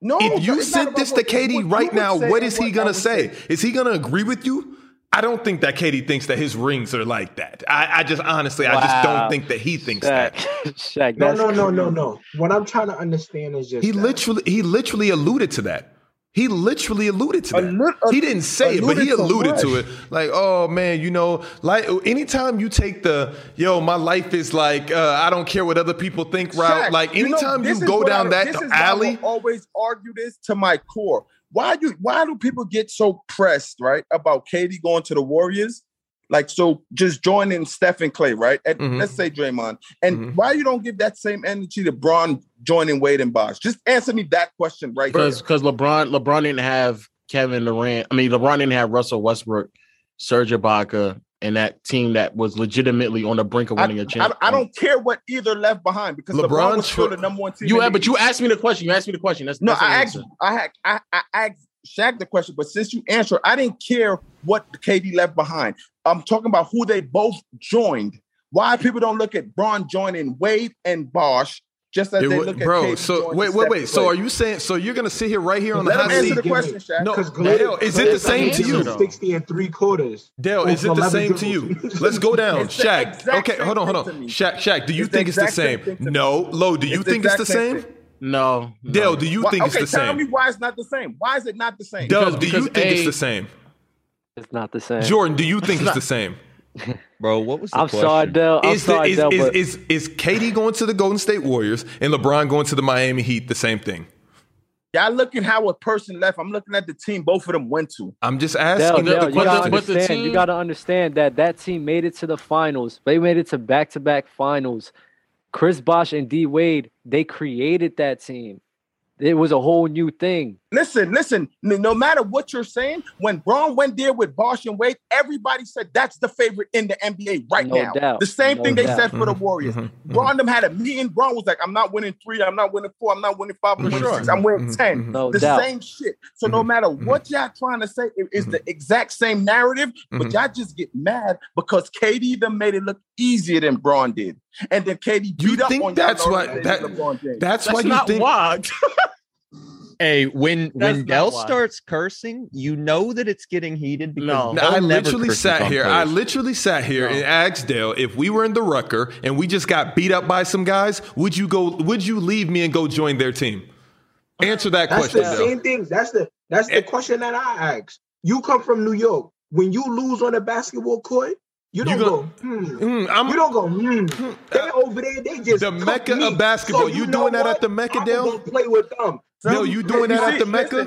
Speaker 2: No,
Speaker 6: if
Speaker 2: bro,
Speaker 6: you
Speaker 2: Oh, it's not
Speaker 6: sent
Speaker 2: about
Speaker 6: this to
Speaker 2: what-
Speaker 6: Katie
Speaker 2: what you
Speaker 6: right
Speaker 2: would
Speaker 6: now,
Speaker 2: say
Speaker 6: what
Speaker 2: and
Speaker 6: is he
Speaker 2: what I
Speaker 6: gonna
Speaker 2: would
Speaker 6: say? Is he gonna agree with you? I don't think that Katie thinks that his rings are like that. I, I just honestly, I just don't
Speaker 4: Wow.
Speaker 6: think that he thinks
Speaker 4: Shaq,
Speaker 6: that.
Speaker 4: [LAUGHS] Shaq,
Speaker 9: No,
Speaker 4: that's
Speaker 9: no, no, no, no. What I'm trying to understand is just
Speaker 6: He
Speaker 9: that.
Speaker 6: literally, he literally alluded to that. He literally alluded to
Speaker 2: A
Speaker 6: that.
Speaker 2: lit- a-
Speaker 6: he didn't say it, but he
Speaker 2: alluded to
Speaker 6: alluded to
Speaker 2: what?
Speaker 6: it. Like, oh man, you know, like anytime you take the yo, my life is like uh, I don't care what other people think route.
Speaker 2: Shaq,
Speaker 6: like
Speaker 2: know,
Speaker 6: anytime you,
Speaker 2: this is
Speaker 6: go
Speaker 2: what I-
Speaker 6: down
Speaker 2: this
Speaker 6: that
Speaker 2: is why I will
Speaker 6: alley,
Speaker 2: always argue this to my core. Why do why do people get so pressed right about Katie going to the Warriors? Like so, just joining Steph and Clay, right? And
Speaker 6: Mhm.
Speaker 2: Let's say Draymond, and
Speaker 6: Mhm.
Speaker 2: why you don't give that same energy to Braun joining Wade and Bosh? Just answer me that question right there.
Speaker 1: Because because LeBron LeBron didn't have Kevin Durant. I mean LeBron didn't have Russell Westbrook, Serge Ibaka, and that team that was legitimately on the brink of winning a
Speaker 2: I,
Speaker 1: championship.
Speaker 2: I don't care what either left behind because LeBron,
Speaker 6: LeBron
Speaker 2: was still
Speaker 6: tr-
Speaker 2: the number one team.
Speaker 1: You
Speaker 2: in
Speaker 1: had,
Speaker 2: the
Speaker 1: but you
Speaker 2: East.
Speaker 1: asked me the question. You asked me the question. That's
Speaker 2: No,
Speaker 1: that's an
Speaker 2: I asked,
Speaker 1: answer.
Speaker 2: I, had, I, I asked Shaq the question, but since you answered, I didn't care what KD left behind. I'm talking about who they both joined. Why people don't look at Braun joining Wade and Bosch just as
Speaker 6: It
Speaker 2: they
Speaker 6: wa-
Speaker 2: look at
Speaker 6: bro,
Speaker 2: KD
Speaker 6: so
Speaker 2: joining
Speaker 6: wait, wait,
Speaker 2: Steph
Speaker 6: wait. So
Speaker 2: Curry.
Speaker 6: are you saying so you're gonna sit here right here on the
Speaker 2: Let
Speaker 6: hot
Speaker 2: him answer
Speaker 6: seat?
Speaker 2: the question, Shaq.
Speaker 6: No,
Speaker 9: Because
Speaker 6: Dale, is it the same to you?
Speaker 9: Sixty and three quarters.
Speaker 6: Dale,
Speaker 9: Off
Speaker 6: is it the
Speaker 9: 11
Speaker 6: same to you?
Speaker 9: dribbles.
Speaker 6: Let's go down.
Speaker 2: It's the
Speaker 6: Shaq.
Speaker 2: exact
Speaker 6: Okay,
Speaker 2: same
Speaker 6: hold on, hold
Speaker 2: thing to
Speaker 6: on.
Speaker 2: me.
Speaker 6: Shaq, Shaq, do you
Speaker 2: It's the
Speaker 6: think it's the
Speaker 2: exact same
Speaker 6: same?
Speaker 2: thing to me.
Speaker 6: No. Low, do you
Speaker 2: It's the
Speaker 6: think it's the
Speaker 2: exact same
Speaker 6: same?
Speaker 2: thing.
Speaker 1: No, no.
Speaker 6: Dale, do you
Speaker 2: Why-
Speaker 6: think
Speaker 2: okay,
Speaker 6: it's the
Speaker 2: tell me
Speaker 6: same?
Speaker 2: why it's not the same. Why is it not the same?
Speaker 6: Dale, do
Speaker 1: because
Speaker 6: you think it's
Speaker 1: A-
Speaker 6: the same?
Speaker 4: It's not the same.
Speaker 6: Jordan, do you think it's the same?
Speaker 5: Bro, what was the
Speaker 4: I'm
Speaker 5: question?
Speaker 4: sorry, Dell. I'm
Speaker 6: Is, the,
Speaker 4: sorry,
Speaker 6: is,
Speaker 4: Dell. But
Speaker 6: is, is, is Katie going to the Golden State Warriors and LeBron going to the Miami Heat the same thing?
Speaker 2: Y'all looking how a person left. I'm looking at the team both of them went to.
Speaker 6: I'm just
Speaker 4: Dell,
Speaker 6: asking.
Speaker 1: the-
Speaker 4: Dell,
Speaker 1: but
Speaker 4: you gotta
Speaker 1: the- but the
Speaker 4: understand. you
Speaker 1: team-
Speaker 4: gotta understand that that team made it to the finals. They made it to back-to-back finals. Chris Bosh and D Wade, they created that team. It was a whole new thing.
Speaker 2: Listen, listen, n- no matter what you're saying, when Braun went there with Bosh and Wade, everybody said that's the favorite in the NBA right
Speaker 4: No
Speaker 2: now.
Speaker 4: doubt.
Speaker 2: The same
Speaker 4: No
Speaker 2: thing they
Speaker 4: doubt.
Speaker 2: said for the
Speaker 6: Mhm,
Speaker 2: Warriors.
Speaker 6: mhm, mhm.
Speaker 2: Braun them had a meeting. Braun was like, I'm not winning three, I'm not winning four, I'm not winning five, I'm not winning
Speaker 6: Mhm,
Speaker 2: six, I'm winning
Speaker 6: mhm,
Speaker 2: ten.
Speaker 6: mhm.
Speaker 4: No
Speaker 2: the
Speaker 4: doubt.
Speaker 2: same shit. So no
Speaker 6: Mhm.
Speaker 2: matter what y'all trying to say, it is
Speaker 6: Mm-hmm.
Speaker 2: the exact same narrative, but
Speaker 6: Mhm.
Speaker 2: y'all just get mad because KD them made it look easier than Braun did. And then KD beat
Speaker 6: You
Speaker 2: up
Speaker 6: think
Speaker 2: on
Speaker 6: that's
Speaker 2: y'all
Speaker 6: why-
Speaker 2: already
Speaker 6: that-
Speaker 2: than LeBron James.
Speaker 6: That's,
Speaker 1: That's
Speaker 6: why you
Speaker 1: not
Speaker 6: think.
Speaker 1: why.
Speaker 5: Hey, when
Speaker 1: That's
Speaker 5: when
Speaker 1: not
Speaker 5: Dell
Speaker 1: why.
Speaker 5: starts cursing, you know that it's getting heated because
Speaker 1: No.
Speaker 6: No,
Speaker 5: Dell
Speaker 6: I
Speaker 5: never
Speaker 6: literally
Speaker 5: curses
Speaker 6: sat
Speaker 5: on
Speaker 6: here.
Speaker 5: purpose.
Speaker 6: I literally sat here and asked Dale if we were in the Rucker and we just got beat up by some guys. Would you go? Would you leave me and go join their team? Answer that
Speaker 9: That's
Speaker 6: question,
Speaker 9: the
Speaker 6: Dale.
Speaker 9: same thing. That's the that's the
Speaker 6: It-
Speaker 9: question that I asked. You come from New York. When you lose on a basketball court, you don't
Speaker 6: You go-
Speaker 9: go. Hmm.
Speaker 6: Mm, I'm-
Speaker 9: You don't go. Hmm. They over there. They just
Speaker 6: The
Speaker 9: cook
Speaker 6: mecca of
Speaker 9: me.
Speaker 6: basketball. You
Speaker 9: know
Speaker 6: doing that
Speaker 9: what?
Speaker 6: at the mecca,
Speaker 9: I'ma
Speaker 6: Dale?
Speaker 9: go play with them.
Speaker 6: Dale, you doing that at the Mecca?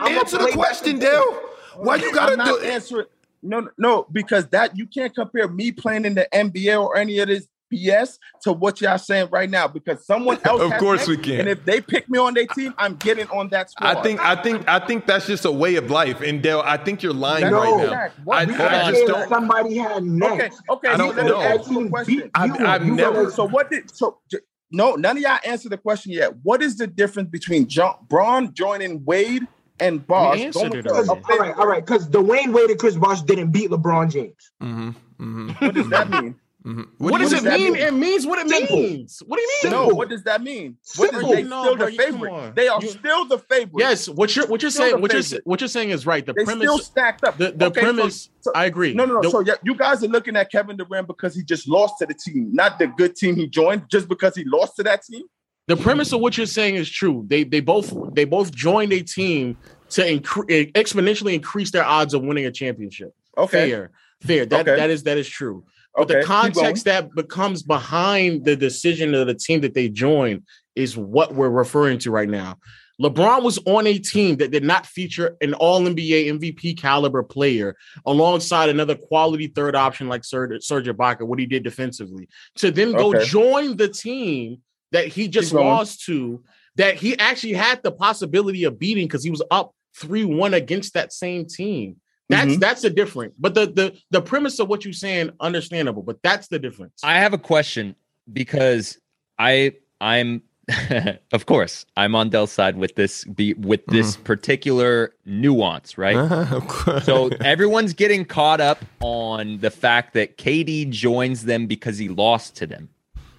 Speaker 9: I'm a
Speaker 6: answer the
Speaker 9: playback
Speaker 6: question,
Speaker 9: and-
Speaker 6: Dale. Why you gotta
Speaker 2: I'm not
Speaker 6: do?
Speaker 2: answering. No, no, no, because that you can't compare me playing in the NBA or any of this BS to what y'all saying right now. Because
Speaker 6: [LAUGHS]
Speaker 2: someone else,
Speaker 6: Of
Speaker 2: has
Speaker 6: course
Speaker 2: next,
Speaker 6: we can.
Speaker 2: And if they pick me on their team, I'm getting on that squad.
Speaker 6: I think I think I think that's just a way of life, and Dale, I think you're lying
Speaker 2: That's
Speaker 6: right
Speaker 9: No.
Speaker 6: now.
Speaker 2: What?
Speaker 6: I,
Speaker 9: You
Speaker 5: Hold
Speaker 6: I
Speaker 5: on.
Speaker 6: just
Speaker 9: said
Speaker 6: don't.
Speaker 9: Somebody had
Speaker 2: Okay,
Speaker 9: next.
Speaker 2: okay.
Speaker 6: I
Speaker 2: so
Speaker 6: don't
Speaker 2: let me
Speaker 6: know.
Speaker 2: ask you a
Speaker 9: Team
Speaker 2: question.
Speaker 9: beat you.
Speaker 6: I've- I've
Speaker 9: You
Speaker 6: never-
Speaker 9: gotta-
Speaker 2: So what did so? j- No, none of y'all answered the question yet. What is the difference between John, Braun joining Wade and Bosh?
Speaker 5: answered
Speaker 2: going
Speaker 5: it
Speaker 2: to a
Speaker 5: already.
Speaker 9: All right, all right. Because Dwayne Wade and Chris Bosh didn't beat LeBron James.
Speaker 6: Mhm, mhm,
Speaker 2: What does that mean?
Speaker 6: mhm.
Speaker 1: What, does
Speaker 2: does
Speaker 1: it
Speaker 2: that
Speaker 1: mean?
Speaker 2: mean?
Speaker 1: It means what it
Speaker 9: Simple.
Speaker 1: means. What do you mean?
Speaker 2: No,
Speaker 9: Simple.
Speaker 2: what does that mean?
Speaker 9: Simple.
Speaker 2: What is they
Speaker 1: No,
Speaker 2: still
Speaker 1: bro,
Speaker 2: the
Speaker 1: you- come
Speaker 2: favorite?
Speaker 1: on.
Speaker 2: They are
Speaker 1: You-
Speaker 2: still the favorite.
Speaker 1: Yes. What you're what you're
Speaker 2: Still
Speaker 1: saying
Speaker 2: the
Speaker 1: what you're
Speaker 2: favorite.
Speaker 1: what you're saying is right. The
Speaker 2: They
Speaker 1: premise.
Speaker 2: still stacked up.
Speaker 1: The, the
Speaker 2: Okay, so-
Speaker 1: premise.
Speaker 2: so-
Speaker 1: I agree.
Speaker 2: no, no, no.
Speaker 1: The-
Speaker 2: so yeah, you guys are looking at Kevin Durant because he just lost to the team, not the good team he joined, just because he lost to that team.
Speaker 1: the premise of what you're saying is true. They they both they both joined a team to incre- e, exponentially increase their odds of winning a championship.
Speaker 2: Okay,
Speaker 1: Fair, fair. That
Speaker 2: Okay.
Speaker 1: that is that is true. But
Speaker 2: okay.
Speaker 1: the
Speaker 2: keep
Speaker 1: context that becomes behind the decision of the team that they joined is what we're referring to right now. LeBron was on a team that did not feature an All NBA MVP caliber player alongside another quality third option like Serge, Serge Ibaka, what he did defensively. To then go
Speaker 2: Okay.
Speaker 1: join the team that he just
Speaker 2: Keep going.
Speaker 1: lost to, that he actually had the possibility of beating because he was up three one against that same team. That's
Speaker 2: Mhm.
Speaker 1: that's the difference. But the the the premise of what you're saying, understandable. But that's the difference.
Speaker 5: I have a question because I I'm [LAUGHS] of course I'm on Dell's side with this be with this
Speaker 4: Mm-hmm.
Speaker 5: particular nuance, right?
Speaker 6: [LAUGHS] Of course.
Speaker 5: So everyone's getting caught up on the fact that KD joins them because he lost to them.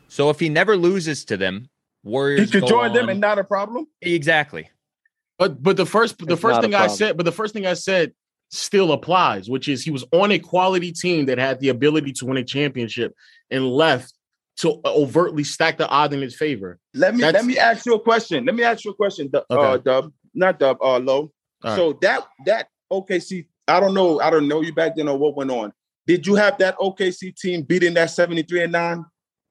Speaker 5: So if he never loses to
Speaker 2: going.
Speaker 5: them,
Speaker 2: He
Speaker 5: Warriors
Speaker 2: could
Speaker 5: go
Speaker 2: join them
Speaker 5: on-
Speaker 2: and not a problem.
Speaker 5: exactly.
Speaker 1: But but the first the
Speaker 4: It's
Speaker 1: first
Speaker 4: not a
Speaker 1: thing I
Speaker 4: problem.
Speaker 1: said, but the first thing I said still applies, which is he was on a quality team that had the ability to win a championship and left to overtly stack the odds in his favor.
Speaker 2: Let me
Speaker 1: That's-
Speaker 2: let me ask you a question. Let me ask you a question. Dub,
Speaker 1: Okay.
Speaker 2: uh, Dub, not Dub, uh, Low.
Speaker 1: All right.
Speaker 2: so that that OKC, I don't know, I don't know you back then or what went on. Did you have that OKC team beating that seventy three and nine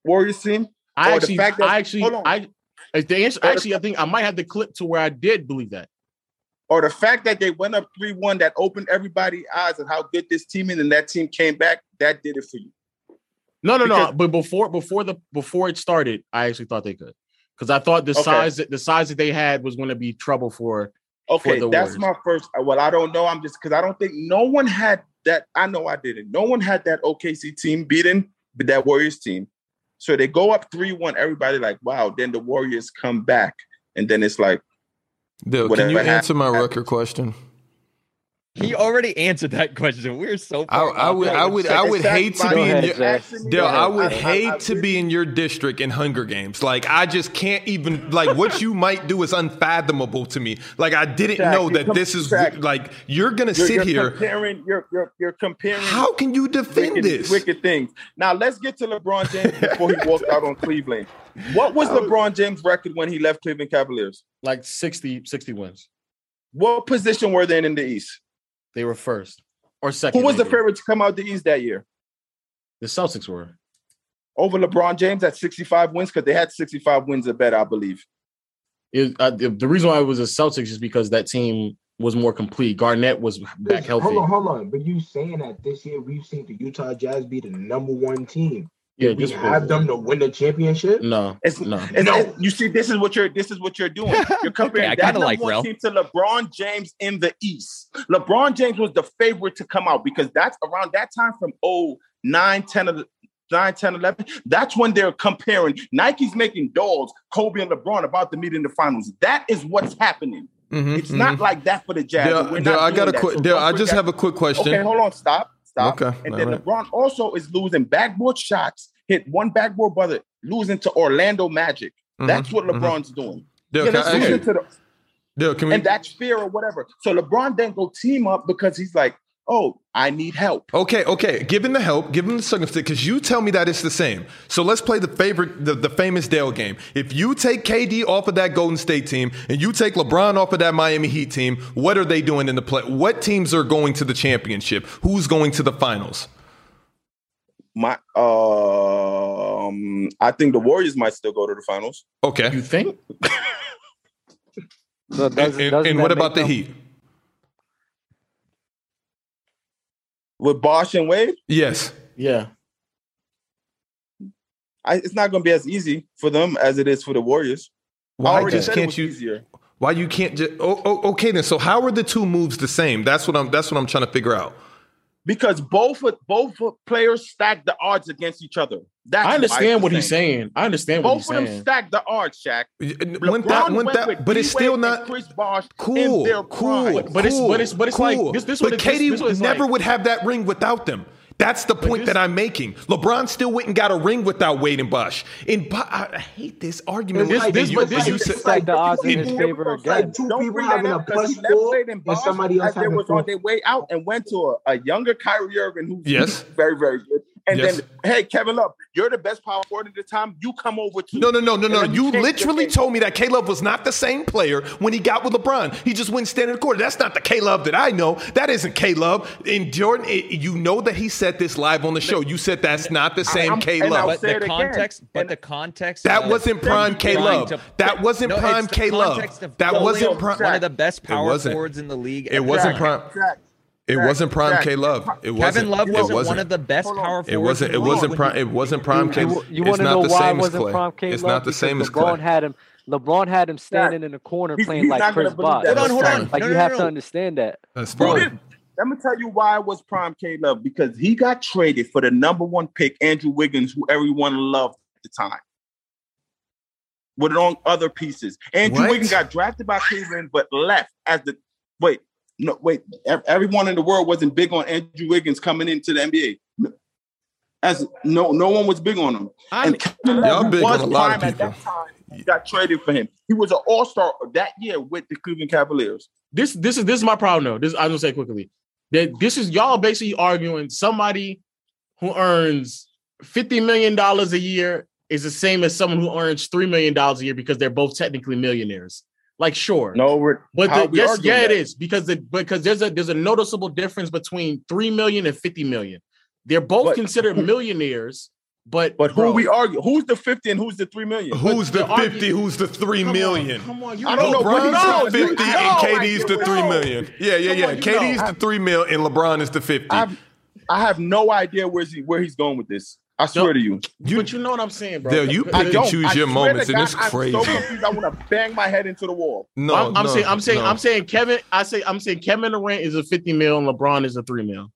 Speaker 2: Warriors team?
Speaker 1: I
Speaker 2: Or the
Speaker 1: actually
Speaker 2: fact that-
Speaker 1: I actually
Speaker 2: hold on.
Speaker 1: I as the answer,
Speaker 2: Or the
Speaker 1: actually I think I might have the clip to where I did believe that.
Speaker 2: Or the fact that they went up three one that opened everybody's eyes and how good this team is, and that team came back, that did it for you.
Speaker 1: No, no, no.
Speaker 2: Because-
Speaker 1: But before before the before it started, I actually thought they could because I thought the
Speaker 2: Okay.
Speaker 1: size that the size that they had was going to be trouble for
Speaker 2: Okay,
Speaker 1: the
Speaker 2: that's
Speaker 1: Warriors.
Speaker 2: my first. uh, Well, I don't know. I'm just because I don't think no one had that. I know I didn't. No one had that OKC team beaten, but that Warriors team. So they go up three one. Everybody like, wow. Then the Warriors come back, and then it's like,
Speaker 6: Dale, can
Speaker 2: Whatever
Speaker 6: you
Speaker 2: happened,
Speaker 6: answer my
Speaker 2: happened.
Speaker 6: record question?
Speaker 5: He already answered that question. We're so.
Speaker 6: I,
Speaker 5: far
Speaker 6: I
Speaker 5: off
Speaker 6: would,
Speaker 5: that.
Speaker 6: I would, I would hate to be in
Speaker 4: ahead,
Speaker 6: your.
Speaker 4: Zach.
Speaker 6: Dale, I would
Speaker 4: I- I-
Speaker 6: hate to be in your district in Hunger Games. Like, I just can't even. Like,
Speaker 2: [LAUGHS]
Speaker 6: what you might do is unfathomable to me. Like, I didn't
Speaker 2: Zach,
Speaker 6: know
Speaker 2: you
Speaker 6: that
Speaker 2: come-
Speaker 6: this is
Speaker 2: Zach,
Speaker 6: like you're gonna
Speaker 2: You're,
Speaker 6: sit
Speaker 2: you're
Speaker 6: here.
Speaker 2: comparing. You're you're, you're comparing.
Speaker 6: How can you defend
Speaker 2: wicked,
Speaker 6: this?
Speaker 2: wicked things. Now let's get to LeBron James before he
Speaker 6: [LAUGHS]
Speaker 2: walked out on Cleveland. What was LeBron James' record when he left Cleveland Cavaliers?
Speaker 1: Like 60, 60 wins.
Speaker 2: What position were they in in the East?
Speaker 1: They were first or second.
Speaker 2: Who was the
Speaker 1: maybe.
Speaker 2: favorite to come out the East that year?
Speaker 1: The Celtics were.
Speaker 2: Over LeBron James at 65 wins because they had 65 wins a bet, I believe.
Speaker 1: It, uh, the the reason why it was the Celtics is because that team was more complete. Garnett was back
Speaker 9: Listen,
Speaker 1: healthy.
Speaker 9: Hold on, hold on. But you saying that this year we've seen the Utah Jazz be the number one team?
Speaker 1: Yeah,
Speaker 9: we
Speaker 1: this was-
Speaker 9: have them to win the championship.
Speaker 1: No,
Speaker 2: It's-
Speaker 1: no.
Speaker 2: And
Speaker 9: No.
Speaker 2: and you see, this is what you're this is what you're
Speaker 5: [LAUGHS]
Speaker 2: doing. You're comparing
Speaker 5: Okay, I
Speaker 2: that
Speaker 5: kinda
Speaker 2: number
Speaker 5: like
Speaker 2: one
Speaker 5: Rel.
Speaker 2: team to LeBron James in the East. LeBron James was the favorite to come out because that's around that time from 09, 10, el- 9, 10, 11. That's when they're comparing. Nike's making dogs, Kobe and LeBron about to meet in the finals. That is what's happening.
Speaker 6: Mhm,
Speaker 2: It's not
Speaker 6: mhm.
Speaker 2: like that for the Jazz. and we're
Speaker 6: Dale, Dale,
Speaker 2: not
Speaker 6: I got
Speaker 2: doing
Speaker 6: a
Speaker 2: that.
Speaker 6: quick.
Speaker 2: So
Speaker 6: Dale,
Speaker 2: don't
Speaker 6: I
Speaker 2: put
Speaker 6: just
Speaker 2: that-
Speaker 6: have a quick question.
Speaker 2: Okay, hold on, stop, stop.
Speaker 6: Okay,
Speaker 2: and
Speaker 6: all
Speaker 2: then
Speaker 6: right.
Speaker 2: LeBron also is losing backboard shots. Hit one backboard brother, losing to Orlando Magic. That's
Speaker 6: Mhm,
Speaker 2: what
Speaker 6: mhm.
Speaker 2: LeBron's doing.
Speaker 6: Dale,
Speaker 2: Yeah,
Speaker 6: can
Speaker 2: that's
Speaker 6: I ask
Speaker 2: losing
Speaker 6: you-
Speaker 2: to the,
Speaker 6: Dale, can we?
Speaker 2: and that's fear or whatever. So LeBron then go team up because he's like, oh, I need help.
Speaker 6: Okay, okay. Give him the help. Give him the circumstance because you tell me that it's the same. So let's play the favorite, the, the famous Dale game. If you take KD off of that Golden State team and you take LeBron off of that Miami Heat team, what are they doing in the play? What teams are going to the championship? Who's going to the finals?
Speaker 2: My um I think the Warriors might still go to the finals.
Speaker 1: You
Speaker 6: Okay.
Speaker 1: think?
Speaker 4: So
Speaker 6: And,
Speaker 4: doesn't-
Speaker 6: and-
Speaker 4: doesn't
Speaker 6: and what
Speaker 4: that make
Speaker 6: about the
Speaker 4: them-
Speaker 6: Heat?
Speaker 2: With Bosch and Wade,
Speaker 6: Yes.
Speaker 1: Yeah.
Speaker 2: I, it's not gonna be as easy for them as it is for the Warriors. I
Speaker 6: Why
Speaker 2: already
Speaker 6: just
Speaker 2: said it
Speaker 6: can't
Speaker 2: was
Speaker 6: you?
Speaker 2: easier.
Speaker 6: Why you can't just? Oh, oh, okay then. So how are the two moves the same? That's what I'm. That's what I'm trying to figure out.
Speaker 2: Because both of- both players stack the odds against each other. That's why
Speaker 1: I
Speaker 2: it's
Speaker 1: understand
Speaker 2: the
Speaker 1: what he's
Speaker 2: same.
Speaker 1: saying. I understand what he's
Speaker 2: Both of them
Speaker 1: saying.
Speaker 2: stack the odds, Shaq.
Speaker 6: Went
Speaker 2: LeBron
Speaker 6: that, went
Speaker 2: went
Speaker 6: that,
Speaker 2: with
Speaker 6: but it's
Speaker 2: D-Wade
Speaker 6: still
Speaker 2: and
Speaker 6: not.
Speaker 2: Chris Bosh
Speaker 6: Cool,
Speaker 2: their
Speaker 6: cool,
Speaker 2: prime.
Speaker 1: But it's-
Speaker 6: cool,
Speaker 1: but it's- but it's like-
Speaker 6: cool.
Speaker 1: this- this
Speaker 6: but
Speaker 1: what it- this-
Speaker 6: Katie
Speaker 1: this what it's
Speaker 6: never
Speaker 1: like.
Speaker 6: would have that ring without them. That's the point
Speaker 1: this-
Speaker 6: that I'm making. LeBron still went and got a ring without Wade and Bosh. And Bo- I I hate this argument.
Speaker 1: This-
Speaker 6: Like,
Speaker 1: this-
Speaker 6: you-
Speaker 1: but this-
Speaker 6: you
Speaker 1: this-
Speaker 6: said-
Speaker 4: It's like the odds in his
Speaker 6: It-
Speaker 4: favor
Speaker 2: Like,
Speaker 4: again.
Speaker 9: Two
Speaker 2: don't
Speaker 9: people
Speaker 2: bring
Speaker 9: having
Speaker 2: that
Speaker 9: a
Speaker 2: up because
Speaker 9: plus
Speaker 2: he left
Speaker 9: four
Speaker 2: Wade and
Speaker 9: and
Speaker 2: Bosh
Speaker 9: somebody else
Speaker 2: as they
Speaker 9: having
Speaker 2: was
Speaker 9: four.
Speaker 2: on their way out and went to a, a younger Kyrie Irving who's
Speaker 6: Yes.
Speaker 2: very, very good. And
Speaker 6: Yes.
Speaker 2: then, hey, Kevin Love, you're the best power forward at the time. You come over to
Speaker 6: No, no, no, no, no.
Speaker 2: And then
Speaker 6: You
Speaker 2: you change the
Speaker 6: literally
Speaker 2: game.
Speaker 6: told me that Caleb was not the same player when he got with LeBron. He just went standing in the court. That's not the Caleb that I know. That isn't Caleb. And Jordan, it- you know that he said this live on the show. You said that's not the
Speaker 2: I'm-
Speaker 6: same
Speaker 2: and
Speaker 6: Caleb.
Speaker 2: I'll
Speaker 5: But
Speaker 2: say it
Speaker 5: the
Speaker 2: again.
Speaker 5: context, but
Speaker 2: And-
Speaker 5: the context.
Speaker 6: That
Speaker 5: of
Speaker 6: wasn't
Speaker 5: them
Speaker 6: prime
Speaker 5: trying
Speaker 6: K-Love.
Speaker 5: to-
Speaker 6: That wasn't
Speaker 5: it's
Speaker 6: prime
Speaker 5: the
Speaker 6: K-Love.
Speaker 5: context of
Speaker 6: That
Speaker 5: going
Speaker 6: wasn't
Speaker 5: with
Speaker 6: prime-
Speaker 5: One of the best power
Speaker 6: wasn't.
Speaker 5: forwards in the league.
Speaker 6: It wasn't
Speaker 2: Zach,
Speaker 6: prime.
Speaker 2: Zach,
Speaker 6: It
Speaker 2: Zach,
Speaker 6: wasn't prime
Speaker 2: Zach,
Speaker 6: K-Love.
Speaker 2: Pri-
Speaker 6: It wasn't.
Speaker 5: Kevin Love
Speaker 6: it
Speaker 5: wasn't,
Speaker 6: wasn't.
Speaker 5: one of the best
Speaker 2: Hold on.
Speaker 5: power forwards.
Speaker 6: It wasn't.
Speaker 5: in the
Speaker 6: It
Speaker 5: league.
Speaker 6: wasn't
Speaker 5: When
Speaker 6: prime.
Speaker 5: he-
Speaker 6: It wasn't prime K.
Speaker 4: You, you
Speaker 6: it's
Speaker 4: want to know
Speaker 6: not the
Speaker 4: why it
Speaker 6: same as
Speaker 4: wasn't
Speaker 6: Clay.
Speaker 4: prime K
Speaker 6: It's
Speaker 4: Love?
Speaker 6: not the
Speaker 4: Because
Speaker 6: same as
Speaker 4: LeBron
Speaker 6: Clay.
Speaker 4: had him. LeBron had him standing in the corner
Speaker 2: He's-
Speaker 4: playing
Speaker 2: he's
Speaker 4: like
Speaker 2: not gonna
Speaker 4: Chris
Speaker 2: believe
Speaker 4: Bosh.
Speaker 2: that.
Speaker 5: Hold on, hold on.
Speaker 4: Like
Speaker 5: No,
Speaker 4: you
Speaker 5: no, no,
Speaker 4: have to
Speaker 5: no.
Speaker 4: understand that.
Speaker 6: That's
Speaker 5: Bro,
Speaker 6: fine.
Speaker 2: Bro, let me tell you why it was prime K Love because he got traded for the number one pick, Andrew Wiggins, who everyone loved at the time. With on other pieces, Andrew
Speaker 6: What?
Speaker 2: Wiggins got drafted by Cleveland but left as the wait. No, wait. ev- Everyone in the world wasn't big on Andrew Wiggins coming into the NBA. As no, no one was big on him. And Kevin
Speaker 6: Y'all
Speaker 2: Love, who
Speaker 6: big on
Speaker 2: was
Speaker 6: a lot of
Speaker 2: prime at that
Speaker 6: people.
Speaker 2: time, got traded for him. He was an All Star that year with the Cleveland Cavaliers.
Speaker 1: this this is this is my problem though. This I'm gonna say quickly. That this is y'all basically arguing somebody who earns fifty million dollars a year is the same as someone who earns three million dollars a year because they're both technically millionaires. Like sure,
Speaker 2: No, we're,
Speaker 1: but
Speaker 2: how
Speaker 1: the,
Speaker 2: we
Speaker 1: yes,
Speaker 2: arguing
Speaker 1: yeah,
Speaker 2: that?
Speaker 1: it is because the because there's a there's a noticeable difference between three million and fifty million. They're both
Speaker 2: [LAUGHS] But-
Speaker 1: considered millionaires, but
Speaker 2: But who
Speaker 1: bro,
Speaker 2: we argue? Who's the fifty and who's the three million?
Speaker 6: Who's the
Speaker 1: the argu-
Speaker 6: fifty? Who's the three
Speaker 1: come on,
Speaker 6: million?
Speaker 1: Come on, you
Speaker 2: I don't know, but
Speaker 1: LeBron's the
Speaker 2: he's not-
Speaker 6: LeBron's
Speaker 2: you-
Speaker 6: the 50
Speaker 2: I
Speaker 6: and
Speaker 2: know, like,
Speaker 6: KD's the
Speaker 2: you
Speaker 6: 3
Speaker 2: know.
Speaker 6: million. Yeah, yeah,
Speaker 1: Come
Speaker 6: yeah.
Speaker 1: on, you
Speaker 6: KD's
Speaker 1: know.
Speaker 6: the 3 mil and LeBron is the 50.
Speaker 2: I've, I have no idea where's he where he's going with this. I swear to you.
Speaker 6: You,
Speaker 1: but you know what I'm saying, bro.
Speaker 6: Dale, you
Speaker 1: But-
Speaker 6: pick
Speaker 2: I
Speaker 6: and
Speaker 2: don't.
Speaker 6: choose
Speaker 2: I swear
Speaker 6: your
Speaker 2: to
Speaker 6: moments, and
Speaker 2: God,
Speaker 6: it's
Speaker 2: I'm
Speaker 6: crazy.
Speaker 2: so confused. I want to bang my head into the wall.
Speaker 6: no,
Speaker 1: I'm, I'm
Speaker 6: no,
Speaker 1: saying, I'm saying,
Speaker 6: no.
Speaker 1: I'm saying, Kevin. I say, I'm saying, Kevin Durant is a 50 mil, and LeBron is a three mil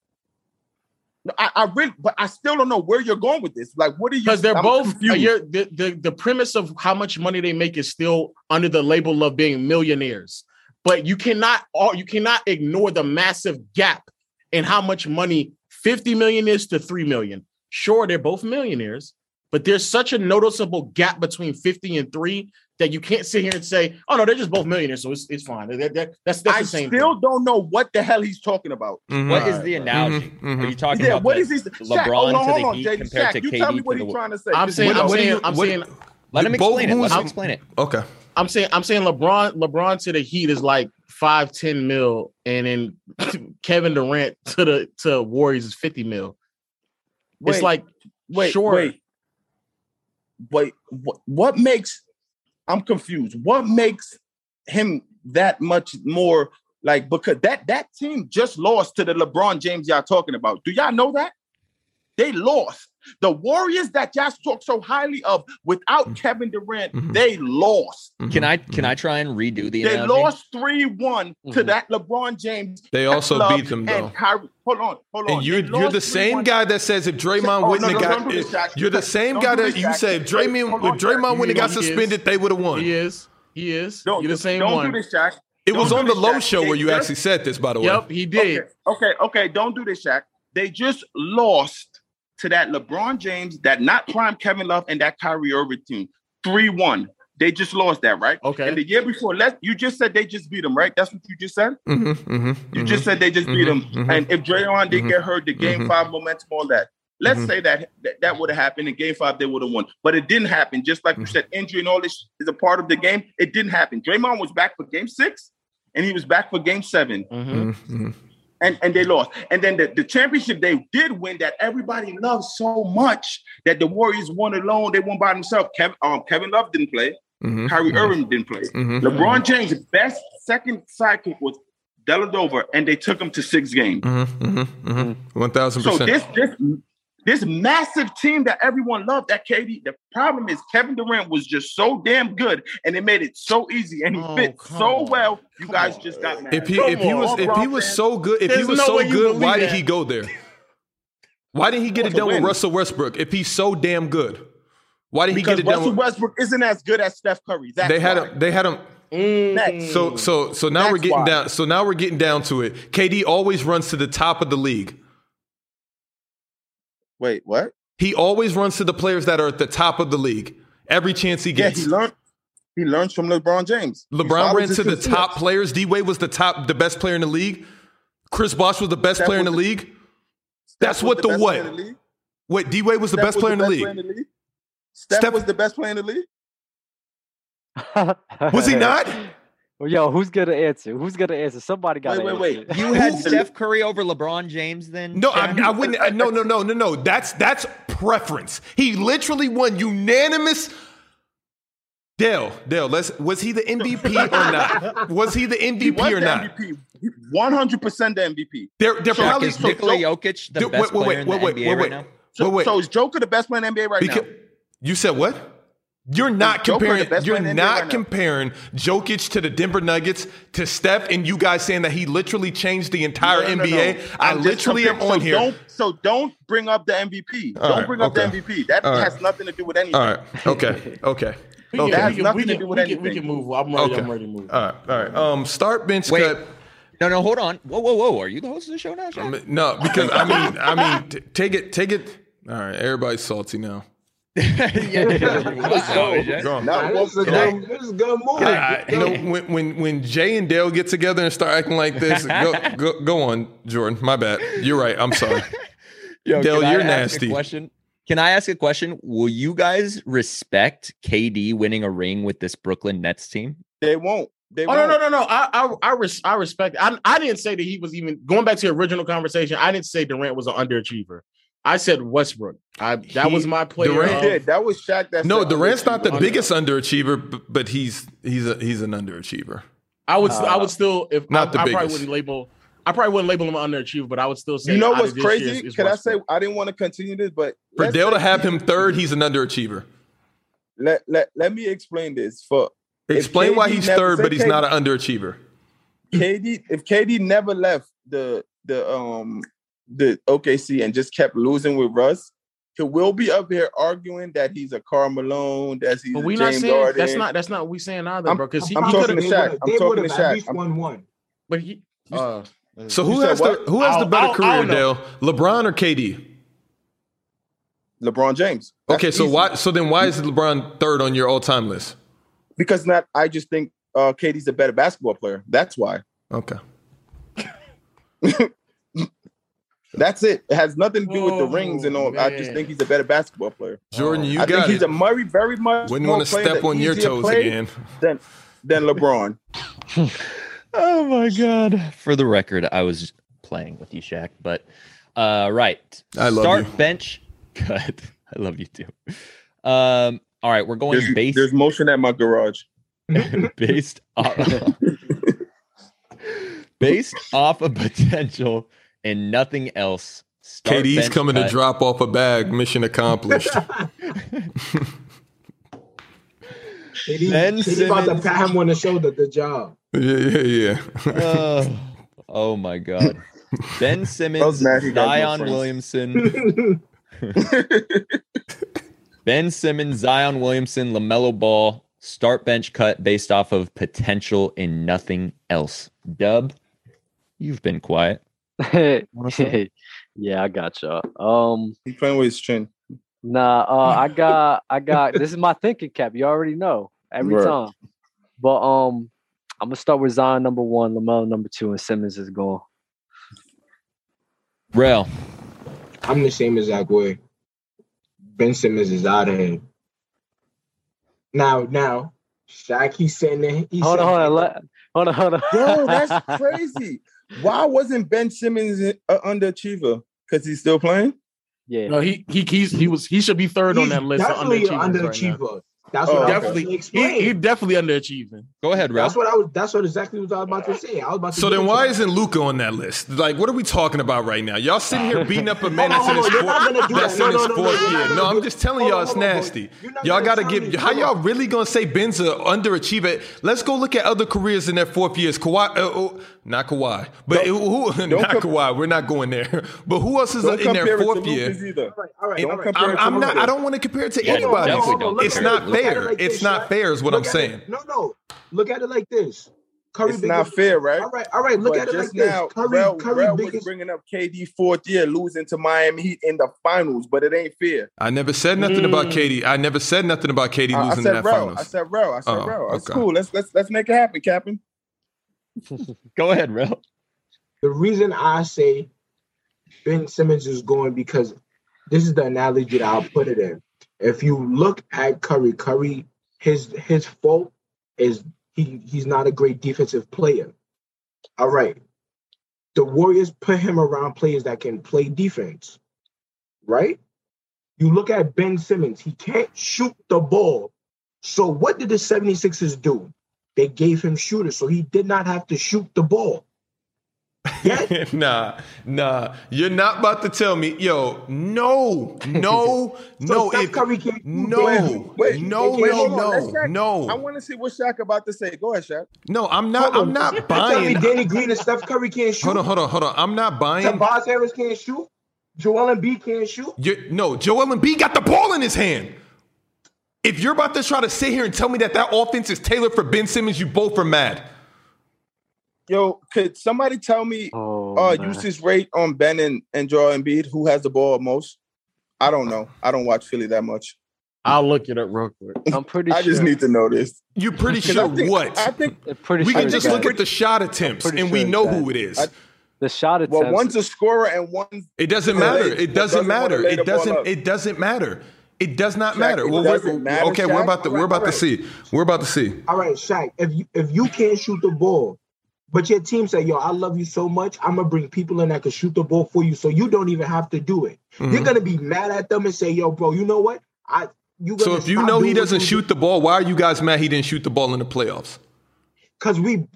Speaker 2: No, I, I really, but I still don't know where you're going with this. Like, what are you?
Speaker 1: because they're
Speaker 2: I'm
Speaker 1: both. uh,
Speaker 2: confused.
Speaker 1: You're, the, the the premise of how much money they make is still under the label of being millionaires, but you cannot all you cannot ignore the massive gap in how much money 50 million is to three million. Sure, they're both millionaires, but there's such a noticeable gap between 50 and three that you can't sit here and say, "Oh no, they're just both millionaires, so it's, it's fine." That- that- that's that's
Speaker 2: I
Speaker 1: the same.
Speaker 2: still
Speaker 1: thing.
Speaker 2: don't know what the hell he's talking about.
Speaker 6: Mhm.
Speaker 5: What is
Speaker 1: Right,
Speaker 5: the
Speaker 1: right.
Speaker 5: analogy?
Speaker 6: Mhm, mhm.
Speaker 5: Are you talking
Speaker 2: Mm-hmm. yeah,
Speaker 5: about
Speaker 2: what
Speaker 5: the-
Speaker 2: is this? Shaq,
Speaker 5: LeBron
Speaker 2: hold on,
Speaker 5: to the
Speaker 2: hold on,
Speaker 5: Heat
Speaker 2: Jay.
Speaker 5: compared
Speaker 2: Shaq,
Speaker 5: to
Speaker 2: you
Speaker 5: KD
Speaker 2: tell me what
Speaker 5: to
Speaker 2: he's
Speaker 5: the-
Speaker 2: trying to say.
Speaker 1: I'm
Speaker 2: Just-
Speaker 1: saying,
Speaker 6: What-
Speaker 1: I'm
Speaker 6: what do
Speaker 1: saying,
Speaker 6: you-
Speaker 1: I'm
Speaker 6: what-
Speaker 1: saying,
Speaker 5: Let him
Speaker 6: Both
Speaker 5: explain it. Let
Speaker 6: moves-
Speaker 5: him explain it.
Speaker 6: Okay.
Speaker 1: I'm saying I'm saying LeBron LeBron to the Heat is like five ten mil, and then [LAUGHS] Kevin Durant to the to Warriors is fifty mil.
Speaker 2: wait,
Speaker 1: it's like
Speaker 2: wait,
Speaker 1: sure.
Speaker 2: wait, wait. What, what makes? I'm confused. What makes him that much more? Like because that that team just lost to the LeBron James y'all talking about. Do y'all know that? They lost. The Warriors that y'all talk so highly of
Speaker 6: Mm.
Speaker 2: without Kevin Durant,
Speaker 6: Mhm.
Speaker 2: they lost.
Speaker 5: Can I
Speaker 6: Mhm.
Speaker 5: can I try and redo the
Speaker 2: They
Speaker 5: analogy?
Speaker 2: lost 3 one to
Speaker 5: Mhm.
Speaker 2: that LeBron James.
Speaker 6: They also
Speaker 2: Love
Speaker 6: beat them though.
Speaker 2: and Kyrie. Hold on, hold on.
Speaker 6: And you're
Speaker 2: They
Speaker 6: you're
Speaker 2: lost
Speaker 6: the same
Speaker 2: 3-1.
Speaker 6: guy that says if Draymond
Speaker 2: Oh,
Speaker 6: wouldn't
Speaker 2: no,
Speaker 6: have
Speaker 2: no,
Speaker 6: got
Speaker 2: don't do this, Jack.
Speaker 6: you're the
Speaker 2: Don't
Speaker 6: same
Speaker 2: do
Speaker 6: guy
Speaker 2: this,
Speaker 6: that you
Speaker 2: Jack.
Speaker 6: said if Draymond
Speaker 2: Hold on,
Speaker 6: if
Speaker 2: Jack.
Speaker 6: Draymond wouldn't have got
Speaker 1: You know he is.
Speaker 6: suspended, they would have won.
Speaker 1: He is. He is.
Speaker 2: Don't,
Speaker 1: You're the same
Speaker 2: don't
Speaker 1: one.
Speaker 2: do this, Shaq.
Speaker 6: It
Speaker 2: Don't
Speaker 6: was
Speaker 2: do
Speaker 6: on the
Speaker 2: this,
Speaker 6: low
Speaker 2: Jack.
Speaker 6: show where
Speaker 2: They
Speaker 6: you
Speaker 2: just-
Speaker 6: actually said this, by the way.
Speaker 1: Yep, he did.
Speaker 2: Okay, okay, okay. Don't do this, Shaq. They just lost to that LeBron James, that not prime Kevin Love, and that Kyrie Irving team. 3 1. They just lost that, right?
Speaker 1: Okay.
Speaker 2: And the year before, let you just said they just beat them, right? That's what you just said?
Speaker 6: Mm-hmm, mm-hmm,
Speaker 2: You just said they just beat him.
Speaker 1: Mm-hmm.
Speaker 6: Mhm, mhm.
Speaker 2: And if Draymond didn't
Speaker 6: Mhm.
Speaker 2: get hurt, the game
Speaker 6: Mhm.
Speaker 2: five momentum, all that. Let's
Speaker 1: Mm-hmm.
Speaker 6: Mhm.
Speaker 2: say that that, that would have happened in game five, they would have won. But it didn't happen. Just like you
Speaker 1: Mm-hmm.
Speaker 2: said, injury and all this is a part of the game. It didn't happen. Draymond was back for game six and he was back for game seven.
Speaker 1: Mhm.
Speaker 6: mm-hmm.
Speaker 2: And and they lost. And then the, the championship they did win that everybody loved so much that the Warriors won alone. They won by themselves. Kevin um, Kevin Love didn't play.
Speaker 6: Mm-hmm.
Speaker 2: Kyrie Irving didn't play.
Speaker 6: Mm-hmm.
Speaker 2: LeBron James' best second sidekick was Deladover, and they took him to six games.
Speaker 6: Mm-hmm. One thousand
Speaker 2: So
Speaker 6: percent.
Speaker 2: this this this massive team that everyone loved, that KD. The problem is Kevin Durant was just so damn good, and it made it so easy, and he
Speaker 1: Oh,
Speaker 2: fit
Speaker 1: come
Speaker 2: so
Speaker 1: on.
Speaker 2: well. You
Speaker 1: Come
Speaker 2: guys
Speaker 1: on.
Speaker 2: just got mad.
Speaker 6: If he
Speaker 1: Come
Speaker 6: if he
Speaker 1: on,
Speaker 6: was if he was
Speaker 2: LeBron
Speaker 6: so good if he
Speaker 1: There's
Speaker 6: was
Speaker 1: no
Speaker 6: so
Speaker 1: way you
Speaker 6: good, why
Speaker 1: believe
Speaker 6: did he
Speaker 1: that.
Speaker 6: go there? Why didn't he get it
Speaker 2: To
Speaker 6: done with
Speaker 2: win.
Speaker 6: Russell Westbrook? If he's so damn good, why didn't he
Speaker 2: because
Speaker 6: get it done?
Speaker 2: Russell
Speaker 6: with,
Speaker 2: Westbrook isn't as good as Steph Curry. That's
Speaker 6: they had
Speaker 2: why.
Speaker 6: him. They had him.
Speaker 1: Mm.
Speaker 2: Next.
Speaker 6: So so so now
Speaker 2: That's
Speaker 6: we're getting
Speaker 2: why.
Speaker 6: down. So now we're getting down to it. KD always runs to the top of the league.
Speaker 2: Wait, what?
Speaker 6: He always runs to the players that are at the top of the league every chance he
Speaker 2: Yeah,
Speaker 6: gets.
Speaker 2: he learned. He learns from LeBron James. He
Speaker 6: LeBron
Speaker 2: follows
Speaker 6: ran
Speaker 2: his
Speaker 6: to the
Speaker 2: footsteps.
Speaker 6: top players. D Wade was the top, the best player in the league. Chris Bosh was the best
Speaker 2: Steph
Speaker 6: player in the
Speaker 2: was
Speaker 6: league.
Speaker 2: Steph
Speaker 6: That's
Speaker 2: was
Speaker 6: what the
Speaker 2: best
Speaker 6: what?
Speaker 2: player in the league.
Speaker 6: Wait, D Wade was the
Speaker 2: Steph
Speaker 6: best player in the
Speaker 2: player in
Speaker 6: league.
Speaker 2: the league. Steph,
Speaker 6: Steph-
Speaker 2: was the best player in the league.
Speaker 6: Was he not?
Speaker 4: Well, [LAUGHS] yo, who's gonna answer? Who's gonna answer? Somebody
Speaker 2: Wait,
Speaker 4: got to
Speaker 2: wait,
Speaker 4: answer.
Speaker 2: wait.
Speaker 5: You had
Speaker 2: Who-
Speaker 5: Steph Curry over LeBron James then?
Speaker 6: No, I,
Speaker 5: Shaq?
Speaker 6: I wouldn't. I, no, no, no, no, no. That's that's preference. He literally won unanimous. Dale, Dale, let's. Was he the MVP or
Speaker 2: [LAUGHS]
Speaker 6: not? Was he the MVP
Speaker 2: He was
Speaker 6: or
Speaker 2: the
Speaker 6: not?
Speaker 2: MVP. One hundud percent the MVP.
Speaker 6: They're they're
Speaker 2: Shaq
Speaker 6: probably.
Speaker 5: is Nikola Jokic the
Speaker 6: Dude,
Speaker 5: best player in the
Speaker 6: wait,
Speaker 5: NBA
Speaker 6: wait,
Speaker 5: right now?
Speaker 2: So,
Speaker 6: wait, wait.
Speaker 2: so is Joker the best player in the NBA right
Speaker 6: Because,
Speaker 2: now?
Speaker 6: you said what? You're not
Speaker 2: Joker the
Speaker 6: comparing.
Speaker 2: best
Speaker 6: You're
Speaker 2: player in the NBA
Speaker 6: not
Speaker 2: right now.
Speaker 6: comparing Jokic to the Denver Nuggets to Steph, and you guys saying that he literally changed the entire
Speaker 2: No, no, no,
Speaker 6: NBA.
Speaker 2: no.
Speaker 6: I
Speaker 2: I'm just
Speaker 6: literally am
Speaker 2: comparing-
Speaker 6: on
Speaker 2: so
Speaker 6: here.
Speaker 2: Don't, so don't bring up the MVP.
Speaker 6: All
Speaker 2: don't
Speaker 6: right,
Speaker 2: bring up
Speaker 6: okay.
Speaker 2: the MVP. That
Speaker 6: All right.
Speaker 2: has nothing to do with anything.
Speaker 6: All right. Okay.
Speaker 1: We can,
Speaker 6: Okay. Okay.
Speaker 2: That has
Speaker 1: we can,
Speaker 2: nothing
Speaker 1: we
Speaker 2: to
Speaker 1: can,
Speaker 2: do
Speaker 1: we
Speaker 2: with
Speaker 1: can, we
Speaker 2: anything.
Speaker 1: can move. I'm ready.
Speaker 6: Okay.
Speaker 1: I'm ready to move.
Speaker 6: All right. All right. Um, start bench
Speaker 5: Wait.
Speaker 6: cut.
Speaker 5: No, no, hold on. Whoa, whoa, whoa. Are you the host of the show now, Shaq?
Speaker 6: Um, No, because I mean, I mean, t- take it, take it. All right. Everybody's salty now.
Speaker 5: [LAUGHS] yeah,
Speaker 6: [LAUGHS]
Speaker 5: wow, Shaq.
Speaker 6: Go on.
Speaker 9: Nah, this, is a
Speaker 6: Go on.
Speaker 9: good, this is a good move.
Speaker 6: I, I- you know, when, when when Jay and Dale get together and start acting like
Speaker 2: [LAUGHS]
Speaker 6: this, go, go go on, Jordan. My bad. You're right. I'm sorry.
Speaker 5: [LAUGHS] Yo,
Speaker 6: Dale,
Speaker 5: can I
Speaker 6: you're
Speaker 5: ask a
Speaker 6: nasty.
Speaker 5: question? Can I ask a question? Will you guys respect KD winning a ring with this Brooklyn Nets team?
Speaker 2: They won't. They
Speaker 1: Oh
Speaker 2: won't.
Speaker 1: no no no no! I I I, res- I respect. I I didn't say that he was even going back to the original conversation. I didn't say Durant was an underachiever. I said Westbrook. I that
Speaker 6: He-
Speaker 1: was my player.
Speaker 6: Durant-
Speaker 2: He
Speaker 1: of-
Speaker 2: did. That was Shaq. That
Speaker 6: No,
Speaker 2: said-
Speaker 6: Durant's not the
Speaker 1: Underachiever.
Speaker 6: biggest underachiever, b- but he's he's a, he's an underachiever.
Speaker 1: I would I
Speaker 4: Uh,
Speaker 1: would still if
Speaker 6: Not
Speaker 1: I,
Speaker 6: the
Speaker 1: I probably
Speaker 6: biggest.
Speaker 1: wouldn't label I probably wouldn't label him an underachiever, but I would still say
Speaker 2: You know
Speaker 1: out of
Speaker 2: what's
Speaker 1: this year's
Speaker 2: crazy?
Speaker 1: is
Speaker 2: Can I
Speaker 1: Westbrook.
Speaker 2: say I didn't want to continue this, but
Speaker 6: For
Speaker 2: let's
Speaker 6: Dale to
Speaker 2: say-
Speaker 6: have him third, he's an underachiever.
Speaker 2: Let, let, let me explain this.
Speaker 6: [CLEARS THROAT]
Speaker 2: For If
Speaker 6: Explain why
Speaker 2: KD
Speaker 6: he's
Speaker 2: never-
Speaker 6: third,
Speaker 2: say
Speaker 6: but he's
Speaker 2: KD
Speaker 6: not an underachiever.
Speaker 2: KD, if KD never left the the um the OKC and just kept losing with Russ, he will be up here arguing that he's a Carl Malone, that he's
Speaker 1: But
Speaker 2: a
Speaker 1: we're not
Speaker 2: James
Speaker 1: saying
Speaker 2: Harden.
Speaker 1: that's not that's not what we saying either,
Speaker 2: I'm-
Speaker 1: bro. Because he,
Speaker 2: I'm
Speaker 1: he
Speaker 2: talking
Speaker 1: could've-
Speaker 2: to Shaq. I'm
Speaker 9: They
Speaker 2: talking
Speaker 9: would've
Speaker 2: to
Speaker 9: at
Speaker 2: Shaq.
Speaker 9: least
Speaker 2: I'm-
Speaker 9: won one.
Speaker 1: but he. Uh,
Speaker 6: So who
Speaker 2: said
Speaker 6: has the
Speaker 2: what?
Speaker 6: who has the
Speaker 1: I'll-
Speaker 6: better
Speaker 1: I'll-
Speaker 6: career,
Speaker 1: I'll know.
Speaker 6: Dale? LeBron or KD?
Speaker 2: LeBron James. That's
Speaker 6: Okay, so
Speaker 2: easy.
Speaker 6: why so then why is LeBron third on your all time list?
Speaker 2: Because not. I just think uh, KD's a better basketball player. That's why.
Speaker 6: Okay.
Speaker 2: That's it. It has nothing to do with the
Speaker 1: Oh,
Speaker 2: rings and all. I just
Speaker 1: man.
Speaker 2: think he's a better basketball player.
Speaker 6: Jordan, you
Speaker 2: I think
Speaker 6: got
Speaker 2: he's
Speaker 6: it.
Speaker 2: a Murray very much.
Speaker 6: Wouldn't
Speaker 2: more
Speaker 6: want to
Speaker 2: player,
Speaker 6: step
Speaker 2: the
Speaker 6: on your
Speaker 2: easier
Speaker 6: toes
Speaker 2: player
Speaker 6: again.
Speaker 2: than than LeBron.
Speaker 5: Oh my god. For the record, I was playing with you, Shaq, but uh right.
Speaker 6: I love
Speaker 5: Start
Speaker 6: you.
Speaker 5: bench. [LAUGHS] Good. I love you too. Um all right, we're going
Speaker 2: There's,
Speaker 5: based
Speaker 2: there's motion at my garage.
Speaker 5: [LAUGHS] based
Speaker 6: [LAUGHS]
Speaker 5: off based off of potential and nothing else. Start
Speaker 6: KD's
Speaker 5: bench
Speaker 6: coming to
Speaker 5: cut.
Speaker 6: drop off a bag. Mission
Speaker 2: [LAUGHS]
Speaker 6: accomplished.
Speaker 9: KD,
Speaker 5: Ben
Speaker 9: KD about to
Speaker 5: Simmons.
Speaker 9: pat him on the shoulder. Good
Speaker 2: [LAUGHS]
Speaker 9: job.
Speaker 6: yeah, yeah, yeah.
Speaker 5: oh, oh my god. Ben Simmons,
Speaker 2: mad he got no
Speaker 5: Zion
Speaker 2: friends.
Speaker 6: [LAUGHS]
Speaker 5: Williamson, Ben Simmons, Zion Williamson, LaMelo Ball, start bench cut based off of potential and nothing else. Dub, you've been quiet.
Speaker 4: [LAUGHS] yeah, I got y'all. Um,
Speaker 2: He's playing with his chin.
Speaker 4: nah, uh, I got, I got. This is my thinking cap. You already know every
Speaker 2: Right.
Speaker 4: time. But um, I'm gonna start with Zion number one, Lamelo number two, and Simmons is gone.
Speaker 5: Rel,
Speaker 9: I'm the same exact way. Ben Simmons is out of here. Now, now, Shaq, he's sitting there. He's
Speaker 4: Hold on, hold on,
Speaker 9: sitting
Speaker 4: let- hold on, hold on.
Speaker 2: Yo,
Speaker 4: [LAUGHS]
Speaker 2: that's crazy. Why wasn't Ben Simmons an underachiever? Because he's still playing.
Speaker 4: yeah,
Speaker 1: no, he he he's, he was he should be third on
Speaker 9: He's
Speaker 1: that list. of
Speaker 9: Definitely an
Speaker 1: underachievers right now.
Speaker 9: underachiever. That's what
Speaker 2: Oh,
Speaker 9: I was
Speaker 1: Definitely,
Speaker 9: definitely
Speaker 1: he, he
Speaker 9: explaining.
Speaker 1: definitely underachieving.
Speaker 5: go ahead, Rel.
Speaker 9: That's what I was. That's what exactly what I was about to say. I was about to.
Speaker 6: [LAUGHS] So
Speaker 9: get
Speaker 6: then
Speaker 9: into
Speaker 6: why
Speaker 9: that.
Speaker 6: isn't Luca on that list? Like, what are we talking about right now? Y'all sitting here beating up a man
Speaker 9: Hold
Speaker 6: that's in
Speaker 9: on,
Speaker 6: his
Speaker 9: hold on. You're not gonna
Speaker 6: fourth,
Speaker 9: do
Speaker 6: that's
Speaker 9: that. No,
Speaker 6: in his
Speaker 9: no, no, no,
Speaker 6: fourth
Speaker 9: you're not
Speaker 6: year.
Speaker 9: gonna
Speaker 6: No,
Speaker 9: do
Speaker 6: I'm
Speaker 9: it.
Speaker 6: just telling
Speaker 9: Hold
Speaker 6: y'all
Speaker 9: on,
Speaker 6: it's
Speaker 9: hold on, bro.
Speaker 6: nasty.
Speaker 9: You're not
Speaker 6: Y'all
Speaker 9: gonna
Speaker 6: gotta
Speaker 9: tell me.
Speaker 6: give. How
Speaker 9: Hold on.
Speaker 6: y'all really gonna say Ben's a underachiever? Let's go look at other careers in their fourth years. Kawhi, uh, oh, not Kawhi, but who? [LAUGHS] Not
Speaker 2: comp-
Speaker 6: Kawhi. We're not going there. [LAUGHS] But who else is
Speaker 2: Don't
Speaker 6: in
Speaker 2: compare
Speaker 6: their
Speaker 2: it to
Speaker 6: fourth year?
Speaker 2: Lucas either.
Speaker 9: All right, all right,
Speaker 6: It-
Speaker 9: all right.
Speaker 2: compare
Speaker 6: I'm,
Speaker 2: it to
Speaker 6: I'm not.
Speaker 2: Luka.
Speaker 6: I don't want to compare it to
Speaker 5: Yeah,
Speaker 6: anybody.
Speaker 5: definitely
Speaker 9: Hold on, hold on,
Speaker 6: It's
Speaker 9: look
Speaker 5: compare
Speaker 9: at
Speaker 5: it
Speaker 6: not
Speaker 5: to
Speaker 9: look at
Speaker 6: fair.
Speaker 9: it like
Speaker 6: it's
Speaker 9: this,
Speaker 6: not
Speaker 9: Shaq.
Speaker 6: fair. Is what I'm
Speaker 9: Look at
Speaker 6: saying.
Speaker 9: It, no, no. Look at it like this. Curry
Speaker 2: It's
Speaker 9: big
Speaker 2: not
Speaker 9: as-
Speaker 2: fair, right?
Speaker 9: All right, all right. Look
Speaker 2: But
Speaker 9: at it like
Speaker 2: just
Speaker 9: this.
Speaker 2: now,
Speaker 9: Curry,
Speaker 2: Rel,
Speaker 9: Curry
Speaker 2: Rel was
Speaker 9: biggest.
Speaker 2: bringing up KD fourth year losing to Miami Heat in the finals, but it ain't fair.
Speaker 6: I never said nothing about
Speaker 1: Mm.
Speaker 6: Katie. I never said nothing about Katie
Speaker 2: I, I
Speaker 6: losing in
Speaker 2: said
Speaker 6: that
Speaker 2: Rel.
Speaker 6: finals.
Speaker 2: I said Rel. I said
Speaker 6: Oh,
Speaker 2: Rel. That's
Speaker 6: okay.
Speaker 2: cool. Let's let's let's make it happen, Captain.
Speaker 5: Go ahead, Rel.
Speaker 9: The reason I say Ben Simmons is going because this is the analogy that I'll put it in. If you look at Curry, Curry, his his fault is he he's not a great defensive player. All right. The Warriors put him around players that can play defense, right? You look at Ben Simmons, he can't shoot the ball. So what did the 76ers do? They gave him shooters, so he did not have to shoot the ball. Yet
Speaker 6: [LAUGHS] nah, nah. You're not about to tell me, yo.
Speaker 2: [LAUGHS]
Speaker 6: No, no,
Speaker 9: So
Speaker 6: no.
Speaker 9: Steph
Speaker 6: if-
Speaker 9: Curry can't do
Speaker 6: no,
Speaker 9: that.
Speaker 2: Wait,
Speaker 6: no,
Speaker 2: wait,
Speaker 6: no,
Speaker 2: hold on. Let's
Speaker 6: no,
Speaker 2: check. I
Speaker 6: no,
Speaker 2: want to see what Shaq about to say. Go ahead, Shaq.
Speaker 6: no. I'm not.
Speaker 9: Hold
Speaker 6: I'm
Speaker 9: on.
Speaker 2: [LAUGHS]
Speaker 6: not
Speaker 9: You tell me
Speaker 6: buying.
Speaker 9: Danny Green and Steph Curry can't shoot.
Speaker 6: Hold on, hold on, hold on. I'm not buying.
Speaker 9: Tobias Harris can't shoot. Joel Embiid can't shoot.
Speaker 6: You're, no, Joel Embiid got the ball in his hand. If you're about to try to sit here and tell me that that offense is tailored for Ben Simmons, you both are mad.
Speaker 2: Yo, could somebody tell me
Speaker 4: oh,
Speaker 2: uh
Speaker 4: man.
Speaker 2: usage rate on Ben and, and Joel Embiid? Who has the ball most? I don't know. I don't watch Philly that much.
Speaker 1: I'll look it up real quick.
Speaker 4: I'm pretty
Speaker 2: I
Speaker 4: sure.
Speaker 2: just need to know this.
Speaker 6: You pretty
Speaker 2: 'Cause
Speaker 6: sure
Speaker 2: I think,
Speaker 6: what?
Speaker 2: I think
Speaker 4: I'm pretty
Speaker 6: we
Speaker 4: sure
Speaker 6: can
Speaker 4: it's
Speaker 6: just
Speaker 4: that.
Speaker 6: look at the shot attempts
Speaker 4: pretty
Speaker 6: and
Speaker 4: sure
Speaker 6: we
Speaker 4: it's
Speaker 6: know
Speaker 4: that.
Speaker 6: who it is.
Speaker 2: I-
Speaker 4: the shot attempts.
Speaker 2: well,
Speaker 4: [LAUGHS]
Speaker 2: one's a scorer and one's
Speaker 6: It doesn't
Speaker 2: Yeah,
Speaker 6: matter.
Speaker 2: they-
Speaker 6: It doesn't
Speaker 2: doesn't wanna
Speaker 6: matter.
Speaker 2: lay the
Speaker 6: It
Speaker 2: ball
Speaker 6: doesn't.
Speaker 2: up.
Speaker 6: It doesn't matter. It does not
Speaker 2: Shaq,
Speaker 6: matter.
Speaker 2: it
Speaker 6: Well, we're-
Speaker 2: doesn't matter,
Speaker 6: okay, we're
Speaker 2: Shaq.
Speaker 6: about to we're about to
Speaker 2: Alright,
Speaker 6: see. We're about to see.
Speaker 9: All right, Shaq, if you if you can't shoot the ball, but your team say, yo, I love you so much, I'm gonna bring people in that can shoot the ball for you, so you don't even have to do it. You're
Speaker 6: Mhm.
Speaker 9: gonna be mad at them and say, yo, bro, you know what? I you
Speaker 6: So if you know he doesn't shoot the ball, why are you guys mad he didn't shoot the ball in the playoffs?
Speaker 9: because we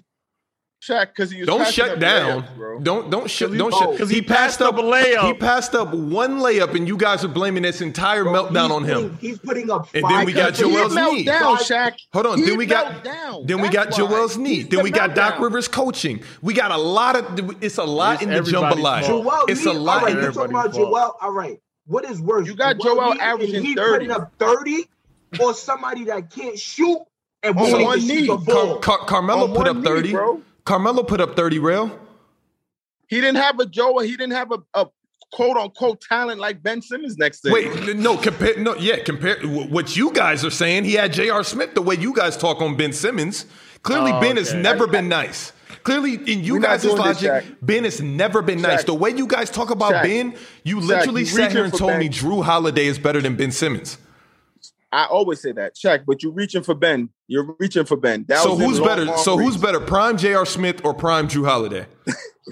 Speaker 2: Shaq because he was
Speaker 6: Don't
Speaker 2: passing
Speaker 6: shut
Speaker 2: up
Speaker 6: down.
Speaker 2: layups, bro.
Speaker 6: Don't don't shut
Speaker 1: he-
Speaker 6: don't
Speaker 1: oh,
Speaker 6: shut
Speaker 1: 'cause he passed up a layup.
Speaker 6: He passed up one layup, and you guys are blaming this entire meltdown
Speaker 9: He's
Speaker 6: on
Speaker 9: putting-
Speaker 6: him.
Speaker 9: He's putting up.
Speaker 6: And then we
Speaker 9: five-
Speaker 6: got
Speaker 2: He
Speaker 6: Joel's
Speaker 2: knelt
Speaker 6: knee.
Speaker 2: down, Shaq.
Speaker 6: Hold on.
Speaker 2: He
Speaker 6: Then we got
Speaker 2: knelt down.
Speaker 6: then we got
Speaker 2: That's why.
Speaker 6: Joel's knee.
Speaker 2: He's
Speaker 6: Then we
Speaker 2: the
Speaker 6: got Doc
Speaker 2: meltdown.
Speaker 6: Rivers coaching. We got a lot of it's a lot
Speaker 1: It's
Speaker 6: in the
Speaker 1: everybody's
Speaker 6: jambalaya.
Speaker 1: fault.
Speaker 9: Joel.
Speaker 6: Oh, It's a
Speaker 9: Embiid-
Speaker 6: lot.
Speaker 9: All right, you're talking
Speaker 1: Everybody's
Speaker 9: about
Speaker 1: fault.
Speaker 9: Joel. All right. What is worse?
Speaker 2: You got
Speaker 9: Joel
Speaker 2: Joel
Speaker 9: Embiid and
Speaker 2: averaging
Speaker 9: he
Speaker 2: 30.
Speaker 9: putting up thirty, or somebody that can't shoot and
Speaker 2: On
Speaker 9: won't
Speaker 2: one
Speaker 9: even shoot
Speaker 2: knee.
Speaker 9: the
Speaker 6: Car-
Speaker 9: ball.
Speaker 6: Car- Carmelo
Speaker 2: On
Speaker 6: put
Speaker 2: one
Speaker 6: up
Speaker 2: knee,
Speaker 6: thirty.
Speaker 2: bro.
Speaker 6: Carmelo put up thirty. Real.
Speaker 2: He didn't have a Joel. He didn't have a, a quote unquote talent like Ben Simmons next to him.
Speaker 6: Wait, n- no, compare, no, yeah, compare wh- what you guys are saying. He had J.R. Smith the way you guys talk on Ben Simmons. Clearly,
Speaker 1: Oh,
Speaker 6: Ben has
Speaker 1: okay.
Speaker 6: never been nice. Clearly, in you
Speaker 2: We're not
Speaker 6: guys'
Speaker 2: doing this,
Speaker 6: logic,
Speaker 2: Shaq.
Speaker 6: Ben has never been nice.
Speaker 2: Shaq.
Speaker 6: The way you guys talk about
Speaker 2: Shaq.
Speaker 6: Ben, you
Speaker 2: Shaq,
Speaker 6: literally
Speaker 2: you
Speaker 6: sat here
Speaker 2: reaching
Speaker 6: and
Speaker 2: for
Speaker 6: told
Speaker 2: Ben.
Speaker 6: me Drew Holiday is better than Ben Simmons.
Speaker 2: I always say that, Shaq. But you're reaching for Ben. You're reaching for Ben. That
Speaker 6: so
Speaker 2: was him
Speaker 6: who's
Speaker 2: long,
Speaker 6: better?
Speaker 2: long
Speaker 6: so who's
Speaker 2: reach.
Speaker 6: better, Prime J.R. Smith or Prime Drew Holiday?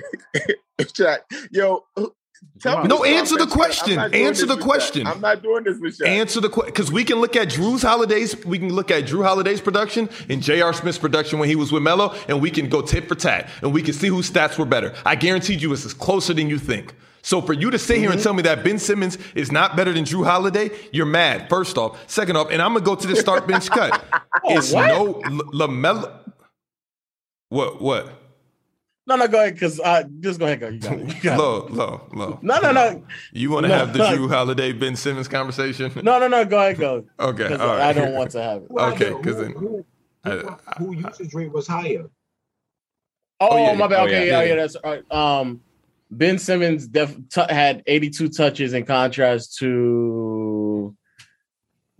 Speaker 2: [LAUGHS] Shaq? Yo, who- tell me
Speaker 6: No,
Speaker 2: this
Speaker 6: answer the
Speaker 2: with Shaq. I'm not doing
Speaker 6: question.
Speaker 2: this
Speaker 6: Answer the
Speaker 2: with Shaq.
Speaker 6: question.
Speaker 2: I'm not doing this with Shaq.
Speaker 6: Answer the question because we can look at Drew's holidays. We can look at Drew Holiday's production and J.R. Smith's production when he was with Melo, and we can go tit for tat, and we can see whose stats were better. I guaranteed you, it's closer than you think. So for you to sit
Speaker 2: Mm-hmm.
Speaker 6: here and tell me that Ben Simmons is not better than Drew Holiday, you're mad. First off, second off, and I'm gonna go to the start bench
Speaker 2: [LAUGHS]
Speaker 6: cut.
Speaker 2: Oh,
Speaker 6: it's no L- Lamelo. What? What?
Speaker 1: No, no, go ahead. Because uh, just go ahead. Go. You got it. You [LAUGHS] got it.
Speaker 6: Low, low, low.
Speaker 1: No, no, no,
Speaker 6: You want to
Speaker 1: No.
Speaker 6: have the Drew Holiday Ben Simmons conversation?
Speaker 1: no, no, no. Go ahead. Go.
Speaker 6: [LAUGHS] Okay.
Speaker 1: 'Cause
Speaker 6: All right.
Speaker 1: I don't want to have it.
Speaker 9: Well,
Speaker 6: Okay,
Speaker 9: yo,
Speaker 6: 'cause
Speaker 9: who-
Speaker 6: then-
Speaker 9: who, who,
Speaker 6: I-
Speaker 9: who usage rate was
Speaker 6: [LAUGHS]
Speaker 9: higher?
Speaker 1: Oh,
Speaker 6: Oh, yeah,
Speaker 1: my bad.
Speaker 5: oh,
Speaker 1: okay,
Speaker 6: yeah.
Speaker 1: yeah, yeah, that's all right. Um, Ben Simmons def- t- had 82 touches in contrast to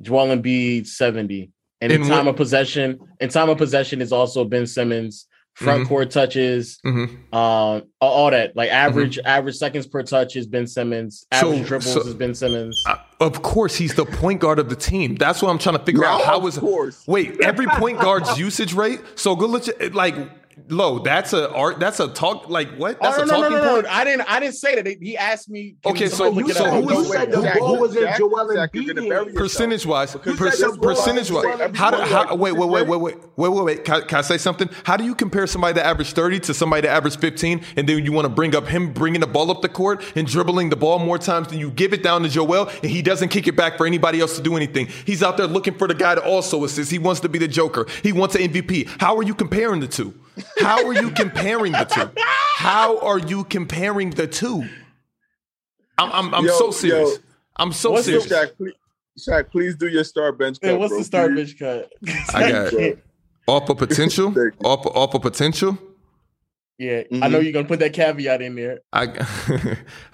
Speaker 1: Joel Embiid 70. And in,
Speaker 6: In
Speaker 1: time
Speaker 6: what-
Speaker 1: of possession, in time of possession is also Ben Simmons front
Speaker 6: Mhm.
Speaker 1: court touches,
Speaker 6: Mhm.
Speaker 1: um, all- all that like average average seconds per touch is Ben Simmons,
Speaker 6: Mm-hmm. So-
Speaker 1: average dribbles
Speaker 6: so-
Speaker 1: is Ben Simmons.
Speaker 6: Uh, of course, he's the point guard of the team. That's what I'm trying to figure
Speaker 2: No,
Speaker 6: out. How
Speaker 2: of
Speaker 6: is
Speaker 2: course.
Speaker 6: wait every point guard's usage rate? So good, look at- like low. That's a art. That's a talk. Like what? That's
Speaker 1: oh,
Speaker 6: a
Speaker 1: no, no,
Speaker 6: talking
Speaker 1: no, no,
Speaker 6: point.
Speaker 1: no. I didn't. I didn't say that. He asked me. can
Speaker 6: Okay,
Speaker 1: somebody look
Speaker 9: you
Speaker 6: so-
Speaker 1: it up?
Speaker 9: said-
Speaker 1: No,
Speaker 9: you
Speaker 1: wait,
Speaker 9: said the
Speaker 1: no.
Speaker 2: Shaq,
Speaker 9: ball was in
Speaker 2: Shaq,
Speaker 9: Joel
Speaker 2: Shaq, you're
Speaker 9: Embiid
Speaker 2: gonna
Speaker 9: hand.
Speaker 2: bury yourself.
Speaker 6: Percentage wise,
Speaker 2: Because
Speaker 6: perc-
Speaker 2: that's the ball.
Speaker 6: percentage
Speaker 2: Like,
Speaker 6: wise.
Speaker 2: every
Speaker 6: How do?
Speaker 2: point
Speaker 6: How,
Speaker 2: guard
Speaker 6: wait, wait, wait,
Speaker 2: usage
Speaker 6: wait, wait, wait, wait, wait. Can, I- can I say something? How do you compare somebody that average 30 to somebody that average 15, and then you want to bring up him bringing the ball up the court and dribbling the ball more times than you give it down to Joel, and he doesn't kick it back for anybody else to do anything. He's out there looking for the guy to also assist. He wants to be the Joker. He wants an MVP. How are you comparing the two? How are you comparing the two? How are you comparing the two? I'm, I'm, I'm
Speaker 2: Yo,
Speaker 6: so serious.
Speaker 2: yo.
Speaker 6: I'm so
Speaker 1: What's the-
Speaker 6: serious.
Speaker 2: Shaq, please, Shaq, please do your star bench.
Speaker 1: Hey,
Speaker 2: cut,
Speaker 1: what's
Speaker 2: bro.
Speaker 1: the star
Speaker 2: Please.
Speaker 1: bitch cut?
Speaker 6: I
Speaker 1: [LAUGHS]
Speaker 6: got it.
Speaker 2: [LAUGHS]
Speaker 6: Off of potential,
Speaker 2: Thank you.
Speaker 6: off off of potential.
Speaker 1: Yeah, I
Speaker 5: Mm-hmm.
Speaker 1: know you're gonna put that caveat in
Speaker 2: [LAUGHS]
Speaker 1: there.
Speaker 6: I, [LAUGHS]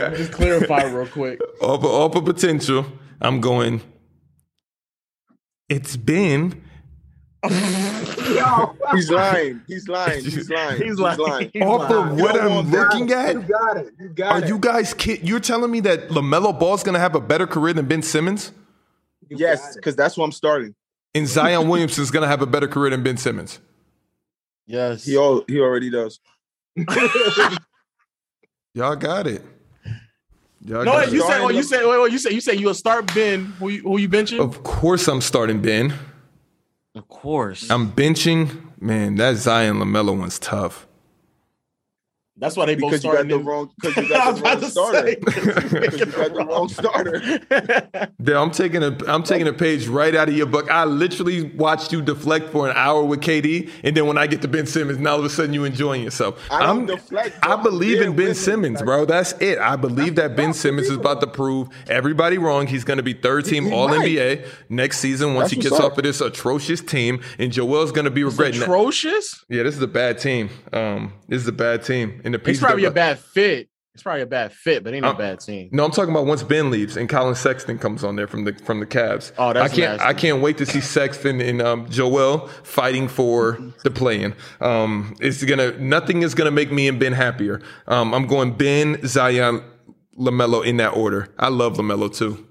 Speaker 6: I
Speaker 1: Just clarify real quick.
Speaker 6: off of, off of potential. I'm going. It's been
Speaker 9: [LAUGHS] Yo,
Speaker 2: He's lying. He's
Speaker 9: [LAUGHS]
Speaker 2: lying. He's lying. He's lying.
Speaker 6: off of what
Speaker 2: You don't
Speaker 6: I'm
Speaker 2: want that.
Speaker 6: looking
Speaker 9: you
Speaker 6: at.
Speaker 9: got it. You got
Speaker 6: Are
Speaker 9: it.
Speaker 6: you guys kid? You're telling me that Lamelo Ball's gonna have a better career than Ben Simmons,
Speaker 9: [LAUGHS] You
Speaker 2: Yes,
Speaker 9: got it.
Speaker 2: because that's what I'm starting.
Speaker 6: and Zion Williamson's gonna have a better career than Ben Simmons.
Speaker 1: Yes.
Speaker 2: He all he already does.
Speaker 6: Y'all got it. Y'all
Speaker 1: no,
Speaker 6: got
Speaker 1: wait, you
Speaker 6: it.
Speaker 1: said. Oh, you said. Wait, wait, you said. You said you'll start Ben. Who you, who you benching?
Speaker 6: Of course, I'm starting Ben.
Speaker 1: Of course.
Speaker 6: I'm benching. Man, that Zion Lamelo one's tough.
Speaker 1: That's why they both
Speaker 2: Because you got
Speaker 1: started.
Speaker 2: the
Speaker 1: [LAUGHS] in-
Speaker 2: wrong because you
Speaker 1: I
Speaker 2: got
Speaker 1: was about to [LAUGHS]
Speaker 2: the wrong starter. [LAUGHS]
Speaker 1: say.
Speaker 2: Because you got the wrong starter.
Speaker 1: [LAUGHS]
Speaker 6: Yeah, I'm taking a I'm taking a page right out of your book. I literally watched you deflect for an hour with KD, and then when I get to Ben Simmons, now all of a sudden you enjoying yourself.
Speaker 2: I don't
Speaker 6: I'm-
Speaker 2: deflect, bro.
Speaker 6: I believe
Speaker 2: You're
Speaker 6: in Ben
Speaker 2: with me.
Speaker 6: Simmons, bro. That's it. I believe that Ben
Speaker 2: that's
Speaker 6: Simmons is about to prove everybody wrong. He's going to be third team
Speaker 2: He- he
Speaker 6: All
Speaker 2: might.
Speaker 6: NBA next season once
Speaker 2: That's
Speaker 6: he
Speaker 2: what's
Speaker 6: gets
Speaker 2: up.
Speaker 6: off of this atrocious team, and Joel's going to be regretting that.
Speaker 1: Atrocious.
Speaker 6: Yeah, this is a bad team. Um, this is a bad team, and the
Speaker 1: It's
Speaker 6: pieces
Speaker 1: probably
Speaker 6: that-
Speaker 1: a bad fit. It's probably a bad fit, but ain't no
Speaker 6: Uh,
Speaker 1: bad team.
Speaker 6: No, I'm talking about once Ben leaves and Colin Sexton comes on there from the from the Cavs.
Speaker 1: Oh, that's
Speaker 6: I can't
Speaker 1: nasty.
Speaker 6: I can't wait to see Sexton and um, Joel fighting for the play-in. Um, it's gonna nothing is gonna make me and Ben happier. Um, I'm going Ben Zion Lamelo in that order. I love Lamelo too.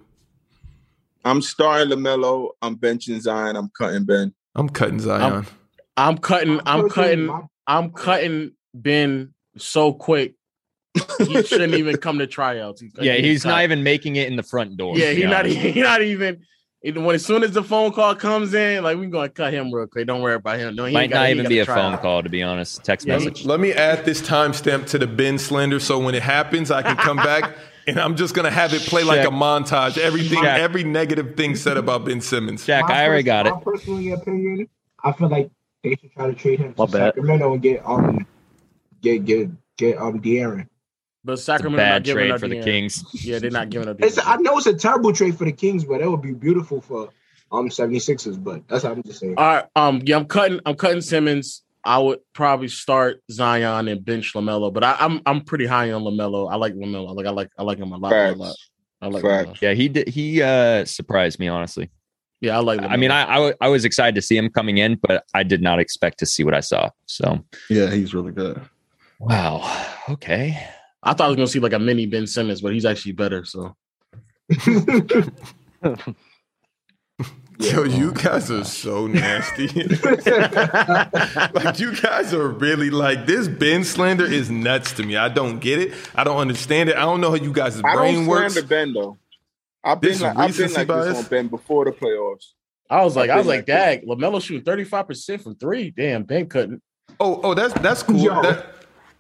Speaker 2: I'm starting LaMelo. I'm benching Zion. I'm cutting Ben.
Speaker 6: I'm cutting Zion.
Speaker 1: I'm- I'm cutting. I'm
Speaker 9: Personally,
Speaker 1: cutting.
Speaker 9: my-
Speaker 1: I'm cutting Ben so quick. He shouldn't even come to tryouts. He's-
Speaker 5: [LAUGHS] Yeah, he's
Speaker 1: cut.
Speaker 5: not even making it in the front door.
Speaker 1: Yeah,
Speaker 5: to
Speaker 1: [LAUGHS]
Speaker 5: be
Speaker 1: he's not.
Speaker 5: honest.
Speaker 1: He's not even. Either when as soon as the phone call comes in, like we gonna cut him real quick. Don't worry about him. No, he
Speaker 5: Might
Speaker 1: ain't gotta-
Speaker 5: not
Speaker 1: he
Speaker 5: even
Speaker 1: gotta
Speaker 5: be a
Speaker 1: try
Speaker 5: phone
Speaker 1: out.
Speaker 5: call, to be honest. Text
Speaker 1: Yeah, he-
Speaker 5: message.
Speaker 6: Let me add this timestamp to the Ben Slender so when it happens, I can
Speaker 1: [LAUGHS]
Speaker 6: come back and I'm just gonna have it play like
Speaker 5: Shaq.
Speaker 6: a montage. Everything,
Speaker 5: Shaq.
Speaker 6: every negative thing said about Ben Simmons.
Speaker 5: Jack,
Speaker 9: My
Speaker 5: I already
Speaker 9: pers-
Speaker 5: got it.
Speaker 9: My personal opinion, I feel like they should try to trade him
Speaker 4: My
Speaker 9: to
Speaker 4: bad.
Speaker 9: Sacramento and get um get get get um De'Aaron.
Speaker 1: But
Speaker 5: It's a
Speaker 1: Sacramento not
Speaker 5: bad
Speaker 1: giving
Speaker 5: trade
Speaker 1: up
Speaker 5: for the
Speaker 1: end.
Speaker 5: Kings.
Speaker 1: Yeah, they're not giving up. the
Speaker 9: It's
Speaker 1: end.
Speaker 9: I know it's a terrible trade for the Kings, but it would be beautiful for um 76ers, but that's how I'm just
Speaker 2: Uh,
Speaker 9: saying.
Speaker 1: All right. Um. Yeah, I'm cutting. I'm cutting Simmons. I would probably start Zion and bench Lamelo, but I, I'm I'm pretty high on Lamelo. I like Lamelo. Like I like I like him a lot. a lot.
Speaker 2: Facts.
Speaker 1: I like.
Speaker 2: Facts.
Speaker 1: LaMelo.
Speaker 5: Yeah, he did. He uh, surprised me honestly.
Speaker 1: Yeah, I like. LaMelo.
Speaker 5: I mean, I, I wa- I was excited to see him coming in, but I did not expect to see what I saw. So
Speaker 10: Yeah, he's really good.
Speaker 5: wow. Okay.
Speaker 1: I thought I was gonna see like a mini Ben Simmons, but he's actually better.
Speaker 2: [LAUGHS]
Speaker 1: So [LAUGHS]
Speaker 6: Yo, you guys are so nasty. [LAUGHS] like you guys are really like this Ben slander is nuts to me. I don't get it. I don't understand it. I don't know how you guys'
Speaker 2: I don't
Speaker 6: brain works.
Speaker 2: slander Ben though. I've been
Speaker 6: This
Speaker 2: like, I've been
Speaker 6: recency
Speaker 2: like
Speaker 6: bias?
Speaker 2: this on Ben before the playoffs.
Speaker 1: I was like, I was
Speaker 2: think
Speaker 1: like,
Speaker 2: that-
Speaker 1: Dag, Lamelo shooting 35 percent from three. Damn, Ben couldn't.
Speaker 6: Oh, oh, that's that's cool.
Speaker 9: Yo.
Speaker 6: That,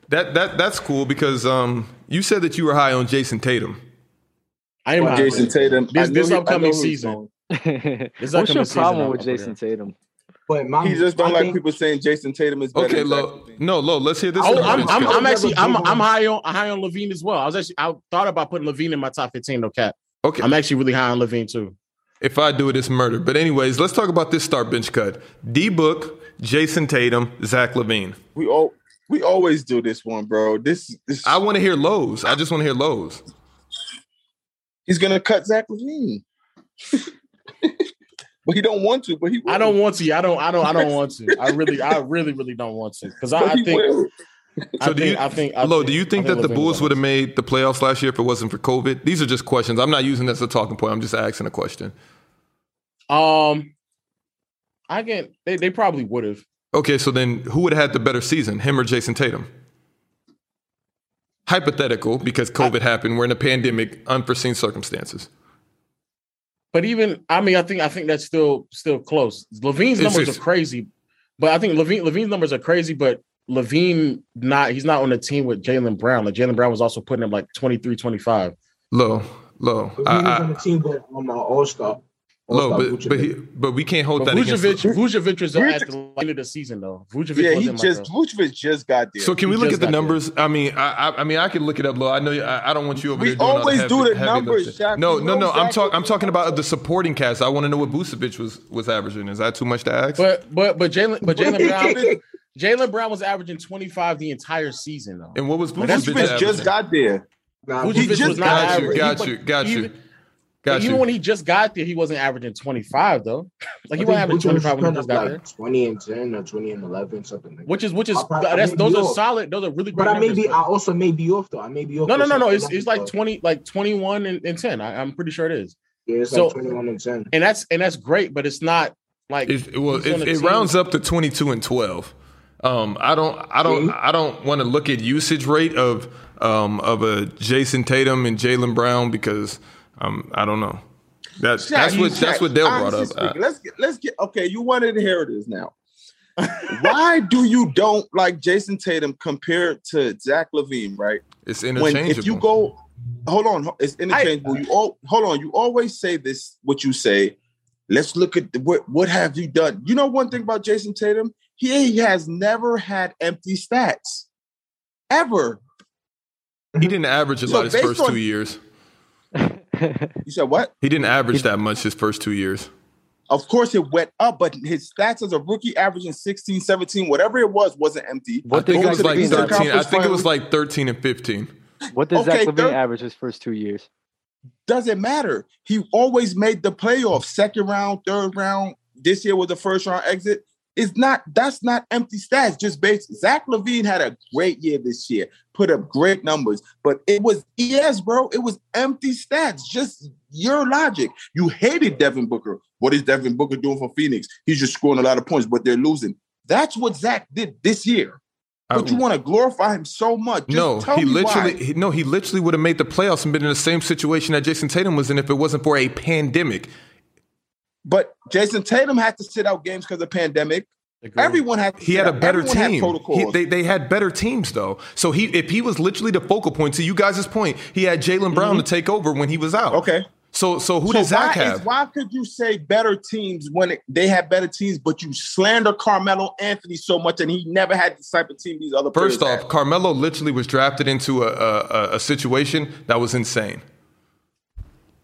Speaker 6: that that that's cool because um you said that you were high on Jason Tatum.
Speaker 1: I am
Speaker 2: On
Speaker 1: high.
Speaker 2: Jason Tatum. I
Speaker 1: This,
Speaker 2: knew
Speaker 1: this
Speaker 2: he- I
Speaker 1: upcoming
Speaker 2: know he was
Speaker 1: season.
Speaker 2: going.
Speaker 1: This
Speaker 4: What's your
Speaker 1: upcoming season,
Speaker 4: problem
Speaker 1: I'll- I'll put
Speaker 4: with
Speaker 1: it
Speaker 4: Jason Tatum?
Speaker 9: But my
Speaker 2: He just don't
Speaker 9: I
Speaker 2: like
Speaker 9: think-
Speaker 2: people saying Jason Tatum is better.
Speaker 6: Okay,
Speaker 2: than
Speaker 6: low.
Speaker 2: Zach Levine.
Speaker 6: No, low. Let's hear this.
Speaker 1: Oh,
Speaker 6: in the
Speaker 1: I'm,
Speaker 6: bench
Speaker 1: I'm,
Speaker 6: cut.
Speaker 1: I'm actually I'm,
Speaker 9: Javon-
Speaker 1: I'm high on high on Levine as well. I was actually I thought about putting Levine in my top 15 no cap.
Speaker 6: okay.
Speaker 1: I'm actually really high on Levine too.
Speaker 6: If I do it, it's murder. But anyways, let's talk about this start bench cut. D Book, Jason Tatum, Zach Levine.
Speaker 2: We all we always do this one, bro. This, this
Speaker 6: I want to hear lows. I just want to hear lows.
Speaker 2: he's gonna cut Zach
Speaker 1: [LAUGHS]
Speaker 2: Levine. [LAUGHS] but he don't want to, but he will.
Speaker 1: I don't want to. I don't I don't I don't want to. I really I really really don't want to because I,
Speaker 2: but
Speaker 1: I
Speaker 2: he
Speaker 1: think
Speaker 2: will.
Speaker 1: I
Speaker 6: So do
Speaker 1: think
Speaker 6: you-
Speaker 1: I think I
Speaker 6: Low, do you think
Speaker 1: I
Speaker 6: that the
Speaker 1: Levine is
Speaker 6: Bulls
Speaker 1: on
Speaker 6: would have
Speaker 1: it.
Speaker 6: made the playoffs last year if it wasn't for COVID? These are just questions. I'm not using this as a talking point. I'm just asking a question.
Speaker 1: Um, I can. They they probably would have.
Speaker 6: Okay, so then who would have had the better season, him or Jason Tatum? Hypothetical, because COVID happened. We're in a pandemic, unforeseen circumstances.
Speaker 1: But even I mean, I think I think that's still still close. Levine's
Speaker 6: It's
Speaker 1: numbers
Speaker 6: just-
Speaker 1: are crazy, but I think Levine Levine's numbers are crazy. But Levine not he's not on the team with Jalen Brown. Like Jalen Brown was also putting up like 23, 25.
Speaker 6: Low, low.
Speaker 9: But
Speaker 6: I-
Speaker 9: he was
Speaker 6: I-
Speaker 9: on the team with um, uh, All Star.
Speaker 6: low, Uh, but but, he, but we can't hold
Speaker 1: But
Speaker 6: that against.
Speaker 1: Vucevic Vucevic was
Speaker 2: Vucevic-
Speaker 1: at the end of the season though. Vucevic
Speaker 2: Yeah,
Speaker 1: wasn't
Speaker 2: he
Speaker 1: like
Speaker 2: just
Speaker 1: a-
Speaker 2: Vucevic just got there.
Speaker 6: So can we
Speaker 1: He
Speaker 6: look
Speaker 1: just
Speaker 6: at the
Speaker 1: got there.
Speaker 6: numbers? I mean, I, I I mean I can look it up, low. I know you, I, I don't want you over
Speaker 2: We
Speaker 6: there. Doing all
Speaker 2: always
Speaker 6: the heavy,
Speaker 2: do the
Speaker 6: heavy
Speaker 2: numbers,
Speaker 6: lifting.
Speaker 2: Shaq.
Speaker 6: No,
Speaker 2: We
Speaker 6: no,
Speaker 2: know
Speaker 6: no. I'm
Speaker 2: exactly
Speaker 6: talking. I'm
Speaker 2: what
Speaker 6: talking
Speaker 2: the
Speaker 6: about
Speaker 2: numbers
Speaker 6: the supporting cast. I want to know what Vucevic was was averaging. Is that too much to ask?
Speaker 1: But but but Jalen but Jalen Brown
Speaker 9: Vucevic-
Speaker 1: Jalen Brown was averaging twenty five the entire season though.
Speaker 6: and what was Vucevic,
Speaker 2: Vucevic just
Speaker 6: averaging?
Speaker 2: got there.
Speaker 9: Nah,
Speaker 1: Vucevic
Speaker 2: he
Speaker 9: Vucevic
Speaker 2: just
Speaker 1: was not
Speaker 2: got
Speaker 6: Got you,
Speaker 1: average.
Speaker 6: got
Speaker 1: He-
Speaker 6: you, got you,
Speaker 1: even-
Speaker 6: got
Speaker 1: even when
Speaker 6: you.
Speaker 1: he just got there, he wasn't averaging 25 though. Like he wasn't
Speaker 9: I think
Speaker 1: averaging
Speaker 9: Vucevic was
Speaker 1: 25 when he
Speaker 9: putting
Speaker 1: just
Speaker 9: up
Speaker 1: got
Speaker 9: like
Speaker 1: there.
Speaker 9: twenty and ten or twenty and eleven, something like that.
Speaker 1: Which is which is
Speaker 9: I probably- I
Speaker 1: that's
Speaker 9: may
Speaker 1: those
Speaker 9: be
Speaker 1: are
Speaker 9: off.
Speaker 1: solid. Those are really great
Speaker 9: But I may
Speaker 1: numbers.
Speaker 9: be. I
Speaker 1: but-
Speaker 9: also may be off though. I may be off.
Speaker 1: No, no,
Speaker 9: with
Speaker 1: no, no.
Speaker 9: something
Speaker 1: It's it's
Speaker 9: else,
Speaker 1: like
Speaker 9: but-
Speaker 1: 20, like 21 and, and 10. I, I'm pretty sure it is.
Speaker 9: Yeah, it's
Speaker 1: so-
Speaker 9: like twenty one and ten.
Speaker 1: And that's and that's great, but it's not like
Speaker 6: It, well,
Speaker 1: he's on
Speaker 6: it,
Speaker 1: a
Speaker 6: it
Speaker 1: team-
Speaker 6: rounds up to 22 and 12. Um, I don't, I
Speaker 2: Mm-hmm.
Speaker 6: don't,
Speaker 9: Mhm.
Speaker 6: I don't want to look at usage rate of um, of a Jason Tatum and Jalen Brown because um, I don't know. That's that's
Speaker 2: Shaq,
Speaker 6: what
Speaker 2: Shaq,
Speaker 6: that's what Dale brought
Speaker 2: honestly
Speaker 6: up. uh,
Speaker 2: speaking, let's get let's get okay. You wanted to hear it is now. [LAUGHS] Why do you don't like Jason Tatum compared to Zach Levine? Right
Speaker 6: it's
Speaker 2: when
Speaker 6: interchangeable.
Speaker 2: if you go, hold on, it's interchangeable. you all hold on. You always say this. What you say? Let's look at the- what what have you done. You know one thing about Jason Tatum, he, he has never had empty stats, ever.
Speaker 6: he didn't average a
Speaker 2: So
Speaker 6: lot his
Speaker 2: based
Speaker 6: first
Speaker 2: on-
Speaker 6: two years.
Speaker 2: You said what?
Speaker 6: He didn't average that much his first two years.
Speaker 2: Of course, it went up, but his stats as a rookie, averaging 16, 17, whatever it was, wasn't empty.
Speaker 6: I
Speaker 4: What
Speaker 6: think
Speaker 4: did
Speaker 6: it
Speaker 2: Going
Speaker 6: was
Speaker 2: to the
Speaker 6: like
Speaker 2: Eastern
Speaker 6: 13. I
Speaker 2: Conference
Speaker 6: think it was
Speaker 2: Finals
Speaker 6: like 13 and 15.
Speaker 4: [LAUGHS] What did
Speaker 2: Okay,
Speaker 4: Zach Levine
Speaker 2: third-
Speaker 4: average his first two years?
Speaker 2: Doesn't matter. He always made the playoffs, second round, third round. This year was the first round exit. It's not. That's not empty stats. Just based. Zach Levine had a great year this year. Put up great numbers, but it was yes, bro. It was empty stats. Just your logic. You hated Devin Booker. What is Devin Booker doing for Phoenix? He's just scoring a lot of points, but they're losing. That's what Zach did this year. But
Speaker 6: I-
Speaker 2: you want to glorify him so much. Just
Speaker 6: no,
Speaker 2: tell
Speaker 6: he
Speaker 2: me why.
Speaker 6: literally he, no, he literally would have made the playoffs and been in the same situation that Jason Tatum was in if it wasn't for a pandemic.
Speaker 2: But Jason Tatum had to sit out games because of pandemic. Everyone had to
Speaker 6: He
Speaker 2: sit
Speaker 6: had a
Speaker 2: out.
Speaker 6: better
Speaker 2: Everyone had
Speaker 6: team.
Speaker 2: protocols.
Speaker 6: He- they, they had better teams though. So he if he was literally the focal point, to you guys' point, he had Jalen Brown to take over when he was out.
Speaker 2: Mm-hmm. okay.
Speaker 6: So so who
Speaker 2: So
Speaker 6: did Zach
Speaker 2: why,
Speaker 6: have?
Speaker 2: is- why could you say better teams when it, they had better teams, but you slander Carmelo Anthony so much and he never had the type of team these other
Speaker 6: First
Speaker 2: players
Speaker 6: off,
Speaker 2: had?
Speaker 6: Carmelo literally was drafted into a, a, a- a situation that was insane.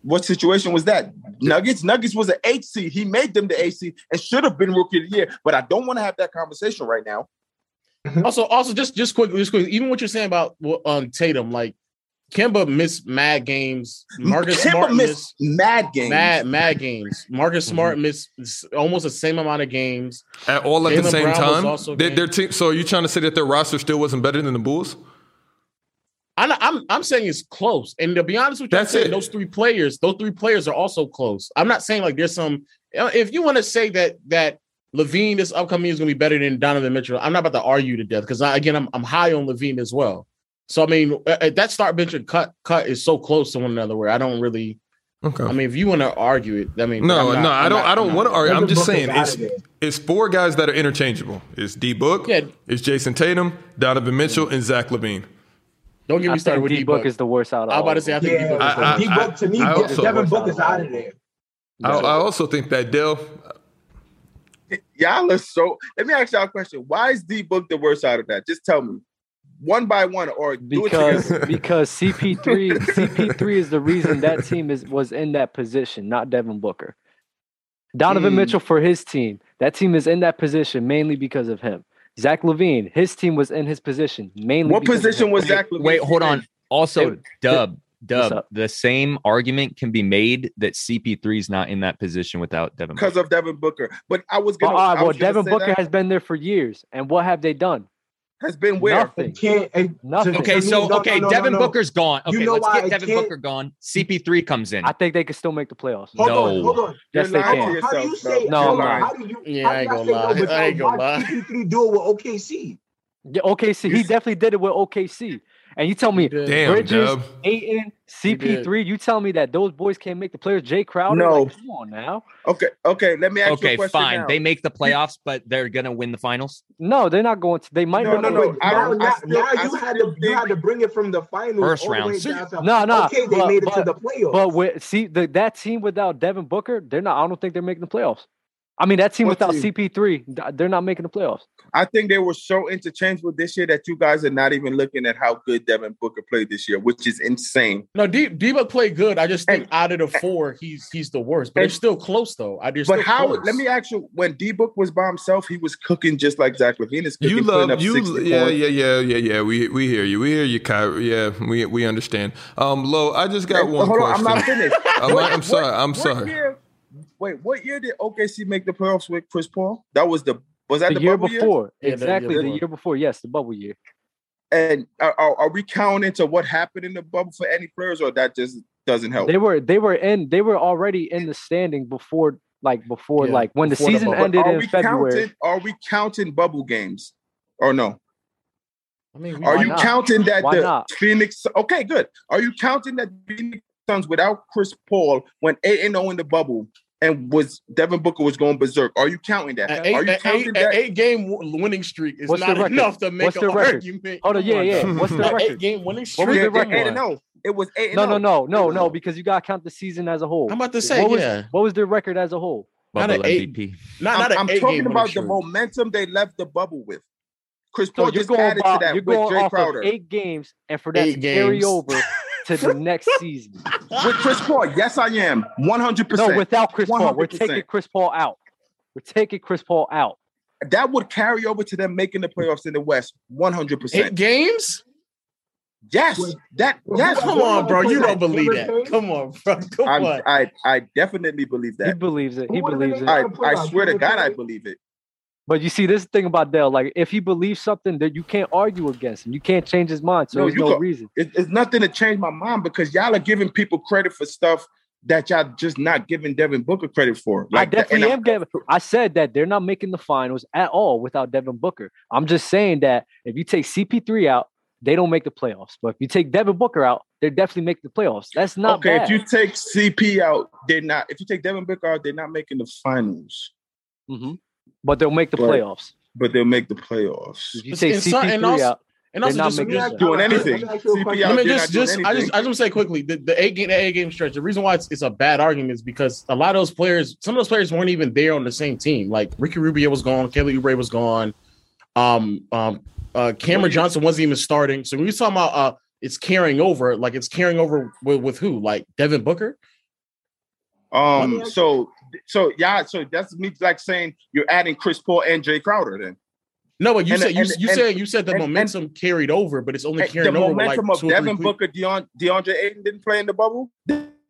Speaker 2: What situation was that? Nuggets. Nuggets was an HC. He made them the AC and should have been rookie of the year. But I don't want to have that conversation right now.
Speaker 1: Also, also just just quickly, just quickly, even what you're saying about well, um Tatum, like Kimba missed mad games. Marcus
Speaker 2: Kimba
Speaker 1: Smart
Speaker 2: missed
Speaker 1: missed
Speaker 2: mad games.
Speaker 1: mad mad games. Marcus Smart missed s- almost the same amount of games.
Speaker 6: At all at the
Speaker 1: Jaylen
Speaker 6: same
Speaker 1: Brown was also
Speaker 6: time. Their,
Speaker 1: game-
Speaker 6: their team, so are you trying to say that their roster still wasn't better than the Bulls?
Speaker 1: I'm I'm, I'm saying it's close. And to be honest with you, I'm
Speaker 6: That's
Speaker 1: saying
Speaker 6: it.
Speaker 1: those three players, those three players are also close. I'm not saying like there's some. If you want to say that that Levine this upcoming year is going to be better than Donovan Mitchell, I'm not about to argue to death because again, I'm I'm high on Levine as well. So I mean, uh, uh, that start bench and cut cut is so close to one another. Where I don't really.
Speaker 6: Okay.
Speaker 1: I mean, if you want to argue it, I mean,
Speaker 6: no, no, I don't. I don't want to argue. I'm
Speaker 9: Devin
Speaker 6: just
Speaker 9: Booker's
Speaker 6: saying
Speaker 9: outta
Speaker 6: it's
Speaker 9: there.
Speaker 6: it's four guys that are interchangeable. It's D Book,
Speaker 1: Yeah.
Speaker 6: it's Jason Tatum, Donovan Mitchell, and Zach Levine.
Speaker 1: Don't get
Speaker 4: I
Speaker 1: me started
Speaker 4: think
Speaker 1: with
Speaker 4: D Book is the worst out of.
Speaker 1: I'm
Speaker 4: all
Speaker 1: about to
Speaker 4: of
Speaker 1: say, I
Speaker 4: them.
Speaker 1: think
Speaker 9: Yeah,
Speaker 1: D-Book is the
Speaker 9: D Book
Speaker 6: I-
Speaker 9: to me,
Speaker 6: I also-
Speaker 9: Devin Book is out of there.
Speaker 6: I, I also think that Dell.
Speaker 2: Y'all are so. Let me ask y'all a question. Why is D Book the worst out of that? Just tell me, one by one, or do it
Speaker 4: because
Speaker 2: together. [LAUGHS]
Speaker 4: because CP3 CP3 is the reason that team is was in that position, not Devin Booker. Donovan
Speaker 2: Hmm.
Speaker 4: Mitchell for his team. That team is in that position mainly because of him. Zach Levine, his team was in his position mainly.
Speaker 2: What
Speaker 4: because of
Speaker 2: position
Speaker 4: him.
Speaker 2: was Zach? Levine
Speaker 5: Wait, hold on.
Speaker 2: in?
Speaker 5: Also,
Speaker 4: They-
Speaker 5: Dub, Dub,
Speaker 4: up?
Speaker 5: the same argument can be made that CP3 is not in that position without Devin.
Speaker 2: Because
Speaker 5: Booker.
Speaker 2: of Devin Booker, but I was
Speaker 4: Well,
Speaker 2: gonna.
Speaker 4: all right,
Speaker 2: I
Speaker 4: well
Speaker 2: was gonna
Speaker 4: Devin
Speaker 2: say
Speaker 4: Booker
Speaker 2: that.
Speaker 4: has been there for years, and what have they done?
Speaker 2: has been where
Speaker 9: It
Speaker 4: Nothing.
Speaker 9: can't. it-
Speaker 4: Nothing.
Speaker 9: to-
Speaker 4: of-
Speaker 5: okay,
Speaker 9: to me-
Speaker 5: so
Speaker 9: no, no,
Speaker 5: okay,
Speaker 9: no, no,
Speaker 5: Devin
Speaker 9: no.
Speaker 5: Booker's gone.
Speaker 9: You
Speaker 5: Okay,
Speaker 9: know
Speaker 5: let's
Speaker 9: why I
Speaker 5: get Devin
Speaker 9: can't-
Speaker 5: Booker gone. CP3 comes in.
Speaker 4: I think they could still make the playoffs.
Speaker 9: Hold on,
Speaker 5: No.
Speaker 9: hold on.
Speaker 2: You're
Speaker 4: Yes, they
Speaker 2: lying to
Speaker 4: can.
Speaker 2: yourself,
Speaker 9: How do you
Speaker 2: bro.
Speaker 9: say?
Speaker 4: No.
Speaker 9: hold on,
Speaker 4: Lying.
Speaker 9: how do you?
Speaker 1: Yeah,
Speaker 9: how
Speaker 1: I
Speaker 9: do
Speaker 1: ain't gonna
Speaker 9: y'all say no,
Speaker 1: lie.
Speaker 9: but
Speaker 1: I ain't
Speaker 9: y'all
Speaker 1: gonna
Speaker 9: watch
Speaker 1: lie.
Speaker 9: CP3 do it with OKC.
Speaker 4: Yeah, OKC, he definitely did it with OKC. And you tell me
Speaker 1: did.
Speaker 6: Damn,
Speaker 4: Bridges,
Speaker 6: Dub.
Speaker 4: Aiton,
Speaker 1: did.
Speaker 4: CP3, you tell me that those boys can't make the players. Jay Crowder,
Speaker 2: No.
Speaker 4: like, come on now.
Speaker 2: Okay, okay. Let me ask you
Speaker 5: Okay,
Speaker 2: a question
Speaker 5: fine.
Speaker 2: now.
Speaker 5: They make the playoffs, but they're gonna win the finals.
Speaker 4: No, they're not going to. They might
Speaker 2: No,
Speaker 4: not.
Speaker 2: no,
Speaker 4: go
Speaker 2: no.
Speaker 4: to-
Speaker 2: I
Speaker 9: now,
Speaker 2: don't- I
Speaker 9: now,
Speaker 2: still-
Speaker 9: now
Speaker 2: I
Speaker 9: you had
Speaker 2: still
Speaker 9: to you had
Speaker 2: think-
Speaker 9: to bring it from the finals
Speaker 5: First
Speaker 9: all the
Speaker 5: round.
Speaker 9: way down to-
Speaker 4: No, no.
Speaker 9: Okay, they
Speaker 4: but-
Speaker 9: made it to
Speaker 4: but-
Speaker 9: the playoffs.
Speaker 4: But with, see, the, that team without Devin Booker, they're not. I don't think they're making the playoffs. I mean, that team
Speaker 2: What
Speaker 4: without
Speaker 2: team?
Speaker 4: CP3, th- they're not making the playoffs.
Speaker 2: I think they were so interchangeable this year that you guys are not even looking at how good Devin Booker played this year, which is insane.
Speaker 1: No, D Book played good. I just think
Speaker 2: And-
Speaker 1: out of the four, he's he's the worst. But
Speaker 2: and-
Speaker 1: it's still close though. I just
Speaker 2: But how? Let me ask you: When D Book was by himself, he was cooking just like Zach Levine is cooking.
Speaker 6: You
Speaker 2: putting
Speaker 6: love
Speaker 2: up
Speaker 6: you,
Speaker 2: 60
Speaker 6: yeah,
Speaker 2: points.
Speaker 6: yeah, yeah, yeah, yeah. We we hear you, we hear you, Kyrie. Yeah, we we understand. Um, Lo, I just got
Speaker 2: Hey,
Speaker 6: one
Speaker 2: hold
Speaker 6: question.
Speaker 2: on, I'm not finished.
Speaker 6: I'm,
Speaker 2: What-
Speaker 6: I'm sorry. I'm
Speaker 2: what
Speaker 6: sorry.
Speaker 2: year- wait, what year did OKC make the playoffs with Chris Paul? That was the was that
Speaker 4: The,
Speaker 2: the,
Speaker 4: year
Speaker 2: bubble
Speaker 4: before.
Speaker 1: Yeah, the year
Speaker 4: exactly. The year,
Speaker 1: before.
Speaker 4: before. Yes, the bubble year.
Speaker 2: And are, are, are we counting to what happened in the bubble for any players, or that just doesn't help?
Speaker 4: They were they were in they were already in the standing before like before
Speaker 1: Yeah,
Speaker 4: like when the
Speaker 1: before the
Speaker 4: season
Speaker 1: bubble.
Speaker 4: ended
Speaker 2: are
Speaker 4: in
Speaker 2: we
Speaker 4: February.
Speaker 2: counting? Are we counting bubble games, or no?
Speaker 1: I mean, we-
Speaker 2: Are
Speaker 4: Why
Speaker 2: you
Speaker 4: not?
Speaker 2: counting that
Speaker 4: Why
Speaker 2: the
Speaker 4: not?
Speaker 2: Phoenix? Okay, good. Are you counting that Phoenix Suns without Chris Paul went eight and zero in the bubble and was Devin Booker was going berserk? Are you counting that?
Speaker 1: an
Speaker 2: Are
Speaker 1: eight,
Speaker 2: you
Speaker 1: an eight,
Speaker 2: counting
Speaker 1: an
Speaker 2: that?
Speaker 1: eight game winning streak is
Speaker 4: What's
Speaker 1: not
Speaker 4: their record?
Speaker 1: enough to make
Speaker 4: What's
Speaker 1: an
Speaker 4: their record?
Speaker 1: argument.
Speaker 4: Hold on, yeah,
Speaker 1: Come
Speaker 4: yeah.
Speaker 1: [LAUGHS] now.
Speaker 4: What's their
Speaker 1: An
Speaker 4: record?
Speaker 1: eight game winning
Speaker 4: What was
Speaker 1: streak.
Speaker 4: the
Speaker 2: Yeah,
Speaker 1: Come
Speaker 2: they're
Speaker 4: record?
Speaker 2: eight
Speaker 1: on.
Speaker 2: and zero. It was eight. and oh.
Speaker 4: No, no,
Speaker 2: 0.
Speaker 4: no, no, no,
Speaker 2: no.
Speaker 4: because you gotta count the season as a whole.
Speaker 1: I'm about to say,
Speaker 4: what was
Speaker 1: yeah,
Speaker 4: what was their record as a whole?
Speaker 1: Not an
Speaker 5: Bubble
Speaker 1: eight.
Speaker 5: MVP.
Speaker 1: not
Speaker 2: I'm,
Speaker 1: not an
Speaker 2: I'm
Speaker 1: eight game
Speaker 2: talking
Speaker 1: winning
Speaker 2: about the
Speaker 1: streak.
Speaker 2: momentum they left the bubble with. Chris
Speaker 4: So
Speaker 2: Paul
Speaker 4: you're
Speaker 2: just
Speaker 4: going
Speaker 2: added
Speaker 4: by,
Speaker 2: to that
Speaker 4: you're
Speaker 2: with
Speaker 4: going
Speaker 2: Jay
Speaker 4: off
Speaker 2: Crowder.
Speaker 4: of eight games, and for that
Speaker 1: Eight
Speaker 4: to carry
Speaker 1: games. [LAUGHS]
Speaker 4: over to the next season.
Speaker 2: With Chris Paul, yes, I am. 100%.
Speaker 4: No, without Chris Paul, we're
Speaker 2: 100%.
Speaker 4: taking Chris Paul out. We're taking Chris Paul out.
Speaker 2: that would carry over to them making the playoffs in the West 100%.
Speaker 1: Eight games?
Speaker 2: Yes,
Speaker 9: Wait.
Speaker 2: that yes.
Speaker 1: Come on, bro. You don't believe
Speaker 9: Everything?
Speaker 1: that. Come on, bro. [LAUGHS] Come
Speaker 2: I,
Speaker 1: on.
Speaker 2: I I definitely believe
Speaker 4: He
Speaker 2: that.
Speaker 4: believes it. He
Speaker 9: Who would've been
Speaker 4: believes
Speaker 9: in
Speaker 4: it.
Speaker 9: the-
Speaker 2: I I swear to God, I believe it.
Speaker 4: But you see, this is the thing about Dell, like if he believes something that you can't argue against him, you can't change his mind. So
Speaker 2: No,
Speaker 4: there's
Speaker 2: you
Speaker 4: no
Speaker 2: got-
Speaker 4: reason.
Speaker 2: it. It's nothing to change my mind because y'all are giving people credit for stuff that y'all just not giving Devin Booker credit for.
Speaker 4: I
Speaker 2: Like that- and
Speaker 4: definitely
Speaker 2: I'm-
Speaker 4: am Devin. I said that they're not making the finals at all without Devin Booker. I'm just saying that if you take CP3 out they don't make the playoffs. But if you take Devin Booker out, they definitely make the playoffs. That's not
Speaker 2: okay, if
Speaker 4: bad.
Speaker 2: you take CP out, they're not. If you take Devin Booker out, they're not making the finals,
Speaker 4: hmm But they'll make the
Speaker 2: But-
Speaker 4: playoffs.
Speaker 2: but they'll make the playoffs.
Speaker 4: If you
Speaker 1: It's-
Speaker 4: take
Speaker 1: it's not-
Speaker 4: CP3
Speaker 1: and also-
Speaker 4: out,
Speaker 1: And also
Speaker 4: They're not
Speaker 1: just
Speaker 4: making
Speaker 1: yeah,
Speaker 4: sense.
Speaker 2: Doing
Speaker 9: Let me
Speaker 2: anything.
Speaker 9: ask you a
Speaker 2: CP
Speaker 9: question.
Speaker 2: out,
Speaker 1: I mean,
Speaker 2: they're
Speaker 1: just,
Speaker 2: not doing
Speaker 1: just, I just,
Speaker 2: anything.
Speaker 1: I just want to say quickly the, the eight game, the eight game stretch. The reason why it's, it's a bad argument is because a lot of those players, some of those players weren't even there on the same team. Like Ricky Rubio was gone, Kelly Oubre was gone, um, um, uh, Cameron Johnson wasn't even starting. So when you're talking about uh, it's carrying over, like it's carrying over with, with who? Like Devin Booker?
Speaker 2: Um. So so yeah. So that's me like saying you're adding Chris Paul and Jay Crowder. Then
Speaker 1: No, but you
Speaker 2: And-
Speaker 1: said you,
Speaker 2: and-
Speaker 1: you
Speaker 2: and-
Speaker 1: said you said the
Speaker 2: and- and-
Speaker 1: momentum carried over, but it's only
Speaker 2: And the
Speaker 1: carrying over with like
Speaker 2: momentum
Speaker 1: two or
Speaker 2: of
Speaker 1: three
Speaker 2: Devin
Speaker 1: cle-
Speaker 2: Booker, Deon, DeAndre Ayton didn't play in the bubble.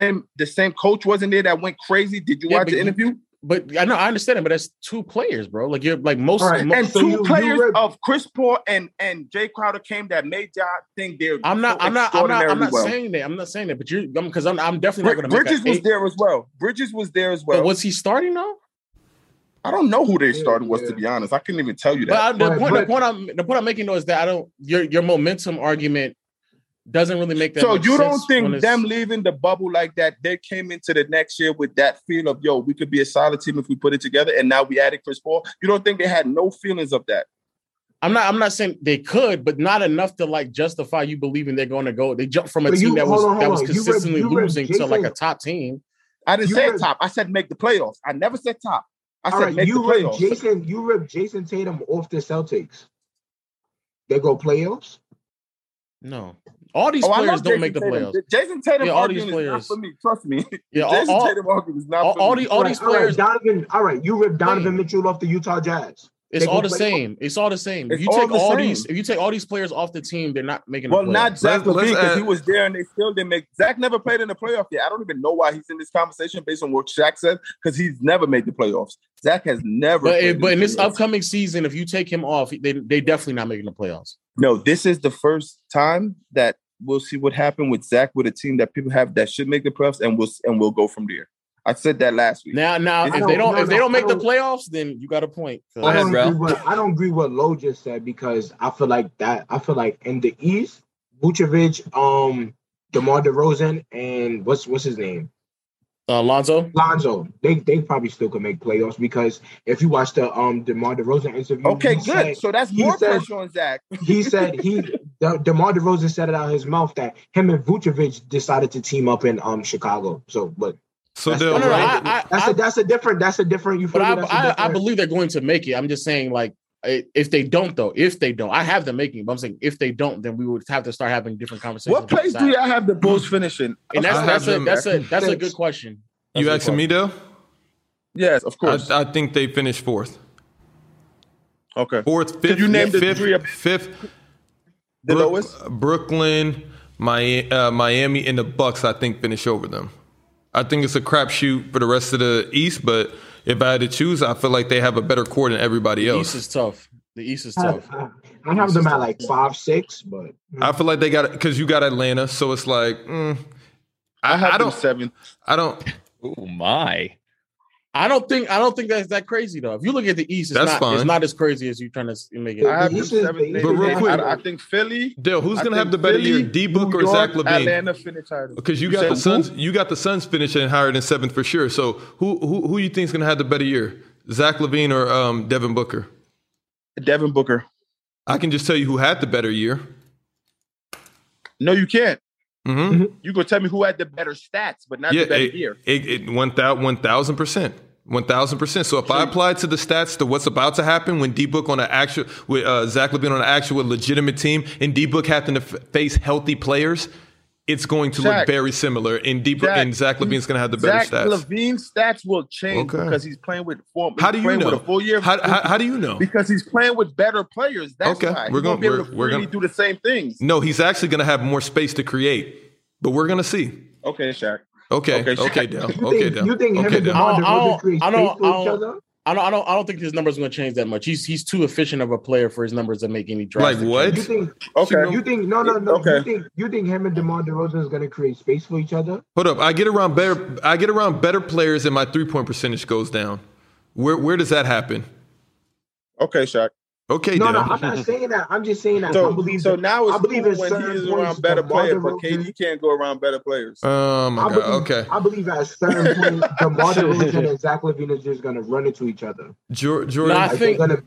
Speaker 2: And the same coach wasn't there that went crazy. Did you
Speaker 1: Yeah,
Speaker 2: watch
Speaker 1: but
Speaker 2: the
Speaker 1: you-
Speaker 2: interview?
Speaker 1: But I know I understand it, but that's two players, bro. Like you're like most.
Speaker 9: All right,
Speaker 1: mo-
Speaker 2: And
Speaker 9: So
Speaker 2: two
Speaker 9: you- you
Speaker 2: players
Speaker 9: read-
Speaker 2: of Chris Paul and and Jay Crowder came that made y'all think they're.
Speaker 1: I'm not.
Speaker 2: so
Speaker 1: I'm not. I'm not. I'm
Speaker 2: extraordinarily
Speaker 1: not
Speaker 2: well.
Speaker 1: saying that. I'm not saying that. But you, because I'm, I'm definitely
Speaker 2: Brid-
Speaker 1: not going to
Speaker 2: Bridges
Speaker 1: make an
Speaker 2: was
Speaker 1: eight.
Speaker 2: there as well. Bridges was there as
Speaker 1: But
Speaker 2: well.
Speaker 1: was he starting though?
Speaker 2: I don't know who their
Speaker 9: Yeah,
Speaker 2: starter was
Speaker 9: yeah.
Speaker 2: to be honest. I couldn't even tell you
Speaker 1: But
Speaker 2: that.
Speaker 1: I, the,
Speaker 9: Right,
Speaker 1: point, the
Speaker 9: but-
Speaker 1: point I'm the point I'm making though is that I don't. Your your momentum argument doesn't really make that.
Speaker 2: so
Speaker 1: much
Speaker 2: you don't
Speaker 1: sense when
Speaker 2: think
Speaker 1: it's-
Speaker 2: them leaving the bubble like that? They came into the next year with that feel of yo, we could be a solid team if we put it together, and now we added Chris Paul. You don't think they had no feelings of that?
Speaker 1: I'm not. I'm not saying they could, but not enough to like justify you believing they're going to go. They jumped from a
Speaker 9: But
Speaker 1: team
Speaker 9: you-
Speaker 1: that
Speaker 9: hold
Speaker 1: was
Speaker 9: on, hold
Speaker 1: that was
Speaker 9: on. You read-
Speaker 1: consistently
Speaker 9: you read
Speaker 1: losing to like a
Speaker 9: Jason-
Speaker 1: top team.
Speaker 2: I didn't
Speaker 9: You
Speaker 2: say
Speaker 9: read-
Speaker 2: top. I said make the playoffs. I never said top. I
Speaker 9: All
Speaker 2: said
Speaker 9: right,
Speaker 2: make the
Speaker 9: you rip
Speaker 2: playoffs.
Speaker 9: Jason. You rip Jason Tatum off the Celtics. They go playoffs.
Speaker 1: No, all these
Speaker 2: Oh, I
Speaker 1: players
Speaker 2: love
Speaker 1: don't
Speaker 2: Jason
Speaker 1: make the
Speaker 2: Tatum.
Speaker 1: playoffs.
Speaker 2: Jason Tatum
Speaker 1: Yeah, all these
Speaker 2: argument is not
Speaker 1: players.
Speaker 2: for me. Trust me. [LAUGHS]
Speaker 1: Yeah, all,
Speaker 2: Jason
Speaker 1: all-
Speaker 2: Tatum argument is not
Speaker 1: all-
Speaker 2: for
Speaker 1: all
Speaker 2: me.
Speaker 1: the, all
Speaker 9: Right,
Speaker 1: these
Speaker 9: all right,
Speaker 1: players,
Speaker 9: Donovan. All right, you rip Donovan
Speaker 1: Same.
Speaker 9: Mitchell off the Utah Jazz.
Speaker 1: it's
Speaker 9: they
Speaker 1: all the
Speaker 9: go play-
Speaker 1: same. It's all the same. If
Speaker 2: It's
Speaker 1: you
Speaker 2: all
Speaker 1: take
Speaker 2: the
Speaker 1: all
Speaker 2: same.
Speaker 1: these, if you take all these players off the team, they're not making.
Speaker 2: Well,
Speaker 1: the playoffs.
Speaker 2: not Zach
Speaker 6: Let's- let's
Speaker 2: Levine because he
Speaker 6: add-
Speaker 2: was there and they still didn't make. Zach never played in the playoff yet. I don't even know why he's in this conversation based on what Shaq said because he's never made the playoffs. Zach has never.
Speaker 1: But
Speaker 2: played
Speaker 1: if, but in
Speaker 2: the
Speaker 1: this
Speaker 2: playoffs.
Speaker 1: upcoming season, if you take him off, they they definitely not making the playoffs.
Speaker 2: no, this is the first time that we'll see what happened with Zach with a team that people have that should make the playoffs, and we'll and we'll go from there. I said that last week.
Speaker 1: Now now
Speaker 2: I
Speaker 1: if they
Speaker 9: don't-
Speaker 1: don't
Speaker 9: no,
Speaker 1: if they
Speaker 9: no,
Speaker 1: don't
Speaker 9: I
Speaker 1: make the
Speaker 9: don't-
Speaker 1: playoffs, then you got a point. 'Cause-
Speaker 5: Go
Speaker 9: I
Speaker 5: ahead,
Speaker 9: don't
Speaker 5: bro.
Speaker 9: agree what I don't agree what Lo just said because I feel like that. I feel like in the East, Vucevic, um, DeMar DeRozan, and what's what's his name?
Speaker 1: Uh, Lonzo,
Speaker 9: Lonzo, they they probably still could make playoffs because if you watch the um DeMar DeRozan interview,
Speaker 2: Okay,
Speaker 9: he
Speaker 2: good.
Speaker 9: said-
Speaker 2: so that's
Speaker 9: he
Speaker 2: more
Speaker 9: said-
Speaker 2: pressure on Zach.
Speaker 9: he said he De- DeMar DeRozan said it out of his mouth that him and Vucevic decided to team up in um Chicago. So, but
Speaker 6: So
Speaker 9: That's
Speaker 6: Dale,
Speaker 1: no no, no
Speaker 6: right-
Speaker 1: I, I,
Speaker 9: that's
Speaker 1: I-
Speaker 9: a that's a different that's a different. You feel
Speaker 1: but
Speaker 9: me?
Speaker 1: I,
Speaker 9: That's a
Speaker 1: I I
Speaker 9: different-
Speaker 1: believe they're going to make it. I'm just saying like i- if they don't though, if they don't, I have them making. it, But I'm saying if they don't, then we would have to start having different conversations.
Speaker 2: What place
Speaker 1: about
Speaker 2: do
Speaker 1: that.
Speaker 2: y'all have the Bulls finishing?
Speaker 1: And that's
Speaker 6: I
Speaker 1: that's
Speaker 6: have
Speaker 1: a
Speaker 6: them
Speaker 1: that's a
Speaker 6: at
Speaker 1: that's a
Speaker 9: six.
Speaker 1: good question. That's
Speaker 6: you
Speaker 1: a good
Speaker 6: asking me, Dale?
Speaker 2: Yes, of
Speaker 6: I,
Speaker 2: course.
Speaker 6: I think they finished fourth,
Speaker 2: okay.
Speaker 6: fourth, fifth,
Speaker 2: you name the
Speaker 6: fifth,
Speaker 2: three up-
Speaker 6: fifth.
Speaker 2: The
Speaker 6: Brook-
Speaker 2: lowest?
Speaker 6: Brooklyn, Miami, uh, Miami, and the Bucks. I think finish over them. I think it's a crapshoot for the rest of the East, but if I had to choose, I feel like they have a better core than everybody
Speaker 1: The East
Speaker 6: else.
Speaker 1: is tough. The East is
Speaker 9: I
Speaker 1: tough.
Speaker 9: have, [LAUGHS] I have them at like five six, but
Speaker 6: I feel like they got because you got Atlanta, so it's like mm,
Speaker 2: I have
Speaker 6: I
Speaker 2: them
Speaker 6: don't-
Speaker 2: seven.
Speaker 6: I don't.
Speaker 5: Oh my!
Speaker 1: I don't think I don't think that's that crazy though. If you look at the East, it's
Speaker 6: That's
Speaker 1: not it's
Speaker 6: fine.
Speaker 1: not as crazy as you trying to s- make it.
Speaker 9: The
Speaker 2: I have them
Speaker 9: East is-
Speaker 2: seven.
Speaker 9: the East
Speaker 6: But
Speaker 9: is
Speaker 6: real
Speaker 9: at-
Speaker 6: quick-
Speaker 2: I, I think Philly.
Speaker 6: Dale, who's
Speaker 2: I
Speaker 6: gonna have
Speaker 2: think
Speaker 6: the better
Speaker 2: Philly,
Speaker 6: year, D Book
Speaker 2: New
Speaker 6: or Zach
Speaker 2: York,
Speaker 6: Levine?
Speaker 2: Atlanta finish higher.
Speaker 6: Because you
Speaker 2: said
Speaker 6: got the
Speaker 2: who?
Speaker 6: Suns, you got the Suns finishing higher than seventh for sure. So who who who you think's gonna have the better year, Zach Levine or um, Devin Booker?
Speaker 2: Devin Booker.
Speaker 6: I can just tell you who had the better year.
Speaker 2: No, you can't.
Speaker 6: hmm
Speaker 2: You go tell me who had the better stats, but not
Speaker 6: yeah,
Speaker 2: the better
Speaker 6: it,
Speaker 2: year.
Speaker 6: It, it one thousand percent, one thousand percent. So if I apply to the stats to what's about to happen when D Book on an actual with uh, Zach Levine on an actual legitimate team and D Book having to f- face healthy players, it's going to
Speaker 2: Zach.
Speaker 6: look very similar. And D Book
Speaker 2: Zach.
Speaker 6: and Zach Levine's going to have the better
Speaker 2: Zach
Speaker 6: stats.
Speaker 2: Levine's stats will change
Speaker 6: Okay.
Speaker 2: because he's playing with four.
Speaker 6: How do
Speaker 2: he's
Speaker 6: you
Speaker 2: playing
Speaker 6: know?
Speaker 2: With a full year. of-
Speaker 6: How, how, how do you know?
Speaker 2: because he's playing with better players. That's
Speaker 6: Okay,
Speaker 2: why
Speaker 6: we're
Speaker 2: we're gonna
Speaker 6: gonna-
Speaker 2: be able
Speaker 6: we're-
Speaker 2: to
Speaker 6: we're
Speaker 2: freely
Speaker 6: gonna- Hmm?
Speaker 2: do the same things.
Speaker 6: No, he's actually going to have more space to create. But we're going to see.
Speaker 2: Okay, Shaq.
Speaker 6: Okay,
Speaker 2: Okay,
Speaker 6: okay,
Speaker 2: Shaq.
Speaker 6: Dale.
Speaker 9: you
Speaker 6: Okay,
Speaker 9: think
Speaker 6: Dale.
Speaker 9: you think him
Speaker 6: okay,
Speaker 9: and
Speaker 6: Dale.
Speaker 1: I
Speaker 9: DeMar
Speaker 1: don't- I
Speaker 9: DeRozan
Speaker 1: don't-
Speaker 9: create
Speaker 1: I
Speaker 9: space
Speaker 1: don't-
Speaker 9: for
Speaker 1: I
Speaker 9: each
Speaker 1: don't-
Speaker 9: other?
Speaker 1: I don't I don't I don't think his numbers are going to change that much. He's he's too efficient of a player for his numbers to make any
Speaker 6: Like
Speaker 1: drastic.
Speaker 6: what?
Speaker 9: You think
Speaker 2: Okay.
Speaker 9: you think no no no
Speaker 2: Okay.
Speaker 9: you think you think him and DeMar DeRozan is gonna create space for each other?
Speaker 6: Hold up. I get around better. I get around better players, and my three point percentage goes down. Where where does that happen?
Speaker 2: Okay, Shaq.
Speaker 6: Okay,
Speaker 9: no, no,
Speaker 6: then.
Speaker 9: I'm
Speaker 6: [LAUGHS]
Speaker 9: not saying that. I'm just saying that I
Speaker 2: So,
Speaker 9: believe
Speaker 2: so now it's
Speaker 9: I believe
Speaker 2: cool
Speaker 9: in
Speaker 2: when
Speaker 9: certain
Speaker 2: he's
Speaker 9: points
Speaker 2: around better
Speaker 9: the
Speaker 2: players,
Speaker 9: Rosen-
Speaker 2: but KD can't go around better players.
Speaker 6: oh my
Speaker 9: I
Speaker 6: god.
Speaker 9: believe,
Speaker 6: Okay.
Speaker 9: I believe at a certain
Speaker 6: [LAUGHS]
Speaker 9: point, DeMar DeRozan and Zach Levine are just gonna run into each other.
Speaker 6: Jor- Jordan.
Speaker 1: No, I
Speaker 9: Like,
Speaker 1: think-
Speaker 9: they're gonna,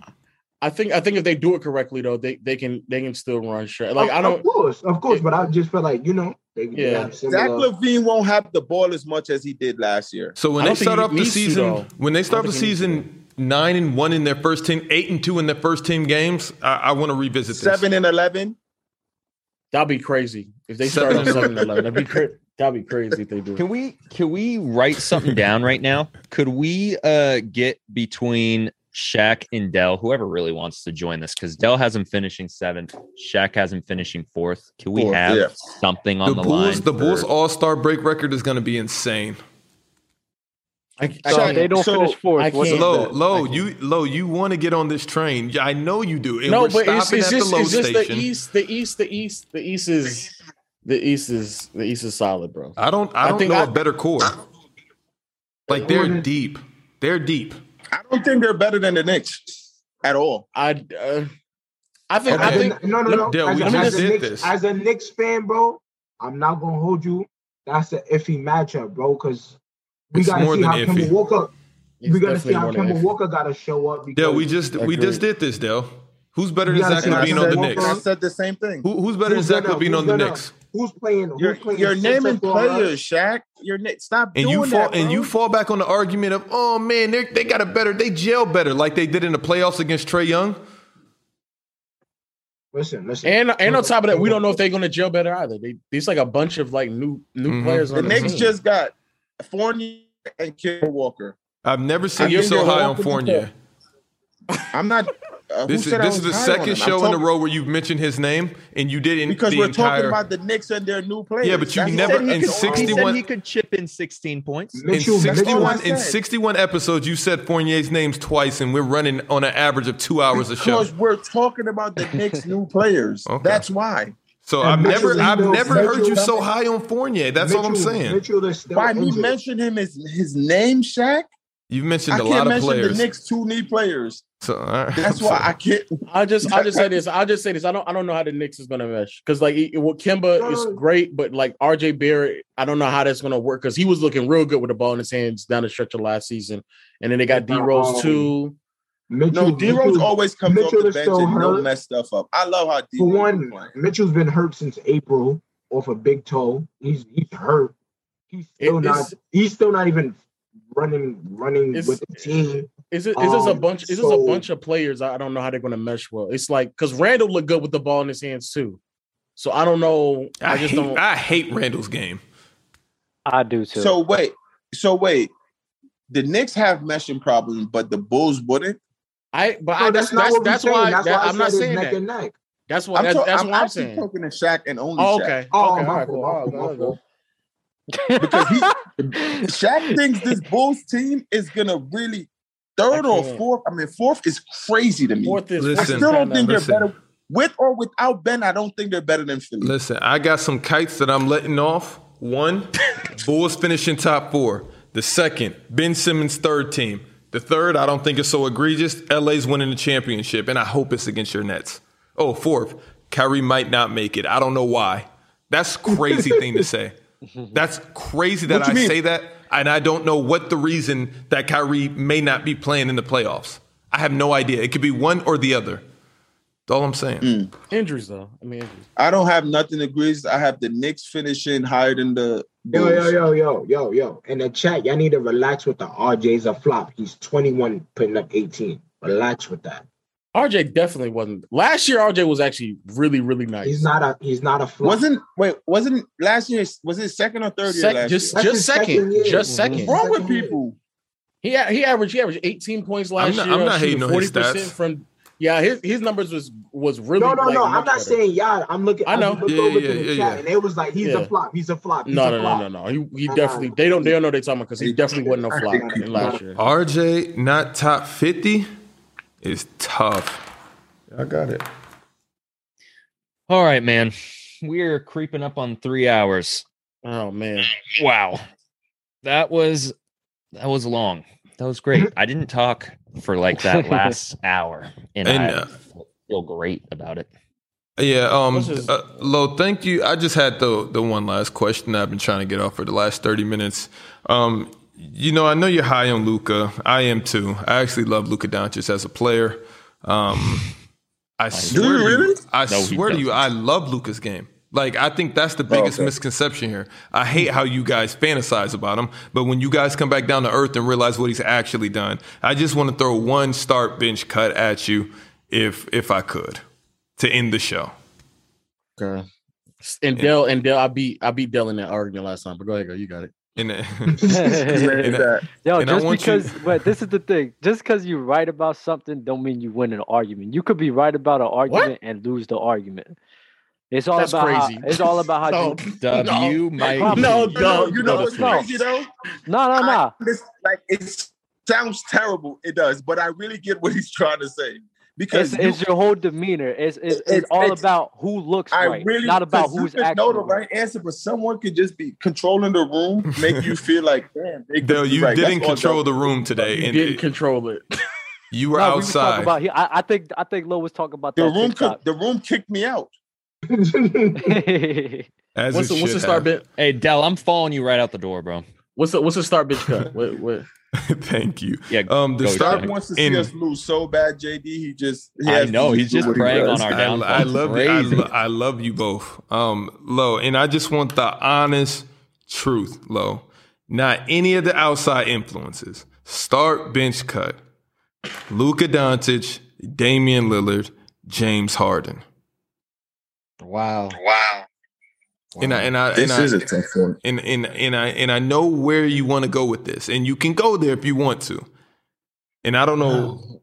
Speaker 1: I think I think if they do it correctly though, they, they can they can still run straight. Like
Speaker 9: of,
Speaker 1: I
Speaker 9: of
Speaker 1: don't
Speaker 9: course, of course, but I just feel like you know, they, they
Speaker 1: Yeah.
Speaker 9: have
Speaker 2: Zach
Speaker 9: similar.
Speaker 2: Levine won't have the ball as much as he did last year.
Speaker 6: So when
Speaker 1: I
Speaker 6: they
Speaker 1: don't think
Speaker 6: start
Speaker 1: he
Speaker 6: off the
Speaker 1: needs to,
Speaker 6: season,
Speaker 1: though.
Speaker 6: when they start
Speaker 1: I
Speaker 6: the
Speaker 1: don't think he needs to,
Speaker 6: season nine and one in their first ten, eight and two in their first ten games, I, I want to revisit this.
Speaker 2: Seven and eleven.
Speaker 1: that'd be crazy if they start off
Speaker 6: Seven
Speaker 1: seven eleven. That'd be cra- that'd be crazy if they do.
Speaker 5: Can we can we write something down right now? Could we uh get between Shaq and Dell, whoever really wants to join this, because Dell has him finishing seventh, Shaq has him finishing fourth. Can we
Speaker 2: Fourth,
Speaker 5: have
Speaker 2: yeah.
Speaker 5: something on
Speaker 6: The
Speaker 5: the, line?
Speaker 6: Bulls, the Bulls
Speaker 5: for-
Speaker 6: All Star break record is going to be insane.
Speaker 1: I, I
Speaker 4: So if
Speaker 1: can't.
Speaker 4: they don't
Speaker 2: So
Speaker 4: finish
Speaker 2: the-
Speaker 4: fourth,
Speaker 1: I
Speaker 4: what
Speaker 1: can't.
Speaker 4: is
Speaker 6: Low,
Speaker 4: that?
Speaker 6: low, you, low, you want to get on this train? Yeah, I know you do. And
Speaker 1: no,
Speaker 6: we're
Speaker 1: but
Speaker 6: stopping
Speaker 1: it's, it's
Speaker 6: at
Speaker 1: just
Speaker 6: the low
Speaker 1: it's just
Speaker 6: station.
Speaker 1: the East, the East, the East, the East is the East is the East is solid, bro.
Speaker 6: I don't, I
Speaker 1: I
Speaker 6: don't
Speaker 1: think
Speaker 6: know a
Speaker 1: I-
Speaker 6: better core. Like they're deep. They're deep.
Speaker 2: I don't think they're better than the Knicks at all.
Speaker 1: I uh, I think I
Speaker 6: Okay.
Speaker 1: think
Speaker 9: no, no, no.
Speaker 6: Dale,
Speaker 9: as,
Speaker 6: we
Speaker 9: a,
Speaker 1: just
Speaker 9: as, a
Speaker 6: did
Speaker 9: Knicks,
Speaker 6: this.
Speaker 9: as a Knicks fan, bro, I'm not gonna hold you. That's an iffy matchup, bro, because we
Speaker 6: It's
Speaker 9: gotta
Speaker 6: more
Speaker 9: see
Speaker 6: than
Speaker 9: how Kemba
Speaker 6: iffy.
Speaker 9: Walker.
Speaker 1: it's
Speaker 9: we gotta see
Speaker 1: definitely
Speaker 9: how
Speaker 1: more than
Speaker 9: Kemba
Speaker 1: iffy.
Speaker 9: Walker gotta show up. Because
Speaker 6: Dale, we just, we
Speaker 1: Agreed.
Speaker 6: just did this, Dale. Who's better
Speaker 9: We
Speaker 6: than
Speaker 9: gotta
Speaker 6: Zach
Speaker 9: see
Speaker 2: And I
Speaker 9: how
Speaker 6: Levine
Speaker 2: said,
Speaker 6: on
Speaker 9: Kemba
Speaker 6: the
Speaker 2: and I
Speaker 6: Knicks?
Speaker 9: Walker-
Speaker 2: said the same thing.
Speaker 6: Who, who's better than
Speaker 9: who's
Speaker 6: Zach
Speaker 9: gonna-
Speaker 6: Levine on
Speaker 9: who's
Speaker 6: the
Speaker 9: gonna-
Speaker 6: Knicks?
Speaker 9: Who's playing? Who's
Speaker 2: You're,
Speaker 9: playing?
Speaker 2: you're
Speaker 9: center
Speaker 2: naming
Speaker 9: for us?
Speaker 2: players, Shaq. You're na- stop
Speaker 6: and
Speaker 2: doing
Speaker 6: you fall
Speaker 2: that.
Speaker 6: and
Speaker 2: bro.
Speaker 6: you fall back on the argument of oh man they they got a better they gel better like they did in the playoffs against Trey Young.
Speaker 9: Listen, listen.
Speaker 1: And and on top of that, we don't know if they're gonna gel better either. They it's like a bunch of like new new
Speaker 9: Mm-hmm.
Speaker 6: Mhm.
Speaker 1: players
Speaker 2: the
Speaker 1: on the,
Speaker 2: Knicks
Speaker 1: team.
Speaker 2: just got Fournier and Kemba Walker.
Speaker 6: I've never seen
Speaker 2: I
Speaker 6: you
Speaker 2: think
Speaker 6: so
Speaker 2: you're
Speaker 6: high on
Speaker 2: hoping
Speaker 6: Fournier.
Speaker 2: that- I'm not. Uh,
Speaker 6: This
Speaker 2: who
Speaker 6: is
Speaker 2: said I
Speaker 6: this is
Speaker 2: was
Speaker 6: the
Speaker 2: high on
Speaker 6: second
Speaker 2: him? I'm
Speaker 6: show in
Speaker 2: talking-
Speaker 6: a row where you've mentioned his name and you didn't
Speaker 2: Because
Speaker 6: the
Speaker 2: we're talking
Speaker 6: entire
Speaker 2: about the Knicks and their new players.
Speaker 6: Yeah, but you
Speaker 2: That's all
Speaker 6: never-
Speaker 2: I said.
Speaker 6: in
Speaker 5: He said
Speaker 6: 61
Speaker 5: he could chip in 16 points.
Speaker 6: in
Speaker 9: Mitchell,
Speaker 2: that's all I
Speaker 6: 61 in
Speaker 2: said.
Speaker 6: 61 episodes you said Fournier's names twice and we're running on an average of 2 hours a show.
Speaker 2: Because we're talking about the Knicks' new players.
Speaker 6: [LAUGHS] Okay.
Speaker 2: That's why.
Speaker 6: So
Speaker 9: And
Speaker 6: I've
Speaker 9: Mitchell
Speaker 6: never
Speaker 9: is
Speaker 6: I've
Speaker 9: still-
Speaker 6: never heard you
Speaker 9: Mitchell-
Speaker 6: so high on Fournier. That's all I'm
Speaker 9: Mitchell-
Speaker 6: saying.
Speaker 9: Mitchell is still
Speaker 2: By me
Speaker 9: injured.
Speaker 2: mentioning him as his name, Shaq,
Speaker 6: You've
Speaker 2: I
Speaker 6: mentioned a
Speaker 2: can't
Speaker 6: lot of
Speaker 2: mention
Speaker 6: players.
Speaker 2: the Knicks' two new players.
Speaker 6: So, all right.
Speaker 2: That's
Speaker 6: I'm
Speaker 2: why
Speaker 6: sorry.
Speaker 2: I can't.
Speaker 1: I'll just I'll
Speaker 9: [LAUGHS]
Speaker 1: just say this. I'll just say this. I don't I don't know how the Knicks is gonna mesh. Cause like it, it- well, Kimba is great, but like RJ Barrett, I don't know how that's gonna work because he was looking real good with the ball in his hands down the stretch of last season. And then they got D Rose too.
Speaker 9: Mitchell,
Speaker 2: No, D Rose
Speaker 9: Mitchell-
Speaker 2: always comes
Speaker 9: Mitchell
Speaker 2: off the
Speaker 9: is
Speaker 2: bench
Speaker 9: still
Speaker 2: and no
Speaker 9: hurt.
Speaker 2: mess stuff up. I love how D
Speaker 9: For
Speaker 2: Rose is
Speaker 9: one,
Speaker 2: playing.
Speaker 9: Mitchell's been hurt since April off a big toe. He's he's hurt. He's still
Speaker 1: It-
Speaker 9: not.
Speaker 1: it's-
Speaker 9: He's still not even running running
Speaker 1: It's-
Speaker 9: with the team.
Speaker 1: Is it is this a
Speaker 9: Um,
Speaker 1: bunch is this a
Speaker 9: so-
Speaker 1: bunch of players I I don't know how they're gonna mesh well. It's like because Randall looked good with the ball in his hands too. So I don't know. I,
Speaker 6: [LAUGHS] I
Speaker 1: just
Speaker 6: hate,
Speaker 1: don't
Speaker 6: I hate Randall's game.
Speaker 4: I do too.
Speaker 2: So wait, so wait. The Knicks have meshing problems, but the Bulls wouldn't.
Speaker 1: I but
Speaker 9: No,
Speaker 1: I that's that's,
Speaker 9: we're
Speaker 1: that's
Speaker 9: saying.
Speaker 1: why,
Speaker 9: That's
Speaker 1: that-
Speaker 9: why I
Speaker 1: I'm not
Speaker 9: said it's
Speaker 1: saying
Speaker 9: neck
Speaker 1: that.
Speaker 9: and neck.
Speaker 1: That's what
Speaker 2: I'm,
Speaker 1: that's,
Speaker 2: talk-
Speaker 1: that's
Speaker 2: I'm
Speaker 1: what I'm
Speaker 2: actually
Speaker 1: saying.
Speaker 2: talking to Shaq and only
Speaker 1: Oh,
Speaker 2: Shaq. [LAUGHS]
Speaker 1: okay.
Speaker 9: Oh,
Speaker 1: okay,
Speaker 9: my
Speaker 1: all right,
Speaker 9: fault,
Speaker 1: cool.
Speaker 9: my
Speaker 1: All right,
Speaker 9: fault, my
Speaker 1: all right,
Speaker 9: fault.
Speaker 2: because
Speaker 1: [LAUGHS]
Speaker 2: he Shaq thinks this Bulls team is gonna really third
Speaker 1: I
Speaker 2: or
Speaker 1: can't.
Speaker 2: fourth. I mean, fourth is crazy to me.
Speaker 1: Fourth is
Speaker 6: Listen,
Speaker 2: I
Speaker 1: fourth is
Speaker 2: still don't
Speaker 1: kinda-
Speaker 2: think
Speaker 6: Listen.
Speaker 2: they're better with or without Ben. I don't think they're better than Philly.
Speaker 6: Listen, I got some kites that I'm letting off.
Speaker 2: [LAUGHS]
Speaker 6: One, Bulls finishing top four. The second, Ben Simmons' third team. The third, I don't think it's so egregious. LA's winning the championship, and I hope it's against your Nets. Oh, fourth, Kyrie might not make it. I don't know why.
Speaker 2: [LAUGHS]
Speaker 6: That's crazy thing to say. That's crazy that
Speaker 2: What you
Speaker 6: I
Speaker 2: mean?
Speaker 6: say that, and I don't know what the reason that Kyrie may not be playing in the playoffs. I have no idea. It could be one or the other. That's all I'm saying.
Speaker 1: injuries though. I mean, injuries.
Speaker 2: I don't have nothing to agrees. I have the Knicks finishing higher than the
Speaker 9: Yo,
Speaker 2: Bulls.
Speaker 9: yo, yo, yo, yo, yo. In the chat, y'all need to relax with the RJ's a flop. He's 21 putting up 18. Relax with that.
Speaker 1: RJ definitely wasn't. Last year, RJ was actually really, really nice.
Speaker 9: He's not a he's not a flop.
Speaker 2: Wasn't wait? Wasn't last year? Was it second or third year
Speaker 1: Sec-
Speaker 2: last
Speaker 1: just,
Speaker 2: year?
Speaker 9: That's
Speaker 1: just
Speaker 9: his
Speaker 1: second,
Speaker 9: second year.
Speaker 1: just
Speaker 4: Mhm.
Speaker 1: second.
Speaker 2: What's wrong with
Speaker 9: second year.
Speaker 2: people?
Speaker 1: Mm-hmm. He a- he averaged he averaged 18 points last
Speaker 6: not-
Speaker 1: year.
Speaker 6: I'm not hating on his stats.
Speaker 1: from. Yeah, his his numbers was was really.
Speaker 9: no, no,
Speaker 1: like,
Speaker 9: no.
Speaker 1: much
Speaker 9: I'm not
Speaker 1: better.
Speaker 9: saying y'all. I'm looking.
Speaker 1: I know.
Speaker 9: I looked
Speaker 6: Yeah,
Speaker 9: over
Speaker 6: yeah,
Speaker 9: to the
Speaker 6: yeah,
Speaker 9: chat,
Speaker 6: yeah.
Speaker 9: and they was like, "He's
Speaker 1: Yeah.
Speaker 9: a flop. He's a flop. He's
Speaker 1: No,
Speaker 9: a
Speaker 1: no,
Speaker 9: flop."
Speaker 1: no, no, no. He, he
Speaker 9: Nah,
Speaker 1: definitely
Speaker 9: nah.
Speaker 1: they don't they don't know what they're talking about because he
Speaker 2: Hey,
Speaker 1: definitely wasn't no
Speaker 2: I
Speaker 1: flop
Speaker 2: think
Speaker 1: in last year.
Speaker 6: RJ not top 50 is tough. I got it.
Speaker 5: All right, man. We're creeping up on three hours.
Speaker 1: Oh man,
Speaker 5: Wow. That was that
Speaker 2: [LAUGHS]
Speaker 5: was long. That was great. I didn't talk for like that last hour. And,
Speaker 6: And
Speaker 5: I
Speaker 6: uh,
Speaker 5: feel great about it.
Speaker 6: Yeah, um,
Speaker 1: This is-
Speaker 6: uh, Lo, thank you. I just had the the one last question I've been trying to get off for the last thirty minutes. Um, you know, I know you're high on Luca. I am too. I actually love Luca Doncic as a player. Um, I swear,
Speaker 2: Do you
Speaker 6: to you-
Speaker 2: really?
Speaker 6: I
Speaker 5: No, he
Speaker 6: swear to you,
Speaker 5: doesn't.
Speaker 6: I love Luca's game. Like, I think that's the biggest
Speaker 2: okay.
Speaker 6: misconception here. I hate how you guys fantasize about him, but when you guys come back down to earth and realize what he's actually done, I just want to throw one start bench cut at you, if if I could, to end the show.
Speaker 1: Okay. And Dell and Dell, I beat I beat Dell in that argument last time. But go ahead, go. You got it.
Speaker 6: And [LAUGHS]
Speaker 2: Man, that-
Speaker 4: Yo,
Speaker 6: And I
Speaker 4: just
Speaker 6: want you-
Speaker 4: because, but this is the thing. Just because you're right about something, don't mean you win an argument. You could be right about an argument and lose the argument. It's all
Speaker 1: That's
Speaker 4: about how-
Speaker 1: crazy.
Speaker 4: it's
Speaker 2: [LAUGHS]
Speaker 4: all about how. you-
Speaker 5: W Mike.
Speaker 1: No,
Speaker 2: You know,
Speaker 1: Dog,
Speaker 2: you know
Speaker 1: dog
Speaker 2: what's
Speaker 1: food.
Speaker 2: crazy though?
Speaker 4: No, no,
Speaker 2: I-
Speaker 4: no.
Speaker 2: This like it sounds terrible. It does, but I really get what he's trying to say
Speaker 4: It's,
Speaker 2: because you-
Speaker 4: it's your whole demeanor. It's it's, it's,
Speaker 2: It's-
Speaker 4: all
Speaker 2: it's-
Speaker 4: about who looks
Speaker 2: I
Speaker 4: right,
Speaker 2: really
Speaker 4: not about
Speaker 2: 'cause you
Speaker 4: who's
Speaker 2: could
Speaker 4: actually.
Speaker 2: know the
Speaker 4: right.
Speaker 2: right answer, but someone could just be controlling the room, make you feel like damn. They could
Speaker 6: Dale,
Speaker 2: be
Speaker 6: you
Speaker 2: right. That's
Speaker 6: didn't
Speaker 2: all
Speaker 6: control
Speaker 2: Dale-
Speaker 6: the room today,
Speaker 1: You
Speaker 6: and
Speaker 1: didn't
Speaker 6: it-
Speaker 1: control it.
Speaker 6: you were
Speaker 4: No, we was talking
Speaker 6: outside.
Speaker 4: about. He, I, I think I think Lo was talking about
Speaker 2: the
Speaker 4: that
Speaker 2: room. Could,
Speaker 4: TikTok.
Speaker 2: the room kicked me out.
Speaker 9: [LAUGHS]
Speaker 1: What's
Speaker 6: as it
Speaker 1: the what's
Speaker 6: should
Speaker 1: the start
Speaker 6: have.
Speaker 1: bit?
Speaker 5: Hey Dell, I'm following you right out the door, bro.
Speaker 1: What's the what's the start bitch cut? What what
Speaker 6: [LAUGHS] Thank you.
Speaker 5: Yeah,
Speaker 6: Um, the
Speaker 5: go
Speaker 6: start.
Speaker 2: God
Speaker 5: Jack.
Speaker 2: wants to see
Speaker 6: in-
Speaker 2: us lose so bad, JD. He just. He
Speaker 5: I
Speaker 2: has to
Speaker 5: know
Speaker 2: do
Speaker 5: he's just
Speaker 2: what he
Speaker 5: praying
Speaker 2: does.
Speaker 5: on our
Speaker 6: I,
Speaker 5: downfall.
Speaker 6: I love you. I,
Speaker 5: Crazy.
Speaker 6: lo- I love you both. Um, Lo, and I just want the honest truth, Lo. Not any of the outside influences. Start bench cut. Luka Doncic, Damian Lillard, James Harden.
Speaker 1: wow.
Speaker 6: And I and I and
Speaker 2: This
Speaker 6: I,
Speaker 2: is a tough one.
Speaker 6: and and and I and I know where you want to go with this, and you can go there if you want to. And I don't know,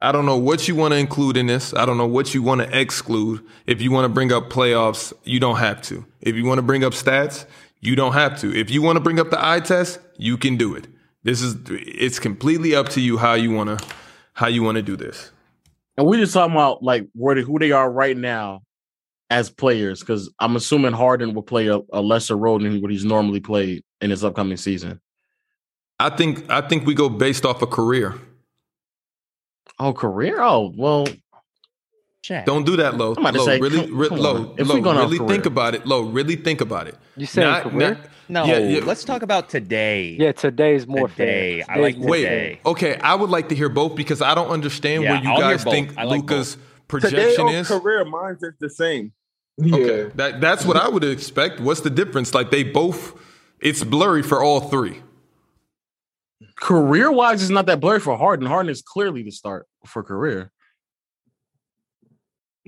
Speaker 6: I don't know what you want to include in this. I don't know what you want to exclude. If you want to bring up playoffs, you don't have to. If you want to bring up stats, you don't have to. If you want to bring up the eye test, you can do it. This is it's completely up to you how you want to how you want to do this.
Speaker 1: And we're just talking about like where they, who they are right now as players, because I'm assuming Harden will play a, a lesser role than what he's normally played in his upcoming season.
Speaker 6: I think I think we go based off a career.
Speaker 1: Oh, career? Oh, well,
Speaker 5: Jack.
Speaker 6: Don't do that, low.
Speaker 1: I'm about to
Speaker 6: Low,
Speaker 1: say,
Speaker 6: really,
Speaker 1: come-
Speaker 6: re-
Speaker 1: come
Speaker 6: low,
Speaker 1: on. If we
Speaker 6: low.
Speaker 1: going off
Speaker 6: Really
Speaker 1: career.
Speaker 6: think about it, low. Really think about it.
Speaker 4: [LAUGHS] you saying career?
Speaker 5: No,
Speaker 6: Yeah, yeah.
Speaker 5: let's talk about today.
Speaker 4: yeah, today's more
Speaker 5: Today.
Speaker 4: fair.
Speaker 5: I like
Speaker 4: Today's more
Speaker 6: wait,
Speaker 4: fair.
Speaker 5: today.
Speaker 6: okay. I would like to hear both because I don't understand
Speaker 5: Yeah,
Speaker 6: where you
Speaker 5: I'll hear
Speaker 6: guys
Speaker 5: both.
Speaker 6: think
Speaker 5: I like
Speaker 6: Luca's
Speaker 2: Today
Speaker 6: projection
Speaker 2: on
Speaker 6: is.
Speaker 2: career, mine's is the same.
Speaker 9: yeah.
Speaker 6: Okay, that that's what I would expect. What's the difference? Like they both, it's blurry for all three.
Speaker 1: career wise, it's not that blurry for Harden. Harden is clearly the start for career.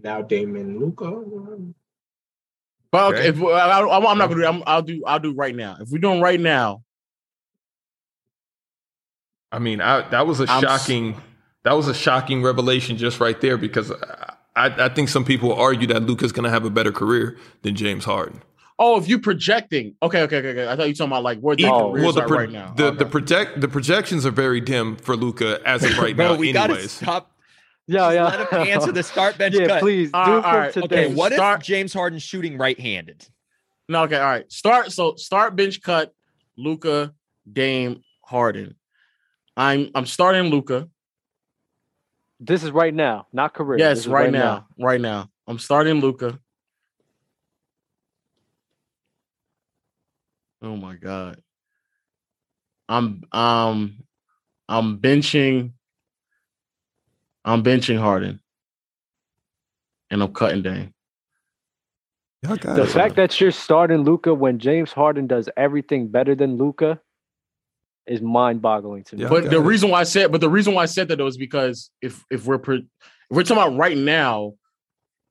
Speaker 9: Now Damon oh, Luca.
Speaker 1: But okay,
Speaker 6: Okay.
Speaker 1: if, I, I, am not gonna do. I'm, I'll do. I'll do right now. If we're doing right now,
Speaker 6: I mean, I, that was a
Speaker 1: I'm s-
Speaker 6: shocking, that was a shocking revelation just right there because I, I, I think some people argue that Luca's going to have a better career than James Harden.
Speaker 1: oh, if you projecting, okay, okay, okay, okay. I thought you were talking about like where the
Speaker 4: Oh.
Speaker 1: careers
Speaker 6: E-, well, the,
Speaker 1: are
Speaker 6: pro-
Speaker 1: right now.
Speaker 6: the,
Speaker 1: Okay.
Speaker 6: the project the projections are very dim for Luca as
Speaker 5: [LAUGHS]
Speaker 6: of right
Speaker 5: Bro,
Speaker 6: now.
Speaker 5: we gotta
Speaker 6: anyways,
Speaker 5: stop.
Speaker 4: Yeah, yeah.
Speaker 5: Just Let him
Speaker 4: [LAUGHS]
Speaker 5: answer the start bench
Speaker 4: yeah,
Speaker 5: cut.
Speaker 4: please do
Speaker 1: All right,
Speaker 4: it from
Speaker 1: all right.
Speaker 4: today.
Speaker 5: Okay, what
Speaker 1: Start-
Speaker 5: if James Harden's shooting right-handed?
Speaker 1: No, okay, all right. Start so start bench cut, Luca, Dame, Harden. I'm I'm starting Luca.
Speaker 4: This is right now, not career. This
Speaker 1: Yes,
Speaker 4: is
Speaker 1: right, now, Right now. I'm starting Luca. Oh my god. I'm um I'm benching I'm benching Harden. And I'm cutting Dame.
Speaker 6: Y'all got
Speaker 4: The
Speaker 6: it.
Speaker 4: fact that you're starting Luca when James Harden does everything better than Luca is mind-boggling to me.
Speaker 6: Yeah.
Speaker 1: but
Speaker 6: got
Speaker 1: the
Speaker 6: it.
Speaker 1: reason why I said, but the reason why I said that though is because if if we're pre- if we're talking about right now,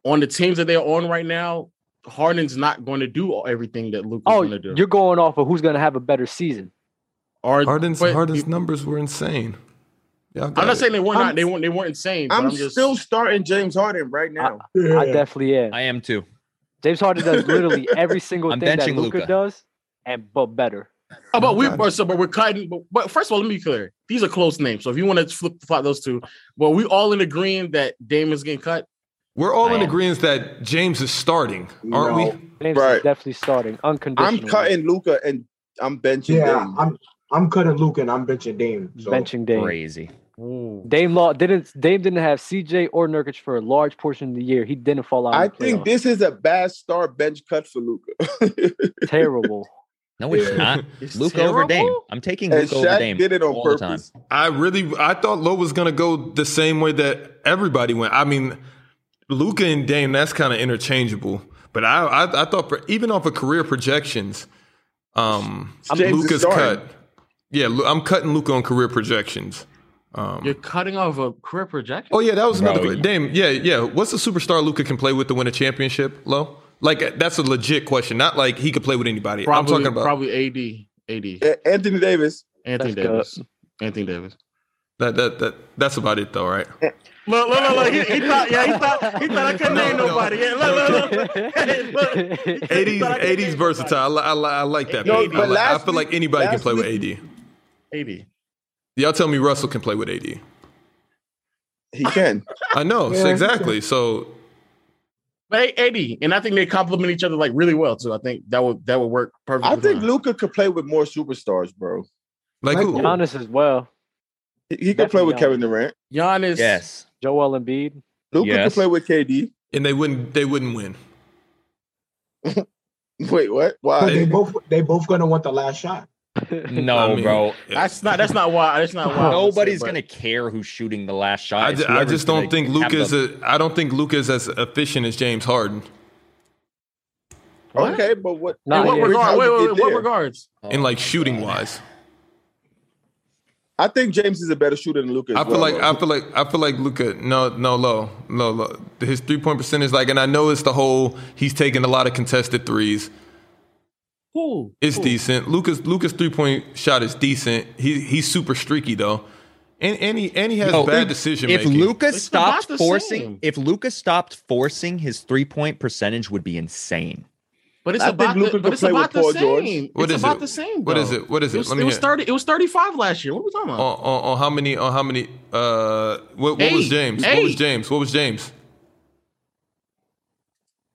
Speaker 1: on the teams that they're on right now, Harden's not going to do everything that Luka's
Speaker 4: Oh,
Speaker 1: going to do.
Speaker 4: you're going off of who's going to have a better season.
Speaker 1: Or-
Speaker 6: Harden's
Speaker 1: but
Speaker 6: Harden's numbers were insane. Y'all got
Speaker 1: I'm not
Speaker 6: it.
Speaker 1: saying they were
Speaker 2: I'm-
Speaker 1: not. They weren't. They weren't insane. but
Speaker 2: I'm,
Speaker 1: I'm just,
Speaker 2: still starting James Harden right now.
Speaker 4: I definitely am.
Speaker 5: I am too.
Speaker 4: James Harden does
Speaker 5: [LAUGHS]
Speaker 4: literally every single
Speaker 5: I'm
Speaker 4: thing that
Speaker 5: benching
Speaker 4: Luca
Speaker 5: Luka.
Speaker 4: does, and but better.
Speaker 1: Oh, but we
Speaker 6: Okay.
Speaker 1: but so, but we're cutting. But, but first of all, let me be clear. These are close names. So if you want to flip flop those two, well, we all in agreeing that Damon's getting cut.
Speaker 6: We're all in
Speaker 5: I am.
Speaker 6: agreement that James is starting,
Speaker 9: No.
Speaker 6: aren't we?
Speaker 4: James
Speaker 2: Right.
Speaker 4: is definitely starting
Speaker 2: I'm
Speaker 4: unconditionally.
Speaker 2: cutting Luca and I'm benching
Speaker 9: Yeah,
Speaker 2: Dame.
Speaker 9: I'm I'm cutting Luca and I'm benching Dame. So
Speaker 4: benching Dame.
Speaker 5: Crazy.
Speaker 4: Dame Law didn't Dame didn't have CJ or Nurkic for a large portion of the year. He didn't fall out. in
Speaker 2: I
Speaker 4: the
Speaker 2: think
Speaker 4: playoffs.
Speaker 2: this is a bad start bench cut for [LAUGHS] Luca.
Speaker 4: terrible.
Speaker 5: No, it's
Speaker 2: Yeah.
Speaker 5: not.
Speaker 1: It's
Speaker 5: Luke over Dame.
Speaker 4: terrible?
Speaker 5: I'm taking
Speaker 2: and
Speaker 5: Luke over
Speaker 2: Shaq
Speaker 5: Dame.
Speaker 2: did it on
Speaker 5: all the time.
Speaker 2: purpose.
Speaker 6: [LAUGHS] I really I thought Low was gonna go the same way that everybody went. I mean, Luca and Dame, that's kind of interchangeable. But I, I I thought for even off of career projections, um
Speaker 2: James is
Speaker 6: Luca's
Speaker 2: starting.
Speaker 6: cut. Yeah, Lu- I'm cutting Luca on career projections. Um,
Speaker 1: You're cutting off a career projection.
Speaker 6: Oh yeah, that was
Speaker 5: Bro,
Speaker 6: another
Speaker 5: you-
Speaker 6: question. Dame, yeah, yeah. What's the superstar Luca can play with to win a championship? Low, like that's a legit question. Not like he could play with anybody.
Speaker 1: probably,
Speaker 6: I'm talking about
Speaker 1: probably AD, AD,
Speaker 2: A- Anthony Davis.
Speaker 1: Anthony
Speaker 4: That's good.
Speaker 1: Davis, Anthony Davis.
Speaker 6: that, that. That that's about it though, right?
Speaker 1: Look, look, look, look. He, he thought, yeah, he thought, he thought I couldn't
Speaker 6: No,
Speaker 1: name
Speaker 6: no.
Speaker 1: nobody. Yeah, look, [LAUGHS] look, look. Hey, look.
Speaker 6: [LAUGHS] Eighties,
Speaker 1: But I can
Speaker 6: eighties
Speaker 1: name
Speaker 6: versatile. I, li- I, li- I like that.
Speaker 1: No,
Speaker 6: baby. I,
Speaker 2: but
Speaker 6: li- I
Speaker 2: last
Speaker 6: feel like
Speaker 2: week-
Speaker 6: anybody can
Speaker 2: last
Speaker 6: play with
Speaker 2: week-
Speaker 6: AD.
Speaker 1: AD.
Speaker 6: Y'all tell me Russell can play with AD.
Speaker 2: He can.
Speaker 6: I know so
Speaker 9: Yeah.
Speaker 6: exactly. So
Speaker 1: But hey, AD, and I think they complement each other like really well too. I think that would that would work perfectly.
Speaker 2: I think
Speaker 1: fine.
Speaker 2: Luca could play with more superstars, bro.
Speaker 6: like,
Speaker 9: Like,
Speaker 6: who?
Speaker 4: [LAUGHS] Giannis as well.
Speaker 2: He, he could play with
Speaker 4: Definitely.
Speaker 2: Kevin Durant.
Speaker 1: Giannis.
Speaker 5: Yes.
Speaker 4: Joel Embiid.
Speaker 2: Luca
Speaker 5: Yes.
Speaker 2: could play with KD.
Speaker 6: and they wouldn't. They wouldn't win.
Speaker 2: [LAUGHS] Wait, what?
Speaker 9: But Uh, they
Speaker 2: Why?
Speaker 9: both they both gonna want the last shot.
Speaker 5: No,
Speaker 6: I mean,
Speaker 5: bro.
Speaker 1: That's not that's not why that's not why I would say,
Speaker 5: Nobody's
Speaker 1: but-
Speaker 5: gonna care who's shooting the last shot.
Speaker 6: I,
Speaker 5: It's
Speaker 6: ju- I
Speaker 5: whoever's
Speaker 6: just don't
Speaker 5: gonna
Speaker 6: think
Speaker 5: have
Speaker 6: Luca's.
Speaker 5: the-
Speaker 6: A, I don't think Luca's as efficient as James Harden
Speaker 1: What?
Speaker 2: Okay, but
Speaker 1: In
Speaker 2: what?
Speaker 4: Nah,
Speaker 1: what
Speaker 4: yeah.
Speaker 1: regard? Wait, wait, wait, what
Speaker 2: Yeah.
Speaker 1: regards?
Speaker 6: Oh. in like shooting wise.
Speaker 2: I think James is a better shooter than Luca.
Speaker 6: I feel like I feel like I feel like Luca. No, no, low, no, low. His three point percent is like, and I know it's the whole. He's taking a lot of contested threes.
Speaker 1: Who?
Speaker 6: It's decent. Luca's Luca's three point shot is decent. He he's super streaky though, and and he and he has
Speaker 5: No,
Speaker 6: bad
Speaker 5: if-
Speaker 6: decision
Speaker 5: if
Speaker 6: making.
Speaker 5: Luca
Speaker 1: It's about
Speaker 5: stopped
Speaker 1: the
Speaker 5: forcing,
Speaker 1: same.
Speaker 5: if Luca stopped forcing, his three point percentage would be insane.
Speaker 1: But it's
Speaker 2: I think
Speaker 1: about
Speaker 2: Luka
Speaker 1: the,
Speaker 2: could
Speaker 1: but it's
Speaker 2: play with
Speaker 1: about the
Speaker 2: Paul George.
Speaker 1: same.
Speaker 6: What
Speaker 1: it's
Speaker 6: is
Speaker 1: about
Speaker 6: it?
Speaker 1: the same.
Speaker 6: What
Speaker 1: though.
Speaker 6: is it? What is
Speaker 1: It
Speaker 6: it?
Speaker 1: was,
Speaker 6: Let
Speaker 1: it
Speaker 6: me
Speaker 1: was
Speaker 6: hear. Oh.
Speaker 1: thirty. It was thirty-five last year. What are we talking about?
Speaker 6: on, on, on how many? On how many? Uh, what, what was
Speaker 1: Eight.
Speaker 6: James? What was
Speaker 1: Eight.
Speaker 6: James? What was James?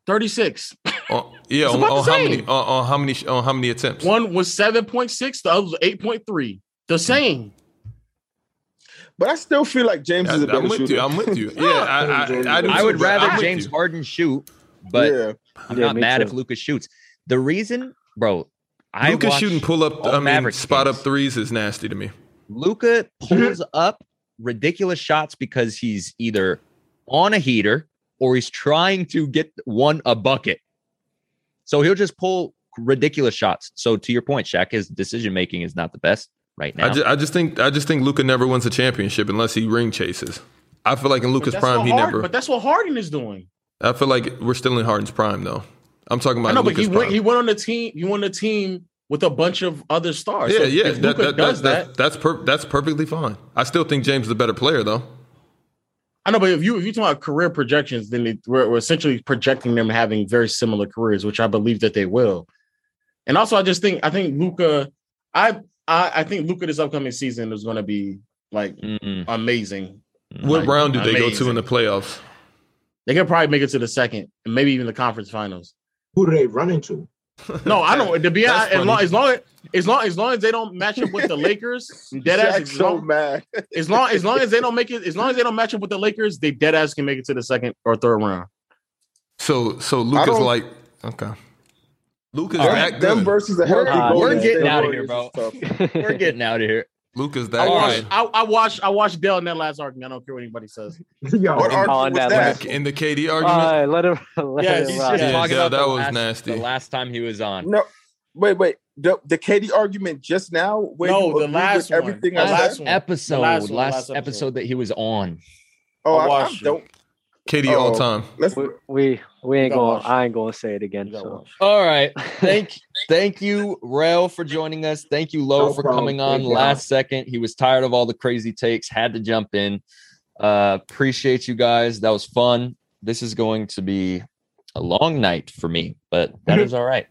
Speaker 1: Thirty-six.
Speaker 6: On, yeah,
Speaker 1: It's
Speaker 6: on,
Speaker 1: about
Speaker 6: on
Speaker 1: the
Speaker 6: how
Speaker 1: same.
Speaker 6: many? On, on how many? On how many attempts?
Speaker 1: One was seven point six. The other was eight point three.
Speaker 6: Hmm.
Speaker 1: The same.
Speaker 2: but I still feel like James
Speaker 6: I,
Speaker 2: is a better
Speaker 6: am with
Speaker 2: shooter.
Speaker 6: you. I'm with you. Yeah,
Speaker 9: Yeah.
Speaker 6: I, I, I, do
Speaker 5: I
Speaker 6: too,
Speaker 5: would
Speaker 6: but I'm
Speaker 5: rather
Speaker 6: with
Speaker 5: James
Speaker 6: you.
Speaker 5: Harden shoot, but
Speaker 2: yeah,
Speaker 5: I'm
Speaker 4: Yeah,
Speaker 5: not
Speaker 4: me
Speaker 5: mad
Speaker 4: too.
Speaker 5: if Luca shoots. The reason, bro, I
Speaker 6: Luca
Speaker 5: watch-
Speaker 6: shooting pull up.
Speaker 5: all
Speaker 6: I mean,
Speaker 5: Mavericks
Speaker 6: spot
Speaker 5: games.
Speaker 6: up threes is nasty to me.
Speaker 5: Luca
Speaker 6: [LAUGHS]
Speaker 5: pulls up ridiculous shots because he's either on a heater or he's trying to get one a bucket. So he'll just pull ridiculous shots. So to your point, Shaq, his decision making is not the best right now.
Speaker 6: I, just, I just think I just think Luca never wins a championship unless he ring chases. I feel like in
Speaker 1: But
Speaker 6: Luca's
Speaker 1: that's
Speaker 6: prime,
Speaker 1: what
Speaker 6: he
Speaker 1: Hard-
Speaker 6: never.
Speaker 1: But that's what Harden is doing.
Speaker 6: I feel like we're still in Harden's prime though. I'm talking
Speaker 1: I
Speaker 6: about
Speaker 1: know, but
Speaker 6: Luca's
Speaker 1: he went.
Speaker 6: prime.
Speaker 1: He went on the team. He won the team with a bunch of other stars.
Speaker 6: yeah,
Speaker 1: So
Speaker 6: yeah.
Speaker 1: If
Speaker 6: That,
Speaker 1: Luka
Speaker 6: that,
Speaker 1: does
Speaker 6: that,
Speaker 1: that,
Speaker 6: that, that's per, that's perfectly fine. I still think James is a better player though.
Speaker 1: I know, but if you if you talk about career projections, then it, we're, we're essentially projecting them having very similar careers, which I believe that they will. And also, I just think I think Luca, I I, I think Luca this upcoming season is going to be like
Speaker 5: Mm-mm.
Speaker 1: amazing.
Speaker 6: What
Speaker 1: Like,
Speaker 6: round do they go to
Speaker 1: amazing.
Speaker 6: in the playoffs?
Speaker 1: They could probably make it to the second, and maybe even the conference
Speaker 6: [LAUGHS]
Speaker 1: finals.
Speaker 9: Who do they run into?
Speaker 1: No, I don't. To be
Speaker 6: That's
Speaker 1: honest, as long
Speaker 6: funny.
Speaker 1: as long as, as long as long as they don't match up with the
Speaker 6: [LAUGHS]
Speaker 1: Lakers, dead ass.
Speaker 2: Shaq's
Speaker 1: As
Speaker 2: so
Speaker 1: long,
Speaker 2: mad.
Speaker 1: as long as long as they don't make it, as long as they don't match up with the Lakers, they dead ass can make it to the second or third round.
Speaker 6: So so Luca's
Speaker 2: don't-
Speaker 6: like okay. Luca's
Speaker 5: All
Speaker 6: that
Speaker 5: right,
Speaker 2: Them
Speaker 6: good.
Speaker 2: versus a healthy
Speaker 5: We're,
Speaker 4: Uh,
Speaker 2: Golden
Speaker 5: we're
Speaker 2: State
Speaker 5: getting out of here,
Speaker 2: Warriors
Speaker 5: bro.
Speaker 2: is tough.
Speaker 4: [LAUGHS]
Speaker 5: we're getting out of here.
Speaker 6: Luca's
Speaker 1: I
Speaker 6: that
Speaker 1: watched,
Speaker 6: good.
Speaker 1: I, I watched, I watched Dell in that last argument. I don't care what anybody says.
Speaker 9: Yo,
Speaker 2: What
Speaker 9: and-
Speaker 2: argument
Speaker 4: on
Speaker 2: was
Speaker 4: that
Speaker 2: that?
Speaker 4: last-
Speaker 6: In the KD
Speaker 4: All
Speaker 6: argument,
Speaker 4: right, let him. [LAUGHS] Let
Speaker 1: Yeah,
Speaker 4: it
Speaker 1: he's
Speaker 4: ride.
Speaker 1: just-
Speaker 5: talking
Speaker 6: yeah,
Speaker 5: about
Speaker 6: that
Speaker 5: the
Speaker 6: was
Speaker 5: last,
Speaker 6: nasty.
Speaker 5: The last time he was on.
Speaker 2: No, wait, wait. The, the KD argument just now. Where
Speaker 1: No,
Speaker 2: you
Speaker 1: the
Speaker 2: agree
Speaker 1: last
Speaker 2: with
Speaker 1: one.
Speaker 2: everything
Speaker 1: The
Speaker 2: I
Speaker 1: last
Speaker 2: said.
Speaker 1: one.
Speaker 5: episode,
Speaker 1: The
Speaker 5: last,
Speaker 1: last one, last
Speaker 5: episode.
Speaker 1: episode.
Speaker 5: that he was on.
Speaker 2: Oh,
Speaker 1: I
Speaker 2: I, I
Speaker 1: watched you.
Speaker 2: don't.
Speaker 6: KD
Speaker 2: Oh.
Speaker 6: all time.
Speaker 2: Let's.
Speaker 4: We, we we ain't
Speaker 1: You got
Speaker 4: going.
Speaker 1: washed.
Speaker 4: to I ain't going to say it again.
Speaker 1: You got
Speaker 4: so. [LAUGHS]
Speaker 1: one.
Speaker 5: All right. Thank thank you, Rail, for joining us. Thank you, Lo,
Speaker 9: No
Speaker 5: for
Speaker 9: problem.
Speaker 5: coming on
Speaker 9: Thank y'all.
Speaker 5: last second. He was tired of all the crazy takes, had to jump in. Uh appreciate you guys. That was fun. This is going to be a long night for me, but that is all right.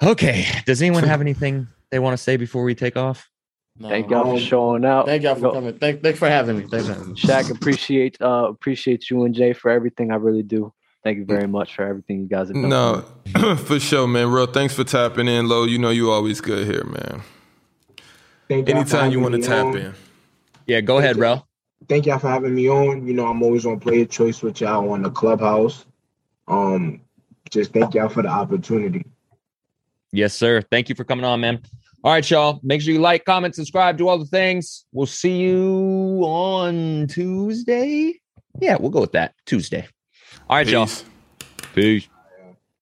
Speaker 5: Okay. Does anyone have anything they want to say before we take off?
Speaker 1: No.
Speaker 4: Thank y'all for showing out.
Speaker 1: Thank y'all for
Speaker 4: Go-
Speaker 1: coming. Thank, thank for having me. Thanks for having me.
Speaker 4: Shaq, appreciate uh appreciate you and Jay for everything. I really do. Thank you very much for everything you guys have done. for
Speaker 6: No,
Speaker 4: me.
Speaker 6: [CLEARS THROAT] for sure, man. Real, thanks for tapping in, Lo. You know you always good here, man.
Speaker 9: thank y'all for
Speaker 6: Anytime you
Speaker 9: having
Speaker 6: want to
Speaker 9: me
Speaker 6: tap
Speaker 9: on.
Speaker 6: in.
Speaker 5: Yeah, go ahead, Rel.
Speaker 9: thank y'all for having me on. You know, I'm always on player choice with y'all on the clubhouse. Um, just thank y'all for the opportunity.
Speaker 5: Yes, sir. Thank you for coming on, man. All right, y'all. Make sure you like, comment, subscribe, do all the things. We'll see you on Tuesday. Yeah, we'll go with that. Tuesday. All right, y'all.
Speaker 6: Peace.
Speaker 5: Peace.